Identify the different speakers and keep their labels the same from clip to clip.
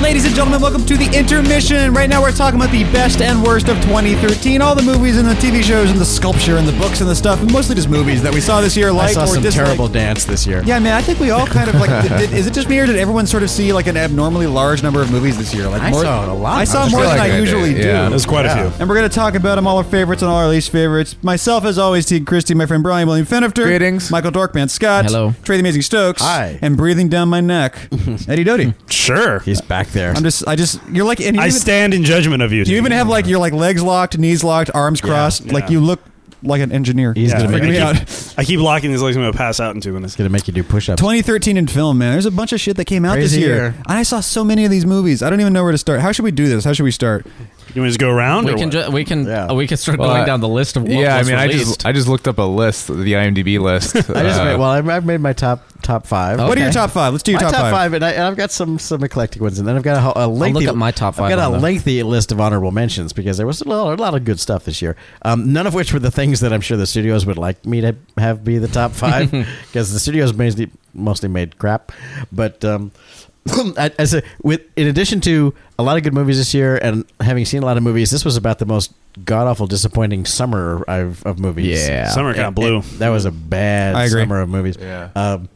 Speaker 1: Ladies and gentlemen, welcome to the intermission. Right now, we're talking about the best and worst of 2013. All the movies and the TV shows and the sculpture and the books and the stuff, and mostly just movies that we saw this year,
Speaker 2: I
Speaker 1: liked
Speaker 2: saw
Speaker 1: or
Speaker 2: some
Speaker 1: disliked.
Speaker 2: terrible dance this year.
Speaker 1: Yeah, man, I think we all kind of like. did, is it just me or did everyone sort of see like an abnormally large number of movies this year? Like
Speaker 2: I
Speaker 1: more,
Speaker 2: saw a lot.
Speaker 1: I saw
Speaker 2: I
Speaker 1: more than
Speaker 3: feel like
Speaker 1: I
Speaker 3: I did,
Speaker 1: usually do.
Speaker 3: yeah.
Speaker 4: There's quite a few.
Speaker 1: And we're going to talk about them, all our favorites and all our least favorites. Myself, as always, Team Christie, my friend Brian William Fenifter.
Speaker 3: Greetings.
Speaker 1: Michael Dorkman Scott.
Speaker 2: Hello.
Speaker 1: Trey the Amazing Stokes.
Speaker 2: Hi.
Speaker 1: And breathing down my neck, Eddie Doty.
Speaker 4: Sure.
Speaker 2: He's back there.
Speaker 1: I'm just, I just, you're like, and you
Speaker 4: I
Speaker 1: even,
Speaker 4: stand in judgment of you.
Speaker 1: you
Speaker 4: dude.
Speaker 1: even have like, you're like legs locked, knees locked, arms crossed.
Speaker 4: yeah.
Speaker 1: Like you look like an engineer.
Speaker 2: He's
Speaker 4: Yeah,
Speaker 2: gonna
Speaker 4: I,
Speaker 2: make
Speaker 1: Figure me
Speaker 4: keep,
Speaker 1: out.
Speaker 4: I keep locking these legs. I'm gonna pass out in two minutes.
Speaker 2: Gonna make you do push-ups.
Speaker 1: 2013 in film, man. There's a bunch of shit that came out
Speaker 2: Crazy
Speaker 1: this year.
Speaker 2: year.
Speaker 1: And I saw so many of these movies. I don't even know where to start. How should we do this? How should we start?
Speaker 4: You want to just go around?
Speaker 5: We
Speaker 4: or
Speaker 5: can
Speaker 4: what?
Speaker 5: ju- we can uh,
Speaker 2: Yeah.
Speaker 5: we can start
Speaker 3: Well,
Speaker 5: going
Speaker 3: I-
Speaker 5: down the list of what
Speaker 3: yeah, I
Speaker 5: was
Speaker 3: mean, I
Speaker 5: released.
Speaker 3: just I just looked up a list, the IMDb list.
Speaker 2: I just
Speaker 3: uh,
Speaker 2: made, well, I've, I've made my top top five.
Speaker 5: Okay.
Speaker 1: What are your top five? Let's do
Speaker 2: My
Speaker 1: your top, five.
Speaker 2: and, I, and I've got some some eclectic ones, and then I've got a, ho- a lengthy.
Speaker 5: up my top
Speaker 2: I've
Speaker 5: five
Speaker 2: got
Speaker 5: on
Speaker 2: a
Speaker 5: the-
Speaker 2: lengthy list of honorable mentions because there was a lot, a lot of good stuff this year. Um, none of which were the things that I'm sure the studios would like me to have be the top five because the studios mostly mostly made crap. But um, I, I say, with in addition to a lot of good movies this year, and having seen a lot of movies, this was about the most god awful disappointing summer I've, of movies.
Speaker 3: Yeah.
Speaker 4: Summer kinda
Speaker 2: And-
Speaker 4: blew.
Speaker 2: and That was a bad
Speaker 1: I agree.
Speaker 2: summer of movies.
Speaker 3: Yeah.
Speaker 2: Um,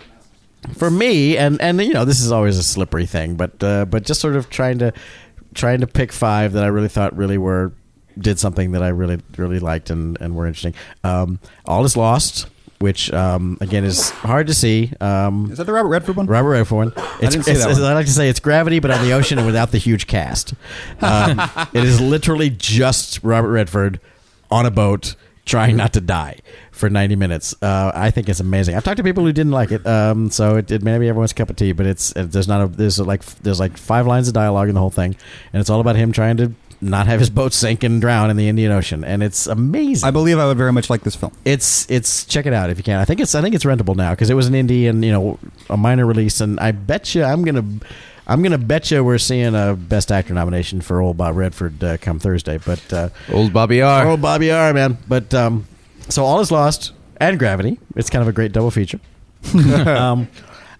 Speaker 2: for me and and you know this is always a slippery thing but uh, but just sort of trying to trying to pick five that I really thought really were did something that I really really liked and and were interesting um, all is lost which um, again is hard to see um,
Speaker 1: Is that the Robert Redford one?
Speaker 2: Robert Redford. It's,
Speaker 1: didn't see
Speaker 2: it's-
Speaker 1: that
Speaker 2: it's-
Speaker 1: one.
Speaker 2: I like to say it's gravity, but on the ocean and without the huge cast. Um, it is literally just Robert Redford on a boat trying not to die for 90 minutes. Uh, I think it's amazing. I've talked to people who didn't like it, um, so it, it may be everyone's cup of tea. But it's it, there's not a there's like there's like five lines of dialogue in the whole thing, and it's all about him trying to not have his boat sink and drown in the Indian Ocean, and it's amazing.
Speaker 1: I believe I would very much like this film.
Speaker 2: It's it's check it out if you can. I think it's I think it's rentable now because it was an indie and you know a minor release and I bet you I'm gonna I'm gonna bet you we're seeing a best actor nomination for Old Bob Redford uh, come Thursday. But uh,
Speaker 3: old Bobby R.
Speaker 2: Old Bobby R man. But um, so all is lost and Gravity. It's kind of a great double feature. um,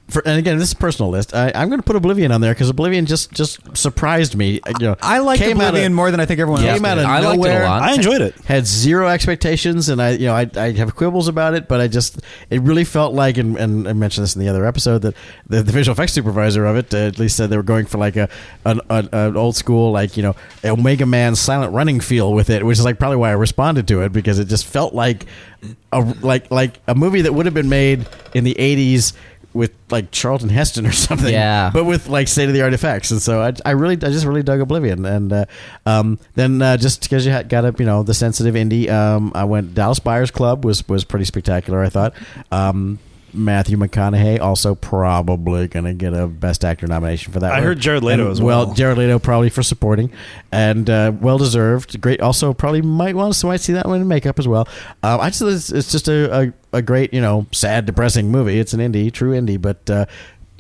Speaker 2: for, and again, this is a personal list. I, I'm going to put Oblivion on there because Oblivion just just surprised me. You know,
Speaker 1: I like
Speaker 2: came out of-
Speaker 1: Oblivion more than I think everyone else
Speaker 2: came
Speaker 1: did.
Speaker 2: out of
Speaker 5: I liked it a
Speaker 2: nowhere
Speaker 5: lot.
Speaker 4: I enjoyed it.
Speaker 2: had zero expectations and I you know I, I have quibbles about it but I just it really felt like and, and I mentioned this in the other episode that the, the visual effects supervisor of it uh, at least said they were going for like a an, an, an old school like you know Omega Man silent running feel with it which is like probably why I responded to it because it just felt like a like like a movie that would have been made in the 80s with like Charlton Heston or something
Speaker 5: Yeah.
Speaker 2: but with like state of the art effects, and so I, I really, I just really dug Oblivion, and uh, um, then uh, just because you had, got up, you know, the sensitive indie, um, I went Dallas Buyers Club was was pretty spectacular, I thought. Um, Matthew McConaughey also probably gonna get a Best Actor nomination for that.
Speaker 4: I
Speaker 2: one.
Speaker 4: heard Jared Leto
Speaker 2: And,
Speaker 4: as well.
Speaker 2: Jared Leto probably for supporting, and uh, well deserved. Great. Also, probably might want to might see that one in makeup as well. Uh, I just it's, it's just a, a a great you know sad depressing movie. It's an indie, true indie, but. Uh,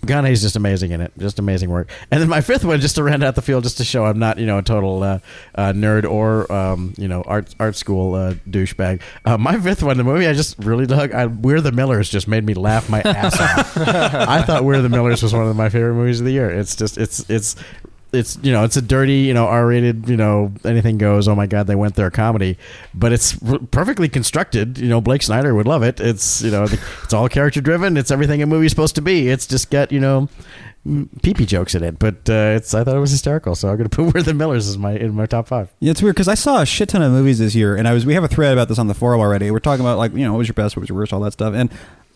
Speaker 2: Gane's just amazing in it, just amazing work. And then my fifth one, just to round out the field, just to show I'm not, you know, a total uh, uh, nerd or, um, you know, art art school uh, douchebag. Uh, my fifth one, the movie I just really dug, I, We're the Millers, just made me laugh my ass off. I thought We're the Millers was one of my favorite movies of the year. It's just, it's, it's, it's you know it's a dirty you know r-rated you know anything goes oh my god they went there comedy but it's r- perfectly constructed you know blake snyder would love it it's you know the- it's all character driven it's everything a movie's supposed to be it's just got you know m- pee-pee jokes in it but uh, it's i thought it was hysterical so i'm gonna put where the millers is my in my top five
Speaker 1: Yeah, it's weird because I saw a shit ton of movies this year, and I was we have a thread about this on the forum already. We're talking about like you know what was your best, what was your worst, all that stuff, and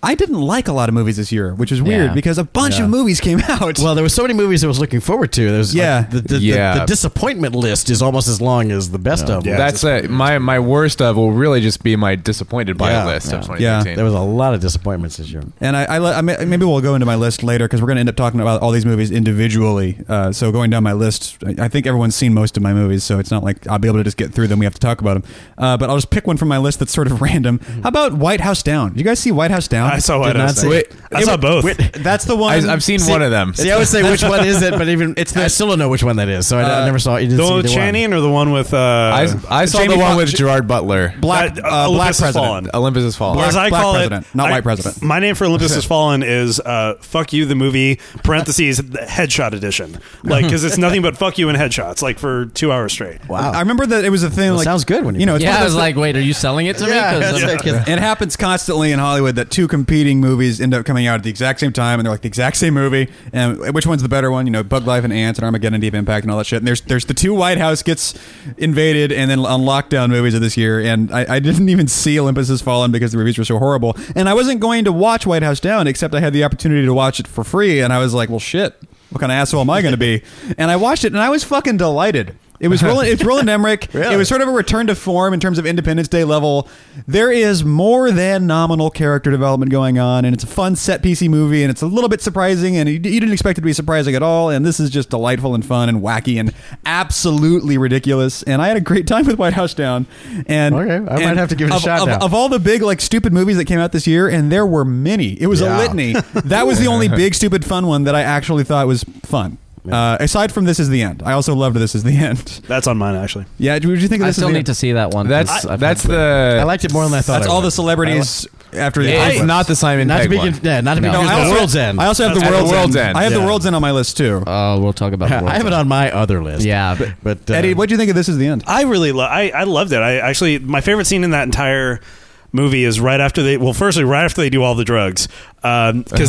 Speaker 1: I didn't like a lot of movies this year, which is weird
Speaker 2: Yeah.
Speaker 1: because a bunch
Speaker 2: Yeah.
Speaker 1: of movies came out.
Speaker 2: well there was so many movies i was looking forward to there's
Speaker 1: Yeah.
Speaker 2: like, the, the, the-
Speaker 3: Yeah.
Speaker 2: the, disappointment list is almost as long as the best of them
Speaker 4: Yeah.
Speaker 3: That's it. My my worst of will really just be my disappointed by
Speaker 2: Yeah.
Speaker 3: list
Speaker 2: Yeah.
Speaker 3: of
Speaker 1: Yeah.
Speaker 3: 2013.
Speaker 2: there was a lot of disappointments this year
Speaker 1: And I, I, le- I may- maybe we'll go into my list later because we're going to end up talking about all these movies individually. Uh, so going down my list, I, I think everyone's seen most of my movies, so it's not like I'll be able to just get through them. We have to talk about them. Uh, but I'll just pick one from my list that's sort of random. How about White House Down? Did you guys see White House Down?
Speaker 4: I saw White
Speaker 2: Did not
Speaker 4: House.
Speaker 2: see
Speaker 3: Wait,
Speaker 4: I saw both.
Speaker 1: That's the one.
Speaker 3: I, I've seen one of them.
Speaker 2: See, I would say which one is it, but even it's I still don't know which one that is. So I, I
Speaker 3: Uh,
Speaker 2: never saw it. You didn't
Speaker 4: the
Speaker 2: see
Speaker 4: one with
Speaker 2: either one.
Speaker 4: Channing or the one with uh,
Speaker 3: I, I saw
Speaker 4: Jamie
Speaker 3: the one
Speaker 4: Foxx-
Speaker 3: with Gerard Butler.
Speaker 1: black,
Speaker 4: that-
Speaker 1: uh, black
Speaker 4: Olympus has
Speaker 1: president.
Speaker 4: fallen.
Speaker 3: Olympus has fallen.
Speaker 4: Or as I
Speaker 1: black
Speaker 4: call
Speaker 1: president,
Speaker 4: it,
Speaker 1: not
Speaker 4: I-
Speaker 1: white president.
Speaker 4: My name for Olympus Has Fallen is uh, "fuck you" the movie parentheses the headshot edition, like because it's nothing but "fuck you" and headshots, like for two hours straight.
Speaker 2: Wow.
Speaker 1: I remember that it was a thing. like
Speaker 2: sounds good when you-
Speaker 1: you know. It's one
Speaker 5: yeah,
Speaker 1: of
Speaker 5: I
Speaker 1: those
Speaker 5: was like, wait, are you selling it to me? 'Cause I'm-
Speaker 1: it's like- it happens constantly in Hollywood that two competing movies end up coming out at the exact same time, and they're like the exact same movie. And which one's the better one? You know, Bug Life and Ants and Armageddon, Deep Impact, and all that shit. And there's there's the two White House gets invaded, and then on lockdown movies of this year. And I, I didn't even see Olympus Has Fallen because the reviews were so horrible. And I wasn't going to watch White House Down, except I had the opportunity to watch it for free, and I was like, well, shit. What kind of asshole am I going to be? And I watched it, and I was fucking delighted. It was Roland. It's Roland Emmerich. It was sort of a return to form in terms of Independence Day level. There is more than nominal character development going on, and it's a fun set piecey movie, and it's a little bit surprising, and you, you didn't expect it to be surprising at all. And this is just delightful and fun and wacky and absolutely ridiculous. And I had a great time with White House Down. And
Speaker 2: Okay, I might
Speaker 1: and
Speaker 2: have to give it a
Speaker 1: of-
Speaker 2: shot
Speaker 1: Of,
Speaker 2: now.
Speaker 1: of all the big like stupid movies that came out this year, and there were many. It was a
Speaker 2: Yeah.
Speaker 1: litany. That was the only big stupid fun one that I actually thought was fun. Uh, aside from this is the end. I also loved this is the end.
Speaker 4: That's on mine actually.
Speaker 1: Yeah, what did you think of
Speaker 5: I
Speaker 1: this?
Speaker 5: still
Speaker 1: is the
Speaker 5: need to see that one. 'cause
Speaker 3: That's
Speaker 5: I've-
Speaker 3: that's the.
Speaker 2: I liked it more than I thought.
Speaker 1: That's
Speaker 2: I
Speaker 1: all
Speaker 2: would.
Speaker 1: the celebrities after the.
Speaker 3: It's
Speaker 1: conquest.
Speaker 3: not the Simon
Speaker 2: Not to
Speaker 3: Pegg
Speaker 2: be
Speaker 3: one.
Speaker 2: con- yeah, not to be
Speaker 1: No,
Speaker 2: confused
Speaker 1: I
Speaker 2: with
Speaker 1: also,
Speaker 2: World's End. Uh,
Speaker 1: I also have the
Speaker 4: That's
Speaker 1: world's,
Speaker 3: World's
Speaker 1: end.
Speaker 3: End.
Speaker 1: I have the
Speaker 4: Yeah.
Speaker 1: world's end on my list too.
Speaker 5: Oh, we'll talk about.
Speaker 2: I have it on my other list.
Speaker 5: Yeah, but-
Speaker 2: but uh,
Speaker 1: Eddie, what do you think of this? Is the end?
Speaker 4: I really love. I, I loved it. I actually my favorite scene in that entire movie is right after they well firstly right after they do all the drugs because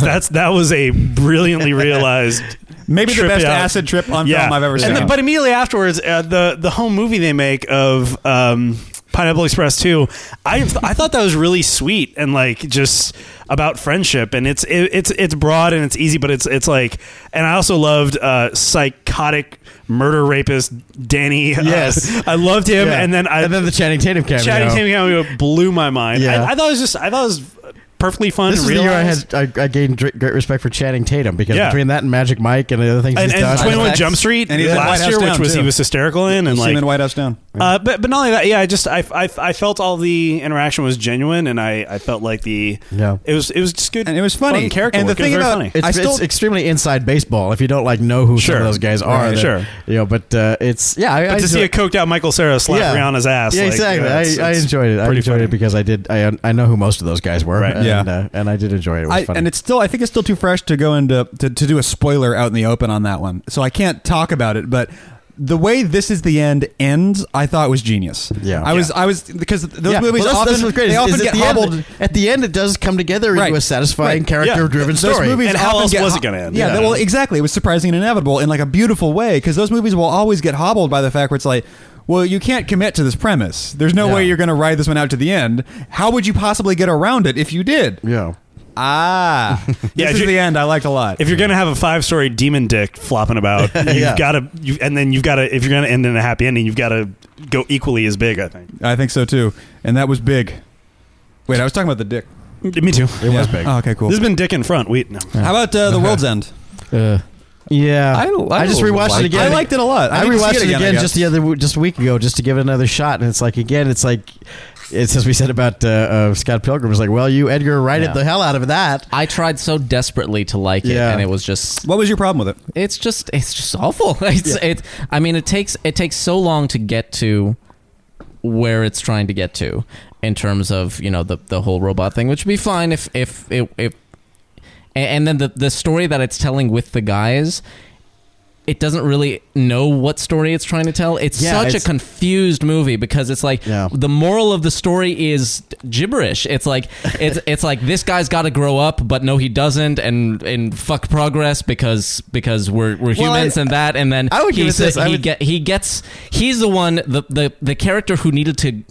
Speaker 4: that's that was a brilliantly realized
Speaker 1: Maybe the
Speaker 4: trip
Speaker 1: best
Speaker 4: out.
Speaker 1: acid trip on film I've ever
Speaker 4: And
Speaker 1: seen.
Speaker 4: the- but immediately afterwards uh, the the home movie they make of um, Pineapple Express 2 I I thought that was really sweet and like just about friendship and it's it, it's it's broad and it's easy but it's it's like and I also loved uh, psychotic murder rapist Danny
Speaker 2: Yes.
Speaker 4: uh, I loved him
Speaker 2: yeah.
Speaker 4: and then I
Speaker 2: and then the Channing Tatum cameo.
Speaker 4: Chatting Tim Cameo blew my mind.
Speaker 2: Yeah.
Speaker 4: I, I thought it was just I thought it was perfectly fun.
Speaker 2: This is
Speaker 4: and
Speaker 2: the year I
Speaker 4: realized.
Speaker 2: had I, I gained dr- great respect for Channing Tatum because
Speaker 4: Yeah.
Speaker 2: between that and Magic Mike and the other things
Speaker 4: and,
Speaker 2: he's
Speaker 4: and
Speaker 2: done,
Speaker 4: Twenty One
Speaker 5: Effects.
Speaker 4: Jump Street
Speaker 1: And he's in White
Speaker 4: last
Speaker 1: House
Speaker 4: year, which
Speaker 1: Down,
Speaker 4: was
Speaker 1: too.
Speaker 4: he was hysterical in and
Speaker 1: See him
Speaker 4: like
Speaker 1: in White House Down.
Speaker 4: Uh, but but not only that, yeah. I just I, I, I felt all the interaction was genuine, and I, I felt like the
Speaker 2: Yeah.
Speaker 4: it was it was just good
Speaker 1: And it was funny.
Speaker 4: fun character
Speaker 1: And the
Speaker 4: work. It was
Speaker 1: thing
Speaker 4: very
Speaker 1: about-
Speaker 4: funny.
Speaker 2: It's,
Speaker 1: I still-
Speaker 2: it's extremely inside baseball if you don't like know who some
Speaker 4: Sure.
Speaker 2: of those guys are.
Speaker 4: Right,
Speaker 2: then,
Speaker 4: sure.
Speaker 2: you know. But uh, it's yeah, I,
Speaker 4: but
Speaker 2: I
Speaker 4: to see
Speaker 2: enjoy-
Speaker 4: a coked out Michael Sarah slap Rihanna's ass,
Speaker 2: Yeah,
Speaker 4: like,
Speaker 2: exactly.
Speaker 4: yeah, it's-
Speaker 2: I, I
Speaker 4: it's
Speaker 2: enjoyed it. I
Speaker 4: pretty
Speaker 2: enjoyed
Speaker 4: funny.
Speaker 2: it because I did. I I know who most of those guys were.
Speaker 4: Right.
Speaker 2: And,
Speaker 1: Yeah.
Speaker 2: uh, and I did enjoy it. It was
Speaker 1: I,
Speaker 2: funny.
Speaker 1: and it's still, I think it's still too fresh to go into to, to do a spoiler out in the open on that one. So I can't talk about it, but the way this is the end ends, I thought was genius.
Speaker 2: Yeah.
Speaker 1: I was, I was because those
Speaker 2: Yeah.
Speaker 1: movies
Speaker 2: Well, that's,
Speaker 1: often
Speaker 2: that's what's great.
Speaker 1: they
Speaker 2: is-
Speaker 1: often
Speaker 2: is at
Speaker 1: get
Speaker 2: the end-
Speaker 1: hobbled.
Speaker 2: at the end. It does come together
Speaker 1: Right.
Speaker 2: into a satisfying
Speaker 1: Right.
Speaker 2: character-driven story.
Speaker 1: Those movies
Speaker 4: And how
Speaker 1: often
Speaker 4: else
Speaker 1: get
Speaker 4: was
Speaker 1: ho-
Speaker 4: it gonna end?
Speaker 1: Yeah,
Speaker 4: Yeah.
Speaker 1: they- well, exactly. It was surprising and inevitable in like a beautiful way because those movies will always get hobbled by the fact where it's like, well, you can't commit to this premise. There's no,
Speaker 2: No.
Speaker 1: way you're going to ride this one out to the end. How would you possibly get around it if you did?
Speaker 2: yeah.
Speaker 1: Ah,
Speaker 4: Yeah,
Speaker 1: this
Speaker 4: if
Speaker 1: is
Speaker 4: you-
Speaker 1: the end. I liked a lot.
Speaker 4: If you're gonna have a five story demon dick flopping about, you've
Speaker 2: Yeah.
Speaker 4: gotta you and then you've gotta if you're gonna end in a happy ending, you've gotta go equally as big. I think.
Speaker 1: I think so too, and that was big. Wait, I was talking about the dick.
Speaker 4: Me too.
Speaker 2: It was
Speaker 1: Yeah.
Speaker 2: big.
Speaker 1: Oh, okay, cool.
Speaker 4: This has been Dick in front. We no.
Speaker 1: How about uh, the world's end?
Speaker 5: Uh,
Speaker 2: yeah.
Speaker 3: I- I
Speaker 2: just rewatched
Speaker 3: liked
Speaker 2: it again.
Speaker 1: I liked it a lot.
Speaker 2: I,
Speaker 1: need to see
Speaker 2: rewatched it again,
Speaker 1: I guess.
Speaker 2: just the other just a week ago, just to give it another shot, and it's like again, it's like it's as we said about uh, uh, Scott Pilgrim. It's like, well, you Edgar righted
Speaker 5: Yeah.
Speaker 2: the hell out of that.
Speaker 5: I tried so desperately to like it,
Speaker 2: Yeah.
Speaker 5: and it was just
Speaker 1: What was your problem with it?
Speaker 5: it's just it's just awful. It's it. I mean, it takes it takes so long to get to where it's trying to get to in terms of you know the the whole robot thing, which would be fine if if if, if and, and then the the story that it's telling with the guys. It doesn't really know what story it's trying to tell. It's
Speaker 2: Yeah,
Speaker 5: such
Speaker 2: it's-
Speaker 5: a confused movie because it's like
Speaker 2: Yeah.
Speaker 5: the moral of the story is gibberish. It's like it's it's like this guy's got to grow up, but no, he doesn't, and and fuck progress because because we're we're
Speaker 2: Well, I-
Speaker 5: humans and that, and then
Speaker 2: I would give
Speaker 5: he
Speaker 2: it
Speaker 5: sa-
Speaker 2: this. I
Speaker 5: he
Speaker 2: would-
Speaker 5: get he gets he's the one the the the character who needed to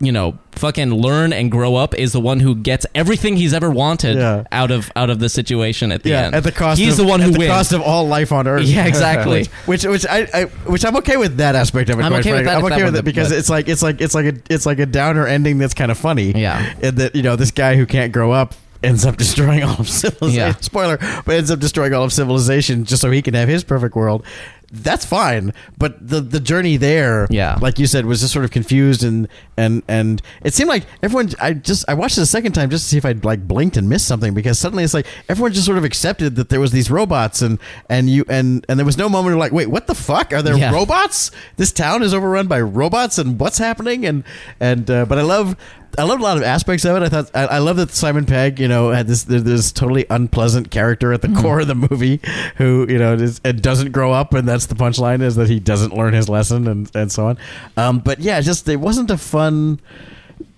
Speaker 5: you know fucking learn and grow up is the one who gets everything he's ever wanted
Speaker 2: Yeah.
Speaker 5: out of out of the situation at the end
Speaker 2: at the cost.
Speaker 5: he's
Speaker 2: of,
Speaker 5: the one
Speaker 2: at
Speaker 5: who
Speaker 2: the
Speaker 5: wins
Speaker 2: cost of all life on Earth.
Speaker 5: Yeah, exactly.
Speaker 2: which which I, I which I'm okay with that aspect of it.
Speaker 5: I'm
Speaker 2: quite
Speaker 5: okay with
Speaker 2: frankly.
Speaker 5: that
Speaker 2: I'm
Speaker 5: if
Speaker 2: okay
Speaker 5: that
Speaker 2: with
Speaker 5: were
Speaker 2: it
Speaker 5: the-
Speaker 2: because
Speaker 5: but-
Speaker 2: it's like it's like it's like a it's like a downer ending that's kind of funny.
Speaker 5: Yeah.
Speaker 2: and that you know this guy who can't grow up ends up destroying all of civilization.
Speaker 5: Yeah.
Speaker 2: Spoiler, but ends up destroying all of civilization just so he can have his perfect world. that's fine. But the the journey there,
Speaker 5: Yeah.
Speaker 2: like you said, was just sort of confused and and and it seemed like everyone. I just I watched it a second time just to see if I'd like blinked and missed something because suddenly it's like everyone just sort of accepted that there was these robots and and you and and there was no moment of like, wait, what the fuck are there
Speaker 5: Yeah.
Speaker 2: robots? This town is overrun by robots and what's happening? And and uh, but I love. I loved a lot of aspects of it. I thought I, I love that Simon Pegg, you know, had this this totally unpleasant character at the core of the movie, who you know is, and doesn't grow up, and that's the punchline is that he doesn't learn his lesson and and so on. Um, but yeah, just it wasn't a fun.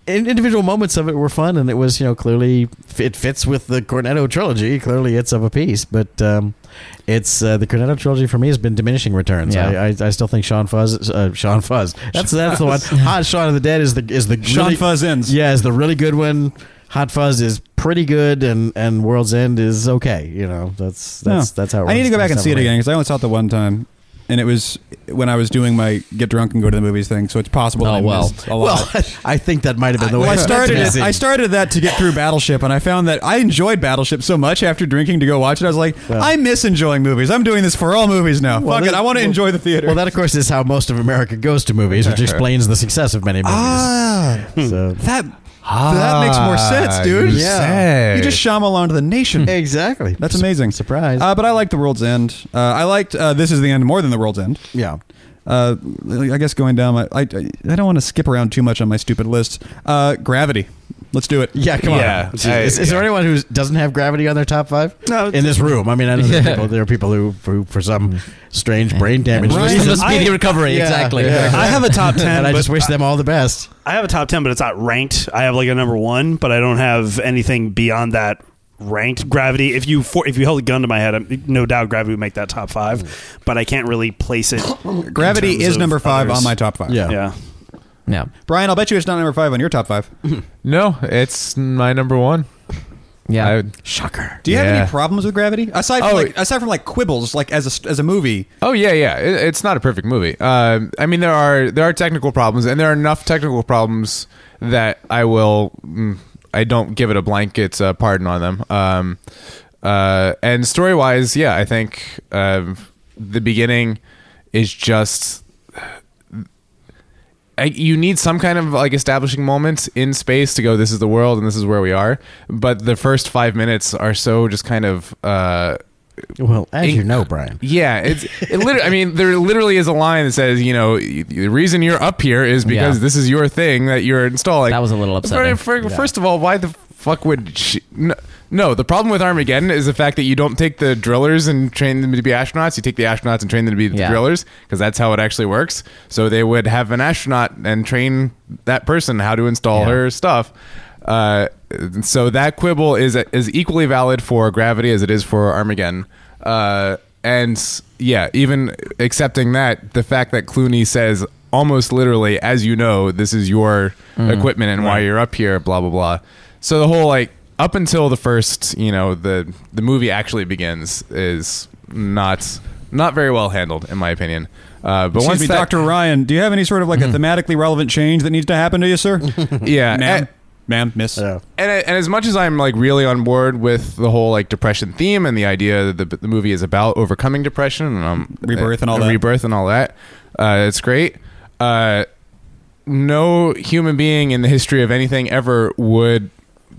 Speaker 2: in- Individual moments of it were fun, and it was you know clearly it fits with the Cornetto trilogy. Clearly, it's of a piece, but um, it's uh, the Cornetto trilogy for me has been diminishing returns.
Speaker 5: Yeah.
Speaker 2: I, I, I still think Sean Fuzz, uh, Sean Fuzz, that's that's the one. Hot Shaun of the Dead is the is the
Speaker 1: Sean
Speaker 2: really-
Speaker 1: Fuzz ends.
Speaker 2: yeah, is the really good one. Hot Fuzz is pretty good, and and World's End is okay. You know, that's that's
Speaker 1: No.
Speaker 2: that's how. It
Speaker 1: I need to
Speaker 2: runs.
Speaker 1: go back
Speaker 2: That's
Speaker 1: and
Speaker 2: how
Speaker 1: see it
Speaker 2: runs.
Speaker 1: again because I only saw it the one time, and it was when I was doing my get drunk and go to the movies thing. So it's possible.
Speaker 5: Oh,
Speaker 1: I
Speaker 5: well.
Speaker 1: missed a lot.
Speaker 2: Well, I think that might have been the way
Speaker 1: Well, I started
Speaker 2: it.
Speaker 1: it, I started that to get through Battleship, and I found that I enjoyed Battleship so much after drinking to go watch it. I was like,
Speaker 2: Well.
Speaker 1: I miss enjoying movies. I'm doing this for all movies now.
Speaker 2: Well,
Speaker 1: Fuck
Speaker 2: that-
Speaker 1: it, I want to
Speaker 2: well-
Speaker 1: enjoy the theater.
Speaker 2: Well, that of course is how most of America goes to movies, which explains the success of many movies.
Speaker 1: ah,
Speaker 2: so.
Speaker 1: that that makes more
Speaker 5: Ah,
Speaker 1: sense, dude.
Speaker 3: You
Speaker 2: Yeah.
Speaker 3: say.
Speaker 1: You just Shyamalan to the nation.
Speaker 2: Exactly.
Speaker 1: Hmm. That's amazing.
Speaker 2: Surprise.
Speaker 1: Uh, but I liked The World's End. Uh, I liked uh, This Is the End more than The World's End.
Speaker 2: yeah.
Speaker 1: Uh, I guess going down my, I, I don't want to skip around too much on my stupid list. Uh, gravity. Let's do it.
Speaker 2: Yeah, come
Speaker 3: Yeah.
Speaker 2: on. Is,
Speaker 3: I-
Speaker 2: is there
Speaker 3: yeah.
Speaker 2: anyone who doesn't have gravity on their top five?
Speaker 4: No,
Speaker 2: in this room. I mean, I know there,
Speaker 5: Yeah.
Speaker 2: are people, there are people who, who, for some strange brain damage,
Speaker 5: Right.
Speaker 2: reason,
Speaker 5: Just speedy
Speaker 4: I-
Speaker 5: recovery,
Speaker 2: Yeah,
Speaker 5: exactly.
Speaker 2: yeah.
Speaker 4: I have a top ten.
Speaker 2: and I
Speaker 4: but
Speaker 2: just wish them all the best.
Speaker 4: I have a top ten, but it's not ranked. I have like a number one, but I don't have anything beyond that ranked. Gravity. If you for, if you held a gun to my head, I'm, no doubt Gravity would make that top five, but I can't really place it. in
Speaker 1: Gravity
Speaker 4: terms
Speaker 1: is
Speaker 4: of
Speaker 1: number five
Speaker 4: others.
Speaker 1: on my top five.
Speaker 2: Yeah.
Speaker 4: Yeah.
Speaker 5: Yeah.
Speaker 1: Brian, I'll bet you it's not number five on your top five.
Speaker 3: no, it's my number one.
Speaker 5: Yeah.
Speaker 3: I-
Speaker 2: Shocker.
Speaker 1: Do you have
Speaker 3: Yeah.
Speaker 1: any problems with Gravity aside from
Speaker 3: Oh,
Speaker 1: like, aside from like quibbles, like as a, as a movie?
Speaker 3: Oh yeah, yeah. It, it's not a perfect movie. Um, I mean, there are there are technical problems, and there are enough technical problems that I will. Mm, I don't give it a blanket uh, pardon on them. Um, uh, and story wise, yeah, I think um, the beginning is just I, you need some kind of like establishing moment in space to go this is the world and this is where we are but the first five minutes are so just kind of uh
Speaker 2: Well, as
Speaker 3: In-
Speaker 2: you know, Brian.
Speaker 3: yeah, it's it literally. I mean, there literally is a line that says, you know, y- the reason you're up here is because
Speaker 5: Yeah.
Speaker 3: this is your thing that you're installing.
Speaker 5: That was a little upsetting.
Speaker 3: Very- fir- First of all, why the fuck would she? No, no, the problem with Armageddon is the fact that you don't take the drillers and train them to be astronauts. You take the astronauts and train them to be the
Speaker 5: Yeah.
Speaker 3: drillers because that's how it actually works. So they would have an astronaut and train that person how to install
Speaker 5: Yeah.
Speaker 3: her stuff. Uh, so that quibble is is equally valid for gravity as it is for Armageddon. Uh, and yeah, even accepting that, the fact that Clooney says almost literally, as you know, this is your equipment and why you're up here, blah blah blah. So the whole like up until the first, you know, the the movie actually begins is not not very well handled in my opinion. Uh, but once
Speaker 1: Excuse me,
Speaker 3: that,
Speaker 1: Doctor Ryan. Do you have any sort of like
Speaker 2: Mm-hmm.
Speaker 1: a thematically relevant change that needs to happen to you, sir?
Speaker 3: yeah,
Speaker 1: ma'am,
Speaker 3: eh,
Speaker 1: ma'am, miss.
Speaker 2: Yeah.
Speaker 3: and, and as much as I'm like really on board with the whole like depression theme and the idea that the, the movie is about overcoming depression and um,
Speaker 1: Rebirth and all that.
Speaker 3: rebirth and all that, uh, it's great. Uh, no human being in the history of anything ever would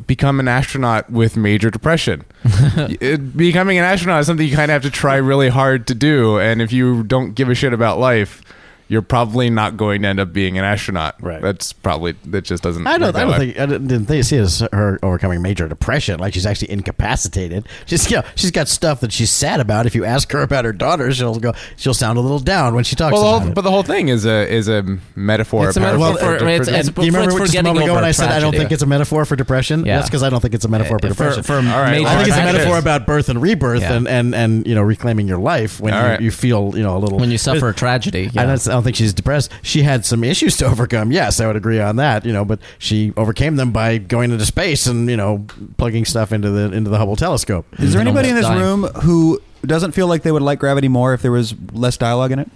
Speaker 3: become an astronaut with major depression. It- becoming an astronaut is something you kind of have to try really hard to do, and if you don't give a shit about life. You're probably not going to end up being an astronaut.
Speaker 4: Right.
Speaker 3: That's probably that just doesn't.
Speaker 2: I
Speaker 3: work
Speaker 2: don't. I
Speaker 3: that
Speaker 2: don't
Speaker 3: way.
Speaker 2: think. I didn't, didn't think, see it as her overcoming major depression. Like she's actually incapacitated. She's you know, she's got stuff that she's sad about. If you ask her about her daughter, she'll go. She'll sound a little down when she talks
Speaker 3: Well, the
Speaker 2: about
Speaker 3: whole,
Speaker 2: it.
Speaker 3: but the whole thing is a is a metaphor.
Speaker 5: It's a
Speaker 3: apparently,
Speaker 5: metaphor
Speaker 3: for-
Speaker 5: for-
Speaker 3: for-
Speaker 5: it's-
Speaker 3: for-
Speaker 5: it's-
Speaker 2: do you remember
Speaker 5: for
Speaker 2: just a
Speaker 5: getting
Speaker 2: moment ago
Speaker 5: over
Speaker 2: when I said I don't
Speaker 5: tragedy.
Speaker 2: think it's a metaphor for depression?
Speaker 5: Yeah. Uh,
Speaker 2: That's because I don't think it's a metaphor for
Speaker 5: For-
Speaker 2: depression.
Speaker 5: for
Speaker 3: all right,
Speaker 5: major
Speaker 2: I think it's a
Speaker 5: depression.
Speaker 2: metaphor about birth and rebirth
Speaker 5: Yeah.
Speaker 2: and, and, and you know reclaiming your life when you,
Speaker 3: All right.
Speaker 2: you feel you know a little
Speaker 5: when you suffer a tragedy. Yeah.
Speaker 2: I, don't, I don't think she's depressed. She had some issues to overcome. Yes, I would agree on that. You know, but she overcame them by going into space and you know plugging stuff into the into the Hubble telescope.
Speaker 1: Is there
Speaker 5: And
Speaker 1: anybody in this
Speaker 5: almost dying.
Speaker 1: room who doesn't feel like they would like Gravity more if there was less dialogue in it?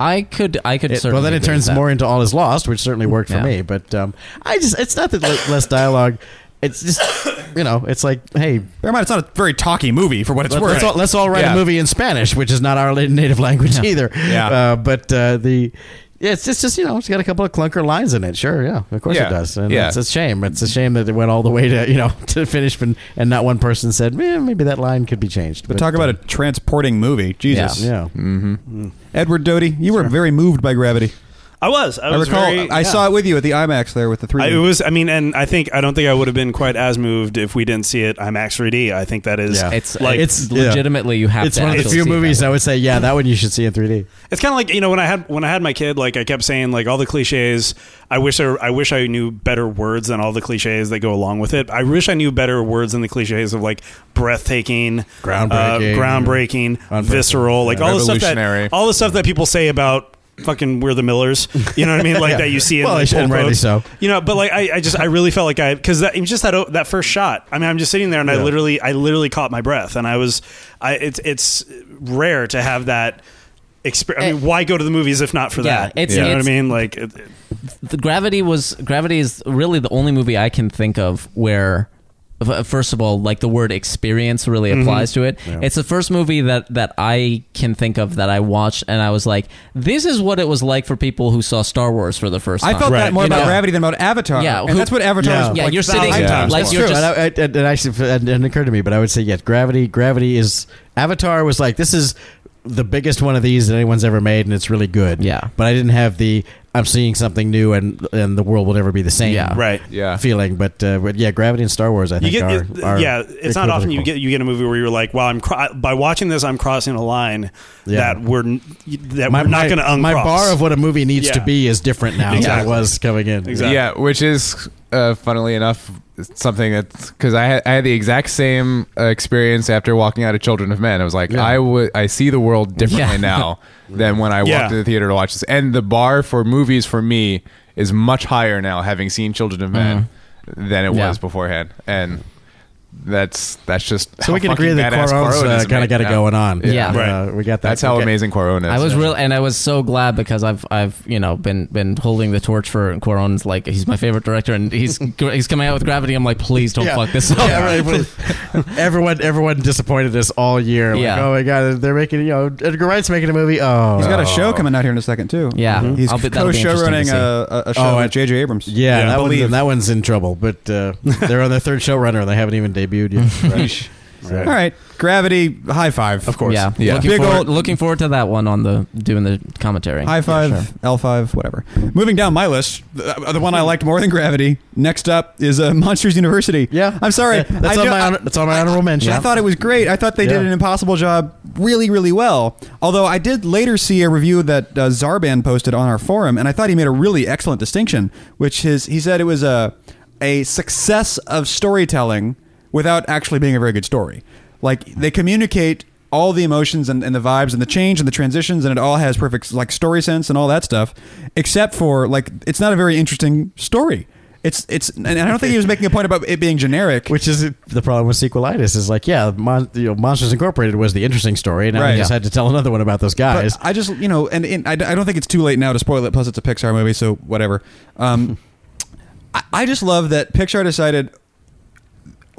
Speaker 5: I could. I could.
Speaker 2: It-
Speaker 5: certainly
Speaker 2: well, then it
Speaker 5: agree
Speaker 2: turns
Speaker 5: with that.
Speaker 2: more into All Is Lost, which certainly worked
Speaker 5: Yeah.
Speaker 2: for me. But um, I just it's not that le- less dialogue it's just you know, it's like hey,
Speaker 1: Bear in mind, it's not a very talky movie for what it's
Speaker 2: let,
Speaker 1: worth.
Speaker 2: us all, let's all write
Speaker 3: Yeah.
Speaker 2: a movie in Spanish, which is not our la- native language either.
Speaker 1: Yeah.
Speaker 2: uh, but uh, the. Yeah, it's just, just you know, it's got a couple of clunker lines in it. Sure, yeah, of course
Speaker 3: Yeah.
Speaker 2: it does. And
Speaker 3: Yeah.
Speaker 2: it's a shame. It's a shame that it went all the way to you know to finish, and, and not one person said, eh, maybe that line could be changed.
Speaker 1: But talk about a transporting movie. Jesus.
Speaker 2: yeah,
Speaker 5: Mm.
Speaker 1: Edward Doty, you were very moved by Gravity.
Speaker 4: I was. I,
Speaker 1: I,
Speaker 4: was
Speaker 1: recall
Speaker 4: very-
Speaker 1: I
Speaker 4: yeah.
Speaker 1: saw it with you at the IMAX there with the three.
Speaker 4: I, it was. I mean, and I think I don't think I would have been quite as moved if we didn't see it. IMAX 3D. I think that is
Speaker 2: Yeah.
Speaker 5: It's
Speaker 4: like
Speaker 5: like
Speaker 4: it's,
Speaker 5: it's
Speaker 2: yeah.
Speaker 5: legitimately you have
Speaker 2: it's
Speaker 5: to
Speaker 2: one of the
Speaker 5: actually
Speaker 2: few
Speaker 5: see
Speaker 2: movies
Speaker 5: that.
Speaker 2: I would say, yeah, that one you should see in 3D.
Speaker 4: kind of like you know when I had when I had my kid, like I kept saying like all the cliches. I wish I, I wish I knew better words than all the cliches that go along with it. I wish I knew better words than the cliches of like breathtaking,
Speaker 2: Groundbreaking.
Speaker 4: uh, groundbreaking,
Speaker 2: Unbreakable.
Speaker 4: visceral, like
Speaker 3: Yeah.
Speaker 4: all the stuff
Speaker 3: Revolutionary.
Speaker 4: that all the stuff that people say about. Fucking, we're the Millers. You know what I mean? Like
Speaker 2: Yeah.
Speaker 4: that you see in
Speaker 2: Well,
Speaker 4: like,
Speaker 2: and
Speaker 4: pulp
Speaker 2: rightly
Speaker 4: quotes.
Speaker 2: so.
Speaker 4: You know, but like I, I just I really felt like I because that it was just that o- that first shot. I mean, I'm just sitting there and I literally I literally caught my breath and I was I it's it's rare to have that experience. I mean,
Speaker 5: Eh.
Speaker 4: why go to the movies if not for
Speaker 5: Yeah,
Speaker 4: that?
Speaker 5: it's-
Speaker 4: you know what I
Speaker 5: it's-
Speaker 4: mean? Like it, it-
Speaker 5: the gravity was gravity is really the only movie I can think of where f- uh, first of all like the word experience really
Speaker 2: Mm-hmm.
Speaker 5: applies to it it's the first movie that that i can think of that i watched and i was like this is what it was like for people who saw star wars for the first
Speaker 1: I
Speaker 5: time
Speaker 1: felt that
Speaker 4: Right.
Speaker 1: more
Speaker 5: You
Speaker 1: about
Speaker 5: know?
Speaker 1: Gravity than about Avatar.
Speaker 5: Yeah,
Speaker 1: and
Speaker 5: who-
Speaker 1: that's what Avatar
Speaker 2: Yeah.
Speaker 1: was.
Speaker 5: yeah
Speaker 1: like
Speaker 5: you're sitting
Speaker 1: thousand times
Speaker 5: like
Speaker 1: worse.
Speaker 5: you're
Speaker 2: True,
Speaker 5: just
Speaker 2: and, I, I- and, and actually, and, and it occurred to me, but I would say yes. Gravity, Gravity is Avatar was like this is the biggest one of these that anyone's ever made, and it's really good.
Speaker 5: Yeah.
Speaker 2: but I didn't have the I'm seeing something new, and and the world will never be the same.
Speaker 5: Yeah.
Speaker 4: right.
Speaker 3: Yeah.
Speaker 2: feeling. But uh, but yeah, Gravity and Star Wars, I
Speaker 4: You
Speaker 2: think
Speaker 4: get
Speaker 2: are, are
Speaker 4: yeah. It's not often you
Speaker 2: equivocal.
Speaker 4: get you get a movie where you're like, wow, I'm cro- by watching this, I'm crossing a line
Speaker 2: Yeah.
Speaker 4: that we're n- that we're not going to uncross.
Speaker 2: my bar of what a movie needs
Speaker 4: Yeah.
Speaker 2: to be is different now
Speaker 4: Exactly.
Speaker 2: than it was coming in.
Speaker 4: Exactly.
Speaker 3: Yeah, which is uh, funnily enough something that's because I had, I had the exact same uh, experience after walking out of Children of Men. I was like,
Speaker 2: Yeah.
Speaker 3: I would I see the world differently
Speaker 5: Yeah.
Speaker 3: now than when I walked
Speaker 4: Yeah.
Speaker 3: to the theater to watch this. And the bar for movies for me is much higher now, having seen Children of Men, than it
Speaker 5: Mm-hmm. Yeah.
Speaker 3: was beforehand. And that's that's just
Speaker 2: So we can agree that
Speaker 3: Quaron's
Speaker 2: Quaron's uh, kind of got it going on.
Speaker 5: Yeah.
Speaker 2: Uh, we got that.
Speaker 3: That's how
Speaker 2: Okay.
Speaker 3: amazing Quaron is.
Speaker 5: I was real, and I was so glad because I've I've you know been been holding the torch for Cuaron's like he's my favorite director, and he's he's coming out with Gravity. I'm like, please don't
Speaker 2: Yeah.
Speaker 5: fuck this up.
Speaker 2: Yeah, right, but everyone, everyone disappointed us all year. Like,
Speaker 5: Yeah.
Speaker 2: oh my god, they're making you know Edgar Wright's making a movie. Oh,
Speaker 1: He's got a show
Speaker 3: Oh.
Speaker 1: coming out here in a second too.
Speaker 5: Yeah. Mhm.
Speaker 1: he's
Speaker 5: I'll be- that'll be
Speaker 1: co-show running a,
Speaker 5: interesting
Speaker 1: a, a show
Speaker 2: Oh,
Speaker 1: with
Speaker 2: and-
Speaker 1: J.J. Abrams.
Speaker 2: yeah,
Speaker 4: Yeah,
Speaker 2: that
Speaker 1: believe.
Speaker 2: one's that one's in trouble. But uh, they're on their third showrunner and they haven't even debuted yet. Right.
Speaker 1: All right, Gravity, high five. Of
Speaker 5: Yeah,
Speaker 3: Yeah.
Speaker 5: Looking,
Speaker 1: Big
Speaker 5: forward,
Speaker 1: old-
Speaker 5: looking forward to that one on the doing the commentary.
Speaker 1: High five, L five, whatever. Moving down my list, the, the one I liked more than Gravity. Next up is uh, Monsters University.
Speaker 2: Yeah,
Speaker 1: I'm sorry,
Speaker 2: Uh, That's
Speaker 1: I
Speaker 2: on
Speaker 1: do-
Speaker 2: my
Speaker 1: I-
Speaker 2: honor, that's on my honorable mention.
Speaker 1: I thought it was great. I thought they
Speaker 2: Yeah.
Speaker 1: did an impossible job really, really well. Although I did later see a review that uh, Zarban posted on our forum, and I thought he made a really excellent distinction, which is he said it was a a success of storytelling without actually being a very good story. Like they communicate all the emotions and, and the vibes and the change and the transitions and it all has perfect like story sense and all that stuff except for like it's not a very interesting story it's it's and i don't think he was making a point about it being generic
Speaker 2: Which is the problem with sequelitis is like, yeah, Mon- you know, Monsters Incorporated was the interesting story, and now
Speaker 1: Right.
Speaker 2: we just had to tell another one about those
Speaker 1: But
Speaker 2: guys.
Speaker 1: I just, you know, and, and I, I don't think it's too late now to spoil it. Plus, it's a Pixar movie, so whatever. Um, I, I just love that Pixar decided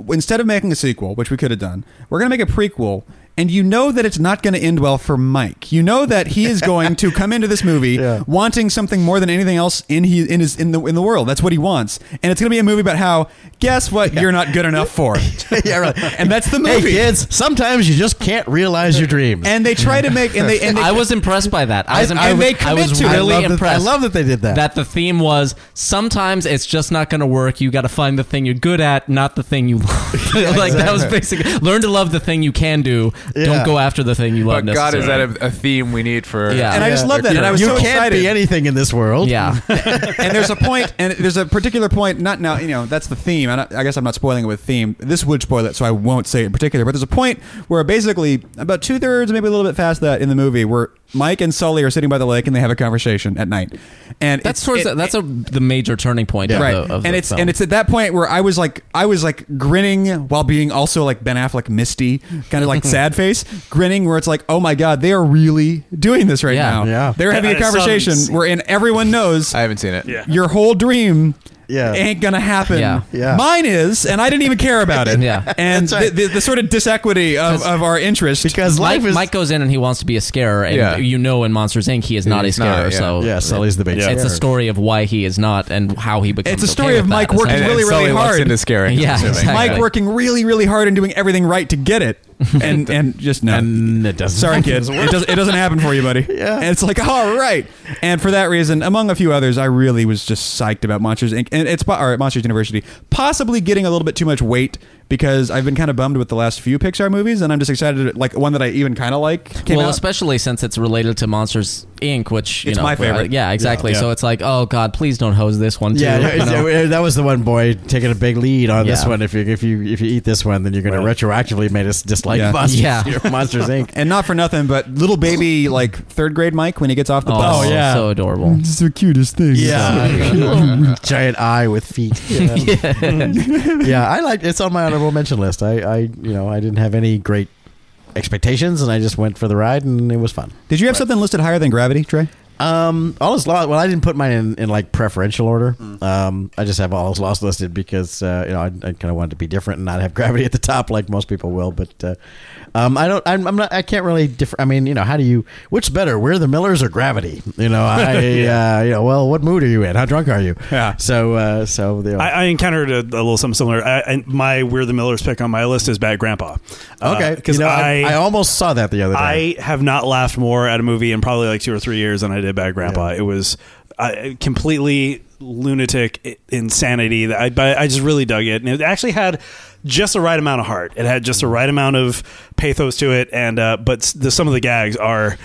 Speaker 1: instead of making a sequel, which we could have done, we're going to make a prequel. And you know that it's not going to end well for Mike. You know that he is going to come into this movie
Speaker 2: Yeah.
Speaker 1: wanting something more than anything else in he in his in the in the world. That's what he wants, and it's going to be a movie about how guess what you're not good enough for.
Speaker 2: yeah, right.
Speaker 1: and that's the
Speaker 2: hey
Speaker 1: movie.
Speaker 2: kids, sometimes you just can't realize your dreams.
Speaker 1: And they try to make and they and they,
Speaker 5: I was impressed by that. I was,
Speaker 1: I-
Speaker 5: impre-
Speaker 1: I
Speaker 5: I,
Speaker 1: was-
Speaker 5: was, I was
Speaker 1: I love
Speaker 2: I
Speaker 5: really
Speaker 2: love that-
Speaker 5: impressed.
Speaker 2: I love that they did that.
Speaker 5: that the theme was sometimes it's just not going to work. You got to find the thing you're good at, not the thing you love. like that was basically learn to love the thing you can do.
Speaker 2: Yeah.
Speaker 5: Don't go after the thing you love.
Speaker 3: But God, is that
Speaker 5: necessarily.
Speaker 3: a, a theme we need for?
Speaker 5: Yeah.
Speaker 1: and I just
Speaker 2: Yeah.
Speaker 1: love that. And I was
Speaker 2: you
Speaker 1: so
Speaker 2: can't
Speaker 1: excited.
Speaker 2: be anything in this world.
Speaker 5: yeah.
Speaker 1: and there's a point, and there's a particular point. Not now, you know. That's the theme. I, I guess I'm not spoiling it with theme. This would spoil it, so I won't say it in particular. But there's a point where basically about two thirds, maybe a little bit past that in the movie, where Mike and Sully are sitting by the lake and they have a conversation at night. And
Speaker 5: That's
Speaker 1: it's-
Speaker 5: towards
Speaker 1: it-
Speaker 5: the, that's a, the major turning point. Of
Speaker 1: right.
Speaker 5: the, of the
Speaker 1: and it's
Speaker 5: film.
Speaker 1: and it's at that point where I was like I was like grinning while being also like Ben Affleck misty, kind of like sad face, grinning where it's like, "Oh my god, they are really doing this right
Speaker 5: Yeah.
Speaker 1: now.
Speaker 2: Yeah.
Speaker 1: They're having
Speaker 4: I
Speaker 1: a
Speaker 4: saw them.
Speaker 1: conversation wherein everyone knows
Speaker 3: I haven't seen it.
Speaker 4: Yeah.
Speaker 1: your whole dream
Speaker 2: Yeah.
Speaker 1: ain't gonna happen.
Speaker 5: Yeah.
Speaker 2: Yeah.
Speaker 1: Mine is, and I didn't even care about it.
Speaker 5: Yeah.
Speaker 1: and
Speaker 2: That's right.
Speaker 1: the, the, the sort of disequity of, of our interest
Speaker 2: because life
Speaker 5: Mike,
Speaker 2: is
Speaker 5: Mike goes in and he wants to be a scarer, and
Speaker 3: Yeah.
Speaker 5: you know in Monsters Inc. he is not
Speaker 3: He's
Speaker 5: a scarer.
Speaker 3: not, yeah.
Speaker 5: So
Speaker 2: yeah, Sully's the big.
Speaker 4: Yeah.
Speaker 5: it's a
Speaker 2: scarer.
Speaker 5: story of why he is not and how he becomes.
Speaker 1: It's a
Speaker 5: okay
Speaker 1: story
Speaker 5: with
Speaker 1: of
Speaker 5: that,
Speaker 1: Mike working
Speaker 5: essentially.
Speaker 1: really,
Speaker 3: and Sully
Speaker 1: really
Speaker 3: walks
Speaker 1: hard.
Speaker 3: into scaring.
Speaker 5: Yeah,
Speaker 3: I'm assuming.
Speaker 5: exactly.
Speaker 1: Mike working really, really hard and doing everything right to get it, and and just no.
Speaker 2: And it doesn't.
Speaker 1: Sorry, kid. It doesn't. It doesn't happen for you, buddy.
Speaker 2: Yeah.
Speaker 1: And it's like, all right. And for that reason, among a few others, I really was just psyched about Monsters Inc. and it's po- or Monsters University possibly getting a little bit too much weight because I've been kind of bummed with the last few Pixar movies, and I'm just excited. Like one that I even kind of like. Came
Speaker 5: well,
Speaker 1: out.
Speaker 5: especially since it's related to Monsters Inc., which you
Speaker 1: It's
Speaker 5: know,
Speaker 1: my favorite.
Speaker 5: uh, yeah, exactly.
Speaker 4: Yeah.
Speaker 5: So it's like, oh god, please don't hose this one too.
Speaker 2: Yeah,
Speaker 5: you
Speaker 2: yeah,
Speaker 5: know?
Speaker 2: yeah, that was the one boy taking a big lead on this
Speaker 5: Yeah.
Speaker 2: one. If you if you if you eat this one, then you're going
Speaker 4: Right.
Speaker 2: to retroactively make us dislike
Speaker 1: Yeah.
Speaker 2: Monsters,
Speaker 5: Yeah.
Speaker 2: Monsters Inc.
Speaker 1: and not for nothing, but little baby like third grade Mike when he gets off the
Speaker 5: Oh,
Speaker 1: bus.
Speaker 2: yeah.
Speaker 5: so adorable.
Speaker 1: It's the cutest thing.
Speaker 2: Yeah, giant eye with feet. Yeah, I like. It's on my honorable mention list. I, I, you know, I didn't have any great expectations, and I just went for the ride, and it was fun.
Speaker 1: Did you have something listed higher than Gravity, Trey?
Speaker 2: Um, all is lost. Well, I didn't put mine in, in like preferential order.
Speaker 4: Hmm.
Speaker 2: Um, I just have all is lost listed because uh, you know I, I kind of wanted to be different and not have gravity at the top like most people will. But uh, um, I don't. I'm, I'm not. I can't really differ. I mean, you know, how do you? What's better, We're the Millers or Gravity? You know, I. uh, you know, well, what mood are you in? How drunk are you?
Speaker 1: Yeah.
Speaker 2: So, uh, so you know,
Speaker 4: I, I encountered a, a little something similar. I, I, my We're the Millers pick on my list is Bad Grandpa.
Speaker 2: okay.
Speaker 4: because
Speaker 2: you know,
Speaker 4: uh, I,
Speaker 2: I, I almost saw that the other day.
Speaker 4: I have not laughed more at a movie in probably like two or three years than I did Bad Grandpa. It was uh, completely lunatic i- insanity. That I, but I just really dug it, and it actually had just the right amount of heart. It had just the right amount of pathos to it, and uh, but s- the, some of the gags are.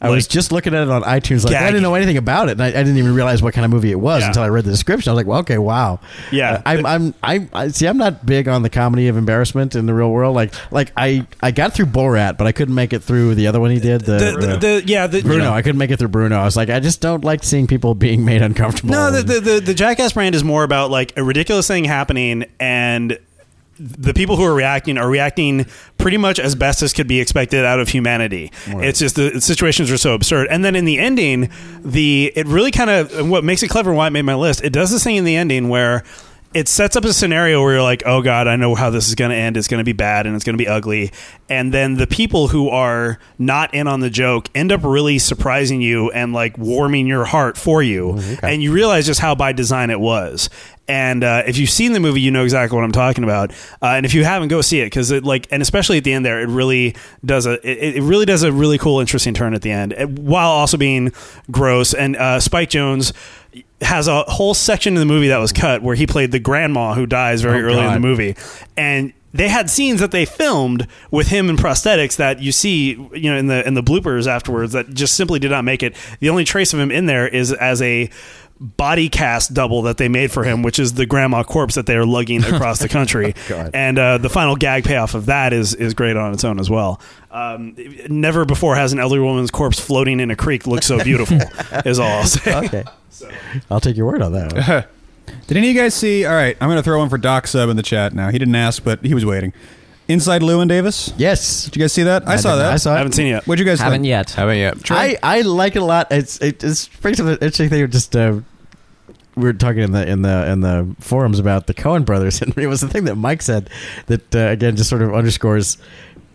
Speaker 2: I was just looking at it on iTunes. Like I
Speaker 4: Gagging.
Speaker 2: didn't know anything about it, and I, I didn't even realize what kind of movie it was
Speaker 4: Yeah.
Speaker 2: until I read the description. I was like, "Well, okay, wow."
Speaker 4: Yeah.
Speaker 2: Uh, I'm, I'm, I'm, I see. I'm not big on the comedy of embarrassment in the real world. Like, like I, I got through Borat, but I couldn't make it through the other one he did. The,
Speaker 4: the, the, the yeah the
Speaker 2: Bruno, I couldn't make it through Bruno. I was like, I just don't like seeing people being made uncomfortable.
Speaker 4: No, the, the, the, the Jackass brand is more about like a ridiculous thing happening and the people who are reacting are reacting pretty much as best as could be expected out of humanity. It's just the situations are so absurd. And then in the ending, the it really kind of and what makes it clever and why it made my list, it does this thing in the ending where it sets up a scenario where you're like, oh God, I know how this is going to end. It's going to be bad and it's going to be ugly. And then the people who are not in on the joke end up really surprising you and like warming your heart for you. And you realize just how by design it was. And uh, if you've seen the movie, you know exactly what I'm talking about. Uh, and if you haven't, go see it because it like, and especially at the end there, it really does a, it, it really does a really cool, interesting turn at the end, uh, while also being gross. And uh, Spike Jones has a whole section in the movie that was cut where he played the grandma who dies very
Speaker 2: Oh,
Speaker 4: early in
Speaker 2: God.
Speaker 4: the movie and they had scenes that they filmed with him in prosthetics that you see you know in the in the bloopers afterwards that just simply did not make it the only trace of him in there is as a body cast double that they made for him which is the grandma corpse that they're lugging across the country
Speaker 2: God.
Speaker 4: and uh, the final gag payoff of that is is great on its own as well um, never before has an elderly woman's corpse floating in a creek looked so beautiful is all I'll say
Speaker 2: okay. I'll take your word on that. One.
Speaker 1: Did any of you guys see? All right, I'm going to throw one for Doc Sub in the chat now. He didn't ask, but he was waiting. Inside Lewin Davis.
Speaker 2: yes,
Speaker 1: Did you guys see that? I, saw
Speaker 2: did-
Speaker 1: that.
Speaker 2: I saw
Speaker 4: I
Speaker 2: it.
Speaker 4: haven't seen it yet.
Speaker 1: What'd you guys
Speaker 5: Haven't
Speaker 1: think?
Speaker 5: yet.
Speaker 3: Haven't yet.
Speaker 2: I, I like it a lot. It's it, it's brings up an interesting thing. Just uh, we were talking in the in the in the forums about the Cohen brothers, and it was the thing that Mike said that uh, again just sort of underscores.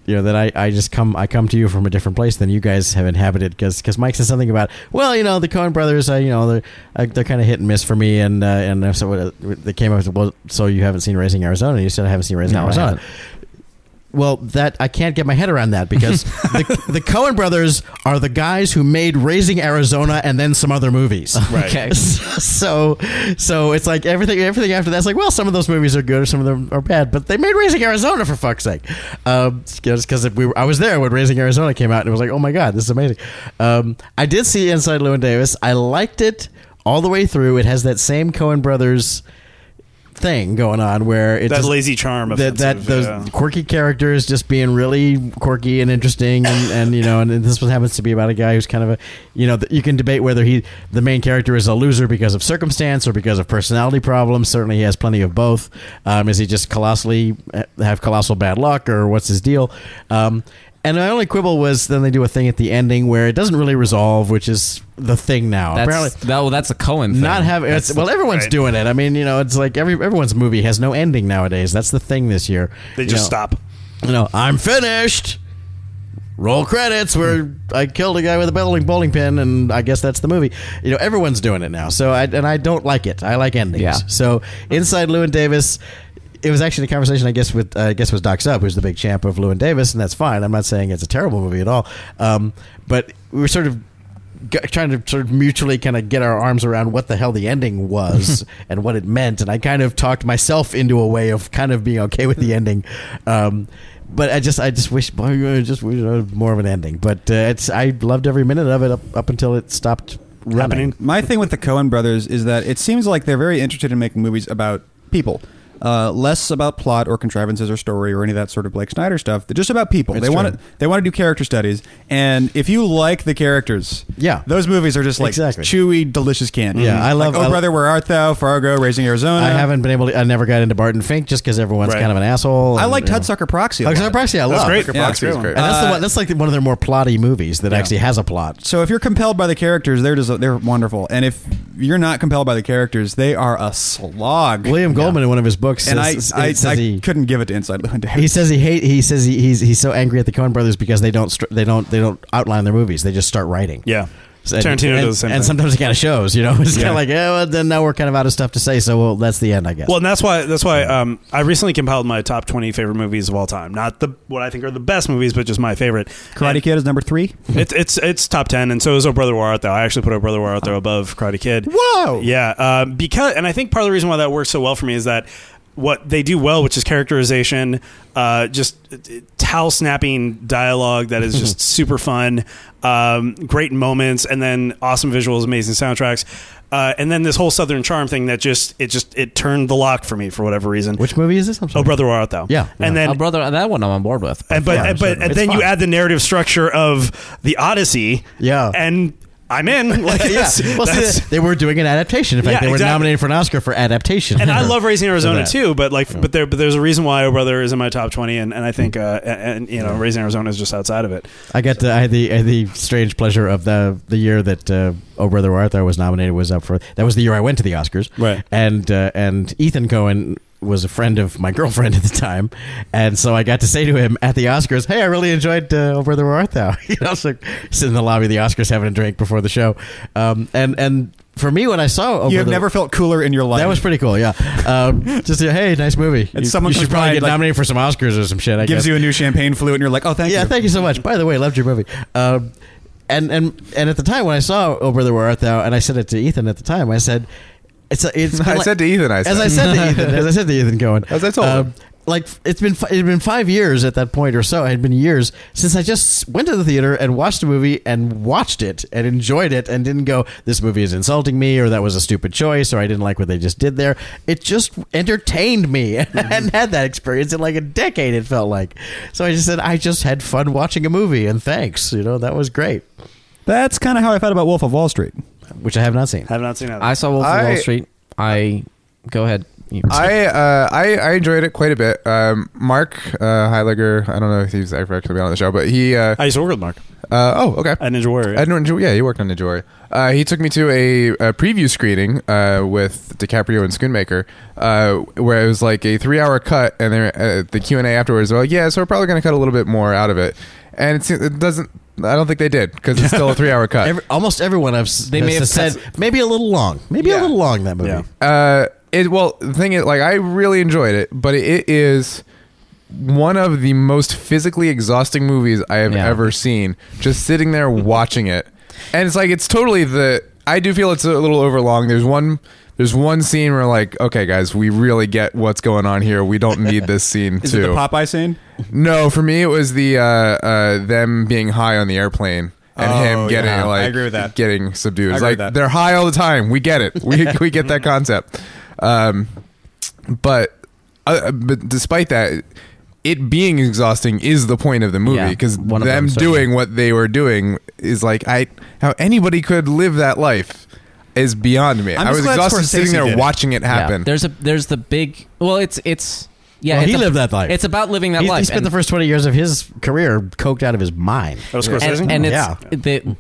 Speaker 2: You know that I, I just come I come to you from a different place than you guys have inhabited because Mike says something about well you know the Cohen brothers I you know they're I, they're kind of hit and miss for me and uh, and so uh, they came up with well so you haven't seen Raising Arizona and you said I haven't seen Raising
Speaker 5: No, I
Speaker 2: Arizona
Speaker 5: haven't.
Speaker 2: well, that I can't get my head around that because the, the Cohen brothers are the guys who made Raising Arizona and then some other movies.
Speaker 4: Right.
Speaker 5: Okay.
Speaker 2: So, so it's like everything. Everything after that's like, well, some of those movies are good, or some of them are bad. But they made Raising Arizona for fuck's sake, because if we were, I was there when Raising Arizona came out, and it was like, oh my god, this is amazing. Um, I did see Inside Llewyn Davis. I liked it all the way through. It has that same Cohen brothers thing going on where it's
Speaker 4: that lazy charm of
Speaker 2: that that those quirky characters just being really quirky and interesting and, and you know and, this one happens to be about a guy who's kind of a you know you can debate whether he the main character is a loser because of circumstance or because of personality problems certainly he has plenty of both um, is he just colossally have colossal bad luck or what's his deal um, And my only quibble was then they do a thing at the ending where it doesn't really resolve, which is the thing now.
Speaker 5: That's,
Speaker 2: Apparently,
Speaker 5: that, well, that's a Cohen thing.
Speaker 2: not having
Speaker 5: That's
Speaker 2: it's, well,
Speaker 5: the-
Speaker 2: everyone's
Speaker 4: right.
Speaker 2: doing it. I mean, you know, it's like every everyone's movie has no ending nowadays. That's the thing this year.
Speaker 4: They
Speaker 2: You
Speaker 4: just
Speaker 2: know,
Speaker 4: stop.
Speaker 2: You know, I'm finished. Roll credits. Where I killed a guy with a bowling bowling pin, and I guess that's the movie. You know, everyone's doing it now. So, I, and I don't like it. I like endings.
Speaker 5: Yeah.
Speaker 2: So, inside Lewin Davis, it was actually a conversation I guess with uh, I guess was Doc Sub, who's the big champ of Lewin Davis, and that's fine. I'm not saying it's a terrible movie at all. Um, but we were sort of g- trying to sort of mutually kind of get our arms around what the hell the ending was and what it meant, and I kind of talked myself into a way of kind of being okay with the ending. Um, but I just, I just wish, boy, I just wish there was more of an ending. But uh, it's, I loved every minute of it up, up until it stopped running.
Speaker 4: Happening.
Speaker 1: My thing with the Cohen brothers is that it seems like they're very interested in making movies about people. Uh, less about plot or contrivances or story or any of that sort of Blake Snyder stuff. They're just about people.
Speaker 2: It's
Speaker 1: they want
Speaker 2: true.
Speaker 1: to they want to do character studies. And if you like the characters,
Speaker 2: Yeah.
Speaker 1: those movies are just like
Speaker 2: Exactly.
Speaker 1: chewy, delicious candy.
Speaker 2: Yeah, I love-
Speaker 1: Like, oh
Speaker 2: I-
Speaker 1: brother, where art thou? Fargo, Raising Arizona.
Speaker 2: I haven't been able to. I never got into Barton Fink just because everyone's
Speaker 4: Uh, Right.
Speaker 2: kind of an asshole.
Speaker 1: I
Speaker 2: and,
Speaker 1: liked
Speaker 2: you know.
Speaker 1: Hudsucker Proxy. a lot.
Speaker 2: Hudsucker Proxy. I
Speaker 4: That's
Speaker 2: love.
Speaker 4: great.
Speaker 2: And
Speaker 1: Yeah,
Speaker 3: Proxy
Speaker 1: that's a good
Speaker 3: is great.
Speaker 1: one.
Speaker 2: that's the
Speaker 1: Uh,
Speaker 2: one. That's like one of their more plotty movies that actually has a plot.
Speaker 1: So if you're compelled by the characters, they're just they're wonderful. And if you're not compelled by the characters, they are a slog.
Speaker 2: William Goldman in one of his books
Speaker 1: and I,
Speaker 2: says,
Speaker 1: I,
Speaker 2: it says
Speaker 1: I
Speaker 2: he,
Speaker 1: couldn't give it to Inside Llewyn Davis.
Speaker 2: he says he hate he says he, he's he's so angry at the Coen Brothers because they don't str- they don't they don't outline their movies they just start writing.
Speaker 4: Yeah.
Speaker 2: So- and-
Speaker 4: Tarantino
Speaker 2: and,
Speaker 4: does the same
Speaker 2: and
Speaker 4: thing.
Speaker 2: sometimes it kind of shows, you know. It's kind
Speaker 4: Yeah.
Speaker 2: of like, yeah, well, then now we're kind of out of stuff to say, so well, that's the end, I guess.
Speaker 4: Well, and that's why that's why um, I recently compiled my top twenty favorite movies of all time. Not the what I think are the best movies, but just my favorite.
Speaker 1: Karate Kid is number three.
Speaker 4: It's it's it's top ten, and so is Oh Brother War Out There. I actually put Oh Brother War Out There above Karate Kid.
Speaker 1: Whoa!
Speaker 4: Yeah, uh, because and I think part of the reason why that works so well for me is that what they do well, which is characterization, uh, just uh, towel snapping dialogue that
Speaker 2: Mm-hmm.
Speaker 4: is just super fun, um, great moments, and then awesome visuals, amazing soundtracks. Uh, and then this whole Southern Charm thing that just it just it turned the lock for me for whatever reason.
Speaker 2: Which movie is this? I'm sorry.
Speaker 4: oh brother, where art thou?
Speaker 2: Yeah.
Speaker 4: and then
Speaker 5: oh, brother, that one I'm on board with.
Speaker 4: and but
Speaker 2: Yeah,
Speaker 4: and, but
Speaker 2: certainly.
Speaker 4: and
Speaker 2: It's
Speaker 4: then you
Speaker 2: fun.
Speaker 4: add the narrative structure of the Odyssey.
Speaker 2: Yeah.
Speaker 4: and I'm in. Like,
Speaker 2: yeah.
Speaker 4: that's-
Speaker 2: Well,
Speaker 4: that's-
Speaker 2: see, they were doing an adaptation. In fact,
Speaker 4: Yeah,
Speaker 2: they were
Speaker 4: exactly.
Speaker 2: nominated for an Oscar for adaptation.
Speaker 4: and I love Raising Arizona
Speaker 2: that.
Speaker 4: too, but like, but there, but there's a reason why Oh Brother is in my top twenty, and, and I think, uh, and, and, you know, Raising Arizona is just outside of it.
Speaker 2: I got to, I had the I had the strange pleasure of the the year that uh, Oh Brother Where Art Thou was nominated was up for that was the year I went to the Oscars
Speaker 4: Right.
Speaker 2: and uh, and Ethan Cohen was a friend of my girlfriend at the time and so I got to say to him at the Oscars hey I really enjoyed uh, Oh Brother Where Art Thou you know so sitting in the lobby of the Oscars having a drink before the show um, and and for me when I saw Oh
Speaker 1: You have
Speaker 2: Brother
Speaker 1: never felt cooler in your life.
Speaker 2: that was pretty cool, yeah. Um, just uh, hey, nice movie.
Speaker 1: And
Speaker 2: you,
Speaker 1: someone
Speaker 2: you should
Speaker 1: comes
Speaker 2: probably
Speaker 1: by
Speaker 2: get
Speaker 1: and, like,
Speaker 2: nominated for some Oscars or some shit. I
Speaker 1: gives
Speaker 2: guess.
Speaker 1: you a new champagne flute, and you're like, oh, thank
Speaker 2: yeah,
Speaker 1: you.
Speaker 2: thank you so much. By the way, loved your movie. Uh, and and and at the time when I saw Oh Brother Where Art Thou, and I said it to Ethan at the time, I said, "It's a, it's." been
Speaker 3: I
Speaker 2: like-
Speaker 3: said to Ethan, I
Speaker 2: as I said
Speaker 3: said.
Speaker 2: to Ethan, as I said to Ethan Cohen, Um,
Speaker 3: As I told him.
Speaker 2: Like it's been fi- it had been five years at that point or so. It had been years since I just went to the theater and watched a movie and watched it and enjoyed it and didn't go. This movie is insulting me, or that was a stupid choice, or I didn't like what they just did there. It just entertained me, and I
Speaker 3: Mm-hmm.
Speaker 2: hadn't had that experience in like a decade. It felt like so. I just said I just had fun watching a movie, and thanks, you know that was great,
Speaker 1: That's kind of how I felt about Wolf of Wall Street.
Speaker 2: which I have not seen.
Speaker 4: Have not seen that.
Speaker 5: I saw Wolf of
Speaker 3: I-
Speaker 5: Wall Street. I go ahead. You-
Speaker 3: I, uh, I I enjoyed it quite a bit. Um, Mark uh, Heiliger, I don't know if he's ever actually been on the show, but he. Uh,
Speaker 4: I used to work with Mark
Speaker 3: uh, oh, okay.
Speaker 4: at Ninja Warrior.
Speaker 3: I don't enjoy. Yeah, he worked on Ninja Warrior. Uh, he took me to a, a preview screening uh, with DiCaprio and Schoonmaker, uh, where it was like a three-hour cut, and they uh, the Q and A afterwards. They're like, "Yeah, so we're probably going to cut a little bit more out of it," and it's, it doesn't. I don't think they did because it's still a three-hour cut.
Speaker 2: Every, almost everyone I've s-
Speaker 5: They may
Speaker 2: has
Speaker 5: have
Speaker 2: said maybe a little long, maybe a
Speaker 3: Yeah.
Speaker 2: little long that movie.
Speaker 4: Yeah.
Speaker 3: Uh, it well, the thing is, like, I really enjoyed it, but it is one of the most physically exhausting movies I have
Speaker 5: Yeah.
Speaker 3: ever seen. Just sitting there watching it, and it's like it's totally the. I do feel it's a little overlong. There's one. There's one scene where like, okay, guys, we really get what's going on here. We don't need this scene
Speaker 1: Is
Speaker 3: too.
Speaker 1: it the Popeye scene?
Speaker 3: No, for me it was the uh, uh, them being high on the airplane and
Speaker 1: Oh,
Speaker 3: him getting
Speaker 1: yeah.
Speaker 3: like
Speaker 1: I agree with that.
Speaker 3: getting subdued.
Speaker 1: I
Speaker 3: It's
Speaker 1: agree
Speaker 3: like
Speaker 1: with that.
Speaker 3: they're high all the time. We get it. We we get that concept. Um, but uh, but despite that. It being exhausting is the point of the movie
Speaker 5: Yeah,
Speaker 3: because
Speaker 5: one of
Speaker 3: them
Speaker 5: them, certainly.
Speaker 3: doing what they were doing is like I how anybody could live that life is beyond me.
Speaker 1: I'm
Speaker 3: I
Speaker 1: just
Speaker 3: was
Speaker 1: glad
Speaker 3: exhausted
Speaker 1: Scorsese
Speaker 3: sitting
Speaker 1: did
Speaker 3: there
Speaker 1: it.
Speaker 3: watching it
Speaker 5: Yeah.
Speaker 3: happen.
Speaker 5: There's a there's the big well it's it's yeah,
Speaker 2: Well,
Speaker 5: it's
Speaker 2: he
Speaker 5: a-
Speaker 2: lived that life.
Speaker 5: It's about living that
Speaker 2: He,
Speaker 5: life.
Speaker 2: he spent
Speaker 5: and-
Speaker 2: the first 20 years of his career coked out of his mind.
Speaker 4: Oh, Scorsese?
Speaker 5: and, and it's
Speaker 2: Yeah.
Speaker 5: the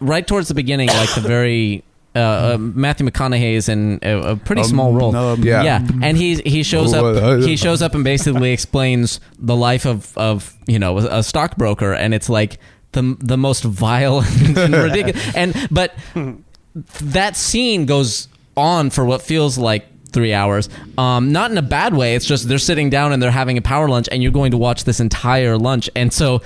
Speaker 5: right towards the beginning, like the very uh, uh, Matthew McConaughey is in a, a pretty small role.
Speaker 1: Um,
Speaker 3: Yeah.
Speaker 5: yeah, and he he shows
Speaker 3: Well,
Speaker 5: up
Speaker 3: uh,
Speaker 5: he shows up and basically explains the life of of you know a stockbroker, and it's like the the most vile and ridiculous. And but that scene goes on for what feels like three hours. Um, not in a bad way. It's just they're sitting down and they're having a power lunch, and you're going to watch this entire lunch. And so,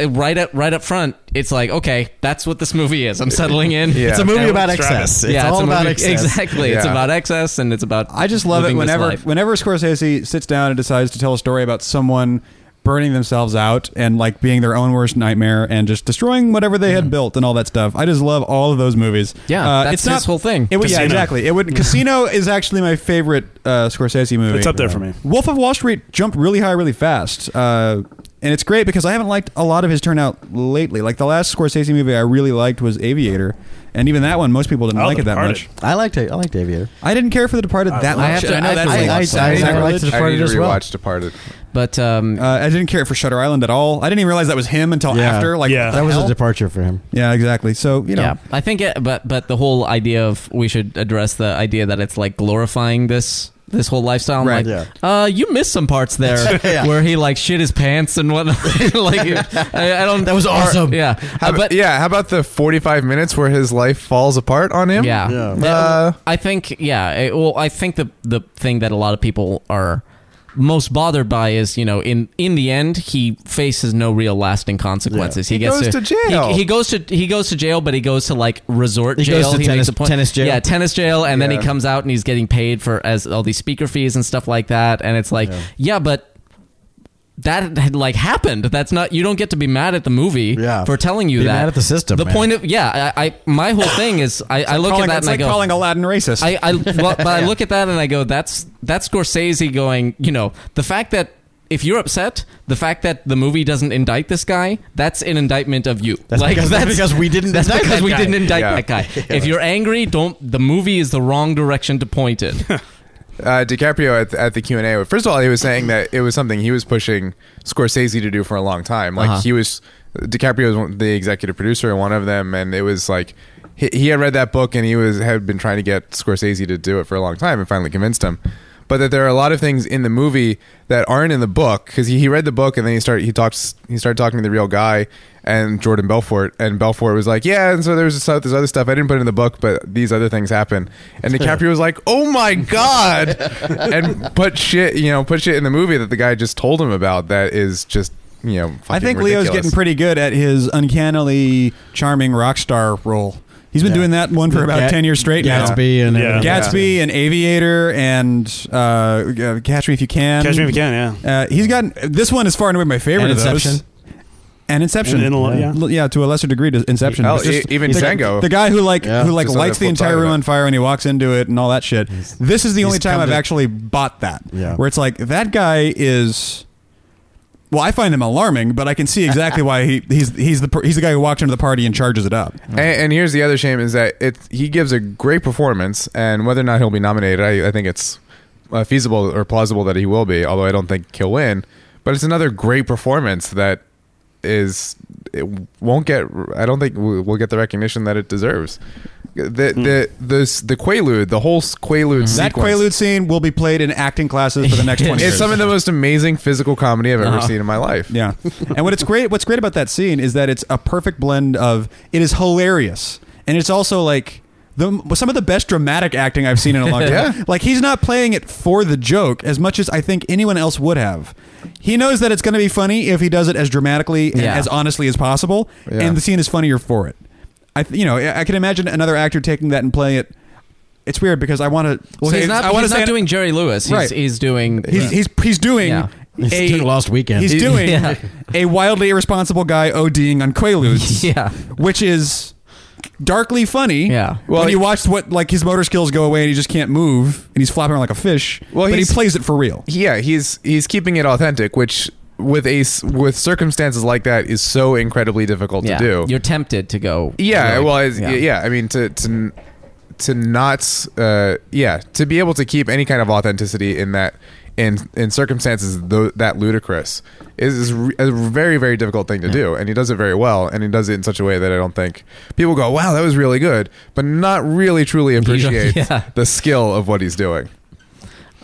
Speaker 5: uh, right up right up front, it's like, okay, that's what this movie is. I'm settling in.
Speaker 3: Yeah.
Speaker 2: It's a movie
Speaker 4: And
Speaker 2: about
Speaker 4: Travis.
Speaker 2: excess. It's
Speaker 5: yeah,
Speaker 2: all
Speaker 5: it's a
Speaker 2: about
Speaker 5: movie-
Speaker 2: excess.
Speaker 5: Exactly. It's
Speaker 3: Yeah.
Speaker 5: about excess and it's about.
Speaker 1: I just love it
Speaker 5: living this
Speaker 1: whenever
Speaker 5: life.
Speaker 1: whenever Scorsese sits down and decides to tell a story about someone burning themselves out and like being their own worst nightmare and just destroying whatever they had built and all that stuff. I just love all of those movies.
Speaker 5: Mm-hmm.
Speaker 1: Uh,
Speaker 5: Yeah, that's his whole thing.
Speaker 1: It would, yeah,
Speaker 4: Casino.
Speaker 1: exactly. It would. Casino is actually my favorite uh, Scorsese movie.
Speaker 4: It's up there for me.
Speaker 1: Wolf of Wall Street jumped really high, really fast. Uh, and it's great because I haven't liked a lot of his turnout lately. Like the last Scorsese movie I really liked was Aviator, and even that one most people didn't
Speaker 4: Oh,
Speaker 1: like
Speaker 4: The
Speaker 1: it that
Speaker 4: Departed.
Speaker 1: much.
Speaker 2: I liked it. I liked Aviator.
Speaker 1: I didn't care for The Departed that much.
Speaker 5: I have to- I have to
Speaker 1: that's
Speaker 5: rewatch
Speaker 1: like-
Speaker 5: I- I-
Speaker 1: Sacrilege.
Speaker 2: I liked The
Speaker 3: I need
Speaker 2: Departed
Speaker 3: to
Speaker 2: as well.
Speaker 3: rewatch Departed.
Speaker 5: but um,
Speaker 1: Uh, I didn't care for Shutter Island at all. I didn't even realize that was him until
Speaker 2: Yeah.
Speaker 1: after. Like,
Speaker 4: Yeah.
Speaker 1: what the
Speaker 2: That was
Speaker 1: hell?
Speaker 2: a departure for him.
Speaker 1: yeah, exactly. So you know,
Speaker 5: yeah, I think, it, but but the whole idea of we should address the idea that it's like glorifying this this whole lifestyle. I'm
Speaker 1: Right.
Speaker 5: like,
Speaker 2: Yeah.
Speaker 5: uh, you missed some parts there
Speaker 2: Yeah.
Speaker 5: where he like shit his pants and whatnot. like, I, I don't.
Speaker 2: That was
Speaker 5: or-
Speaker 2: awesome.
Speaker 5: yeah,
Speaker 3: How,
Speaker 5: Uh, but
Speaker 3: about yeah, how about the 45 minutes where his life falls apart on him?
Speaker 5: yeah,
Speaker 2: Yeah.
Speaker 5: That-
Speaker 3: Uh,
Speaker 5: I think yeah. I- Well, I think the the thing that a lot of people are most bothered by is you know in in the end he faces no real lasting consequences.
Speaker 3: He
Speaker 5: gets
Speaker 3: goes to jail.
Speaker 5: He, he goes to he goes to jail, but he goes to like resort
Speaker 2: He
Speaker 5: jail.
Speaker 2: goes to
Speaker 5: he
Speaker 2: tennis-
Speaker 5: makes a point.
Speaker 2: tennis jail.
Speaker 5: Yeah, tennis jail, and then he
Speaker 3: Yeah.
Speaker 5: comes out and he's getting paid for as all these speaker fees and stuff like that. And it's like yeah, but. That had like happened. That's not. You don't get to be mad at the movie
Speaker 2: Yeah.
Speaker 5: for telling you
Speaker 2: Be
Speaker 5: that.
Speaker 2: mad at the system,
Speaker 5: The
Speaker 2: man.
Speaker 5: point of yeah. I, I my whole thing is I, I look
Speaker 1: calling,
Speaker 5: at that
Speaker 1: it's
Speaker 5: and
Speaker 1: like
Speaker 5: I go.
Speaker 1: calling Aladdin racist.
Speaker 5: I, I well, but I look at that and I go, that's that's Scorsese going. You know, the fact that if you're upset, the fact that the movie doesn't indict this guy, that's an indictment of you.
Speaker 2: That's because- that's because we didn't
Speaker 5: That's
Speaker 2: indict
Speaker 5: because
Speaker 2: that
Speaker 5: we
Speaker 2: guy.
Speaker 5: didn't indict
Speaker 3: Yeah.
Speaker 5: that guy. If you're angry, don't. The movie is the wrong direction to point it.
Speaker 3: uh, DiCaprio at the, at the Q and A. First of all, he was saying that it was something he was pushing Scorsese to do for a long time. Like
Speaker 5: Uh-huh.
Speaker 3: he was DiCaprio was one- the executive producer in one of them, and it was like he, he had read that book and he was had been trying to get Scorsese to do it for a long time, and finally convinced him. But that there are a lot of things in the movie that aren't in the book because he, he read the book and then he started he talks he started talking to the real guy and Jordan Belfort and Belfort was like yeah and so there's this, this other stuff I didn't put it in the book but these other things happen and DiCaprio was like oh my god and put shit you know put shit in the movie that the guy just told him about that is just you know
Speaker 1: I
Speaker 3: fucking
Speaker 1: think Leo's
Speaker 3: ridiculous.
Speaker 1: getting pretty good at his uncannily charming rock star role. He's been
Speaker 2: Yeah.
Speaker 1: doing that one for about
Speaker 2: Gat-
Speaker 1: ten years straight now.
Speaker 2: Gatsby and
Speaker 4: Yeah.
Speaker 2: everything.
Speaker 1: Gatsby and Aviator and uh, uh, Catch Me If You Can.
Speaker 4: Catch me if you can. Yeah.
Speaker 1: Uh, he's gotten this one is far and away my favorite
Speaker 2: And
Speaker 1: of those.
Speaker 2: Inception.
Speaker 1: And Inception,
Speaker 4: And in a lo- yeah.
Speaker 1: L- to a lesser degree, to Inception.
Speaker 3: Oh,
Speaker 1: It's just-
Speaker 3: e- even
Speaker 1: the,
Speaker 3: Django.
Speaker 1: the guy who like
Speaker 2: Yeah.
Speaker 1: who like
Speaker 3: Just on
Speaker 1: lights
Speaker 3: the
Speaker 1: the
Speaker 3: flip side
Speaker 1: entire
Speaker 3: of
Speaker 1: room
Speaker 3: it.
Speaker 1: on fire when he walks into it and all that shit. this is the only time
Speaker 2: come
Speaker 1: I've
Speaker 2: to-
Speaker 1: actually bought that.
Speaker 2: Yeah.
Speaker 1: where it's like that guy is. Well, I find him alarming, but I can see exactly why he, he's he's the per- he's the guy who walked into the party and charges it up.
Speaker 3: Mm-hmm. And, and here's the other shame is that it he gives a great performance, and whether or not he'll be nominated, I, I think it's uh, feasible or plausible that he will be. Although I don't think he'll win, but it's another great performance that is it won't get. I don't think we- we'll get the recognition that it deserves. The the this the Quaalude, the whole s- Quaalude
Speaker 1: Mm. Mm-hmm. That
Speaker 3: sequence.
Speaker 1: Quaalude scene will be played in acting classes for the next twenty.
Speaker 3: it's
Speaker 1: years.
Speaker 3: some of the most amazing physical comedy I've ever seen in my life.
Speaker 1: Uh-huh. Yeah. And what it's great what's great about that scene is that it's a perfect blend of it is hilarious and it's also like the, some of the best dramatic acting I've seen in a long time.
Speaker 3: Yeah.
Speaker 1: Like he's not playing it for the joke as much as I think anyone else would have. He knows that it's going to be funny if he does it as dramatically and
Speaker 5: Yeah.
Speaker 1: as honestly as possible,
Speaker 3: Yeah.
Speaker 1: and the scene is funnier for it. I, th- you know, I I can imagine another actor taking that and playing it. It's weird because I want to.
Speaker 5: Well, he's not.
Speaker 1: I wanna
Speaker 5: he's
Speaker 1: say
Speaker 5: not doing Jerry Lewis. He's,
Speaker 1: Right.
Speaker 5: he's doing.
Speaker 1: He's he's, he's doing
Speaker 5: Yeah.
Speaker 2: He's
Speaker 1: a
Speaker 2: doing Lost Weekend.
Speaker 1: He's
Speaker 2: He-
Speaker 1: doing
Speaker 5: Yeah.
Speaker 1: a wildly irresponsible guy ODing on Quaaludes,
Speaker 5: Yeah.
Speaker 1: which is darkly funny.
Speaker 5: Yeah.
Speaker 1: Well,
Speaker 3: Well,
Speaker 1: when
Speaker 3: he-
Speaker 1: you watch what like his motor skills go away and he just can't move and he's flopping around like a fish.
Speaker 3: Well,
Speaker 1: but he
Speaker 3: he's-
Speaker 1: plays it for real.
Speaker 3: yeah he's he's keeping it authentic which with a s- with circumstances like that is so incredibly difficult
Speaker 5: yeah.
Speaker 3: to do
Speaker 5: You're tempted to go.
Speaker 3: yeah
Speaker 5: really-
Speaker 3: well it's, yeah. i mean to to to not uh yeah to be able to keep any kind of authenticity in that in in circumstances tho- that ludicrous is, is re- a very very difficult thing to do, and he does it very well, and he does it in such a way that I don't think people go, "Wow, that was really good," but not really truly appreciate
Speaker 5: yeah.
Speaker 3: the skill of what he's doing.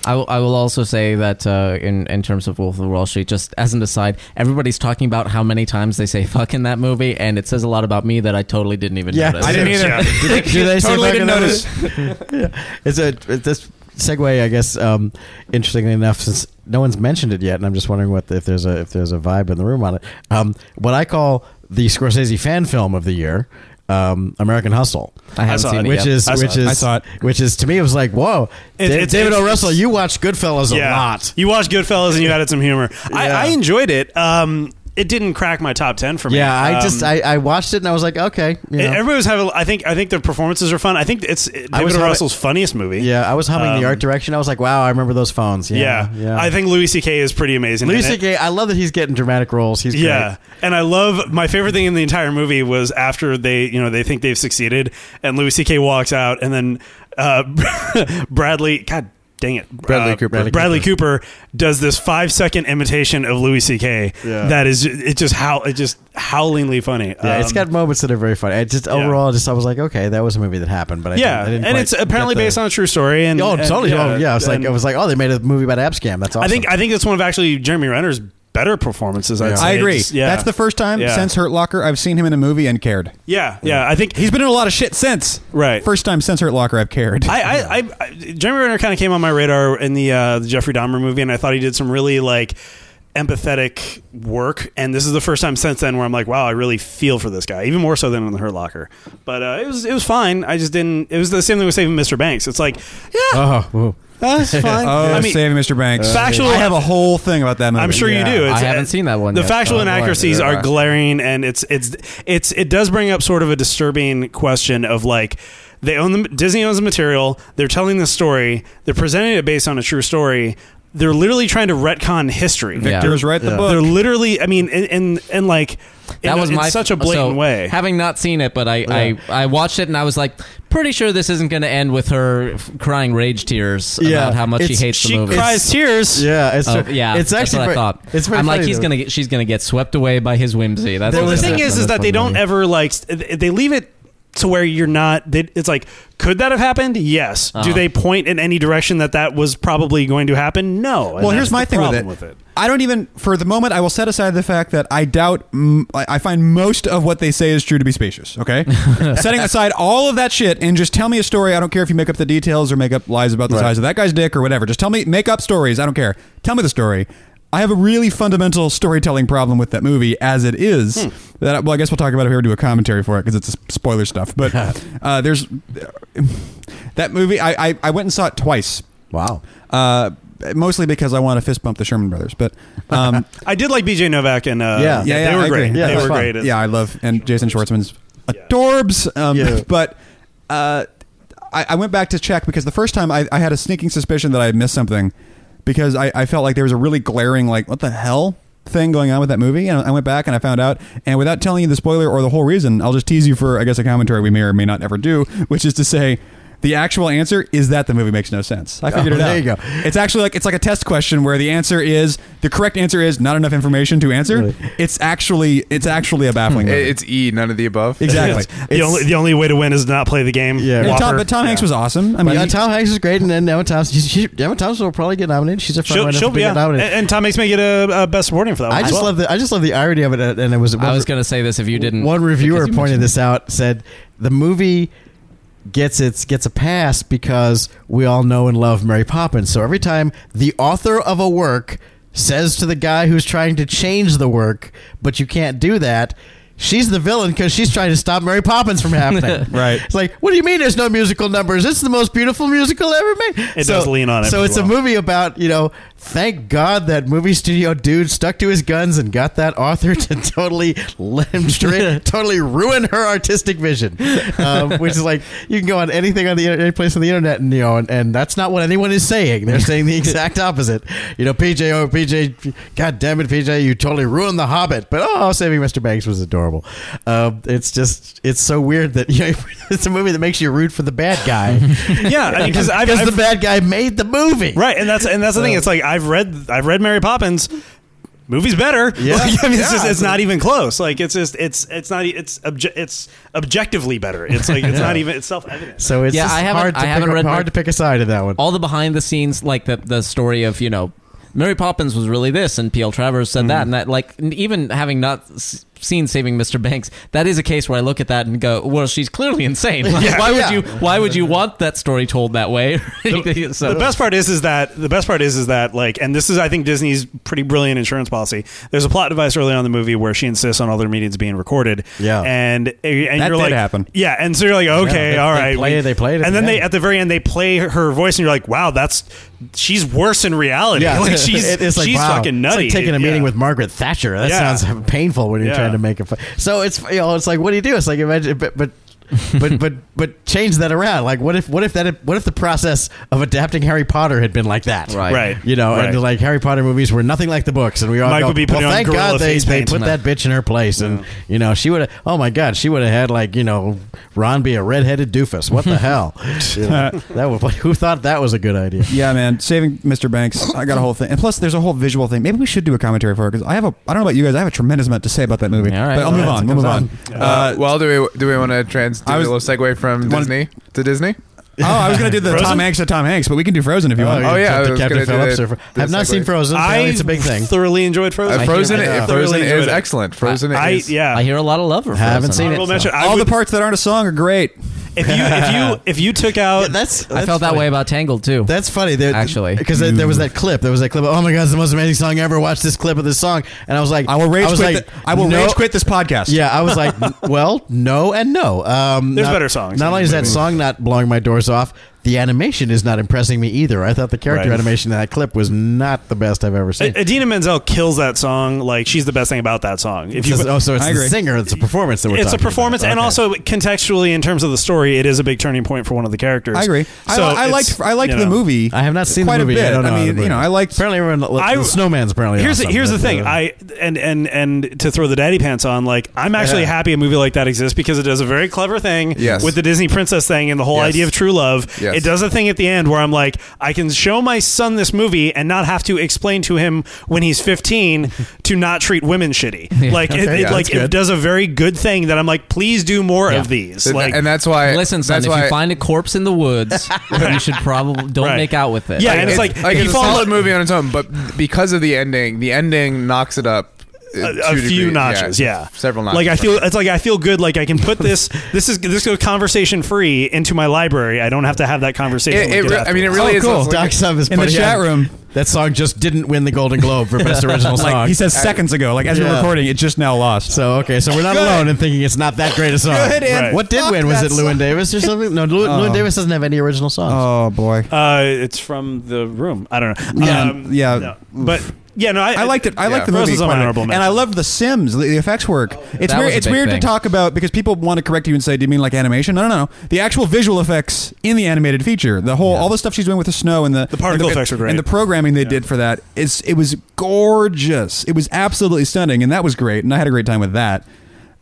Speaker 5: I will- I will also say that uh, in in terms of Wolf of Wall Street, just as an aside, everybody's talking about how many times they say "fuck" in that movie, and it says a lot about me that I totally didn't even
Speaker 2: Yeah,
Speaker 5: notice.
Speaker 1: I didn't either.
Speaker 4: Yeah.
Speaker 2: Did they- do they say
Speaker 1: totally
Speaker 2: back
Speaker 1: didn't
Speaker 2: in the-
Speaker 1: notice.
Speaker 2: It's a it's this segue, I guess. Um, interestingly enough, since no one's mentioned it yet, and I'm just wondering what if there's a if there's a vibe in the room on it. Um, what I call the Scorsese fan film of the year, um, American Hustle,
Speaker 5: I haven't
Speaker 4: saw
Speaker 5: seen
Speaker 4: it.
Speaker 5: it
Speaker 2: which
Speaker 5: yet.
Speaker 2: is
Speaker 4: I saw
Speaker 2: which
Speaker 4: it.
Speaker 2: is
Speaker 1: I saw it.
Speaker 2: which is to me it was like whoa,
Speaker 4: It-
Speaker 2: Da-
Speaker 4: it's-
Speaker 2: David
Speaker 4: it's-
Speaker 2: O. Russell, you watch Goodfellas a lot.
Speaker 4: You watched Goodfellas and you added some humor.
Speaker 2: Yeah.
Speaker 4: I, I enjoyed it. Um, it didn't crack my top ten for me.
Speaker 2: Yeah, I
Speaker 4: Um,
Speaker 2: just I, I watched it and I was like, okay, you know.
Speaker 4: Everybody was having. I think. I think the performances are fun. I think it's David
Speaker 2: was
Speaker 4: O.
Speaker 2: having-
Speaker 4: Russell's funniest movie.
Speaker 2: yeah, I was humming
Speaker 4: Um,
Speaker 2: the art direction. I was like, wow, I remember those phones. Yeah,
Speaker 4: yeah. I think Louis C.K. is pretty amazing.
Speaker 2: Louis
Speaker 4: in it.
Speaker 2: C.K. I love that he's getting dramatic roles. He's great.
Speaker 4: Yeah, and I love my favorite thing in the entire movie was after they, you know, they think they've succeeded, and Louis C.K. walks out, and then uh, Bradley, God dang it,
Speaker 3: Bradley
Speaker 4: uh,
Speaker 3: Cooper.
Speaker 4: Bradley, Cooper. does this five second imitation of Louis C.K.
Speaker 2: Yeah.
Speaker 4: That is, it just how it just howlingly funny.
Speaker 2: Yeah, it's
Speaker 4: Um,
Speaker 2: got moments that are very funny. I just overall, just I was like, okay, that was a movie that happened, but I
Speaker 4: yeah,
Speaker 2: didn't, I didn't
Speaker 4: and
Speaker 2: quite
Speaker 4: it's apparently
Speaker 2: get the-
Speaker 4: based on a true story. And
Speaker 2: Oh,
Speaker 4: and-
Speaker 2: totally. oh, yeah. It's like
Speaker 4: and
Speaker 2: I was like, oh, they made a movie about ab scam. That's awesome.
Speaker 4: I think I think it's one of actually Jeremy Renner's better performances. I'd
Speaker 2: Yeah.
Speaker 4: say.
Speaker 1: I agree.
Speaker 4: Just- yeah,
Speaker 1: That's the first time
Speaker 4: Yeah.
Speaker 1: since Hurt Locker I've seen him in a movie and cared.
Speaker 4: Yeah, yeah. I think
Speaker 1: He's been in a lot of shit since.
Speaker 4: Right.
Speaker 1: First time since Hurt Locker I've cared.
Speaker 4: I, I, I, I Jeremy Renner kind of came on my radar in the uh, the Jeffrey Dahmer movie, and I thought he did some really like empathetic work. And this is the first time since then where I'm like, wow, I really feel for this guy, even more so than in the Hurt Locker. But uh, it was it was fine. I just didn't. It was the same thing with Saving Mr. Banks. It's like, yeah,
Speaker 2: Oh, whoa.
Speaker 4: that's fine.
Speaker 1: oh,
Speaker 4: I mean,
Speaker 1: saving Mr. Banks.
Speaker 4: Factual-
Speaker 1: I have a whole thing about that movie.
Speaker 4: I'm sure
Speaker 2: Yeah.
Speaker 4: you do.
Speaker 5: I haven't seen that one
Speaker 4: The
Speaker 5: yet.
Speaker 4: factual
Speaker 5: Oh, boy.
Speaker 4: inaccuracies
Speaker 3: Yeah.
Speaker 4: are glaring, and it's it's it's it does bring up sort of a disturbing question of like they own the Disney owns the material. They're telling the story. They're presenting it based on a true story. They're literally trying to retcon history.
Speaker 5: Yeah.
Speaker 1: Victor's right the
Speaker 2: Yeah.
Speaker 1: book.
Speaker 4: They're literally. I mean, and and, and like
Speaker 5: that
Speaker 4: in,
Speaker 5: was
Speaker 4: in
Speaker 5: my
Speaker 4: such a blatant
Speaker 5: so,
Speaker 4: way.
Speaker 5: Having not seen it, but I, I I watched it and I was like, pretty sure this isn't going to end with her f- crying rage tears
Speaker 2: Yeah.
Speaker 5: about how much
Speaker 2: It's-
Speaker 5: she hates
Speaker 4: she
Speaker 5: the movie.
Speaker 4: cries tears.
Speaker 2: Yeah, it's
Speaker 5: Oh,
Speaker 2: true.
Speaker 5: yeah,
Speaker 2: It's
Speaker 5: that's
Speaker 2: actually
Speaker 5: what
Speaker 2: very-
Speaker 5: I thought.
Speaker 2: It's very
Speaker 5: I'm like
Speaker 2: funny
Speaker 5: he's
Speaker 2: though.
Speaker 5: gonna get, she's gonna get swept away by his whimsy. That's
Speaker 4: Well, the
Speaker 5: what's
Speaker 4: thing
Speaker 5: gonna
Speaker 4: is,
Speaker 5: happen
Speaker 4: is
Speaker 5: in
Speaker 4: that
Speaker 5: this
Speaker 4: they
Speaker 5: one
Speaker 4: don't
Speaker 5: movie.
Speaker 4: ever like th- they leave it to where you're not. They, it's like, could that have happened? Yes. Do
Speaker 5: Uh-huh.
Speaker 4: they point in any direction that that was probably going to happen? No. And
Speaker 1: well,
Speaker 4: that's
Speaker 1: here's my
Speaker 4: the
Speaker 1: thing with it.
Speaker 4: problem
Speaker 1: I don't even, for the moment, I will set aside the fact that I doubt, mm, I I find most of what they say is true to be specious, okay? Setting aside all of that shit and just tell me a story. I don't care if you make up the details or make up lies about the
Speaker 2: Right.
Speaker 1: size of that guy's dick or whatever. Just tell me, make up stories. I don't care. Tell me the story. I have a really fundamental storytelling problem with that movie as it is.
Speaker 4: Hmm.
Speaker 1: That well, I guess we'll talk about it here. Do a commentary for it because it's spoiler stuff. But uh, there's that movie. I, I I went and saw it twice
Speaker 2: Wow.
Speaker 1: uh, mostly because I want to fist bump the Sherman Brothers. But um,
Speaker 4: I did like BJ Novak and uh,
Speaker 1: yeah,
Speaker 2: Yeah.
Speaker 4: yeah,
Speaker 1: yeah,
Speaker 4: they were
Speaker 1: I agree.
Speaker 4: great.
Speaker 1: Yeah,
Speaker 4: they
Speaker 2: that's
Speaker 4: were
Speaker 2: fun.
Speaker 4: great.
Speaker 1: yeah, I love and Jason Schwartzman's adorbs. Um,
Speaker 2: Yeah.
Speaker 1: But uh, I, I went back to check because the first time I, I had a sneaking suspicion that I had missed something because I, I felt like there was a really glaring like what the hell thing going on with that movie and I went back and I found out and without telling you the spoiler or the whole reason I'll just tease you for I guess a commentary we may or may not ever do which is to say the actual answer is that the movie makes no sense I figured
Speaker 2: Oh,
Speaker 1: it out
Speaker 2: there you go.
Speaker 1: it's actually like it's like a test question where the answer is the correct answer is not enough information to answer
Speaker 2: Really?
Speaker 1: it's actually it's actually a
Speaker 4: Hmm.
Speaker 1: baffling movie.
Speaker 3: It- It's E, none of the above.
Speaker 1: Exactly.
Speaker 4: The only the only way to win is to not play the game.
Speaker 2: Yeah.
Speaker 1: And Tom,
Speaker 4: Whopper.
Speaker 1: but Tom Hanks
Speaker 4: Yeah.
Speaker 1: was awesome. I mean,
Speaker 2: yeah,
Speaker 1: he-
Speaker 2: uh, Tom Hanks is great, and then Emma Thompson. She, she, Emma Thompson will probably get nominated. She's a front
Speaker 4: She'll,
Speaker 2: runner
Speaker 4: she'll
Speaker 2: for
Speaker 4: be
Speaker 2: being
Speaker 4: yeah. and,
Speaker 2: nominated.
Speaker 4: and Tom Hanks may get a, a best awarding for that.
Speaker 2: I
Speaker 4: one as
Speaker 2: just
Speaker 4: well.
Speaker 2: love the I just love the irony of it, and and it was.
Speaker 5: I was gonna say this if you didn't.
Speaker 2: One reviewer
Speaker 5: because you
Speaker 2: pointed
Speaker 5: mentioned
Speaker 2: this out. Said the movie gets its gets a pass because we all know and love Mary Poppins. So every time the author of a work says to the guy who's trying to change the work, but you can't do that. She's the villain because she's trying to stop Mary Poppins from happening.
Speaker 1: Right.
Speaker 2: It's like, what do you mean there's no musical numbers? It's the most beautiful musical ever made.
Speaker 4: It does lean on it
Speaker 2: So
Speaker 4: pretty
Speaker 2: it's a
Speaker 4: well.
Speaker 2: movie about you know thank god that movie studio dude stuck to his guns and got that author to totally let him straight, totally ruin her artistic vision um, which is like you can go on anything on the inter- any place on the internet and you know and, and that's not what anyone is saying they're saying the exact opposite you know pj oh pj god damn it pj you totally ruined the hobbit but oh saving mr banks was adorable um, it's just it's so weird that you know, it's a movie that makes you root for the bad guy
Speaker 4: yeah, because I've,
Speaker 2: because the
Speaker 4: I've
Speaker 2: bad guy made the movie
Speaker 4: Right, and that's and that's the thing. It's like I I've read I've read Mary Poppins. Movie's better.
Speaker 2: Yeah.
Speaker 4: Like, I mean, it's, just,
Speaker 3: Yeah.
Speaker 4: it's not even close. Like it's just it's it's not e- it's obje- it's objectively better. It's like it's not even it's self evident.
Speaker 2: So it's
Speaker 5: Yeah,
Speaker 2: just
Speaker 5: I haven't-
Speaker 2: hard, to
Speaker 5: I haven't
Speaker 2: pick,
Speaker 5: read
Speaker 2: hard
Speaker 5: Mark-
Speaker 2: to pick a side of that one.
Speaker 5: all the behind the scenes, like the the story of you know, Mary Poppins was really this, and P.L. Travers said that, and that like n- even having not s- seen Saving Mr. Banks, that is a case where I look at that and go, well, she's clearly insane. Like, why would
Speaker 2: yeah.
Speaker 5: you Why would you want that story told that way? So-
Speaker 4: The best part is is that the best part is is that like and this is I think Disney's pretty brilliant insurance policy. There's a plot device early on in the movie where she insists on all their meetings being recorded.
Speaker 2: Yeah.
Speaker 4: and and
Speaker 1: That did
Speaker 4: you're like
Speaker 1: happen.
Speaker 4: Yeah, and so you're like okay,
Speaker 2: they-
Speaker 4: all
Speaker 2: they
Speaker 4: right,
Speaker 2: play it- they play it at
Speaker 4: and
Speaker 2: the
Speaker 4: then they
Speaker 2: end.
Speaker 4: at the very end they play her voice and you're like wow that's she's worse in reality.
Speaker 2: yeah,
Speaker 4: like she's
Speaker 2: It- it's like,
Speaker 4: she's
Speaker 2: wow.
Speaker 4: fucking
Speaker 2: It's like
Speaker 4: nutty.
Speaker 2: taking a meeting
Speaker 4: Yeah.
Speaker 2: with Margaret Thatcher. That
Speaker 4: Yeah.
Speaker 2: sounds painful when you're
Speaker 4: Yeah.
Speaker 2: trying to make a. fu- So it's you know it's like what do you do? It's like imagine, but but but but but change that around. Like what if what if that what if the process of adapting Harry Potter had been like that?
Speaker 5: Right.
Speaker 4: right.
Speaker 2: You know,
Speaker 4: right.
Speaker 2: and like Harry Potter movies were nothing like the books, and we all
Speaker 4: Mike
Speaker 2: go,
Speaker 4: would be
Speaker 2: well,
Speaker 4: putting on
Speaker 2: thank
Speaker 4: gorilla
Speaker 2: God they,
Speaker 4: face
Speaker 2: they
Speaker 4: paint.
Speaker 2: put that bitch in her place, and you know she would have. Oh my God, she would have had like you know Ron be a redheaded doofus. What the hell? You know, that would, who thought that was a good idea?
Speaker 1: Yeah, man. Saving Mr. Banks. I got a whole thing, and plus, there's a whole visual thing. Maybe we should do a commentary for it because I have a. I don't know about you guys. I have a tremendous amount to say about that movie.
Speaker 5: Yeah, all right.
Speaker 1: but I'll
Speaker 5: Well,
Speaker 1: move
Speaker 2: that's-
Speaker 1: on. We'll move on.
Speaker 2: comes
Speaker 3: Uh, well, do we do we want to trans do
Speaker 1: I was-
Speaker 3: a little segue from
Speaker 1: Wanna-
Speaker 3: Disney to Disney?
Speaker 1: oh, I was gonna do the
Speaker 4: Frozen? Uh,
Speaker 1: Tom Hanks to Tom Hanks, but we can do Frozen
Speaker 2: Oh,
Speaker 1: if you want.
Speaker 3: yeah, I
Speaker 2: Captain-
Speaker 3: was
Speaker 2: Captain
Speaker 3: gonna do
Speaker 2: Phillips.
Speaker 3: the-
Speaker 2: or,
Speaker 3: the
Speaker 2: have not
Speaker 3: segue.
Speaker 2: seen Frozen.
Speaker 4: I
Speaker 2: Apparently it's a big thing.
Speaker 4: thoroughly enjoyed Frozen.
Speaker 3: Uh, Frozen,
Speaker 2: I know.
Speaker 3: Frozen
Speaker 4: Thoroughly
Speaker 3: is
Speaker 4: enjoyed it.
Speaker 3: excellent. Frozen
Speaker 4: I
Speaker 3: is.
Speaker 4: yeah.
Speaker 5: I hear a lot of love. For
Speaker 2: Haven't
Speaker 5: Frozen.
Speaker 2: seen it.
Speaker 4: Honorable mention. I
Speaker 1: All
Speaker 4: would-
Speaker 1: the parts that aren't a song are great.
Speaker 4: If you if you if you took out
Speaker 2: that's,
Speaker 5: I felt that way about Tangled too.
Speaker 2: That's funny. There,
Speaker 5: Actually.
Speaker 2: because there, there was that clip. There was that clip. Of, oh my god, it's the most amazing song ever. Watch this clip of this song, and I was like,
Speaker 1: I will rage
Speaker 2: was
Speaker 1: quit.
Speaker 2: like,
Speaker 1: the- I will
Speaker 2: no-
Speaker 1: rage quit this podcast.
Speaker 2: Yeah, I was like, well, no and no. Um,
Speaker 4: There's
Speaker 2: not-
Speaker 4: better songs.
Speaker 2: Not only is that song not blowing my doors off, the animation is not impressing me either. I thought the character
Speaker 4: Right.
Speaker 2: animation in that clip was not the best I've ever seen.
Speaker 4: A- Adina Menzel kills that song. Like she's the best thing about that song. If you,
Speaker 2: Because- oh, so it's
Speaker 1: I
Speaker 2: the
Speaker 1: agree.
Speaker 2: singer. It's a performance that we're
Speaker 4: it's a
Speaker 2: talking about.
Speaker 4: performance, and
Speaker 2: Okay.
Speaker 4: also contextually in terms of the story, it is a big turning point for one of the characters.
Speaker 1: I agree. I,
Speaker 4: So
Speaker 1: I
Speaker 4: it's-
Speaker 1: liked I liked
Speaker 4: you
Speaker 1: the
Speaker 4: know.
Speaker 1: movie.
Speaker 2: I have not seen
Speaker 1: quite
Speaker 2: the movie.
Speaker 1: a bit.
Speaker 2: I don't know how the
Speaker 1: mean,
Speaker 2: movie-
Speaker 1: you know, I liked.
Speaker 2: Apparently, everyone.
Speaker 4: I-
Speaker 2: the snowman's apparently.
Speaker 4: Here's the,
Speaker 2: awesome,
Speaker 4: here's the
Speaker 2: but,
Speaker 4: thing.
Speaker 2: uh,
Speaker 4: I and and and to throw the daddy pants on. Like I'm actually
Speaker 2: Yeah.
Speaker 4: happy a movie like that exists because it does a very clever thing
Speaker 3: Yes.
Speaker 4: with the Disney princess thing and the whole
Speaker 3: Yes.
Speaker 4: idea of true love.
Speaker 3: Yes.
Speaker 4: It does a thing at the end where I'm like, I can show my son this movie and not have to explain to him when he's 15 to not treat women shitty. Like it, it
Speaker 3: Yeah,
Speaker 4: like
Speaker 2: that's
Speaker 4: it
Speaker 2: good.
Speaker 4: does a very good thing that I'm like, please do more
Speaker 5: Yeah.
Speaker 4: of these.
Speaker 3: And-
Speaker 4: Like
Speaker 3: and that's why.
Speaker 5: Listen, son,
Speaker 3: that's
Speaker 5: if
Speaker 3: why
Speaker 5: you find a corpse in the woods, you should probably don't
Speaker 4: Right.
Speaker 5: make out with it.
Speaker 4: Yeah, and it's like,
Speaker 3: like
Speaker 4: if
Speaker 3: it's
Speaker 4: you
Speaker 3: a
Speaker 4: fall
Speaker 3: solid movie on its own, but because of the ending, the ending knocks it up uh,
Speaker 4: a,
Speaker 3: two
Speaker 4: a few
Speaker 3: degree-
Speaker 4: notches, yeah,
Speaker 3: several notches.
Speaker 4: Like I feel, it's like I feel good. Like I can put this, this is this is conversation free into my library. I don't have to have that conversation.
Speaker 3: It,
Speaker 4: with
Speaker 3: it
Speaker 4: you
Speaker 3: re-
Speaker 4: afterwards.
Speaker 3: I mean, it really
Speaker 1: Oh,
Speaker 3: is.
Speaker 1: cool.
Speaker 3: it's like-
Speaker 2: Doc Sub is
Speaker 1: in the
Speaker 2: putting-
Speaker 1: chat room.
Speaker 2: That song just didn't win the Golden Globe for best original song.
Speaker 1: Like he says seconds ago, like as
Speaker 2: Yeah.
Speaker 1: we're recording, it just now lost.
Speaker 2: So okay, so we're not
Speaker 1: Good.
Speaker 2: alone in thinking it's not that great a song.
Speaker 1: Good and
Speaker 4: Right.
Speaker 2: What did
Speaker 1: fuck
Speaker 2: win? Was
Speaker 1: that
Speaker 2: it Lewin
Speaker 1: song.
Speaker 2: Davis or something? No, Lewin, Llewyn
Speaker 1: Oh.
Speaker 2: Davis doesn't have any original songs.
Speaker 1: oh boy.
Speaker 4: uh, it's from the room. I don't know.
Speaker 1: Yeah,
Speaker 4: Um,
Speaker 1: yeah.
Speaker 4: no. but yeah, no, I,
Speaker 1: I liked it. I liked the
Speaker 4: Frozen's
Speaker 1: movie,
Speaker 4: on
Speaker 1: quite a
Speaker 4: my
Speaker 1: bit.
Speaker 4: honorable
Speaker 1: and
Speaker 4: mention.
Speaker 1: I loved the Sims, the effects
Speaker 2: Oh,
Speaker 1: work. It's
Speaker 5: That
Speaker 1: weird.
Speaker 5: was a
Speaker 1: It's
Speaker 5: big
Speaker 1: weird
Speaker 5: thing.
Speaker 1: to talk about because people want to correct you and say, "Do you mean like animation?" No, no, no. The actual visual effects in the animated feature, the whole, all the stuff she's doing with the snow and the, the
Speaker 4: particle
Speaker 1: and the,
Speaker 4: effects are great.
Speaker 1: and the programming they did for that is it was gorgeous. It was absolutely stunning, and that was great. And I had a great time with that.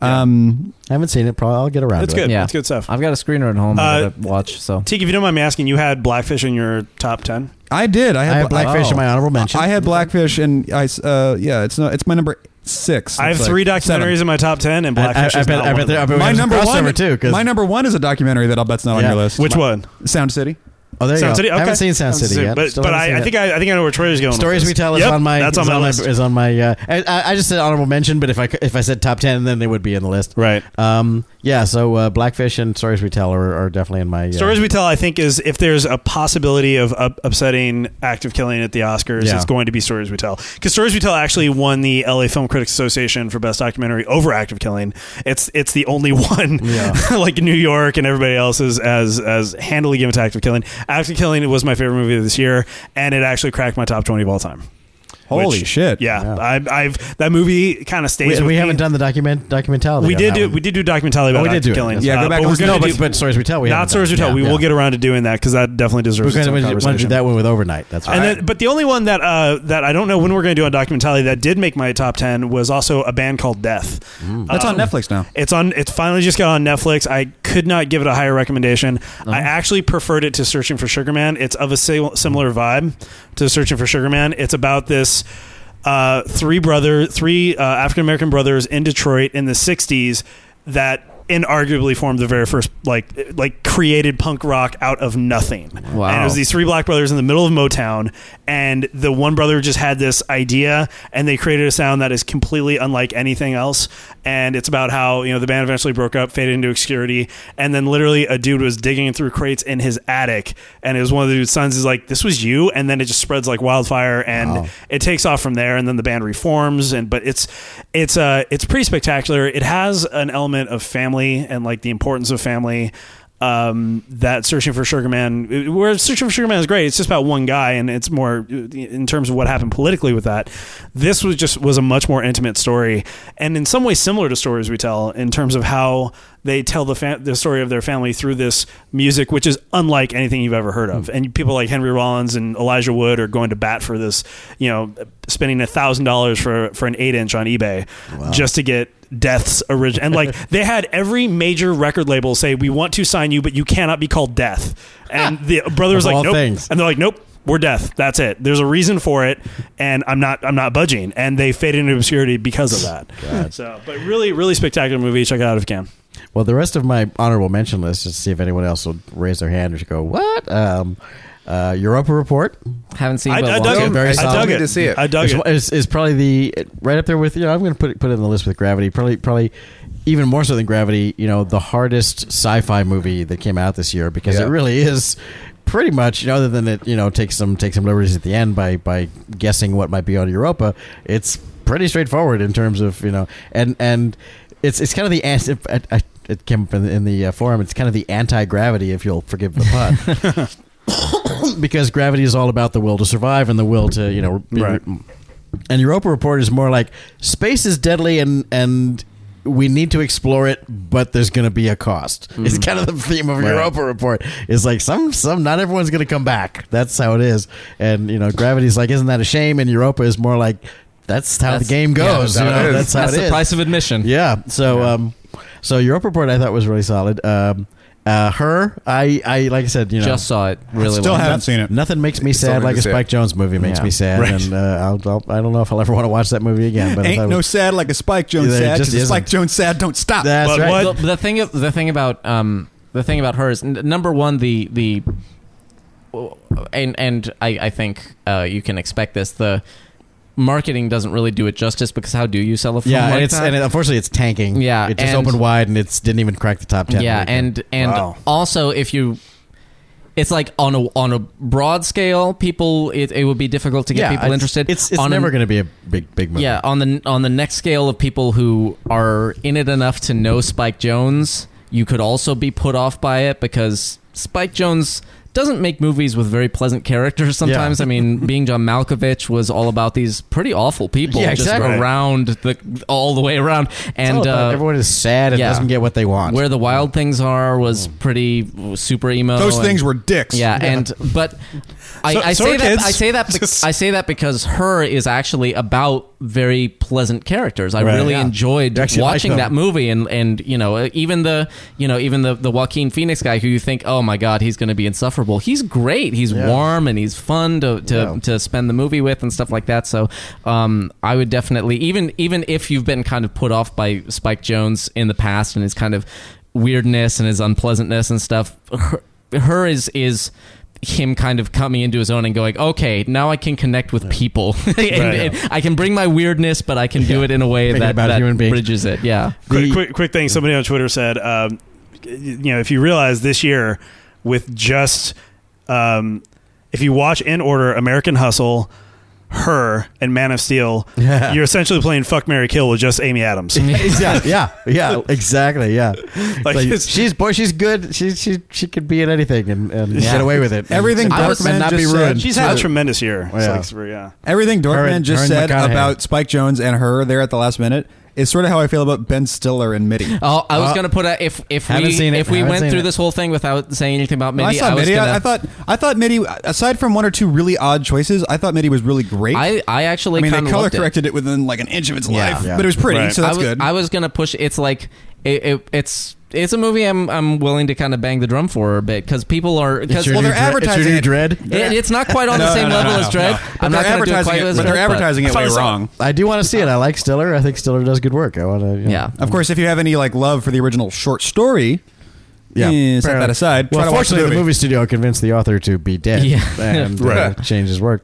Speaker 1: Um,
Speaker 2: I haven't seen it. Probably I'll get around
Speaker 4: It's
Speaker 2: to
Speaker 4: good.
Speaker 2: it.
Speaker 5: yeah,
Speaker 4: That's good stuff.
Speaker 5: I've got a screener at home
Speaker 4: Uh,
Speaker 5: I gotta watch. So
Speaker 4: Teak, if you don't mind me asking, you had Blackfish in your top ten.
Speaker 1: I did. I
Speaker 2: I
Speaker 1: had,
Speaker 2: have Blackfish
Speaker 5: Oh.
Speaker 2: in my honorable mention.
Speaker 1: I had Blackfish, and I. s- Uh, yeah, it's not. It's my number six.
Speaker 4: I have
Speaker 1: It's like
Speaker 4: three
Speaker 1: seven.
Speaker 4: documentaries in my top ten, and
Speaker 2: I, I, I
Speaker 4: Blackfish is
Speaker 2: bet.
Speaker 4: not
Speaker 2: I
Speaker 4: one
Speaker 2: bet.
Speaker 4: of
Speaker 2: There, I
Speaker 4: them.
Speaker 2: bet
Speaker 1: My
Speaker 2: there's a
Speaker 1: number
Speaker 2: crossover
Speaker 1: one
Speaker 2: too. 'cause-
Speaker 1: My number one is a documentary that I'll bet's not
Speaker 2: Yeah.
Speaker 1: on your list.
Speaker 4: Which
Speaker 1: My-
Speaker 4: one?
Speaker 1: Sound City.
Speaker 2: oh, there you
Speaker 4: Sound
Speaker 2: go.
Speaker 4: City.
Speaker 2: I haven't
Speaker 4: Okay.
Speaker 2: seen Sound City yet.
Speaker 4: But,
Speaker 2: Still
Speaker 4: but
Speaker 2: haven't seen
Speaker 4: I, I
Speaker 2: it.
Speaker 4: think I, I think I know where Troy's going. with
Speaker 2: Stories
Speaker 4: this.
Speaker 2: we tell is
Speaker 4: Yep,
Speaker 2: on my
Speaker 4: That's on
Speaker 2: is
Speaker 4: my
Speaker 2: on
Speaker 4: list.
Speaker 2: is on my uh, I- I, I just said honorable mention, but if I c- if I said top ten, then they would be in the list.
Speaker 4: Right.
Speaker 2: Um. Yeah. So uh, Blackfish and Stories We Tell are, are definitely in my uh,
Speaker 4: Stories we tell, I think, is if there's a possibility of up- upsetting active killing at the Oscars,
Speaker 2: Yeah.
Speaker 4: it's going to be stories we tell. Because stories we tell actually won the LA Film Critics Association for best documentary over active killing. It's it's the only one,
Speaker 2: Yeah.
Speaker 4: like New York and everybody else is as as handily given to active killing. Active killing was my favorite movie of this year, and it actually cracked my top twenty of all time.
Speaker 1: Holy
Speaker 4: Which-
Speaker 1: shit!
Speaker 4: Yeah,
Speaker 2: Yeah.
Speaker 4: I, I've that movie kind of stays.
Speaker 2: we,
Speaker 4: with
Speaker 2: we
Speaker 4: me.
Speaker 2: haven't done the document documentality.
Speaker 4: We
Speaker 2: on
Speaker 4: did
Speaker 2: that
Speaker 4: do
Speaker 2: one.
Speaker 4: we did do documentality
Speaker 2: Oh,
Speaker 4: about
Speaker 2: we did
Speaker 4: active
Speaker 2: do it.
Speaker 4: killing.
Speaker 1: Yeah, go back
Speaker 4: but
Speaker 1: and
Speaker 4: we're
Speaker 1: listen-
Speaker 4: gonna
Speaker 2: no,
Speaker 4: do-
Speaker 2: but, but stories we tell. We
Speaker 4: not
Speaker 2: haven't
Speaker 4: stories we
Speaker 2: done.
Speaker 4: tell.
Speaker 2: Yeah,
Speaker 4: we
Speaker 2: yeah.
Speaker 4: will get around to doing that because that definitely
Speaker 2: We're
Speaker 4: deserves.
Speaker 2: going
Speaker 4: its
Speaker 2: to
Speaker 4: own
Speaker 2: want to do
Speaker 4: conversation.
Speaker 2: that one with overnight. That's right.
Speaker 4: And then, but the only one that uh, that I don't know when we're going to do on documentality that did make my top ten was also a band called Death.
Speaker 1: That's
Speaker 4: Um,
Speaker 2: Mm.
Speaker 1: on Netflix now.
Speaker 4: It's on. It's finally just got on Netflix. I could could not give it a higher recommendation. I actually preferred it to Searching for Sugar Man. It's of a si- similar vibe to Searching for Sugar Man. It's about this uh, three brother, three uh, African American brothers in Detroit in the '60s that inarguably formed the very first like like created punk rock out of nothing.
Speaker 5: Wow.
Speaker 4: And it was these three black brothers in the middle of Motown, and the one brother just had this idea, and they created a sound that is completely unlike anything else. And it's about how you know the band eventually broke up, faded into obscurity, and then literally a dude was digging through crates in his attic, and it was one of the dude's sons is like, "This was you," and then it just spreads like wildfire, and it takes off from there. And then the band reforms, and but it's it's uh it's pretty spectacular. It has an element of family and like the importance of family um, that searching for Sugar Man, where searching for Sugar Man is great. It's just about one guy, and it's more in terms of what happened politically with that. This was just was a much more intimate story, and in some ways similar to stories we tell in terms of how they tell the fa- the story of their family through this music, which is unlike anything you've ever heard of. And people like Henry Rollins and Elijah Wood are going to bat for this, you know, spending a thousand dollars for for an eight inch on eBay just to get Death's original. And like they had every major record label say, "We want to sign you, but you cannot be called Death." And the brother was
Speaker 2: Of all
Speaker 4: like, "Nope,"
Speaker 2: things.
Speaker 4: and they're like, "Nope." We're death. That's it. There's a reason for it, and I'm not. I'm not budging. And they faded into obscurity because of that. So, but really, really spectacular movie. Check it out if you can.
Speaker 2: Well, the rest of my honorable mention list, just to see if anyone else will raise their hand or just go, what? Um, uh, Europa Report
Speaker 5: Haven't seen.
Speaker 4: I,
Speaker 5: but
Speaker 4: I
Speaker 5: want
Speaker 4: dug
Speaker 5: to.
Speaker 4: it.
Speaker 2: Very
Speaker 4: I
Speaker 2: solid.
Speaker 4: dug
Speaker 3: Need
Speaker 4: it.
Speaker 3: to see it.
Speaker 4: I dug
Speaker 2: is,
Speaker 4: it.
Speaker 2: is, is probably the right up there with you know I'm going to put it, put it in the list with Gravity. Probably probably even more so than Gravity. You know the hardest sci-fi movie that came out this year because
Speaker 3: Yeah.
Speaker 2: it really is pretty much you know other than it you know takes some take some liberties at the end by by guessing what might be on Europa. It's pretty straightforward in terms of you know and and it's it's kind of the anti. I, I, it came up in the, in the uh, forum. It's kind of the anti-gravity, if you'll forgive the pun. because gravity is all about the will to survive and the will to you know be-
Speaker 4: Right.
Speaker 2: and europa report is more like space is deadly and and we need to explore it but there's going to be a cost
Speaker 5: Mm-hmm.
Speaker 2: it's kind of the theme of europa report is like some some not everyone's going to come back that's how it is and you know gravity's like isn't that a shame and europa is more like that's how
Speaker 5: That's-
Speaker 2: the game
Speaker 5: yeah,
Speaker 2: goes
Speaker 5: that's
Speaker 2: you
Speaker 3: how
Speaker 2: know?
Speaker 3: it is.
Speaker 2: that's how
Speaker 5: That's
Speaker 2: it
Speaker 5: the
Speaker 2: is.
Speaker 5: price of admission.
Speaker 2: Yeah. So um so Europa Report I thought was really solid. Um uh her I I like I said, you know
Speaker 5: Just saw it. Really.
Speaker 1: Still
Speaker 5: loved it.
Speaker 1: haven't seen it.
Speaker 2: nothing makes me
Speaker 3: Still
Speaker 2: sad
Speaker 3: need
Speaker 2: like
Speaker 3: to
Speaker 2: a
Speaker 3: see it.
Speaker 2: Spike Jones movie makes
Speaker 5: Yeah.
Speaker 2: me sad
Speaker 1: Right.
Speaker 2: and uh, I'll, I'll, I don't know if I'll ever want to watch that movie again but I thought
Speaker 1: Ain't
Speaker 2: it
Speaker 1: no
Speaker 2: was-
Speaker 1: sad like a Spike Jones
Speaker 2: There
Speaker 1: sad.
Speaker 2: just
Speaker 1: 'cause a Spike
Speaker 2: isn't.
Speaker 1: Jones sad don't stop.
Speaker 2: That's
Speaker 4: But
Speaker 2: right.
Speaker 4: what-
Speaker 5: The, the thing. The thing about um, the thing about her is n- number one. The the and and I I think uh, you can expect this. The marketing doesn't really do it justice because how do you sell a film?
Speaker 2: Yeah,
Speaker 5: like
Speaker 2: and it's
Speaker 5: that?
Speaker 2: and it, unfortunately it's tanking.
Speaker 5: Yeah,
Speaker 2: It just
Speaker 5: and-
Speaker 2: opened wide and it's didn't even crack the top 10.
Speaker 5: yeah, and and
Speaker 4: Wow.
Speaker 5: also if you. It's like on a on a broad scale, people. It, it would be difficult to get
Speaker 2: yeah,
Speaker 5: people
Speaker 2: it's-
Speaker 5: interested.
Speaker 2: It's it's
Speaker 5: on
Speaker 2: never
Speaker 5: an-
Speaker 2: going to be a big big movie.
Speaker 5: Yeah, on the on the next scale of people who are in it enough to know Spike Jones, you could also be put off by it because Spike Jones doesn't make movies with very pleasant characters sometimes. I mean, being John Malkovich was all about these pretty awful people
Speaker 2: Yeah,
Speaker 5: just
Speaker 2: exactly.
Speaker 5: around the all the way around
Speaker 2: It's
Speaker 5: and
Speaker 2: all about-
Speaker 5: uh,
Speaker 2: everyone is sad and
Speaker 5: yeah.
Speaker 2: doesn't get what they want.
Speaker 5: where the wild things are was
Speaker 2: Mm.
Speaker 5: pretty was super emo.
Speaker 2: oh,
Speaker 1: Those
Speaker 5: and-
Speaker 1: things were dicks.
Speaker 5: yeah, and but I,
Speaker 4: So-
Speaker 5: I
Speaker 4: so
Speaker 5: say
Speaker 4: are
Speaker 5: that
Speaker 4: kids.
Speaker 5: I say that bec-
Speaker 4: Just-
Speaker 5: I say that because her is actually about very pleasant characters. I
Speaker 2: Right.
Speaker 5: really
Speaker 2: Yeah.
Speaker 5: enjoyed
Speaker 2: You actually like
Speaker 5: watching
Speaker 2: them.
Speaker 5: that movie, and and you know even the you know even the the Joaquin Phoenix guy who you think oh my god he's going to be insufferable. He's great. He's
Speaker 2: Yeah.
Speaker 5: warm and he's fun to to,
Speaker 2: Yeah.
Speaker 5: to spend the movie with and stuff like that. So um, I would definitely even even if you've been kind of put off by Spike Jones in the past and his kind of weirdness and his unpleasantness and stuff, her, her is is him kind of coming into his own and going, okay, now I can connect with people. and, and I can bring my weirdness, but I can do it in a way
Speaker 2: Thinking
Speaker 5: that,
Speaker 2: about
Speaker 5: that
Speaker 2: human beings.
Speaker 5: bridges it. Yeah.
Speaker 4: quick,
Speaker 2: The-
Speaker 4: quick, quick thing. Somebody on Twitter said, um, you know, if you realize this year with just, um, if you watch in order American Hustle, Her, and Man of Steel,
Speaker 2: Yeah.
Speaker 4: you're essentially playing Fuck Mary Kill with just Amy Adams.
Speaker 2: exactly. Yeah. Yeah. Exactly. Yeah. It's
Speaker 4: Like,
Speaker 2: like,
Speaker 4: it's-
Speaker 2: she's boy. She's good. She she she could be in anything and, and
Speaker 5: Yeah.
Speaker 2: get away with it.
Speaker 1: Everything
Speaker 2: and, and
Speaker 1: Bergman
Speaker 2: not be
Speaker 1: just
Speaker 2: ruined.
Speaker 1: said-
Speaker 4: She's had a
Speaker 1: So-
Speaker 4: tremendous year. It's
Speaker 2: Yeah.
Speaker 4: like super- yeah.
Speaker 1: Everything
Speaker 2: Her
Speaker 1: Dorfman
Speaker 2: and-
Speaker 1: just
Speaker 2: her
Speaker 1: said
Speaker 2: and McConaughey.
Speaker 1: about Spike Jones and her there at the last minute is sort of how I feel about Ben Stiller and Mitty.
Speaker 5: Oh, I was
Speaker 2: Uh,
Speaker 5: gonna put a if if we
Speaker 2: haven't seen it,
Speaker 5: if we
Speaker 2: haven't
Speaker 5: went
Speaker 2: seen
Speaker 5: through
Speaker 2: it.
Speaker 5: this whole thing without saying anything about Mindy,
Speaker 1: I saw
Speaker 5: was
Speaker 1: Mitty.
Speaker 5: gonna-
Speaker 1: I, I thought I thought Mitty. Aside from one or two really odd choices, I thought Mitty was really great.
Speaker 5: I I actually
Speaker 1: I mean,
Speaker 5: kinda
Speaker 1: they color
Speaker 5: loved it.
Speaker 1: corrected it. within like an inch of its
Speaker 5: Yeah.
Speaker 1: life,
Speaker 2: Yeah.
Speaker 1: but it was pretty,
Speaker 4: Right.
Speaker 1: so that's
Speaker 5: I was,
Speaker 1: good.
Speaker 5: I was gonna push. It's like it, it it's it's a movie I'm I'm willing to kind of bang the drum for a bit because people are because
Speaker 2: your
Speaker 1: Well,
Speaker 2: new
Speaker 1: they're
Speaker 2: Dre- it's your
Speaker 1: advertising
Speaker 2: new
Speaker 1: it.
Speaker 2: dread.
Speaker 5: it, it's not quite on the same level as Dread.
Speaker 1: But
Speaker 5: I'm
Speaker 1: they're
Speaker 5: not going to do it
Speaker 1: advertising
Speaker 5: quite
Speaker 1: it,
Speaker 5: as
Speaker 1: but they're
Speaker 5: Dread,
Speaker 1: advertising it way wrong.
Speaker 2: I do want to see it. I like Stiller. I think Stiller does good work. I want to.
Speaker 5: Yeah.
Speaker 1: Of course, if you have any like love for the original short story,
Speaker 2: Yeah.
Speaker 1: eh, set that aside. Try
Speaker 2: Well,
Speaker 1: to watch
Speaker 2: fortunately,
Speaker 1: the
Speaker 2: the
Speaker 1: movie.
Speaker 2: movie studio convinced the author to be dead
Speaker 5: Yeah.
Speaker 2: and uh,
Speaker 3: Right.
Speaker 2: change his work.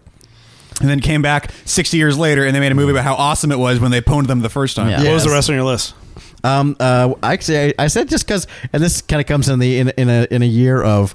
Speaker 1: and then came back 60 years later and they made a movie about how awesome it was when they pwned them the first time.
Speaker 5: Yeah.
Speaker 4: What was
Speaker 2: Yes.
Speaker 4: the rest on your list?
Speaker 2: Um, uh, actually, I, I said just because, and this kind of comes in the in, in a in a year of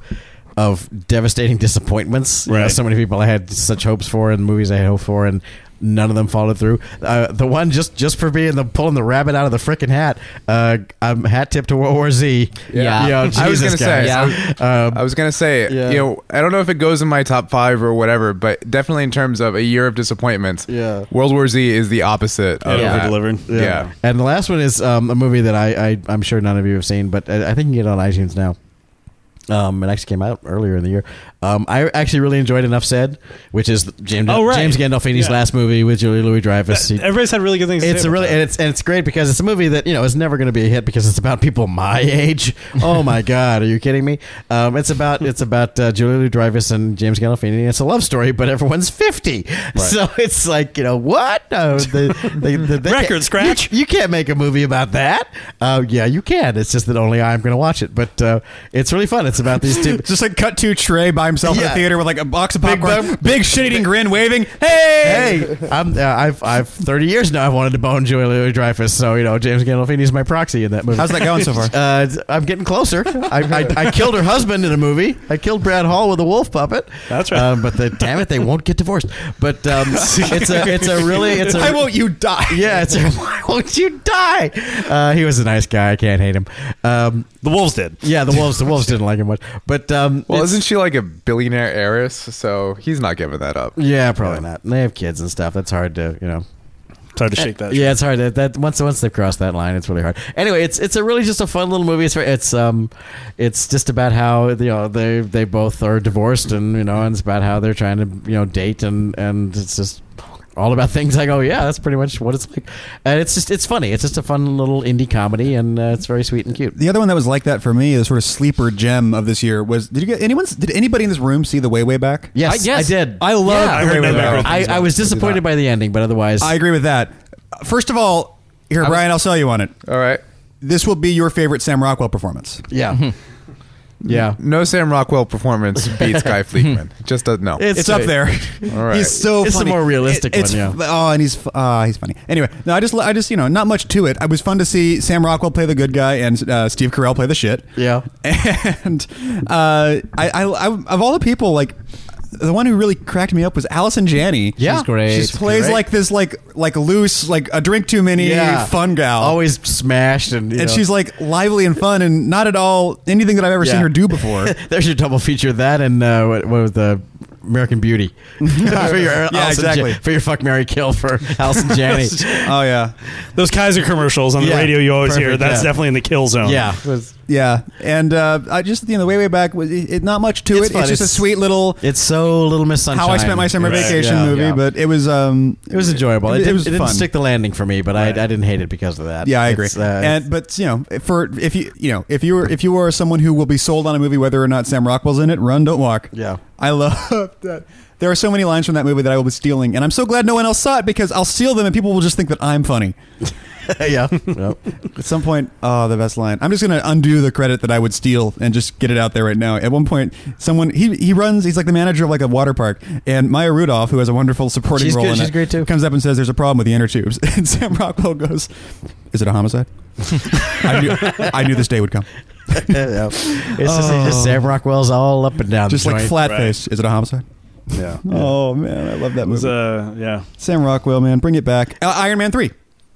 Speaker 2: of devastating disappointments. You know,
Speaker 4: Right.
Speaker 2: so many people I had such hopes for, and movies I had hoped for, and none of them followed through. Uh, the one just just for being the pulling the rabbit out of the freaking hat. Uh, I'm hat tip to World War Z.
Speaker 5: Yeah.
Speaker 2: You know,
Speaker 3: I was
Speaker 2: Jesus,
Speaker 3: gonna say,
Speaker 2: guys. Um,
Speaker 3: I was gonna say,
Speaker 2: Yeah.
Speaker 3: you know, I don't know if it goes in my top five or whatever, but definitely in terms of a year of disappointment,
Speaker 2: Yeah.
Speaker 3: World War Z is the opposite. Of
Speaker 5: Yeah.
Speaker 3: that.
Speaker 4: Over-delivered.
Speaker 3: Yeah.
Speaker 2: And the last one is um, a movie that I, I I'm sure none of you have seen, but I, I think you can get it on iTunes now. Um, it actually came out earlier in the year. Um, I actually really enjoyed Enough Said, which is James
Speaker 4: Oh, right.
Speaker 2: James Gandolfini's
Speaker 4: Yeah.
Speaker 2: last movie with Julie Louis Dreyfus. He-
Speaker 4: Everybody's had really good things. to
Speaker 2: It's
Speaker 4: say
Speaker 2: a
Speaker 4: about
Speaker 2: really
Speaker 4: that.
Speaker 2: and it's and it's great because it's a movie that you know is never going to be a hit because it's about people my age. Oh my god, are you kidding me? Um, it's about it's about uh, Julia Louis Dreyfus and James Gandolfini. And it's a love story, but everyone's fifty, so it's like you know what No, they- they- they- they
Speaker 4: Record
Speaker 2: can't-
Speaker 4: scratch.
Speaker 2: You, you can't make a movie about that. Uh, yeah, you can. It's just that only I'm going to watch it, but uh, it's really fun. It's about these two.
Speaker 1: It's Just like cut to Trey by himself in
Speaker 2: Yeah.
Speaker 1: the theater with like a box of
Speaker 2: Big
Speaker 1: popcorn,
Speaker 2: bum-
Speaker 1: big, shit eating grin, waving, hey,
Speaker 2: Hey, I'm, uh, I've I've 30 years now. I've wanted to bone Julia Louis Dreyfus, so you know James Gandolfini's my proxy in that movie.
Speaker 1: How's that going so far?
Speaker 2: Uh, I'm getting closer. I, I, I killed her husband in a movie. I killed Brad Hall with a wolf puppet.
Speaker 4: That's right.
Speaker 2: Um, but the, damn it, they won't get divorced. But um, it's a it's a really it's a
Speaker 1: Why won't you die?
Speaker 2: yeah it's a why won't you die? Uh, he was a nice guy. I can't hate him. Um,
Speaker 4: the Wolves did.
Speaker 2: yeah, the wolves the wolves didn't like him much. But um,
Speaker 3: Well,
Speaker 2: it's-
Speaker 3: isn't she like a billionaire heiress? So he's not giving that up.
Speaker 2: yeah probably not. They have kids and stuff. That's hard to you know
Speaker 4: It's hard to shake that.
Speaker 2: Yeah, it's hard. That, that once once they've crossed that line, it's really hard. Anyway, it's it's a really just a fun little movie. It's it's um, it's just about how you know they they both are divorced, and you know, and it's about how they're trying to you know date, and and it's just all about things like oh yeah, that's pretty much what it's like, and it's just it's funny. It's just a fun little indie comedy, and uh, it's very sweet and cute.
Speaker 1: The other one that was like that for me, the sort of sleeper gem of this year was did you get anyone did anybody in this room see the way way back?
Speaker 2: Yes, I,
Speaker 5: I- yes.
Speaker 2: did.
Speaker 1: I love
Speaker 5: Yeah, I
Speaker 1: the
Speaker 4: heard
Speaker 1: way way
Speaker 4: that
Speaker 1: back.
Speaker 4: background.
Speaker 2: I, I was disappointed by the ending, but otherwise,
Speaker 1: I agree with that. First of all, here
Speaker 3: was-
Speaker 1: Brian, I'll sell you on it.
Speaker 3: All right.
Speaker 1: This will be your favorite Sam Rockwell performance.
Speaker 2: yeah, yeah.
Speaker 3: No Sam Rockwell performance beats Guy Fleetman. Just doesn't know.
Speaker 1: It's, up
Speaker 2: great.
Speaker 1: there.
Speaker 3: All right.
Speaker 1: He's so
Speaker 2: It's a
Speaker 1: funny.
Speaker 2: more realistic
Speaker 1: it's,
Speaker 2: one,
Speaker 1: Oh, and he's uh, he's funny. Anyway, no, I just I just you know not much to it. It was fun to see Sam Rockwell play the good guy and uh, Steve Carell play the shit.
Speaker 2: Yeah.
Speaker 1: and uh, I, I I of all the people like. The one who really cracked me up was Allison Janney.
Speaker 2: Yeah.
Speaker 5: She's great.
Speaker 1: She plays
Speaker 2: Great.
Speaker 1: like this, like like loose, like a drink too many,
Speaker 2: Yeah. Oh,
Speaker 1: fun gal.
Speaker 2: Always smashed, and you
Speaker 1: and
Speaker 2: know.
Speaker 1: she's like lively and fun, and not at all anything that I've ever
Speaker 2: Yeah.
Speaker 1: seen her do before.
Speaker 2: There's your double feature. That and uh, what, what was the American Beauty for your Allison
Speaker 1: exactly.
Speaker 2: Ja- for your fuck Mary kill for Allison Janney.
Speaker 1: oh yeah,
Speaker 4: Those Kaiser commercials on the
Speaker 2: Yeah.
Speaker 4: radio you always hear.
Speaker 2: Perfect,
Speaker 4: That's
Speaker 2: yeah.
Speaker 4: definitely in the kill zone.
Speaker 2: yeah, it was-
Speaker 1: yeah. And uh, I just you know the way way back was it, it- not much to
Speaker 2: It's
Speaker 1: it.
Speaker 2: fun.
Speaker 1: It's just
Speaker 2: It's-
Speaker 1: a sweet little
Speaker 2: it's so Little Miss Sunshine.
Speaker 1: how I spent my summer
Speaker 4: Right.
Speaker 1: vacation
Speaker 2: Yeah.
Speaker 1: movie,
Speaker 2: Yeah.
Speaker 1: but it was um
Speaker 2: It was enjoyable. It,
Speaker 1: It,
Speaker 2: did,
Speaker 1: was
Speaker 2: it
Speaker 1: fun.
Speaker 2: didn't stick the landing for me, but I, I didn't hate it because of that.
Speaker 1: yeah, I agree.
Speaker 2: It's, uh,
Speaker 1: and but you know, for if you you know if you were if you are someone who will be sold on a movie whether or not Sam Rockwell's in it, run, don't walk.
Speaker 2: Yeah.
Speaker 1: I love that. There are so many lines from that movie that I will be stealing, and I'm so glad no one else saw it because I'll steal them and people will just think that I'm funny.
Speaker 2: yeah, Yep.
Speaker 1: At some point, oh, the best line. I'm just gonna undo the credit that I would steal and just get it out there right now. At one point, someone he he runs. He's like the manager of like a water park, and Maya Rudolph, who has a wonderful supporting
Speaker 2: She's
Speaker 1: role,
Speaker 2: good.
Speaker 1: in
Speaker 2: She's
Speaker 1: it,
Speaker 2: great, too.
Speaker 1: comes up and says, "There's a problem with the inner tubes," and Sam Rockwell goes, "Is it a homicide?" I knew I knew this day would come.
Speaker 2: Yeah. It's just, it's just Sam Rockwell's all up and down.
Speaker 1: Oh. Just
Speaker 2: the
Speaker 1: like
Speaker 2: joint.
Speaker 1: flat
Speaker 4: Right.
Speaker 1: face. Is it a homicide?
Speaker 2: Yeah.
Speaker 1: Oh man, I love that
Speaker 4: It was,
Speaker 1: movie.
Speaker 4: uh, yeah.
Speaker 1: Sam Rockwell, man, bring it back. Uh, Iron Man three.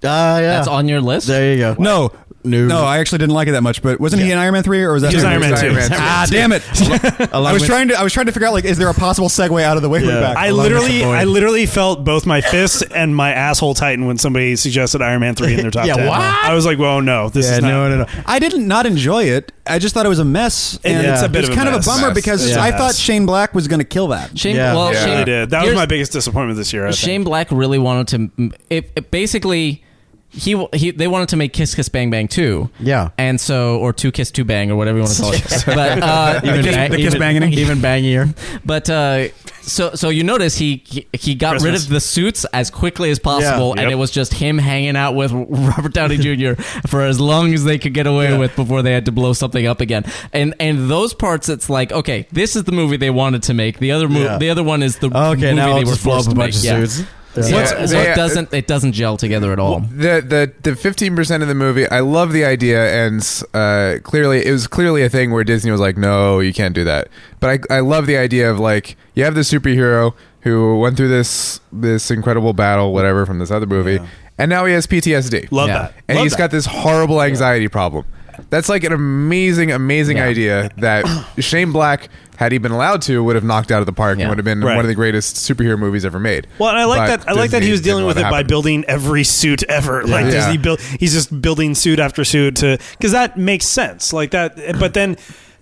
Speaker 2: Ah, yeah.
Speaker 5: That's on your list.
Speaker 2: There you go.
Speaker 1: No,
Speaker 2: No.
Speaker 1: no, I actually didn't like it that much. But wasn't he
Speaker 2: Yeah.
Speaker 1: in Iron Man three, or was that
Speaker 4: He was Iron Man
Speaker 3: Iron
Speaker 4: 2.
Speaker 3: Man
Speaker 1: Ah, damn it! I was trying to I was trying to figure out like is there a possible segue out of the way
Speaker 2: Yeah.
Speaker 1: yeah. back?
Speaker 4: I
Speaker 1: Along with
Speaker 4: literally,
Speaker 1: the boy.
Speaker 4: I literally felt both my fist and my asshole tighten when somebody suggested Iron Man three in their top
Speaker 2: Yeah,
Speaker 4: ten.
Speaker 2: what?
Speaker 4: I was like, "Whoa, no, this
Speaker 2: Yeah,
Speaker 4: is not."
Speaker 2: no, no, no.
Speaker 1: I didn't not enjoy it. I just thought it was a mess.
Speaker 4: It-
Speaker 1: And
Speaker 2: it's a bit
Speaker 1: it's
Speaker 4: of a
Speaker 1: kind
Speaker 4: mess.
Speaker 1: of a bummer
Speaker 3: Yes.
Speaker 1: because
Speaker 2: Yeah.
Speaker 1: I
Speaker 4: Yes.
Speaker 1: thought Shane Black was going to kill that.
Speaker 5: Shane,
Speaker 2: Yeah.
Speaker 5: well,
Speaker 3: Yeah.
Speaker 5: Shane,
Speaker 4: Really did. That was
Speaker 5: here's-
Speaker 4: my biggest disappointment this year. I think.
Speaker 5: Shane Black really wanted to. It, it basically he he they wanted to make Kiss Kiss Bang Bang too.
Speaker 2: Yeah.
Speaker 5: and so or Two Kiss Two Bang or whatever you want to call it. but
Speaker 1: The
Speaker 5: uh,
Speaker 1: kiss- the kiss
Speaker 5: even-
Speaker 1: banging.
Speaker 5: even bangier. But uh, so so you notice he he, he got rid
Speaker 4: Christmas.
Speaker 5: of the suits as quickly as possible,
Speaker 4: Yeah.
Speaker 5: and
Speaker 4: Yep.
Speaker 5: it was just him hanging out with Robert Downey Jr. for as long as they could get away with before they had to blow something up again. And and those parts, it's like okay, this is the movie they wanted to make. The other movie,
Speaker 2: Yeah.
Speaker 5: the other one is the
Speaker 2: Okay,
Speaker 5: movie
Speaker 2: now
Speaker 5: they
Speaker 2: I'll
Speaker 5: were
Speaker 2: just blow up
Speaker 5: forced
Speaker 2: a
Speaker 5: to
Speaker 2: bunch
Speaker 5: make.
Speaker 2: of
Speaker 5: yeah.
Speaker 2: suits. Yeah.
Speaker 5: So-
Speaker 3: What's-
Speaker 5: so
Speaker 3: they-
Speaker 5: it doesn't it doesn't gel together at all.
Speaker 3: The the the fifteen percent of the movie. I love the idea, and uh, clearly it was clearly a thing where Disney was like, "No, you can't do that." But I I love the idea of like you have the superhero who went through this this incredible battle, whatever, from this other movie, and now he has PTSD.
Speaker 4: Love
Speaker 5: Yeah.
Speaker 4: that.
Speaker 3: and
Speaker 4: Love
Speaker 3: he's
Speaker 4: that.
Speaker 3: got this horrible anxiety problem. That's like an amazing, amazing
Speaker 5: Yeah.
Speaker 3: idea that Shane Black, had he been allowed to, would have knocked out of the park
Speaker 5: Yeah.
Speaker 3: and would have been
Speaker 4: Right.
Speaker 3: one of the greatest superhero movies ever made.
Speaker 4: Well, and I like
Speaker 3: But
Speaker 4: that. I like that
Speaker 3: Disney
Speaker 4: he was
Speaker 3: didn't
Speaker 4: dealing
Speaker 3: let
Speaker 4: with it by
Speaker 3: happen.
Speaker 4: building every suit ever. Like
Speaker 3: Yeah.
Speaker 4: Disney build, he's just building suit after suit to because that makes sense. Like that, but then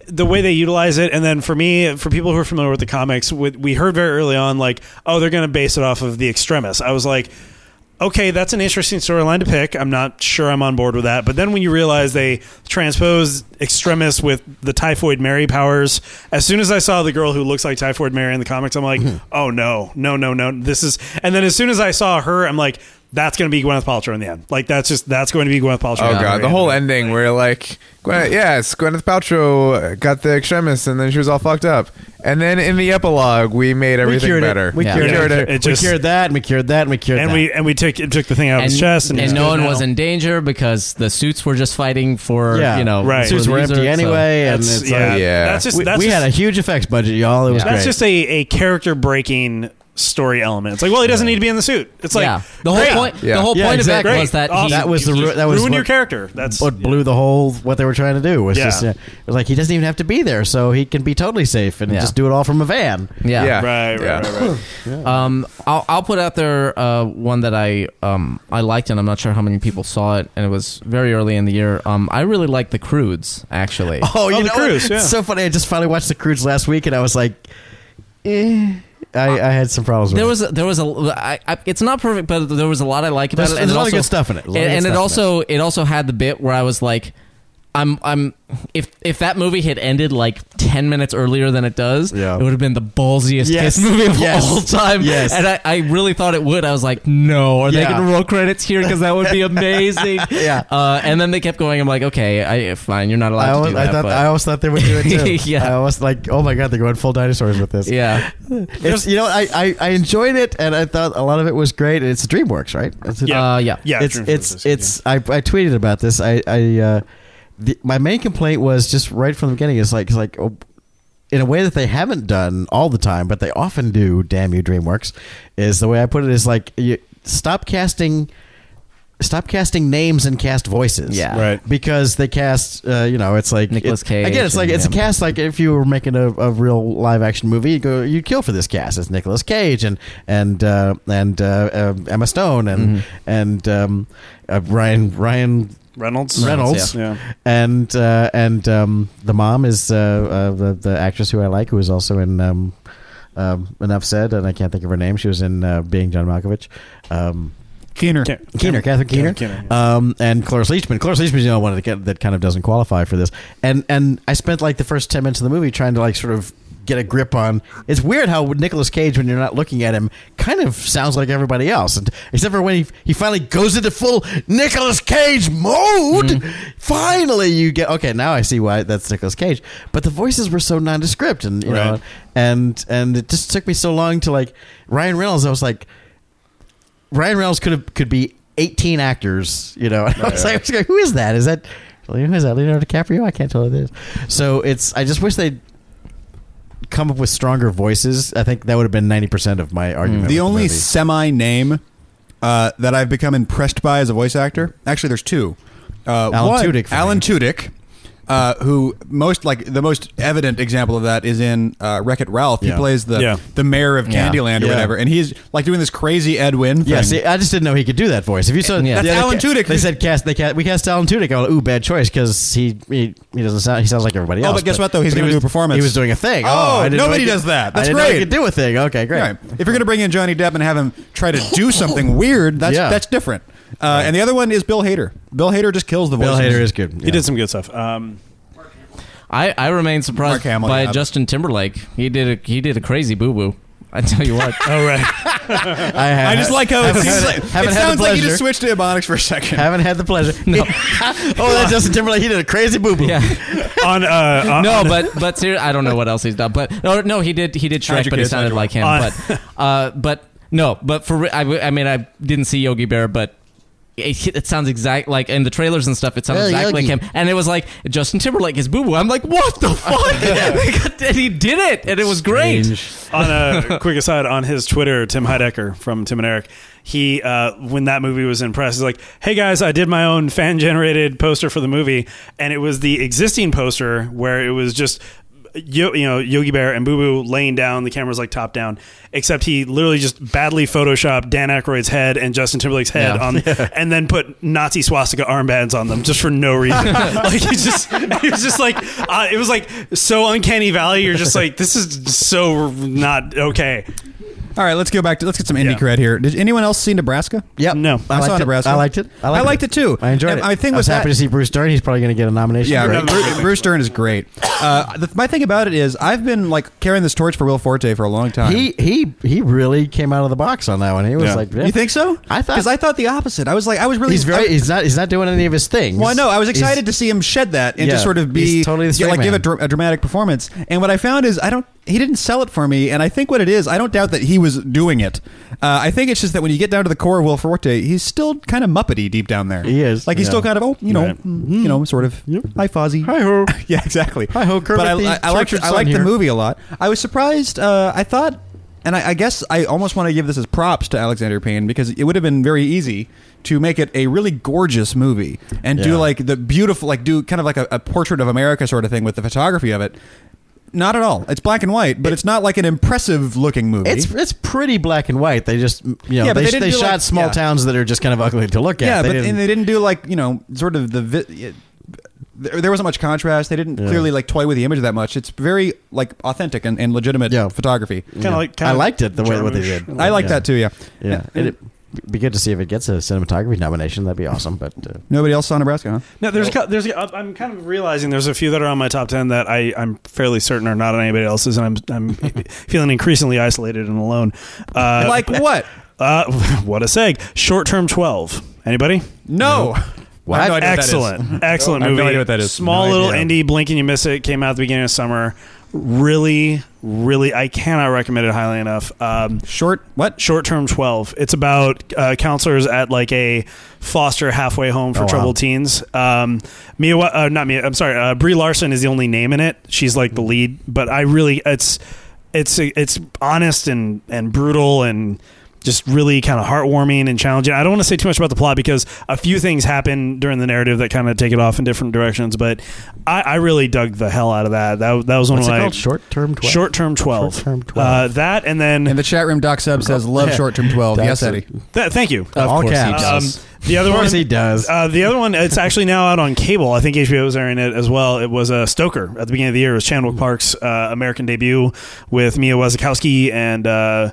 Speaker 4: the way they utilize it, and then for me, for people who are familiar with the comics, we, we heard very early on, like, oh, they're going to base it off of the Extremis. I was like. Okay, that's an interesting storyline to pick. I'm not sure I'm on board with that. But then when you realize they transpose Extremis with the Typhoid Mary powers, as soon as I saw the girl who looks like Typhoid Mary in the comics, I'm like, oh no, no, no, no. This is. And then as soon as I saw her, I'm like, that's going to be Gwyneth Paltrow in the end. Like that's just that's going to be Gwyneth Paltrow.
Speaker 3: Oh
Speaker 4: in the
Speaker 3: god,
Speaker 4: very
Speaker 3: the whole
Speaker 4: end.
Speaker 3: ending where like, Gwyneth, yes, Gwyneth Paltrow uh, got the extremis, and then she was all fucked up, and then in the epilogue we made everything
Speaker 2: cured it.
Speaker 3: better.
Speaker 2: We
Speaker 5: Yeah.
Speaker 2: cured,
Speaker 4: Yeah.
Speaker 2: it.
Speaker 4: It just-
Speaker 2: we cured that, and we cured that, and we cured
Speaker 4: and
Speaker 2: that.
Speaker 4: we and we took took the thing out of his chest, and, he's
Speaker 5: no
Speaker 4: good
Speaker 5: one
Speaker 4: now.
Speaker 5: was in danger because the suits were just fighting for
Speaker 2: Yeah.
Speaker 5: you know
Speaker 4: Right.
Speaker 5: for
Speaker 2: suits were
Speaker 5: the
Speaker 2: empty
Speaker 5: user, so-
Speaker 2: anyway, and
Speaker 4: That's-
Speaker 2: it's
Speaker 4: yeah,
Speaker 2: like
Speaker 3: Yeah.
Speaker 4: that's just
Speaker 2: we,
Speaker 4: that's
Speaker 2: we
Speaker 4: just,
Speaker 2: had a huge effects budget, y'all. It was
Speaker 5: Yeah.
Speaker 2: great.
Speaker 4: That's just a, a character breaking story element. It's like, well, he doesn't need to be in the suit. It's like
Speaker 5: yeah. The whole
Speaker 4: great.
Speaker 5: point.
Speaker 3: Yeah.
Speaker 5: The whole
Speaker 2: Yeah,
Speaker 5: point
Speaker 2: exactly.
Speaker 5: of that
Speaker 4: Great.
Speaker 5: was that
Speaker 4: Awesome.
Speaker 5: he.
Speaker 2: That was the
Speaker 4: You
Speaker 2: ru-
Speaker 4: just
Speaker 2: that was
Speaker 4: ruined
Speaker 2: what-
Speaker 4: your character. That's
Speaker 2: what blew the whole what they were trying to do was
Speaker 4: Yeah.
Speaker 2: just uh, it was like he doesn't even have to be there, so he can be totally safe and
Speaker 5: Yeah.
Speaker 2: just do it all from a van.
Speaker 5: yeah.
Speaker 3: Yeah.
Speaker 4: right, right,
Speaker 3: Yeah.
Speaker 4: right, right.
Speaker 5: Um, I'll, I'll put out there uh, one that I um, I liked, and I'm not sure how many people saw it, and it was very early in the year. Um, I really liked the Crudes actually.
Speaker 2: Oh, you
Speaker 4: the
Speaker 2: know, what?
Speaker 4: cruise, yeah.
Speaker 2: it's so funny. I just finally watched the cruise last week, and I was like, eh, I, I had some problems. with
Speaker 5: There
Speaker 2: it.
Speaker 5: was there was a I, I, it's not perfect, but there was a lot I like about
Speaker 2: There's-
Speaker 5: it. And
Speaker 2: there's
Speaker 5: it
Speaker 2: a lot of
Speaker 5: also-
Speaker 2: good stuff in it. There's
Speaker 5: And,
Speaker 2: a lot of
Speaker 5: and
Speaker 2: good
Speaker 5: it
Speaker 2: stuff in
Speaker 5: also it also had the bit where I was like, I'm I'm if if that movie had ended like ten minutes earlier than it does,
Speaker 2: Yeah.
Speaker 5: it would have been the ballsiest
Speaker 2: Yes.
Speaker 5: kiss movie of
Speaker 2: Yes.
Speaker 5: all time.
Speaker 2: Yes.
Speaker 5: and I, I really thought it would. I was like, no, are
Speaker 2: Yeah.
Speaker 5: they gonna roll credits here? Because that would be amazing.
Speaker 2: Yeah.
Speaker 5: Uh, and then they kept going. I'm like, okay, I fine. You're not allowed
Speaker 2: I
Speaker 5: to
Speaker 2: always,
Speaker 5: do that.
Speaker 2: I, thought,
Speaker 5: but-
Speaker 2: I always thought they would do it too.
Speaker 5: Yeah.
Speaker 2: I was like, oh my god, they're going full dinosaurs with this.
Speaker 5: yeah.
Speaker 2: It's, you know, I, I, I enjoyed it, and I thought a lot of it was great. And it's DreamWorks, right? It's a-
Speaker 5: Uh, yeah.
Speaker 4: Yeah,
Speaker 2: it's
Speaker 4: true.
Speaker 2: it's it's. I, I tweeted about this. I I uh, the, my main complaint was just right from the beginning. It's like it's like oh, in a way that they haven't done all the time, but they often do. Damn you, DreamWorks! Is the way I put it is like you stop casting. Stop casting names and cast voices.
Speaker 5: Yeah.
Speaker 4: Right.
Speaker 2: Because they cast, uh, you know, it's like
Speaker 5: Nicolas
Speaker 2: it-
Speaker 5: Cage
Speaker 2: Again, it's like
Speaker 5: and
Speaker 2: it's a
Speaker 5: him.
Speaker 2: cast like if you were making a, a real live action movie, you go you kill for this cast. It's Nicolas Cage and and uh, and uh, uh, Emma Stone and and um, uh, Ryan Ryan
Speaker 4: Reynolds.
Speaker 2: Reynolds
Speaker 4: Yeah.
Speaker 2: and uh, and um, the mom is uh, uh, the the actress who I like, who is also in um, um, Enough Said, and I can't think of her name. She was in uh, Being John Malkovich. Um,
Speaker 1: Keener.
Speaker 4: Okay.
Speaker 2: Keener, Catherine Keener,
Speaker 4: Keener,
Speaker 2: um, and Cloris Leachman. Cloris Leachman's the only one that, get, that kind of doesn't qualify for this. And and I spent like the first ten minutes of the movie trying to like sort of get a grip on. It's weird how Nicolas Cage, when you're not looking at him, kind of sounds like everybody else, and, except for when he he finally goes into full Nicolas Cage mode. Finally, you get okay. Now I see why that's Nicolas Cage. But the voices were so nondescript, and you know,
Speaker 4: Right.
Speaker 2: and and it just took me so long to like Ryan Reynolds. I was like. Ryan Reynolds could have, could be 18 actors, you know. And I was like, I was like, who is that? Is that who is that Leonardo DiCaprio? I can't tell who it is. So it's I just wish they'd come up with stronger voices. I think that would have been 90% of my argument. with
Speaker 1: The only
Speaker 2: movie.
Speaker 1: semi name uh, that I've become impressed by as a voice actor, actually, there's two. Uh,
Speaker 2: Alan
Speaker 1: one,
Speaker 2: Tudyk for
Speaker 1: Alan
Speaker 2: me.
Speaker 1: Tudyk, uh, who most like the most evident example of that is in uh, Wreck It Ralph.
Speaker 2: Yeah.
Speaker 1: He plays the
Speaker 4: Yeah.
Speaker 1: the mayor of
Speaker 5: Yeah.
Speaker 1: Candyland or
Speaker 2: Yeah.
Speaker 1: whatever, and he's like doing this crazy Ed Wynn thing.
Speaker 2: yeah, see, I just didn't know he could do that voice. If you saw,
Speaker 5: Yeah.
Speaker 2: the
Speaker 1: That's
Speaker 2: other
Speaker 1: Alan
Speaker 2: ca-
Speaker 1: Tudyk.
Speaker 2: They said cast, they cast, we cast Alan Tudyk. I went, ooh, bad choice because he, he he doesn't sound he sounds like everybody
Speaker 1: Oh,
Speaker 2: else.
Speaker 1: but guess what, though? He's
Speaker 2: but he
Speaker 1: gonna do
Speaker 2: was-
Speaker 1: a performance.
Speaker 2: He was doing a thing. Oh,
Speaker 1: Oh,
Speaker 2: I didn't know
Speaker 1: nobody
Speaker 2: he could-
Speaker 1: does that.
Speaker 2: I
Speaker 1: That's
Speaker 2: didn't know he
Speaker 1: great.
Speaker 2: could do a thing. Okay, great.
Speaker 1: Right. If you're going to bring in Johnny Depp and have him try to do something weird, that's
Speaker 2: Yeah.
Speaker 1: that's different. Uh, and the other one is Bill Hader. Bill Hader just kills the voice.
Speaker 2: Bill Hader is good.
Speaker 4: He did some good stuff. Um,
Speaker 5: I, I remain
Speaker 1: Mark
Speaker 5: surprised
Speaker 1: Hamill,
Speaker 5: by
Speaker 1: yeah.
Speaker 5: Justin Timberlake. He did a he did a crazy boo boo. I tell you what.
Speaker 4: oh right,
Speaker 2: I, have,
Speaker 1: I just like how it
Speaker 2: haven't
Speaker 1: seems
Speaker 2: had-
Speaker 1: like it
Speaker 2: haven't had the
Speaker 1: sounds like you
Speaker 2: pleasure.
Speaker 1: just switched to Ebonics for a second.
Speaker 2: Haven't had the pleasure. No. oh, that's Justin Timberlake. He did a crazy boo boo.
Speaker 5: yeah.
Speaker 4: on uh, on,
Speaker 5: No, but but ser- I don't know what else he's done. But no, no, he did he did
Speaker 1: How'd
Speaker 5: Shrek,
Speaker 1: you
Speaker 5: but he
Speaker 1: kiss? How'd
Speaker 5: sounded
Speaker 1: you
Speaker 5: like him.
Speaker 4: Uh,
Speaker 5: But uh, but no, but for re- I, w- I mean I didn't see Yogi Bear, but. It, it sounds exact like in the trailers and stuff. It sounds
Speaker 2: Well,
Speaker 5: exactly
Speaker 2: Yogi.
Speaker 5: like him, and it was like Justin Timberlake is boo boo. I'm like, what the fuck? and he did it, and it was great.
Speaker 4: on a quick aside on his Twitter, Tim Heidecker from Tim and Eric. He, uh, when that movie was in press, he's like, "Hey guys, I did my own fan generated poster for the movie, and it was the existing poster where it was just." Yo, you know Yogi Bear and Boo Boo laying down. The camera's like top down, except he literally just badly photoshopped Dan Aykroyd's head and Justin Timberlake's head
Speaker 5: Yeah.
Speaker 4: on, and then put Nazi swastika armbands on them just for no reason. like he just, he was just like, uh, it was like so uncanny valley. You're just like, this is so not okay.
Speaker 1: All right, let's go back to let's get some indie
Speaker 4: Yeah.
Speaker 1: cred here. Did anyone else see Nebraska?
Speaker 2: Yep.
Speaker 4: No.
Speaker 1: I, saw
Speaker 2: liked it.
Speaker 1: Nebraska.
Speaker 2: I liked it.
Speaker 1: I liked, it. too.
Speaker 2: I enjoyed
Speaker 1: And
Speaker 2: it.
Speaker 1: My thing
Speaker 2: I was
Speaker 1: was, that-
Speaker 2: happy to see Bruce Dern. He's probably going to get a nomination.
Speaker 1: Yeah,
Speaker 2: for it.
Speaker 1: Bru- Bruce, Dern is great. Uh, the, my thing about it is, I've been like carrying this torch for Will Forte for a long time.
Speaker 2: He he he really came out of the box on that one. He was
Speaker 4: Yeah.
Speaker 2: like,
Speaker 1: you think so?
Speaker 2: I thought-
Speaker 1: because I thought the opposite. I was like, I was really
Speaker 2: He's very.
Speaker 1: I-
Speaker 2: He's not. He's not doing any of his things.
Speaker 1: Well, no, I was
Speaker 2: He's-
Speaker 1: excited to see him shed that and
Speaker 2: Yeah,
Speaker 1: just sort of be
Speaker 2: he's totally the straight
Speaker 1: like give a,
Speaker 2: man.
Speaker 1: dr- a dramatic performance. And what I found is I don't he didn't sell it for me. And I think what it is, I don't doubt that he was doing it. Uh, I think it's just that when you get down to the core of Will Forte, he's still kind of muppety deep down there.
Speaker 2: He is,
Speaker 1: like he's
Speaker 2: yeah. Mm-hmm.
Speaker 1: still kind of oh you know
Speaker 4: Right.
Speaker 1: mm, you know sort of hi Fozzie hi ho yeah exactly hi
Speaker 2: Hi-ho, Kermit
Speaker 1: But I,
Speaker 2: the
Speaker 1: I, I liked
Speaker 2: Tortured
Speaker 1: I liked
Speaker 2: Son
Speaker 1: the
Speaker 2: here.
Speaker 1: movie a lot. I was surprised. Uh, I thought. And I, I guess I almost want to give this as props to Alexander Payne because it would have been very easy to make it a really gorgeous movie and do
Speaker 2: Yeah.
Speaker 1: like the beautiful, like do kind of like a, a portrait of America sort of thing with the photography of it. Not at all. It's black and white, but it's not like an impressive looking movie.
Speaker 2: It's it's pretty black and white. They just you know
Speaker 1: Yeah, but
Speaker 2: they
Speaker 1: they
Speaker 2: they,
Speaker 1: didn't do,
Speaker 2: shot
Speaker 1: like-
Speaker 2: small
Speaker 1: yeah.
Speaker 2: towns that are just kind of ugly to look at.
Speaker 1: yeah,
Speaker 2: They
Speaker 1: but
Speaker 2: didn't-
Speaker 1: and they didn't do like you know sort of the. Vi- it, there there wasn't much contrast. They didn't clearly like toy with the image that much. It's very like authentic and, and legitimate
Speaker 2: Yeah.
Speaker 1: photography.
Speaker 4: Kind of
Speaker 2: Yeah.
Speaker 4: like kinda
Speaker 2: I liked it the way what they
Speaker 4: Jarmusch.
Speaker 2: did.
Speaker 1: I like
Speaker 2: Yeah.
Speaker 1: that too. Yeah.
Speaker 2: yeah, it, it'd be good to see if it gets a cinematography nomination. That'd be awesome. But uh,
Speaker 1: Nobody else saw Nebraska, huh?
Speaker 4: No, there's co- there's uh, I'm kind of realizing there's a few that are on my top ten that I I'm fairly certain are not on anybody else's, and I'm I'm feeling increasingly isolated and alone. Uh,
Speaker 1: like what?
Speaker 4: uh, what a seg. Short term twelve. Anybody?
Speaker 1: No.
Speaker 2: What?
Speaker 1: I have no idea what that is.
Speaker 4: Excellent, excellent
Speaker 1: I have
Speaker 4: movie.
Speaker 1: no idea what that is.
Speaker 4: Small
Speaker 1: No
Speaker 4: little
Speaker 1: idea.
Speaker 4: indie, blink and you miss it. Came out at the beginning of summer. Really, really, I cannot recommend it highly enough. Um,
Speaker 1: Short. What?
Speaker 4: Short term twelve. It's about uh, counselors at like a foster halfway home for
Speaker 2: Oh, wow.
Speaker 4: troubled teens. Um, Mia, Wa- uh, not Mia. I'm sorry. Uh, Brie Larson is the only name in it. She's like the
Speaker 2: Hmm.
Speaker 4: lead, but I really it's it's it's honest and and brutal and just really kind of heartwarming and challenging. I don't want to say too much about the plot because a few things happen during the narrative that kind of take it off in different directions. But I, I really dug the hell out of that. That that was one
Speaker 2: what's
Speaker 4: of
Speaker 2: it
Speaker 4: my
Speaker 2: called? Short term.
Speaker 4: short term twelve.
Speaker 2: Short-term
Speaker 4: Uh,
Speaker 2: 12.
Speaker 4: that and then
Speaker 1: In the chat room, Doc Sub says, "Love short term 12." yes, Eddie.
Speaker 4: Th- thank you.
Speaker 2: Of
Speaker 5: All
Speaker 2: course he
Speaker 5: caps.
Speaker 4: Um,
Speaker 2: does.
Speaker 4: the other
Speaker 2: Of course
Speaker 4: one,
Speaker 2: he does.
Speaker 4: Uh, the other one, it's actually now out on cable. I think HBO was airing it as well. It was uh, Stoker at the beginning of the year. It was Chandler Park's uh, American debut with Mia Wasikowski and uh,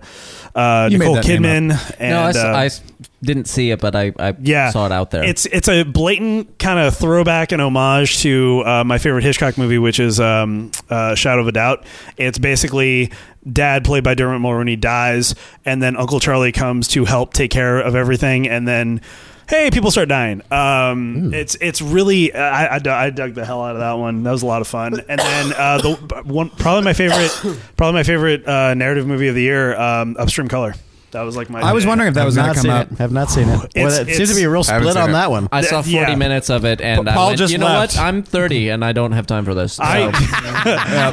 Speaker 4: uh,
Speaker 1: You made
Speaker 4: Nicole
Speaker 1: that name
Speaker 4: Kidman. And,
Speaker 5: no, I, s-
Speaker 4: uh,
Speaker 5: I s- didn't see it, but I, I
Speaker 4: yeah,
Speaker 5: saw it out there.
Speaker 4: It's it's a blatant kind of throwback and homage to uh, my favorite Hitchcock movie, which is um, uh, Shadow of a Doubt. It's basically dad played by Dermot Mulroney dies, and then Uncle Charlie comes to help take care of everything, and then. Hey, people start dying. Um,
Speaker 5: Hmm.
Speaker 4: it's it's really I, I, du- I dug the hell out of that one. That was a lot of fun. And then uh, the one probably my favorite probably my favorite uh, narrative movie of the year, um, Upstream Color. That was like my.
Speaker 1: I was wondering if that
Speaker 2: Have
Speaker 1: was going
Speaker 2: not
Speaker 1: to come
Speaker 2: seen
Speaker 1: up.
Speaker 2: it. Have not seen it.
Speaker 4: It's-
Speaker 2: Well, it seems to be a real
Speaker 3: I haven't
Speaker 2: split
Speaker 3: seen
Speaker 2: on
Speaker 3: it.
Speaker 2: that one.
Speaker 5: I saw 40
Speaker 4: yeah.
Speaker 5: minutes of it, and
Speaker 1: Paul
Speaker 5: I went,
Speaker 1: just
Speaker 5: you know
Speaker 1: left.
Speaker 5: what? I'm 30, and I don't have time for this.
Speaker 4: I,
Speaker 5: So-
Speaker 4: I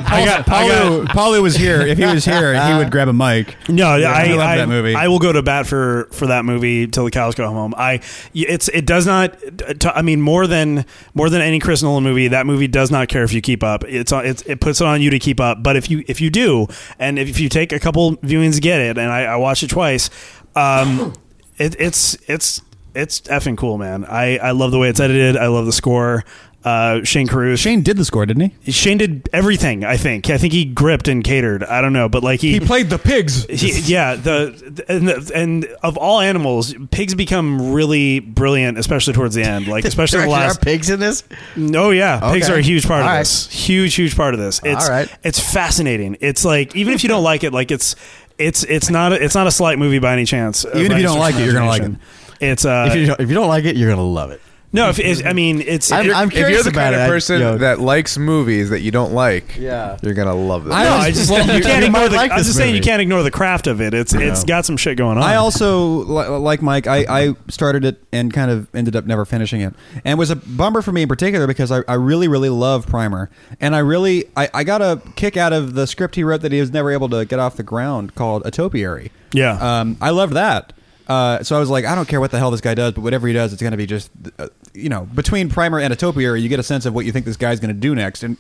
Speaker 4: got, I got,
Speaker 1: Paulo, Paulo was here. If he was here, he would grab a mic.
Speaker 4: No, I,
Speaker 1: I love
Speaker 4: I-
Speaker 1: that movie.
Speaker 4: I will go to bat for for that movie till the cows go home. I it's it does not. I mean, more than more than any Chris Nolan movie, that movie does not care if you keep up. It's on. It's, it puts it on you to keep up. But if you if you do, and if you take a couple viewings, to get it. And I, I watched it twice. Um, it, it's it's it's effing cool, man. I I love the way it's edited. I love the score. uh, Shane Carruth.
Speaker 1: Shane did the score, didn't he?
Speaker 4: Shane did everything. I think. I think he gripped and catered. I don't know, but like he,
Speaker 1: He played the pigs.
Speaker 4: he- yeah, the and, the and of all animals, pigs become really brilliant, especially towards the end. Like especially
Speaker 2: There
Speaker 4: the
Speaker 2: actually
Speaker 4: last.
Speaker 2: are pigs in this.
Speaker 4: No, yeah, pigs
Speaker 2: Okay.
Speaker 4: are a huge part
Speaker 2: All
Speaker 4: of
Speaker 2: right.
Speaker 4: this. Huge, huge part of this. It's
Speaker 2: All right.
Speaker 4: it's fascinating. It's like even if you don't like it, like it's it's it's not a, it's not a slight movie by any chance. uh,
Speaker 1: Even if you
Speaker 4: by any
Speaker 1: don't
Speaker 4: stretch
Speaker 1: like
Speaker 4: of
Speaker 1: it, you're gonna like
Speaker 4: imagination. It's uh
Speaker 2: If you don't, if you don't like it, you're gonna love it.
Speaker 4: no, if, if, I mean it's
Speaker 2: I'm-
Speaker 4: it-
Speaker 2: I'm
Speaker 3: if you're
Speaker 2: curious
Speaker 3: the
Speaker 2: about
Speaker 3: kind
Speaker 2: it, I-
Speaker 3: of person
Speaker 2: yo.
Speaker 3: that likes movies that you don't like,
Speaker 2: Yeah.
Speaker 3: you're gonna love this.
Speaker 4: no,
Speaker 1: I was-
Speaker 4: I just
Speaker 1: well,
Speaker 4: you
Speaker 1: you-
Speaker 4: can't
Speaker 2: you
Speaker 4: ignore
Speaker 2: might
Speaker 4: the,
Speaker 2: like
Speaker 4: I was
Speaker 2: this
Speaker 4: just saying you
Speaker 2: movie.
Speaker 4: can't ignore the craft of it. It's it's got some shit going on.
Speaker 1: I also li- like Mike. I, I started it and kind of ended up never finishing it, and it was a bummer for me in particular because I, I really really love Primer, and I really I, I got a kick out of the script he wrote that he was never able to get off the ground called A Topiary.
Speaker 4: Yeah.
Speaker 1: um, I loved that. Uh, so I was like, I don't care what the hell this guy does, but whatever he does, it's going to be just, uh, you know, between Primer and A Topiary, you get a sense of what you think this guy's going to do next, and.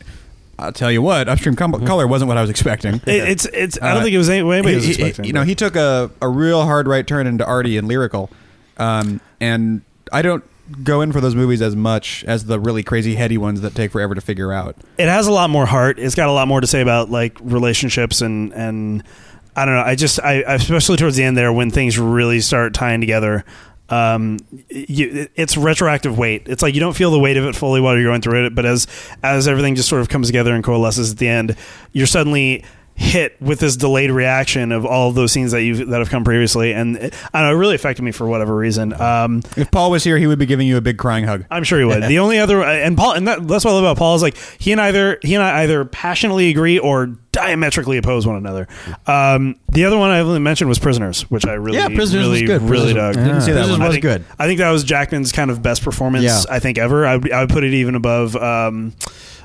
Speaker 1: I'll tell you what, Upstream Com- Color wasn't what I was expecting.
Speaker 4: Mm-hmm. It- it's it's I don't
Speaker 1: Uh,
Speaker 4: think it was any, what anybody
Speaker 1: he-
Speaker 4: was
Speaker 1: he-
Speaker 4: expecting.
Speaker 1: you know,
Speaker 4: but-
Speaker 1: he took a, a real hard right turn into arty and lyrical. Um, and I don't go in for those movies as much as the really crazy heady ones that take forever to figure out.
Speaker 4: it has a lot more heart. It's got a lot more to say about like relationships and and I don't know. I just I I- especially towards the end there when things really start tying together. Um, you, it's retroactive weight. It's like you don't feel the weight of it fully while you're going through it, but as as everything just sort of comes together and coalesces at the end, you're suddenly hit with this delayed reaction of all of those scenes that you've that have come previously, and it, I don't know. It really affected me for whatever reason. Um,
Speaker 1: If Paul was here, he would be giving you a big crying hug.
Speaker 4: I'm sure he would. The only other uh, and Paul and that, that's what I love about Paul is like he and either he and I either passionately agree or diametrically oppose one another. Um, the other one I only mentioned was Prisoners, which I really
Speaker 2: Yeah, Prisoners
Speaker 4: really,
Speaker 2: was good.
Speaker 4: really
Speaker 2: Prisoners-
Speaker 4: dug.
Speaker 2: I didn't see that Prisoners one.
Speaker 4: I
Speaker 2: was
Speaker 4: think-
Speaker 2: good.
Speaker 4: I think that was Jackman's kind of best performance
Speaker 2: Yeah.
Speaker 4: I think ever. I would, I would put it even above um,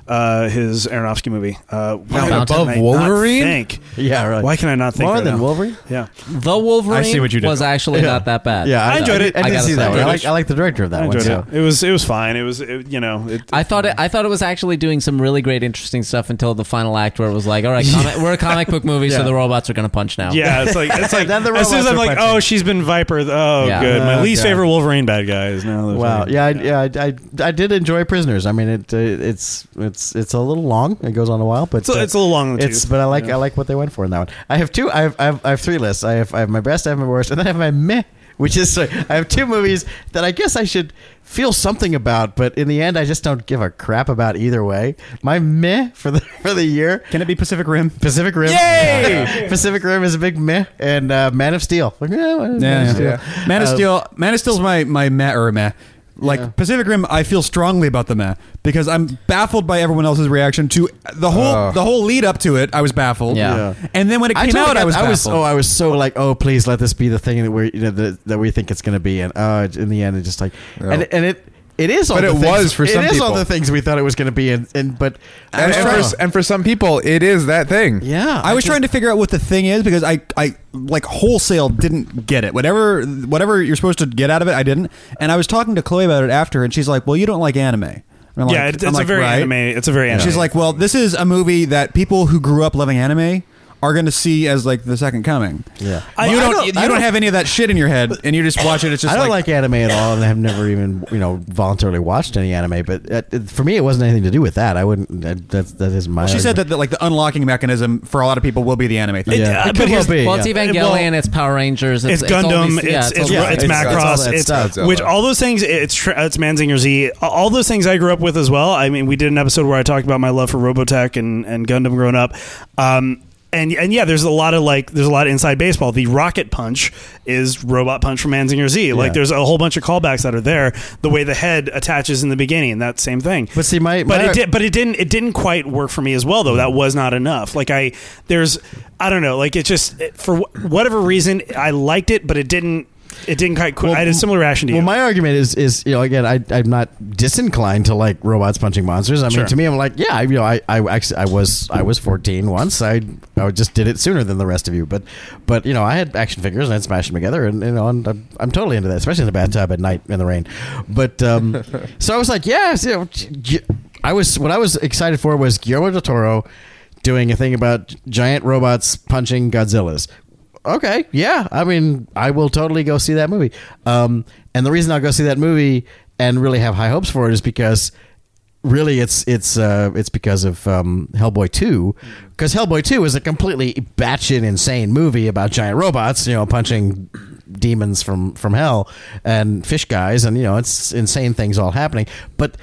Speaker 4: uh, his Aronofsky movie. Uh, why
Speaker 5: Above
Speaker 4: can I not
Speaker 3: Wolverine?
Speaker 4: think?
Speaker 2: Yeah, right.
Speaker 4: Why can I not think
Speaker 2: more
Speaker 4: right
Speaker 2: than
Speaker 4: now?
Speaker 2: Wolverine?
Speaker 4: Yeah,
Speaker 5: The Wolverine
Speaker 1: I see what you did.
Speaker 5: was actually
Speaker 2: Yeah.
Speaker 5: not that bad.
Speaker 2: Yeah,
Speaker 4: I enjoyed it.
Speaker 2: I,
Speaker 5: I
Speaker 2: did
Speaker 5: gotta
Speaker 2: see
Speaker 5: say.
Speaker 2: that one. I
Speaker 4: Enjoyed
Speaker 2: like,
Speaker 4: it.
Speaker 2: I like the director of that
Speaker 4: I
Speaker 2: one.
Speaker 4: enjoyed
Speaker 2: So.
Speaker 4: it. It was it was fine. It was it, you know it,
Speaker 5: I thought it. I thought it was actually doing some really great, interesting stuff until the final act, where it was like, "All right, comic, we're a comic book movie,
Speaker 2: Yeah.
Speaker 5: so the robots are going to punch now."
Speaker 4: Yeah, it's like it's like
Speaker 2: Then the
Speaker 4: as soon as
Speaker 2: robots
Speaker 4: I'm
Speaker 2: are
Speaker 4: like,
Speaker 2: punching.
Speaker 4: oh, she's been Viper. Oh,
Speaker 5: Yeah.
Speaker 4: good. My
Speaker 2: Oh,
Speaker 4: least
Speaker 2: God.
Speaker 4: favorite Wolverine bad guy is now. the
Speaker 2: Wow.
Speaker 4: Wolverine.
Speaker 2: Yeah. I, yeah. I, I, I did enjoy Prisoners. I mean, it uh, it's it's it's a little long. It goes on a while, but
Speaker 4: It's a,
Speaker 2: uh,
Speaker 4: it's a little long. in the
Speaker 2: it's
Speaker 4: tooth.
Speaker 2: but I like
Speaker 4: Yeah.
Speaker 2: I like what they went for in that one. I have two. I have I have, I have three lists. I have I have my best, I have my worst, and then I have my meh, which is sorry, I have two movies that I guess I should feel something about, but in the end, I just don't give a crap about either way. My meh for the for the year.
Speaker 1: Can it be Pacific Rim?
Speaker 2: Pacific Rim,
Speaker 1: Yay!
Speaker 2: Pacific Rim is a big meh, and uh, Man of Steel. Like, eh, Man of
Speaker 1: Yeah,
Speaker 2: Steel.
Speaker 1: yeah. Man of
Speaker 2: Uh,
Speaker 1: Steel. Man of Steel's my my meh or meh. Like
Speaker 2: Yeah.
Speaker 1: Pacific Rim, I feel strongly about the meh because I'm baffled by everyone else's reaction to the whole
Speaker 3: Ugh.
Speaker 1: the whole lead up to it. I was baffled.
Speaker 5: Yeah.
Speaker 2: Yeah.
Speaker 1: And then when it
Speaker 2: I
Speaker 1: came
Speaker 2: told
Speaker 1: out,
Speaker 2: you
Speaker 1: I was
Speaker 2: I
Speaker 1: baffled.
Speaker 2: was oh I was so like oh please let this be the thing that we you know that, that we think it's going to be and uh, in the end it just like and and it it is all
Speaker 3: But
Speaker 2: the
Speaker 3: it
Speaker 2: things-
Speaker 3: was for some
Speaker 2: it is all
Speaker 3: people.
Speaker 2: the things we thought it was going to be and, and but I
Speaker 3: and,
Speaker 2: was
Speaker 3: and
Speaker 2: trying-
Speaker 3: for, and for some people, it is that thing.
Speaker 2: yeah
Speaker 1: I was
Speaker 2: just-
Speaker 1: trying to figure out what the thing is because I, I like wholesale didn't get it. Whatever whatever you're supposed to get out of it, I didn't. And I was talking to Chloe about it after, and she's like, "Well, you don't like anime." And I'm
Speaker 4: yeah,
Speaker 1: like-
Speaker 4: it's,
Speaker 1: I'm
Speaker 4: it's a
Speaker 1: like,
Speaker 4: very
Speaker 1: "Right."
Speaker 4: anime. It's a very anime.
Speaker 1: And she's like, "Well, this is a movie that people who grew up loving anime." Are going to see as like the second coming.
Speaker 2: Yeah.
Speaker 4: I-
Speaker 1: you
Speaker 4: I
Speaker 1: don't,
Speaker 4: don't-
Speaker 1: you
Speaker 2: I
Speaker 1: don't,
Speaker 2: don't-
Speaker 1: have any of that shit in your head, and you just watch it. It's just
Speaker 2: I don't
Speaker 1: like,
Speaker 2: like, anime at all, and I've never even you know voluntarily watched any anime. But uh, it, for me, it wasn't anything to do with that. I wouldn't. That that's, that is my.
Speaker 1: she said that, that like the unlocking mechanism for a lot of people will be the anime thing.
Speaker 2: Yeah.
Speaker 4: uh,
Speaker 2: It
Speaker 4: but
Speaker 2: could
Speaker 4: here's-
Speaker 2: well be.
Speaker 5: Well, it's
Speaker 2: yeah.
Speaker 5: Evangelion, it's Power Rangers, it's,
Speaker 4: it's Gundam,
Speaker 5: all these- yeah,
Speaker 4: it's it's, Ro-
Speaker 5: all these
Speaker 4: it's,
Speaker 2: it's-
Speaker 5: things.
Speaker 2: it's all
Speaker 4: Macross,
Speaker 2: that
Speaker 4: it's,
Speaker 2: stuff.
Speaker 4: which all those things. It's tr- it's Manzinger Z. All those things I grew up with as well. I mean, we did an episode where I talked about my love for Robotech and and Gundam growing up. Um, and, and yeah, there's a lot of like there's a lot of inside baseball. The rocket punch is robot punch from Manzinger Z. Like
Speaker 2: Yeah.
Speaker 4: there's a whole bunch of callbacks that are there. The way the head attaches in the beginning, that same thing.
Speaker 2: But see, my-
Speaker 4: but
Speaker 2: my-
Speaker 4: it did, but it didn't it didn't quite work for me as well though. That was not enough. Like I there's I don't know. Like it just it, for wh- whatever reason I liked it, but it didn't it didn't quite. Qu- I had a similar reaction to you.
Speaker 2: Well, my argument is is you know again I I'm not disinclined to like robots punching monsters. I mean
Speaker 4: Sure.
Speaker 2: to me I'm like yeah I- you know I I actually I was I was 14 once I I just did it sooner than the rest of you. But but you know I had action figures and I'd smash them together and you know and I'm, I'm totally into that especially in the bathtub at night in the rain. But um so I was like yeah you know, g- g- I was what I was excited for was Guillermo del Toro doing a thing about giant robots punching Godzillas okay, yeah. I mean, I will totally go see that movie. Um, and the reason I'll go see that movie and really have high hopes for it is because really it's it's uh, it's because of um, Hellboy two, because Hellboy two is a completely batshit insane movie about giant robots, you know, punching demons from from hell and fish guys, and you know, it's insane things all happening, but.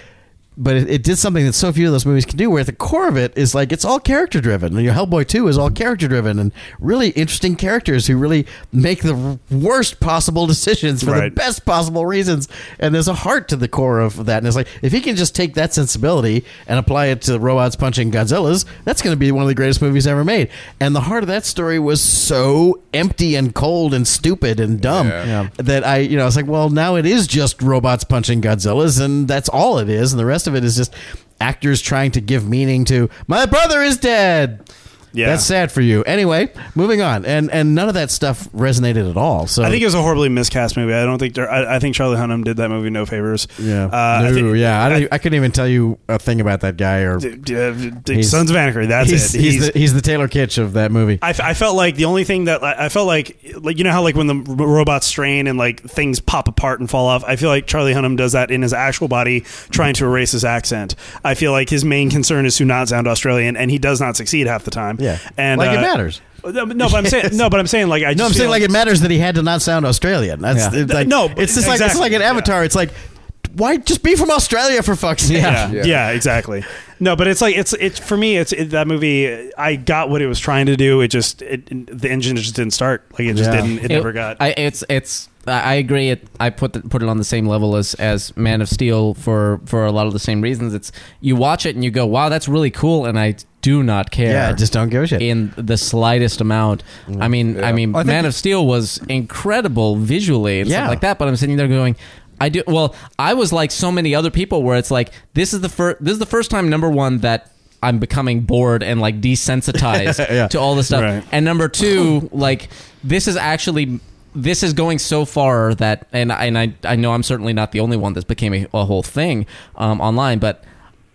Speaker 2: But it, it did something that so few of those movies can do, where at the core of it is like it's all character driven. And your Hellboy 2 is all character driven and really interesting characters who really make the worst possible decisions for the
Speaker 4: Right.
Speaker 2: best best possible reasons. And there's a heart to the core of that. And it's like, if he can just take that sensibility and apply it to robots punching Godzillas, that's going to be one of the greatest movies ever made. And the heart of that story was so empty and cold and stupid and dumb
Speaker 3: Yeah. Yeah.
Speaker 2: that I, you know, it's like, well, now it is just robots punching Godzillas, and that's all it is. And the rest of it is just actors trying to give meaning to, my brother is dead.
Speaker 4: Yeah.
Speaker 2: That's sad for you. Anyway, moving on, and and none of that stuff resonated at all. So
Speaker 4: I think it was a horribly miscast movie. I don't think I, I think Charlie Hunnam did that movie no favors.
Speaker 2: Yeah.
Speaker 4: Uh,
Speaker 2: no,
Speaker 4: I think-
Speaker 2: yeah. I, don't, e, I, couldn't even tell you a thing about that guy. Or
Speaker 4: D- d- d-
Speaker 2: He's-
Speaker 4: Sons of Anarchy. That's
Speaker 2: he's,
Speaker 4: it.
Speaker 2: he's the, he's the Taylor Kitsch of that movie.
Speaker 4: I, f- I felt like the only thing that I I felt like like you know how like when the r- robots strain and like things pop apart and fall off. I feel like Charlie Hunnam does that in his actual body, trying to erase his accent. I feel like his main concern is to not sound Australian, and he does not succeed half the time.
Speaker 2: Yeah.
Speaker 4: and
Speaker 2: Like it
Speaker 4: uh,
Speaker 2: matters.
Speaker 4: No, but- no, but I'm saying no, but I'm saying like I.
Speaker 2: no, I'm saying like it matters that he had to not sound Australian. That's Yeah. it's like,
Speaker 4: No,
Speaker 2: it's just like it's
Speaker 4: exactly.
Speaker 2: like an
Speaker 4: Yeah.
Speaker 2: avatar. It's like why just be from Australia for fuck's sake?
Speaker 4: Yeah.
Speaker 3: Yeah.
Speaker 4: yeah, exactly. No, but it's like it's it's for me. It's it, that movie. I got what it was trying to do. It just it, the engine just didn't start. Like it just
Speaker 2: Yeah.
Speaker 4: didn't. It, never got.
Speaker 5: I, it's it's. I I agree. It, I put the, put it on the same level as as Man of Steel for for a lot of the same reasons. It's you watch it and you go, wow, that's really cool, and I do not care.
Speaker 2: Yeah, I just don't give a shit.
Speaker 5: in the slightest amount. I mean, I mean,
Speaker 1: Well, I think-
Speaker 5: Man of Steel was incredible visually and
Speaker 2: Yeah.
Speaker 5: stuff like that. But I'm sitting there going. I do well. I was like so many other people, where it's like this is the first. This is the first time, number one, that I'm becoming bored and like desensitized
Speaker 2: Yeah.
Speaker 5: to all this stuff.
Speaker 4: Right.
Speaker 5: And number two, like this is actually this is going so far that and I- and I I know I'm certainly not the only one that's became a, a whole thing um, online, but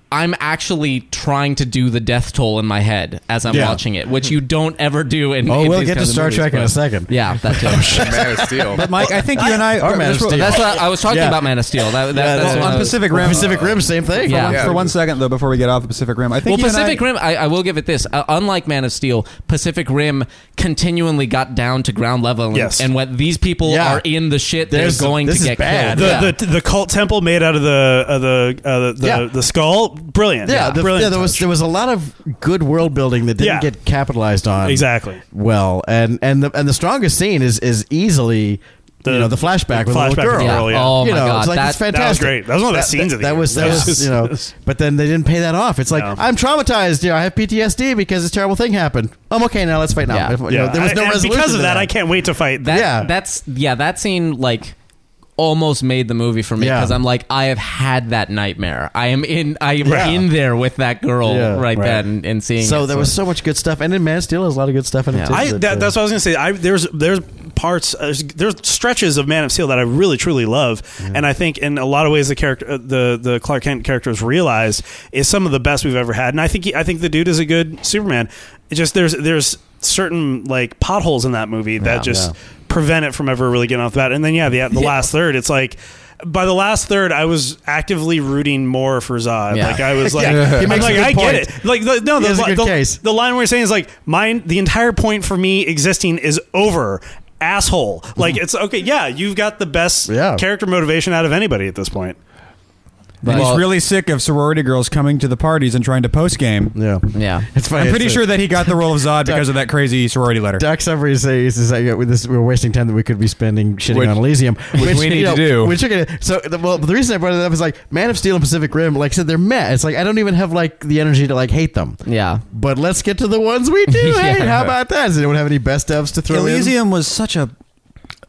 Speaker 5: I'm actually trying to do the death toll in my head as I'm
Speaker 2: Yeah.
Speaker 5: watching it, which you don't ever do. In
Speaker 2: Oh,
Speaker 5: in
Speaker 2: we'll
Speaker 5: these
Speaker 2: get to
Speaker 5: kinds of
Speaker 2: Star
Speaker 5: movies,
Speaker 2: Trek in
Speaker 5: but-
Speaker 2: a second.
Speaker 5: Yeah, that too.
Speaker 3: Man of Steel.
Speaker 2: Oh.
Speaker 1: But Mike, I think you and I
Speaker 2: Or Man of
Speaker 1: just real-
Speaker 2: Steel.
Speaker 5: that's what I was talking
Speaker 2: Yeah.
Speaker 5: about. Man of Steel. That, that, that's
Speaker 1: well, on
Speaker 5: what I was-
Speaker 1: Pacific
Speaker 2: Well,
Speaker 1: Rim.
Speaker 2: Pacific Rim, same thing.
Speaker 5: Yeah.
Speaker 1: For one second though, before we get off the Pacific Rim, I think
Speaker 5: Well,
Speaker 1: you and I-
Speaker 5: Pacific Rim, I, I will give it this. Uh, unlike Man of Steel, Pacific Rim continually got down to ground level and,
Speaker 4: Yes.
Speaker 5: and went, these people
Speaker 2: Yeah.
Speaker 5: are in the shit. They're
Speaker 2: There's-
Speaker 5: going
Speaker 2: this
Speaker 5: to
Speaker 2: is
Speaker 5: get
Speaker 2: bad.
Speaker 5: killed.
Speaker 4: the,
Speaker 5: Yeah.
Speaker 4: the the cult temple made out of the uh, the uh, the, the,
Speaker 2: Yeah.
Speaker 4: the skull. Brilliant.
Speaker 2: Yeah, the-
Speaker 4: brilliant.
Speaker 2: yeah, there was
Speaker 4: touch.
Speaker 2: there was a lot of good world building that didn't
Speaker 4: Yeah.
Speaker 2: get capitalized on
Speaker 4: Exactly.
Speaker 2: well, and and the and the strongest scene is is easily
Speaker 4: The-
Speaker 2: you know the flashback with the
Speaker 4: flashback with the
Speaker 2: little girl.
Speaker 4: girl, Yeah. yeah.
Speaker 5: Oh
Speaker 2: you
Speaker 5: my
Speaker 2: know,
Speaker 5: god,
Speaker 2: it's like
Speaker 5: that,
Speaker 2: it's fantastic.
Speaker 4: great. That was one of the scenes
Speaker 2: That,
Speaker 4: of the
Speaker 2: that
Speaker 4: year.
Speaker 2: was that
Speaker 4: Yeah.
Speaker 2: was you know, but then they didn't pay that off. It's like
Speaker 4: No.
Speaker 2: I'm traumatized. You know, I have PTSD because this terrible thing happened. I'm okay now. Let's fight now.
Speaker 5: Yeah.
Speaker 2: If- you
Speaker 4: Yeah.
Speaker 2: know, there was no
Speaker 4: I- and
Speaker 2: resolution
Speaker 4: because
Speaker 2: to
Speaker 4: of that, I can't wait to fight.
Speaker 5: That,
Speaker 2: Yeah.
Speaker 5: that's yeah. That scene like almost made the movie for me
Speaker 2: Yeah.
Speaker 5: because I'm like, I have had that nightmare. I am in. I am
Speaker 2: Yeah.
Speaker 5: in there with that girl
Speaker 2: Yeah.
Speaker 5: right,
Speaker 2: Right.
Speaker 5: then and seeing.
Speaker 2: So
Speaker 5: it,
Speaker 2: there was so much good stuff, and in Man of Steel, there's a lot of good stuff in it. Too,
Speaker 4: I
Speaker 2: that,
Speaker 4: that,
Speaker 2: uh,
Speaker 4: that's what I was gonna say. I there's there's parts uh, there's, there's stretches of Man of Steel that I really truly love, and I think in a lot of ways the character uh, the the Clark Kent character is realized is some of the best we've ever had, and I think he, I think the dude is a good Superman. It just there's there's certain like potholes in that movie that
Speaker 5: Yeah.
Speaker 4: just prevent it from ever really getting off the bat, and then yeah, the the last third, it's like. By the last third, I was actively rooting more for Zod.
Speaker 5: Yeah.
Speaker 4: Like I was like,
Speaker 2: Yeah. He
Speaker 4: I'm
Speaker 2: makes a
Speaker 4: like,
Speaker 2: good
Speaker 4: I
Speaker 2: point.
Speaker 4: get it. Like the, no,
Speaker 2: He
Speaker 4: the,
Speaker 2: has a
Speaker 4: li-
Speaker 2: good
Speaker 4: the-
Speaker 2: case.
Speaker 4: the line we're saying is like mine the entire point for me existing is over asshole like it's okay yeah you've got the best
Speaker 2: Yeah.
Speaker 4: character motivation out of anybody at this point
Speaker 1: And
Speaker 5: Well-
Speaker 1: he's really sick of sorority girls coming to the parties and trying to post game.
Speaker 2: yeah.
Speaker 5: yeah.
Speaker 2: It's funny.
Speaker 1: I'm
Speaker 2: it's
Speaker 1: pretty
Speaker 2: a-
Speaker 1: sure that he got the role of Zod because of that crazy sorority letter.
Speaker 2: Doc Summary says is like, uh, this, we're wasting time that we could be spending shitting
Speaker 3: Which-
Speaker 2: on Elysium, which,
Speaker 3: we
Speaker 2: you
Speaker 3: need to do.
Speaker 2: Which are gonna, so, the, well, the reason I brought it up is like Man of Steel and Pacific Rim. Like I said, they're meh. It's like I don't even have like the energy to like hate them.
Speaker 5: Yeah.
Speaker 2: But let's get to the ones we do.
Speaker 5: Yeah.
Speaker 2: hate. how about that? Does anyone have any best ofs to throw in?
Speaker 1: Elysium was such a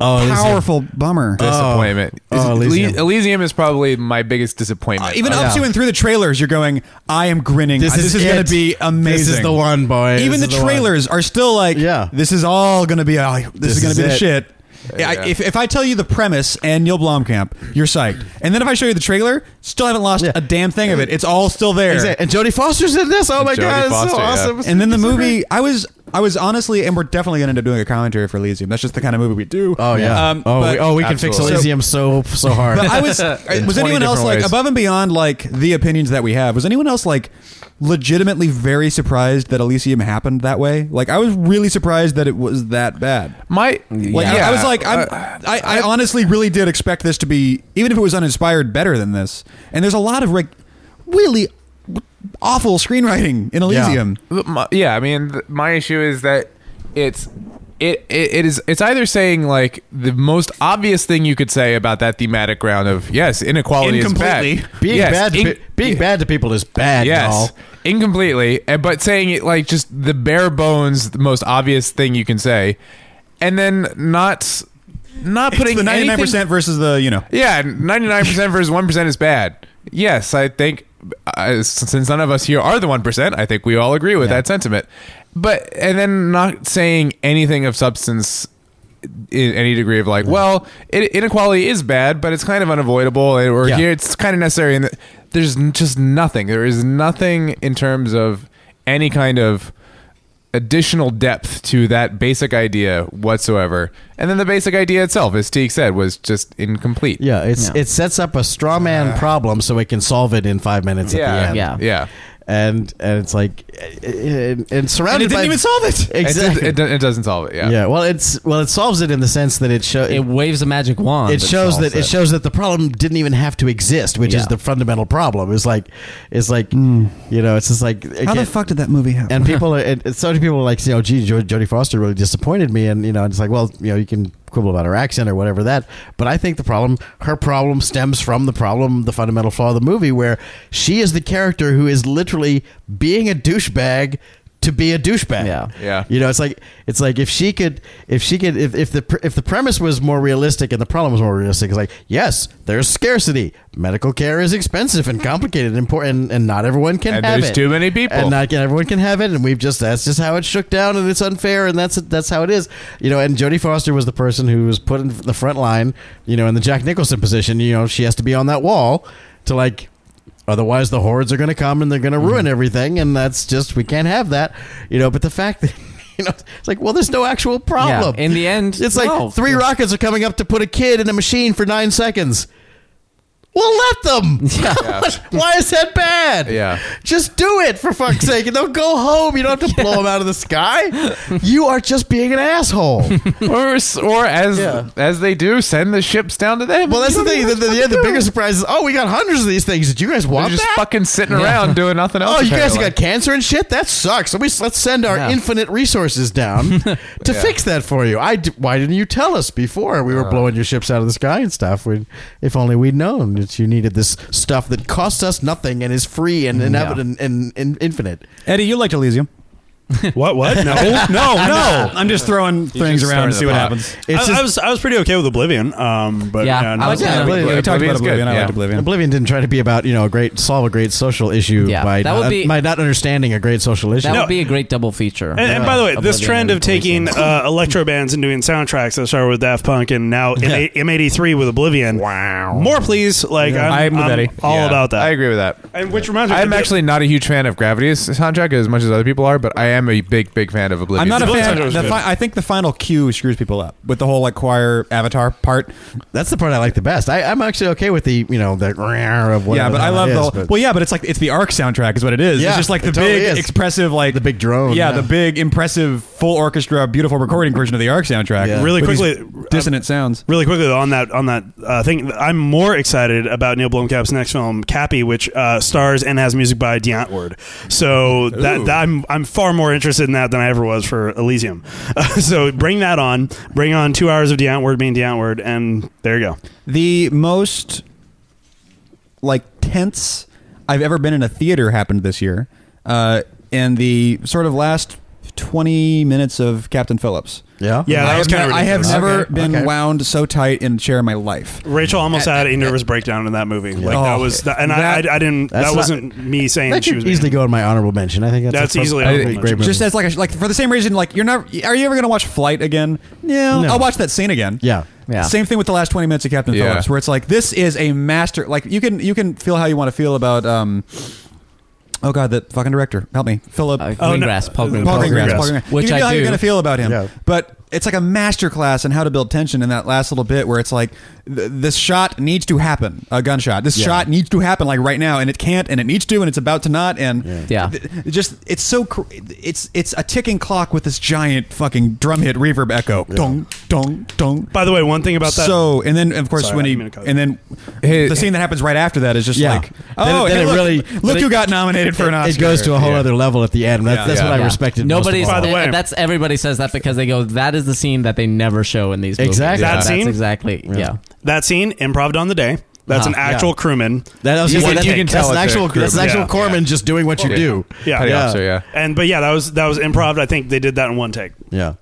Speaker 2: Oh, Elysium.
Speaker 1: powerful bummer.
Speaker 3: disappointment.
Speaker 2: Oh,
Speaker 3: Is-
Speaker 2: oh,
Speaker 3: Ely-
Speaker 2: Elysium.
Speaker 3: Elysium. is probably my biggest disappointment.
Speaker 1: Uh,
Speaker 3: Uh,
Speaker 1: Even
Speaker 2: Oh,
Speaker 1: up
Speaker 2: yeah.
Speaker 1: to and through the trailers, you're going, I am grinning. Uh, This, is, going
Speaker 2: it.
Speaker 1: to be amazing.
Speaker 2: This is the one, boy.
Speaker 1: Even the
Speaker 2: This is one.
Speaker 1: trailers are still like,
Speaker 2: Yeah.
Speaker 1: this is all going to be, oh, this,
Speaker 2: This
Speaker 1: is going
Speaker 2: is
Speaker 1: to be
Speaker 2: it.
Speaker 1: the shit. I,
Speaker 3: Yeah.
Speaker 1: if, if I tell you the premise and Neil Blomkamp, you're psyched. And then if I show you the trailer, still haven't lost
Speaker 2: Yeah.
Speaker 1: a damn thing of it. It's all still there.
Speaker 2: Exactly. And Jodie Foster's in this. Oh my
Speaker 3: Jodie
Speaker 2: god, it's so
Speaker 3: Foster, yeah.
Speaker 2: awesome.
Speaker 1: And then the
Speaker 2: It's so great.
Speaker 1: movie, I was I was honestly, and we're definitely going to end up doing a commentary for Elysium. That's just the kind of movie we do.
Speaker 2: Oh yeah.
Speaker 1: Um,
Speaker 2: oh,
Speaker 1: but-
Speaker 2: we, oh, we can fix
Speaker 1: Absolutely.
Speaker 2: Elysium so so hard.
Speaker 1: But I was
Speaker 3: In
Speaker 1: was
Speaker 3: 20
Speaker 1: anyone else
Speaker 3: different
Speaker 1: like
Speaker 3: ways.
Speaker 1: above and beyond like the opinions that we have. Was anyone else like legitimately very surprised that Elysium happened that way? Like I was really surprised that it was that bad.
Speaker 3: My,
Speaker 1: Like
Speaker 3: yeah,
Speaker 1: I was like I'm,
Speaker 3: uh,
Speaker 1: I, I honestly really did expect this to be even if it was uninspired better than this. And there's a lot of like really awful screenwriting in Elysium.
Speaker 3: my, yeah i mean th- my issue is that it's it, it it is it's either saying like the most obvious thing you could say about that thematic ground of yes inequality is
Speaker 4: Incompletely.
Speaker 3: bad
Speaker 2: being
Speaker 3: yes,
Speaker 2: bad, to
Speaker 3: in-
Speaker 2: pe- being bad to people is bad.
Speaker 3: yes
Speaker 2: y'all.
Speaker 3: incompletely eh, but saying it like just the bare bones the most obvious thing you can say and then not not putting
Speaker 1: the 99%
Speaker 3: anything-
Speaker 1: versus the, you know.
Speaker 3: yeah, ninety nine percent versus one percent is bad. Yes, I think uh, since none of us here are the one percent, I think we all agree with that sentiment. But and then not saying anything of substance in any degree of like, well, it, inequality is bad, but it's kind of unavoidable, and- or
Speaker 2: Yeah.
Speaker 3: here it's kind of necessary. And th- there's n- just nothing. There is nothing in terms of any kind of additional depth to that basic idea whatsoever. And then the basic idea itself, as Teague said, was just incomplete.
Speaker 2: Yeah, it's
Speaker 5: Yeah.
Speaker 2: it sets up a straw man problem so it can solve it in five minutes at the
Speaker 3: Yeah.
Speaker 2: end.
Speaker 5: Yeah.
Speaker 3: Yeah.
Speaker 2: and and it's like and, and surrounded
Speaker 1: didn't
Speaker 2: by
Speaker 1: even solve it.
Speaker 2: exactly.
Speaker 3: It, does, it, doesn't solve it. Yeah.
Speaker 2: yeah, well, it's well, it solves it in the sense that it shows
Speaker 5: It
Speaker 2: it,
Speaker 5: waves a magic wand.
Speaker 2: it shows that it shows that the problem didn't even have to exist, which is
Speaker 5: Yeah.
Speaker 2: the fundamental problem. It's like it's like you know, it's just like
Speaker 1: How the
Speaker 2: again-
Speaker 1: fuck did that movie happen?
Speaker 2: and people are, and, and so many people are like, you know, gee, Jo- Jodie Foster really disappointed me, and you know, it's like, well, you know, you can quibble about her accent or whatever that, but I think the problem, her problem, stems from the problem, the fundamental flaw of the movie, where she is the character who is literally being a douchebag to be a douchebag.
Speaker 5: Yeah.
Speaker 3: Yeah.
Speaker 2: You know, it's like it's like if she could, if she could, if, if the pr- if the premise was more realistic and the problem was more realistic, it's like yes, there's scarcity. Medical care is expensive and complicated and important, and not everyone can
Speaker 3: And
Speaker 2: have
Speaker 3: there's
Speaker 2: it.
Speaker 3: too many people.
Speaker 2: And not again, everyone can have it, and we've just that's just how it shook down, and it's unfair, and that's that's how it is, you know. And Jodie Foster was the person who was put in the front line, you know, in the Jack Nicholson position. You know, she has to be on that wall to like, otherwise the hordes are going to come and they're going to ruin
Speaker 5: Mm-hmm.
Speaker 2: everything, and that's just we can't have that, you know. But the fact that. You know, it's like, well, there's no actual problem.
Speaker 5: in the end,
Speaker 2: it's like
Speaker 5: no.
Speaker 2: three rockets are coming up to put a kid in a machine for nine seconds. Well, let them. Why is that bad?
Speaker 3: Yeah.
Speaker 2: Just do it for fuck's sake. And don't go home. You don't have to blow them out of the sky. You are just being an asshole.
Speaker 3: or s- or as
Speaker 2: Yeah.
Speaker 3: as they do, send the ships down to them.
Speaker 2: well, that's the
Speaker 3: You don't
Speaker 2: thing. The,
Speaker 3: even
Speaker 2: the,
Speaker 3: know
Speaker 2: yeah,
Speaker 3: what
Speaker 2: the
Speaker 3: they're
Speaker 2: bigger
Speaker 3: doing.
Speaker 2: surprise is, oh, we got hundreds of these things. Did you guys
Speaker 3: They're
Speaker 2: want
Speaker 3: just
Speaker 2: that?
Speaker 3: fucking sitting around doing nothing else.
Speaker 2: Oh, you guys
Speaker 3: apparently.
Speaker 2: got cancer and shit? That sucks. Let me, let's send our
Speaker 5: Yeah.
Speaker 2: infinite resources down to fix that for you. I d- why didn't you tell us before we were
Speaker 3: Uh.
Speaker 2: blowing your ships out of the sky and stuff? We, if only we'd known that you needed this stuff that costs us nothing and is free and inevitable and, and, and infinite.
Speaker 1: Eddie, you liked Elysium.
Speaker 4: What? What? No, no, no.
Speaker 1: I'm just throwing things
Speaker 3: just
Speaker 1: around to
Speaker 3: started
Speaker 1: see
Speaker 3: the
Speaker 1: what
Speaker 3: pot.
Speaker 1: happens.
Speaker 2: It's
Speaker 4: I,
Speaker 2: just-
Speaker 4: I was I was pretty okay with Oblivion, um, but
Speaker 5: Yeah,
Speaker 4: yeah, no,
Speaker 5: I was-
Speaker 1: Yeah,
Speaker 5: Yeah,
Speaker 1: Oblivion-
Speaker 3: Oblivion-
Speaker 1: we talked about
Speaker 3: Oblivion's good,
Speaker 1: Oblivion. I
Speaker 3: yeah.
Speaker 1: liked Oblivion.
Speaker 2: Oblivion didn't try to be about you know a great solve a great social issue
Speaker 5: Yeah,
Speaker 2: by
Speaker 5: that would
Speaker 2: not,
Speaker 5: be-
Speaker 2: by not understanding a great social issue.
Speaker 5: That would be a great double feature.
Speaker 4: And, and by the way, this
Speaker 5: Oblivion
Speaker 4: trend
Speaker 5: and
Speaker 4: of taking
Speaker 5: Elysium.
Speaker 4: uh, electro bands and doing soundtracks that started with Daft Punk and now M- M83 with Oblivion. Wow. More, please. Like,
Speaker 1: Yeah. I'm
Speaker 4: I'm,
Speaker 1: with
Speaker 4: I'm
Speaker 1: Eddie.
Speaker 4: all
Speaker 3: Yeah,
Speaker 4: about that.
Speaker 3: I agree with that.
Speaker 4: And which reminds me,
Speaker 3: I'm
Speaker 4: the-
Speaker 3: actually not a huge fan of Gravity's soundtrack as much as other people are, but I am a big, big fan of Oblivion.
Speaker 1: I'm not a
Speaker 4: Oblivion
Speaker 1: fan.
Speaker 4: soundtrack was
Speaker 1: the
Speaker 4: good.
Speaker 1: fi- I think the final cue screws people up with the whole like choir avatar part.
Speaker 2: That's the part I like the best. I, I'm actually okay with the you know the of whatever
Speaker 1: yeah, but
Speaker 2: the
Speaker 1: I
Speaker 2: hell
Speaker 1: love
Speaker 2: it
Speaker 1: the
Speaker 2: is,
Speaker 1: whole,
Speaker 2: but-
Speaker 1: well, yeah, but it's like it's the arc soundtrack is what it is.
Speaker 2: Yeah,
Speaker 1: it's just like the
Speaker 2: it totally
Speaker 1: big
Speaker 2: is.
Speaker 1: expressive like
Speaker 2: The big drone,
Speaker 1: Yeah,
Speaker 2: yeah.
Speaker 1: the big impressive full orchestra, beautiful recording version of the arc soundtrack.
Speaker 2: Yeah.
Speaker 4: Really
Speaker 1: With these
Speaker 4: quickly,
Speaker 1: dissonant sounds.
Speaker 4: Really quickly on that on that uh, thing, I'm more excited about Neil Blomkamp's next film, Cappy, which uh, stars and has music by Deont Ward. So that, that- I'm I'm far more interested in that than I ever was for Elysium. so bring that on, bring on two hours of Deont Ward being Deont Ward, and there you go.
Speaker 1: The most like tense I've ever been in a theater happened this year, uh, in the sort of last twenty minutes of Captain Phillips.
Speaker 2: yeah
Speaker 4: Yeah, that
Speaker 1: I,
Speaker 4: was
Speaker 1: have,
Speaker 4: kind of
Speaker 1: ne- I have
Speaker 2: ridiculous.
Speaker 1: never
Speaker 2: Okay,
Speaker 1: been
Speaker 2: okay.
Speaker 1: wound so tight in a chair in my life.
Speaker 4: Rachel almost had a nervous breakdown in that movie. Like
Speaker 1: Oh,
Speaker 4: that was, that, and I,
Speaker 1: that-
Speaker 4: I, I didn't. That
Speaker 2: that's not-
Speaker 4: wasn't me saying
Speaker 2: That
Speaker 4: she
Speaker 2: should
Speaker 4: was
Speaker 2: easily go in my honorable mention. I think that's,
Speaker 4: That's
Speaker 2: a,
Speaker 4: easily
Speaker 2: a
Speaker 4: honorable
Speaker 2: great, great
Speaker 4: mention.
Speaker 2: movie.
Speaker 1: Just as like a, like for the same reason, like you're not. Are you ever gonna watch Flight again? No,
Speaker 2: No.
Speaker 1: I'll watch that scene again.
Speaker 2: Yeah.
Speaker 5: Yeah.
Speaker 1: Same thing with the last twenty minutes of Captain
Speaker 3: Yeah.
Speaker 1: Phillips, where it's like this is a master. Like you can you can feel how you want to feel about um, Oh god, that fucking director. Help me, Philip.
Speaker 5: Uh,
Speaker 4: Oh, no.
Speaker 5: Greengrass, Paul Greengrass.
Speaker 1: Paul
Speaker 4: Paul
Speaker 1: Greengrass.
Speaker 4: Greengrass.
Speaker 1: Paul Greengrass.
Speaker 5: Which
Speaker 1: you
Speaker 5: I
Speaker 1: know how
Speaker 5: do.
Speaker 1: you're gonna feel about him.
Speaker 2: Yeah.
Speaker 1: But it's like a master class in how to build tension in that last little bit where it's like th- this shot needs to happen, a gunshot. This
Speaker 2: Yeah.
Speaker 1: shot needs to happen like right now, and it can't, and it needs to, and it's about to not, and
Speaker 5: Yeah.
Speaker 1: th- it just it's so cr- it's it's a ticking clock with this giant fucking drum hit reverb echo. Dong dong dong.
Speaker 4: By the way, one thing about that.
Speaker 1: So and then of course
Speaker 4: Sorry,
Speaker 1: when
Speaker 4: I
Speaker 1: he
Speaker 4: didn't mean to cut you.
Speaker 1: and then
Speaker 3: Hey-
Speaker 1: the scene that happens right after that is just
Speaker 2: Yeah.
Speaker 1: like
Speaker 2: Then it-
Speaker 1: oh
Speaker 2: then
Speaker 1: hey,
Speaker 2: it
Speaker 1: look,
Speaker 2: really- then
Speaker 1: look
Speaker 2: it-
Speaker 1: who got nominated for an Oscar.
Speaker 2: It goes to a whole
Speaker 3: Yeah.
Speaker 2: other level at the end. That's, that's
Speaker 3: Yeah.
Speaker 2: what I
Speaker 5: Yeah.
Speaker 2: respected.
Speaker 5: Nobody's.
Speaker 2: Most of
Speaker 4: By the
Speaker 2: all.
Speaker 4: way-
Speaker 5: uh, that's everybody says that because they go, "That is the scene that they never show in these movies."
Speaker 2: Exactly.
Speaker 4: That
Speaker 5: That's
Speaker 4: scene?
Speaker 5: exactly. Yeah.
Speaker 4: that scene, improv on the day. That's an
Speaker 5: Uh-huh,
Speaker 4: actual
Speaker 2: yeah.
Speaker 4: crewman.
Speaker 2: That I was
Speaker 4: You
Speaker 2: just
Speaker 4: can-
Speaker 2: like,
Speaker 4: you
Speaker 2: that's-
Speaker 4: can
Speaker 2: that's an
Speaker 3: tell it's a
Speaker 2: actual.
Speaker 3: crew.
Speaker 2: That's an actual
Speaker 4: Yeah.
Speaker 2: corpsman just doing what you
Speaker 3: Yeah.
Speaker 2: do.
Speaker 4: Yeah.
Speaker 3: Petty
Speaker 2: Yeah.
Speaker 3: officer, yeah.
Speaker 4: And but yeah, that was that was improv. I think they did that in one take.
Speaker 2: Yeah.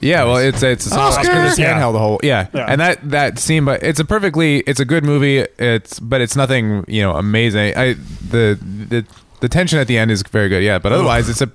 Speaker 3: Yeah, well, it's it's a soft
Speaker 5: Oscar!
Speaker 3: Oscar
Speaker 4: Yeah.
Speaker 3: handheld the whole yeah.
Speaker 4: Yeah.
Speaker 3: and that that scene, but it's a perfectly it's a good movie. It's but it's nothing you know amazing. I the the the tension at the end is very good. Yeah, but otherwise it's a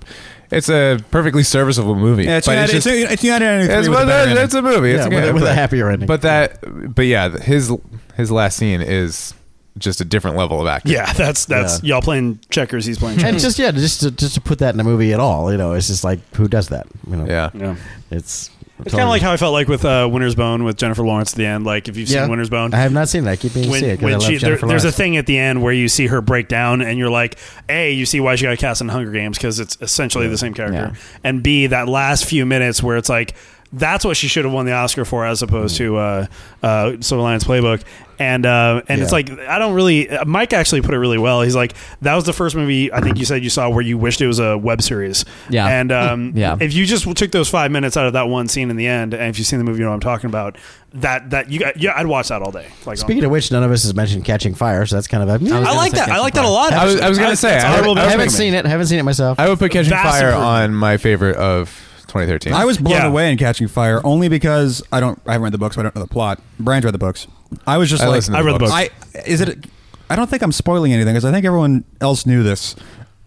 Speaker 3: it's a perfectly serviceable movie.
Speaker 1: Yeah, it's,
Speaker 3: but
Speaker 1: United, it's,
Speaker 3: just-
Speaker 1: it's United 93 with
Speaker 3: it's,
Speaker 1: a
Speaker 3: well,
Speaker 1: better ending.
Speaker 3: it's a movie.
Speaker 2: Yeah,
Speaker 3: It's a
Speaker 2: with a-
Speaker 3: good-
Speaker 2: with a
Speaker 3: but-
Speaker 2: happier ending.
Speaker 3: But that but yeah, his his last scene is just a different level of acting.
Speaker 4: Yeah, that's that's y'all playing checkers. He's playing.
Speaker 2: and
Speaker 4: Checkers.
Speaker 2: just yeah, just to, just to put that in a movie at all, you know, it's just like who does that? You know,
Speaker 3: yeah.
Speaker 4: yeah.
Speaker 2: it's
Speaker 4: It's kind of like how I felt like with uh, Winter's Bone with Jennifer Lawrence at the end. Like if you've seen Winter's Bone,
Speaker 2: I have not seen that. I keep being
Speaker 4: when,
Speaker 2: sick.
Speaker 4: when
Speaker 2: I love
Speaker 4: she, there,
Speaker 2: Jennifer
Speaker 4: there's a
Speaker 2: Lawrence.
Speaker 4: thing at the end where you see her break down and you're like a you see why she got cast in hunger games because it's essentially the same character and b that last few minutes where it's like that's what she should have won the oscar for as
Speaker 2: Mm.
Speaker 4: opposed to uh, uh, silver lion's playbook and uh, and it's
Speaker 2: Yeah.
Speaker 4: like i don't really uh, mike actually put it really well he's like that was the first movie i think you said you saw where you wished it was a web series
Speaker 5: Yeah.
Speaker 4: and um,
Speaker 5: Yeah.
Speaker 4: if you just took those five minutes out of that one scene in the end and if you've seen the movie you know what i'm talking about that that you got yeah i'd watch that all day like on-
Speaker 2: Speaking of which, none of us has mentioned Catching Fire, so that's kind of a. I,
Speaker 5: was
Speaker 4: I
Speaker 5: gonna
Speaker 4: like
Speaker 5: say
Speaker 4: that. I
Speaker 5: Catch
Speaker 4: like
Speaker 5: a
Speaker 4: that a
Speaker 5: Fire.
Speaker 4: lot.
Speaker 3: I was- I was gonna
Speaker 4: That's-
Speaker 3: say,
Speaker 4: that's
Speaker 3: I
Speaker 4: honorable
Speaker 3: haven't-
Speaker 4: mention
Speaker 3: I
Speaker 2: haven't
Speaker 4: for me.
Speaker 2: seen it. Haven't seen it myself.
Speaker 3: I would put Catching
Speaker 4: Vast
Speaker 3: Fire
Speaker 4: improvement.
Speaker 3: on my favorite of 2013.
Speaker 1: I was blown
Speaker 4: Yeah.
Speaker 1: away in Catching Fire only because I don't. I haven't read the books. So I don't know the plot. Brian's read the books. I was just
Speaker 3: I
Speaker 1: like,
Speaker 3: listened to
Speaker 4: I read the books.
Speaker 1: I is it? I don't think I'm spoiling anything because I think everyone else knew this.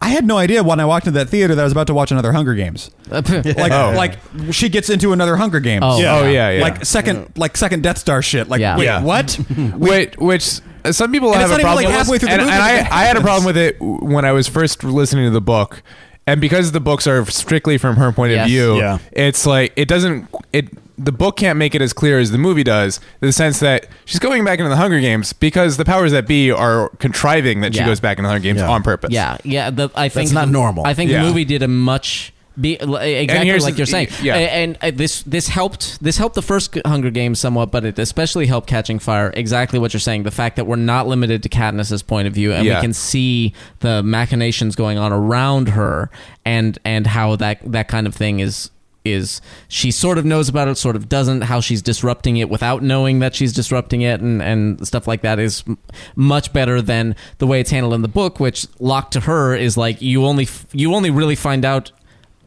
Speaker 1: I had no idea when I walked into that theater that I was about to watch another Hunger Games. Like,
Speaker 3: Oh.
Speaker 1: like she gets into another Hunger Games.
Speaker 5: Oh,
Speaker 4: Yeah.
Speaker 3: Oh yeah, yeah.
Speaker 1: Like second, like second Death Star shit. Like,
Speaker 5: Yeah.
Speaker 1: wait,
Speaker 3: Yeah.
Speaker 1: what?
Speaker 3: which, Hmm. which uh, some people
Speaker 1: And
Speaker 3: have
Speaker 1: it's not
Speaker 3: a
Speaker 1: even,
Speaker 3: problem
Speaker 1: like,
Speaker 3: with.
Speaker 1: halfway through the
Speaker 3: and,
Speaker 1: movie
Speaker 3: and
Speaker 1: that it
Speaker 3: I, I had a
Speaker 1: happens.
Speaker 3: problem with it when I was first listening to the book, and because the books are strictly from her point
Speaker 5: Yes.
Speaker 3: of view,
Speaker 4: Yeah.
Speaker 3: it's like it doesn't it. The book can't make it as clear as the movie does, in the sense that she's going back into the Hunger Games because the powers that be are contriving that she
Speaker 5: Yeah.
Speaker 3: goes back into the Hunger Games
Speaker 2: Yeah.
Speaker 3: on purpose.
Speaker 5: Yeah, yeah. The, I think
Speaker 2: not normal.
Speaker 5: I think
Speaker 3: Yeah.
Speaker 5: the movie did a much be, l- e, exactly
Speaker 3: here's
Speaker 5: like
Speaker 3: the-
Speaker 5: you're saying.
Speaker 3: yeah.
Speaker 5: A- and, uh, this this helped this helped the first Hunger Games somewhat, but it especially helped Catching Fire. Exactly what you're saying. The fact that we're not limited to Katniss's point of view, and
Speaker 3: Yeah.
Speaker 5: we can see the machinations going on around her, and and how that that kind of thing is. Is she sort of knows about it, sort of doesn't? How she's disrupting it without knowing that she's disrupting it, and and stuff like that is m- much better than the way it's handled in the book, which locked to her is like you only f- you only really find out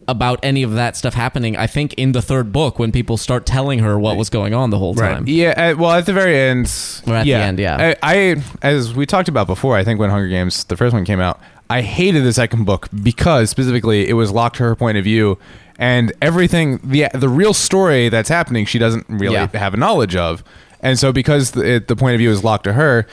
Speaker 5: about any of that stuff happening. I think in the third book when people start telling her what was going on the whole time.
Speaker 3: Yeah. At, well, at the very end.
Speaker 5: Or at the
Speaker 3: yeah.
Speaker 5: end, yeah.
Speaker 3: I, I, as we talked about before, I think when Hunger Games, the first one came out, I hated the second book because specifically it was locked to her point of view, and everything the the real story that's happening she doesn't really
Speaker 5: Yeah.
Speaker 3: have a knowledge of, and so because the, it, the point of view is locked to her.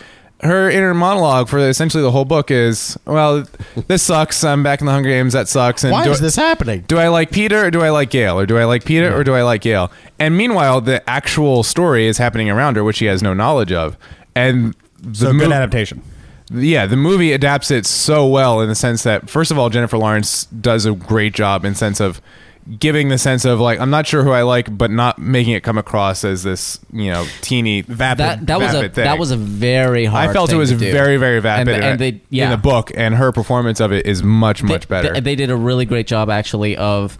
Speaker 3: Her inner monologue for essentially the whole book is, well, this sucks. I'm back in the Hunger Games. That sucks. And
Speaker 2: Why
Speaker 3: do
Speaker 2: is
Speaker 3: I-
Speaker 2: this happening?
Speaker 3: do I like Peter or do I like Yale? Or do I like Peter or do I like Yale? And meanwhile, the actual story is happening around her, which she has no knowledge of. And the
Speaker 1: So
Speaker 3: mo-
Speaker 1: good adaptation.
Speaker 3: yeah, the movie adapts it so well in the sense that first of all, Jennifer Lawrence does a great job in sense of giving the sense of like I'm not sure who I like, but not making it come across as this you know teeny
Speaker 1: Vapid.
Speaker 5: That that was a
Speaker 3: Vapid thing.
Speaker 5: that was a very hard.
Speaker 3: I felt it
Speaker 5: thing
Speaker 3: was
Speaker 5: to do.
Speaker 3: very very
Speaker 5: And,
Speaker 3: vapid uh,
Speaker 5: the- and they yeah
Speaker 3: in the book, and her performance of it is much much better.
Speaker 5: They, they did a really great job actually of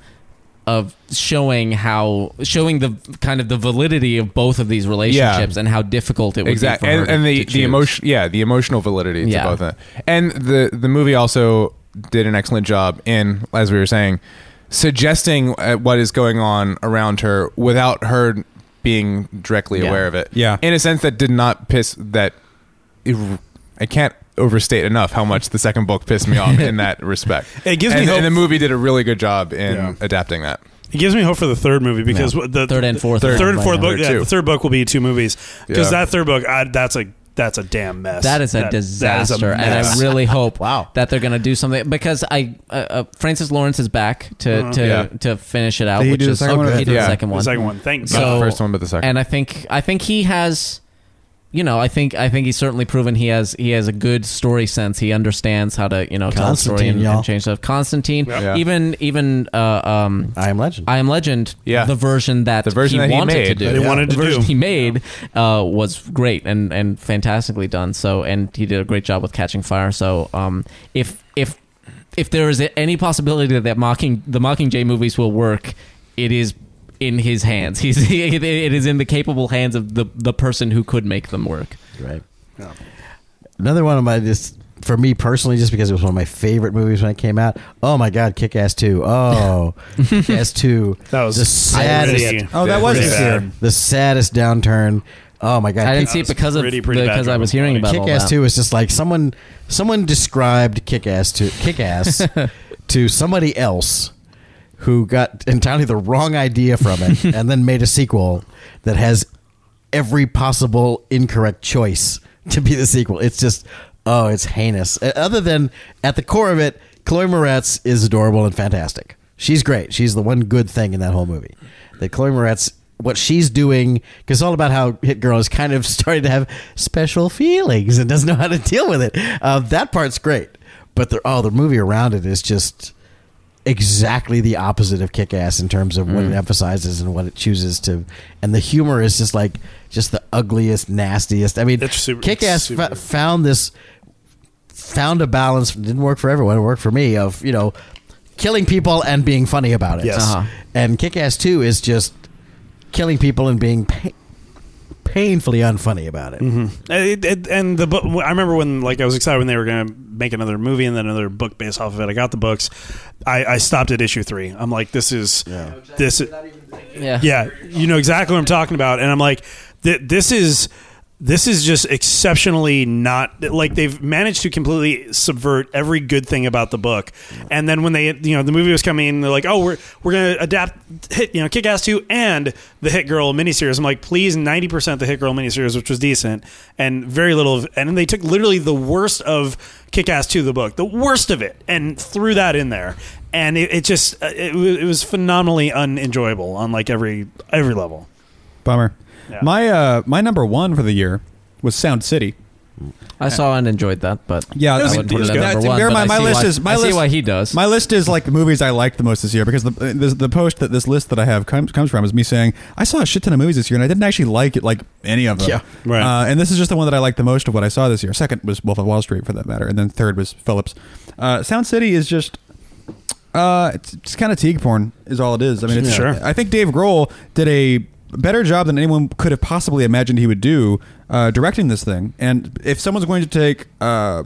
Speaker 5: of showing how showing the kind of the validity of both of these relationships and how difficult it would
Speaker 3: exactly
Speaker 5: be for
Speaker 3: and,
Speaker 5: her
Speaker 3: and
Speaker 5: to-
Speaker 3: the
Speaker 5: to
Speaker 3: the
Speaker 5: choose.
Speaker 3: emotion yeah the emotional validity
Speaker 5: Yeah.
Speaker 3: to both of them and the the movie also did an excellent job in as we were saying suggesting uh, what is going on around her without her being directly
Speaker 5: Yeah.
Speaker 3: aware of it
Speaker 1: Yeah.
Speaker 3: in a sense that did not piss that i can't overstate enough how much the second book pissed me off in that respect
Speaker 4: It gives me
Speaker 3: And-
Speaker 4: hope.
Speaker 3: and the movie did a really good job in
Speaker 4: Yeah.
Speaker 3: adapting that
Speaker 4: It gives me hope for the third movie because
Speaker 5: Yeah.
Speaker 4: the
Speaker 5: Third and fourth
Speaker 4: third,
Speaker 5: one
Speaker 4: and
Speaker 5: right
Speaker 4: fourth
Speaker 5: now.
Speaker 4: book,
Speaker 3: There
Speaker 4: yeah,
Speaker 3: are two.
Speaker 4: the third book will be two movies because
Speaker 3: Yeah.
Speaker 4: that third book, I, that's a that's a damn mess.
Speaker 5: That is a
Speaker 4: That- that is
Speaker 5: disaster, and I
Speaker 4: mess.
Speaker 5: really hope
Speaker 2: Wow.
Speaker 5: that they're going to do something because I uh, uh, Francis Lawrence is back to to,
Speaker 3: Yeah.
Speaker 5: to finish it out,
Speaker 1: Did he
Speaker 5: which
Speaker 1: do the
Speaker 5: is
Speaker 1: second one or
Speaker 5: he
Speaker 1: the
Speaker 5: did the
Speaker 3: third?
Speaker 5: second
Speaker 4: the
Speaker 5: one.
Speaker 4: second one. Thanks.
Speaker 3: Not
Speaker 5: So-
Speaker 3: the first one, but the second.
Speaker 5: and I think I think he has, you know, I think I think he's certainly proven he has he has a good story sense. He understands how to you know tell a story
Speaker 2: Constantine,
Speaker 5: and,
Speaker 2: y'all.
Speaker 5: and change stuff. Constantine,
Speaker 4: Yep.
Speaker 3: Yeah.
Speaker 5: even even uh, um,
Speaker 2: I am legend.
Speaker 5: I Am Legend,
Speaker 3: Yeah.
Speaker 5: the version that
Speaker 3: The version
Speaker 5: he
Speaker 3: that he
Speaker 5: wanted to
Speaker 3: made.
Speaker 5: do,
Speaker 3: That
Speaker 4: he wanted
Speaker 5: the
Speaker 4: to
Speaker 5: version
Speaker 4: do.
Speaker 5: he made uh, was great and and fantastically done. So and he did a great job with Catching Fire. So um, if if if there is any possibility that, that mocking the Mockingjay movies will work, it is in his hands. He's it is in the capable hands of the the person who could make them work.
Speaker 2: right.
Speaker 4: Yeah.
Speaker 2: Another one of my just for me personally, just because it was one of my favorite movies when it came out. Oh my God, Kick Ass Two. Oh, Kick Ass Two.
Speaker 4: That was
Speaker 2: the saddest.
Speaker 4: pretty-
Speaker 1: Oh, that was
Speaker 4: pretty
Speaker 1: this
Speaker 4: bad.
Speaker 1: year.
Speaker 2: The saddest downturn. Oh my God.
Speaker 5: I didn't
Speaker 2: Kick-
Speaker 5: see it
Speaker 4: was
Speaker 5: because of
Speaker 4: pretty, pretty bad
Speaker 5: because I was
Speaker 4: driving
Speaker 5: hearing about
Speaker 2: Kick
Speaker 5: all
Speaker 2: Ass
Speaker 5: that.
Speaker 2: Two is just like someone someone described Kick Ass to Kick Ass to somebody else who got entirely the wrong idea from it and then made a sequel that has every possible incorrect choice to be the sequel. It's just oh, it's heinous. Uh, Other than at the core of it, Chloe Moretz is adorable and fantastic. She's great. She's the one good thing in that whole movie. That Chloe Moretz what she's doing because it's all about how Hit Girl is kind of starting to have special feelings and doesn't know how to deal with it. Uh, that part's great, but the oh the movie around it is just exactly the opposite of Kick Ass in terms of what
Speaker 4: Mm.
Speaker 2: it emphasizes and what it chooses to, and the humor is just like just the ugliest, nastiest. I mean,
Speaker 4: It's super-
Speaker 2: Kick
Speaker 4: it's
Speaker 2: Ass
Speaker 4: super-
Speaker 2: f- found this found a balance. Didn't work for everyone. It worked for me. Of you know, killing people and being funny about it.
Speaker 4: Yes.
Speaker 5: Uh-huh.
Speaker 2: And Kick Ass Two is just killing people and being pa- painfully unfunny about it.
Speaker 4: Mm-hmm. It, it, and the book. I remember when like I was excited when they were going to make another movie and then another book based off of it. I got the books. I, I stopped at issue three. I'm like, this is this.
Speaker 5: Yeah.
Speaker 4: Yeah, you know exactly what I'm talking about, and I'm like, th- this is this is just exceptionally not like they've managed to completely subvert every good thing about the book. And then when they, you know, the movie was coming, in, they're like, oh, we're we're gonna adapt hit, you know, Kick Ass two and the Hit Girl miniseries. I'm like, please, ninety percent the Hit Girl miniseries, which was decent, and very little of, and they took literally the worst of Kick Ass two, the book, the worst of it, and threw that in there and it, it just uh, it, wa- it was phenomenally unenjoyable on like every every level.
Speaker 1: Bummer.
Speaker 4: Yeah.
Speaker 1: My uh, my number one for the year was Sound City.
Speaker 5: I saw and enjoyed that, but
Speaker 1: Yeah,
Speaker 5: I
Speaker 1: that's-
Speaker 5: wouldn't put it
Speaker 4: that's
Speaker 5: at
Speaker 4: good.
Speaker 5: number
Speaker 1: That's-
Speaker 5: one.
Speaker 1: bear in
Speaker 5: but
Speaker 1: mind, my
Speaker 5: I see
Speaker 1: list
Speaker 5: why-
Speaker 1: is- my
Speaker 5: I see
Speaker 1: list-
Speaker 5: why he does.
Speaker 1: My list is like the movies I liked the most this year because the the, the post that this list that I have comes comes from is me saying I saw a shit ton of movies this year and I didn't actually like it like any of them.
Speaker 2: Yeah,
Speaker 4: right.
Speaker 1: Uh, and this is just the one that I liked the most of what I saw this year. Second was Wolf of Wall Street for that matter, and then third was Phillips. Uh, Sound City is just. Uh, it's, it's kind of Teague porn is all it is. I mean, it's,
Speaker 4: Sure.
Speaker 1: I think Dave Grohl did a better job than anyone could have possibly imagined he would do uh, directing this thing. And if someone's going to take uh,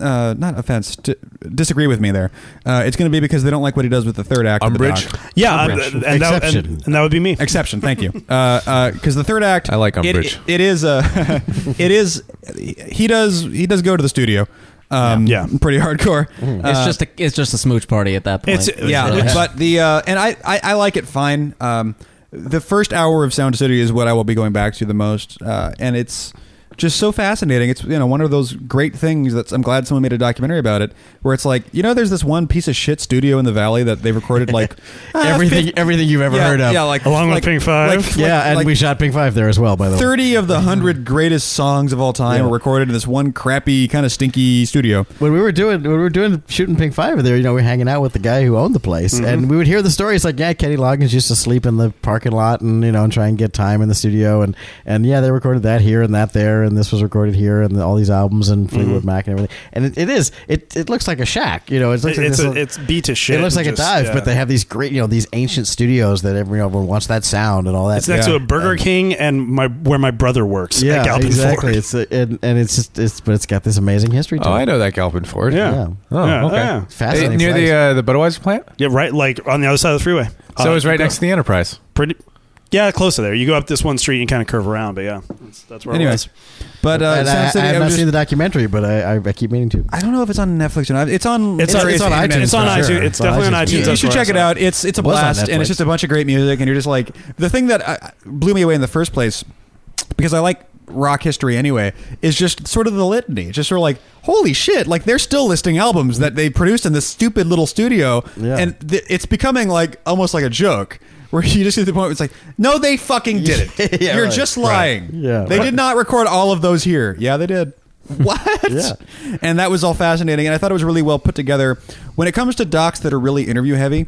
Speaker 1: uh, not offense, d- disagree with me there. Uh, it's going to be because they don't like what he does with the third act. of the
Speaker 3: Umbridge?
Speaker 1: doc.
Speaker 4: Yeah, uh,
Speaker 1: Umbridge.
Speaker 4: and, that, and,
Speaker 2: Exception.
Speaker 4: and that would be me.
Speaker 1: Exception, thank you. Because uh, uh 'cause the third act,
Speaker 3: I like
Speaker 1: it-
Speaker 3: Umbridge.
Speaker 1: it- it is a, it is, he does he does go to the studio, um,
Speaker 4: Yeah. Yeah.
Speaker 1: pretty hardcore.
Speaker 5: It's
Speaker 1: Uh,
Speaker 5: just a it's just a smooch party at that point.
Speaker 4: It's-
Speaker 1: yeah,
Speaker 4: Yeah.
Speaker 1: but the uh, and I, I I like it fine. Um, the first hour of Sound City is what I will be going back to the most, uh, and it's just so fascinating. It's you know one of those great things that I'm glad someone made a documentary about it, where it's like you know there's this one piece of shit studio in the valley that they recorded like uh,
Speaker 2: everything,
Speaker 1: fif-
Speaker 2: everything you've ever
Speaker 1: yeah,
Speaker 2: heard of.
Speaker 1: yeah, like
Speaker 4: Along with
Speaker 1: like-
Speaker 4: Pink Five.
Speaker 1: like-
Speaker 2: Yeah,
Speaker 1: like-
Speaker 2: and
Speaker 1: like
Speaker 2: we shot Pink Five there as well. By the way,
Speaker 1: Thirty of the hundred greatest songs of all time
Speaker 2: Yeah.
Speaker 1: were recorded in this one crappy, kind of stinky studio.
Speaker 2: when we were doing when we were doing shooting Pink Five there, you know, we were hanging out with the guy who owned the place,
Speaker 4: Mm-hmm.
Speaker 2: and we would hear the stories like, yeah, Kenny Loggins used to sleep in the parking lot and you know, and try and get time in the studio, and and yeah, they recorded that here and that there, and this was recorded here, and all these albums and
Speaker 4: Mm-hmm.
Speaker 2: Fleetwood Mac and everything, and it, it is it it looks like a shack, you know, it looks
Speaker 4: It-
Speaker 2: like
Speaker 4: it's
Speaker 2: this
Speaker 4: a,
Speaker 2: little-
Speaker 4: it's beat to shit.
Speaker 2: It looks
Speaker 4: and
Speaker 2: like a
Speaker 4: just-
Speaker 2: dive,
Speaker 4: yeah.
Speaker 2: but they have these great, you know, these ancient studios that every, you know, everyone wants that sound and all that.
Speaker 4: it's next
Speaker 1: yeah.
Speaker 4: to a Burger King and my where my brother works. at
Speaker 2: yeah,
Speaker 4: Galpin
Speaker 2: exactly.
Speaker 4: Ford.
Speaker 2: It's a, and, and it's just it's but it's got this amazing history to
Speaker 3: oh,
Speaker 2: it.
Speaker 3: I know that Galpin Ford.
Speaker 4: Yeah.
Speaker 2: Yeah.
Speaker 3: Oh,
Speaker 4: Yeah,
Speaker 3: okay.
Speaker 4: yeah.
Speaker 2: Fascinating
Speaker 3: Eh, Near
Speaker 2: place.
Speaker 3: the uh, the Budweiser plant.
Speaker 4: Yeah, right. Like on the other side of the freeway.
Speaker 3: So
Speaker 4: Uh,
Speaker 3: it's right next to the Enterprise.
Speaker 4: Pretty. Yeah, close to there. You go up this one street and kind of curve around, but yeah, that's, that's where. it
Speaker 1: Anyway,
Speaker 4: was.
Speaker 1: but uh,
Speaker 2: And
Speaker 1: Sound
Speaker 2: I,
Speaker 1: City,
Speaker 2: I have
Speaker 1: I
Speaker 2: not
Speaker 1: was
Speaker 2: seen
Speaker 1: just-
Speaker 2: the documentary, but I, I, I keep meaning to.
Speaker 1: I don't know if it's on Netflix or not. It's on.
Speaker 4: it's, on,
Speaker 1: various
Speaker 4: it's on
Speaker 1: internet
Speaker 4: iTunes. It's on
Speaker 1: for
Speaker 4: iTunes.
Speaker 1: sure.
Speaker 4: It's
Speaker 2: It's on
Speaker 4: definitely on
Speaker 2: iTunes.
Speaker 4: iTunes.
Speaker 1: you, you
Speaker 4: That's
Speaker 1: should
Speaker 4: where I
Speaker 1: check it
Speaker 4: saw
Speaker 1: out. It's it's a
Speaker 2: It was on
Speaker 1: blast, and it's
Speaker 2: Netflix.
Speaker 1: uh, just a bunch of great music. And you're just like the thing that I, blew me away in the first place because I like rock history anyway is just sort of the litany. It's just sort of like, holy shit, like they're still listing albums that they produced in this stupid little studio.
Speaker 2: Yeah.
Speaker 1: And th- it's becoming like almost like a joke where you just get to the point where it's like, no, they fucking did it.
Speaker 2: Yeah,
Speaker 1: You're
Speaker 2: right.
Speaker 1: just lying.
Speaker 2: Yeah.
Speaker 1: They did not record all of those here. Yeah, they did. What?
Speaker 2: Yeah.
Speaker 1: And that was all fascinating. And I thought it was really well put together. When it comes to docs that are really interview heavy,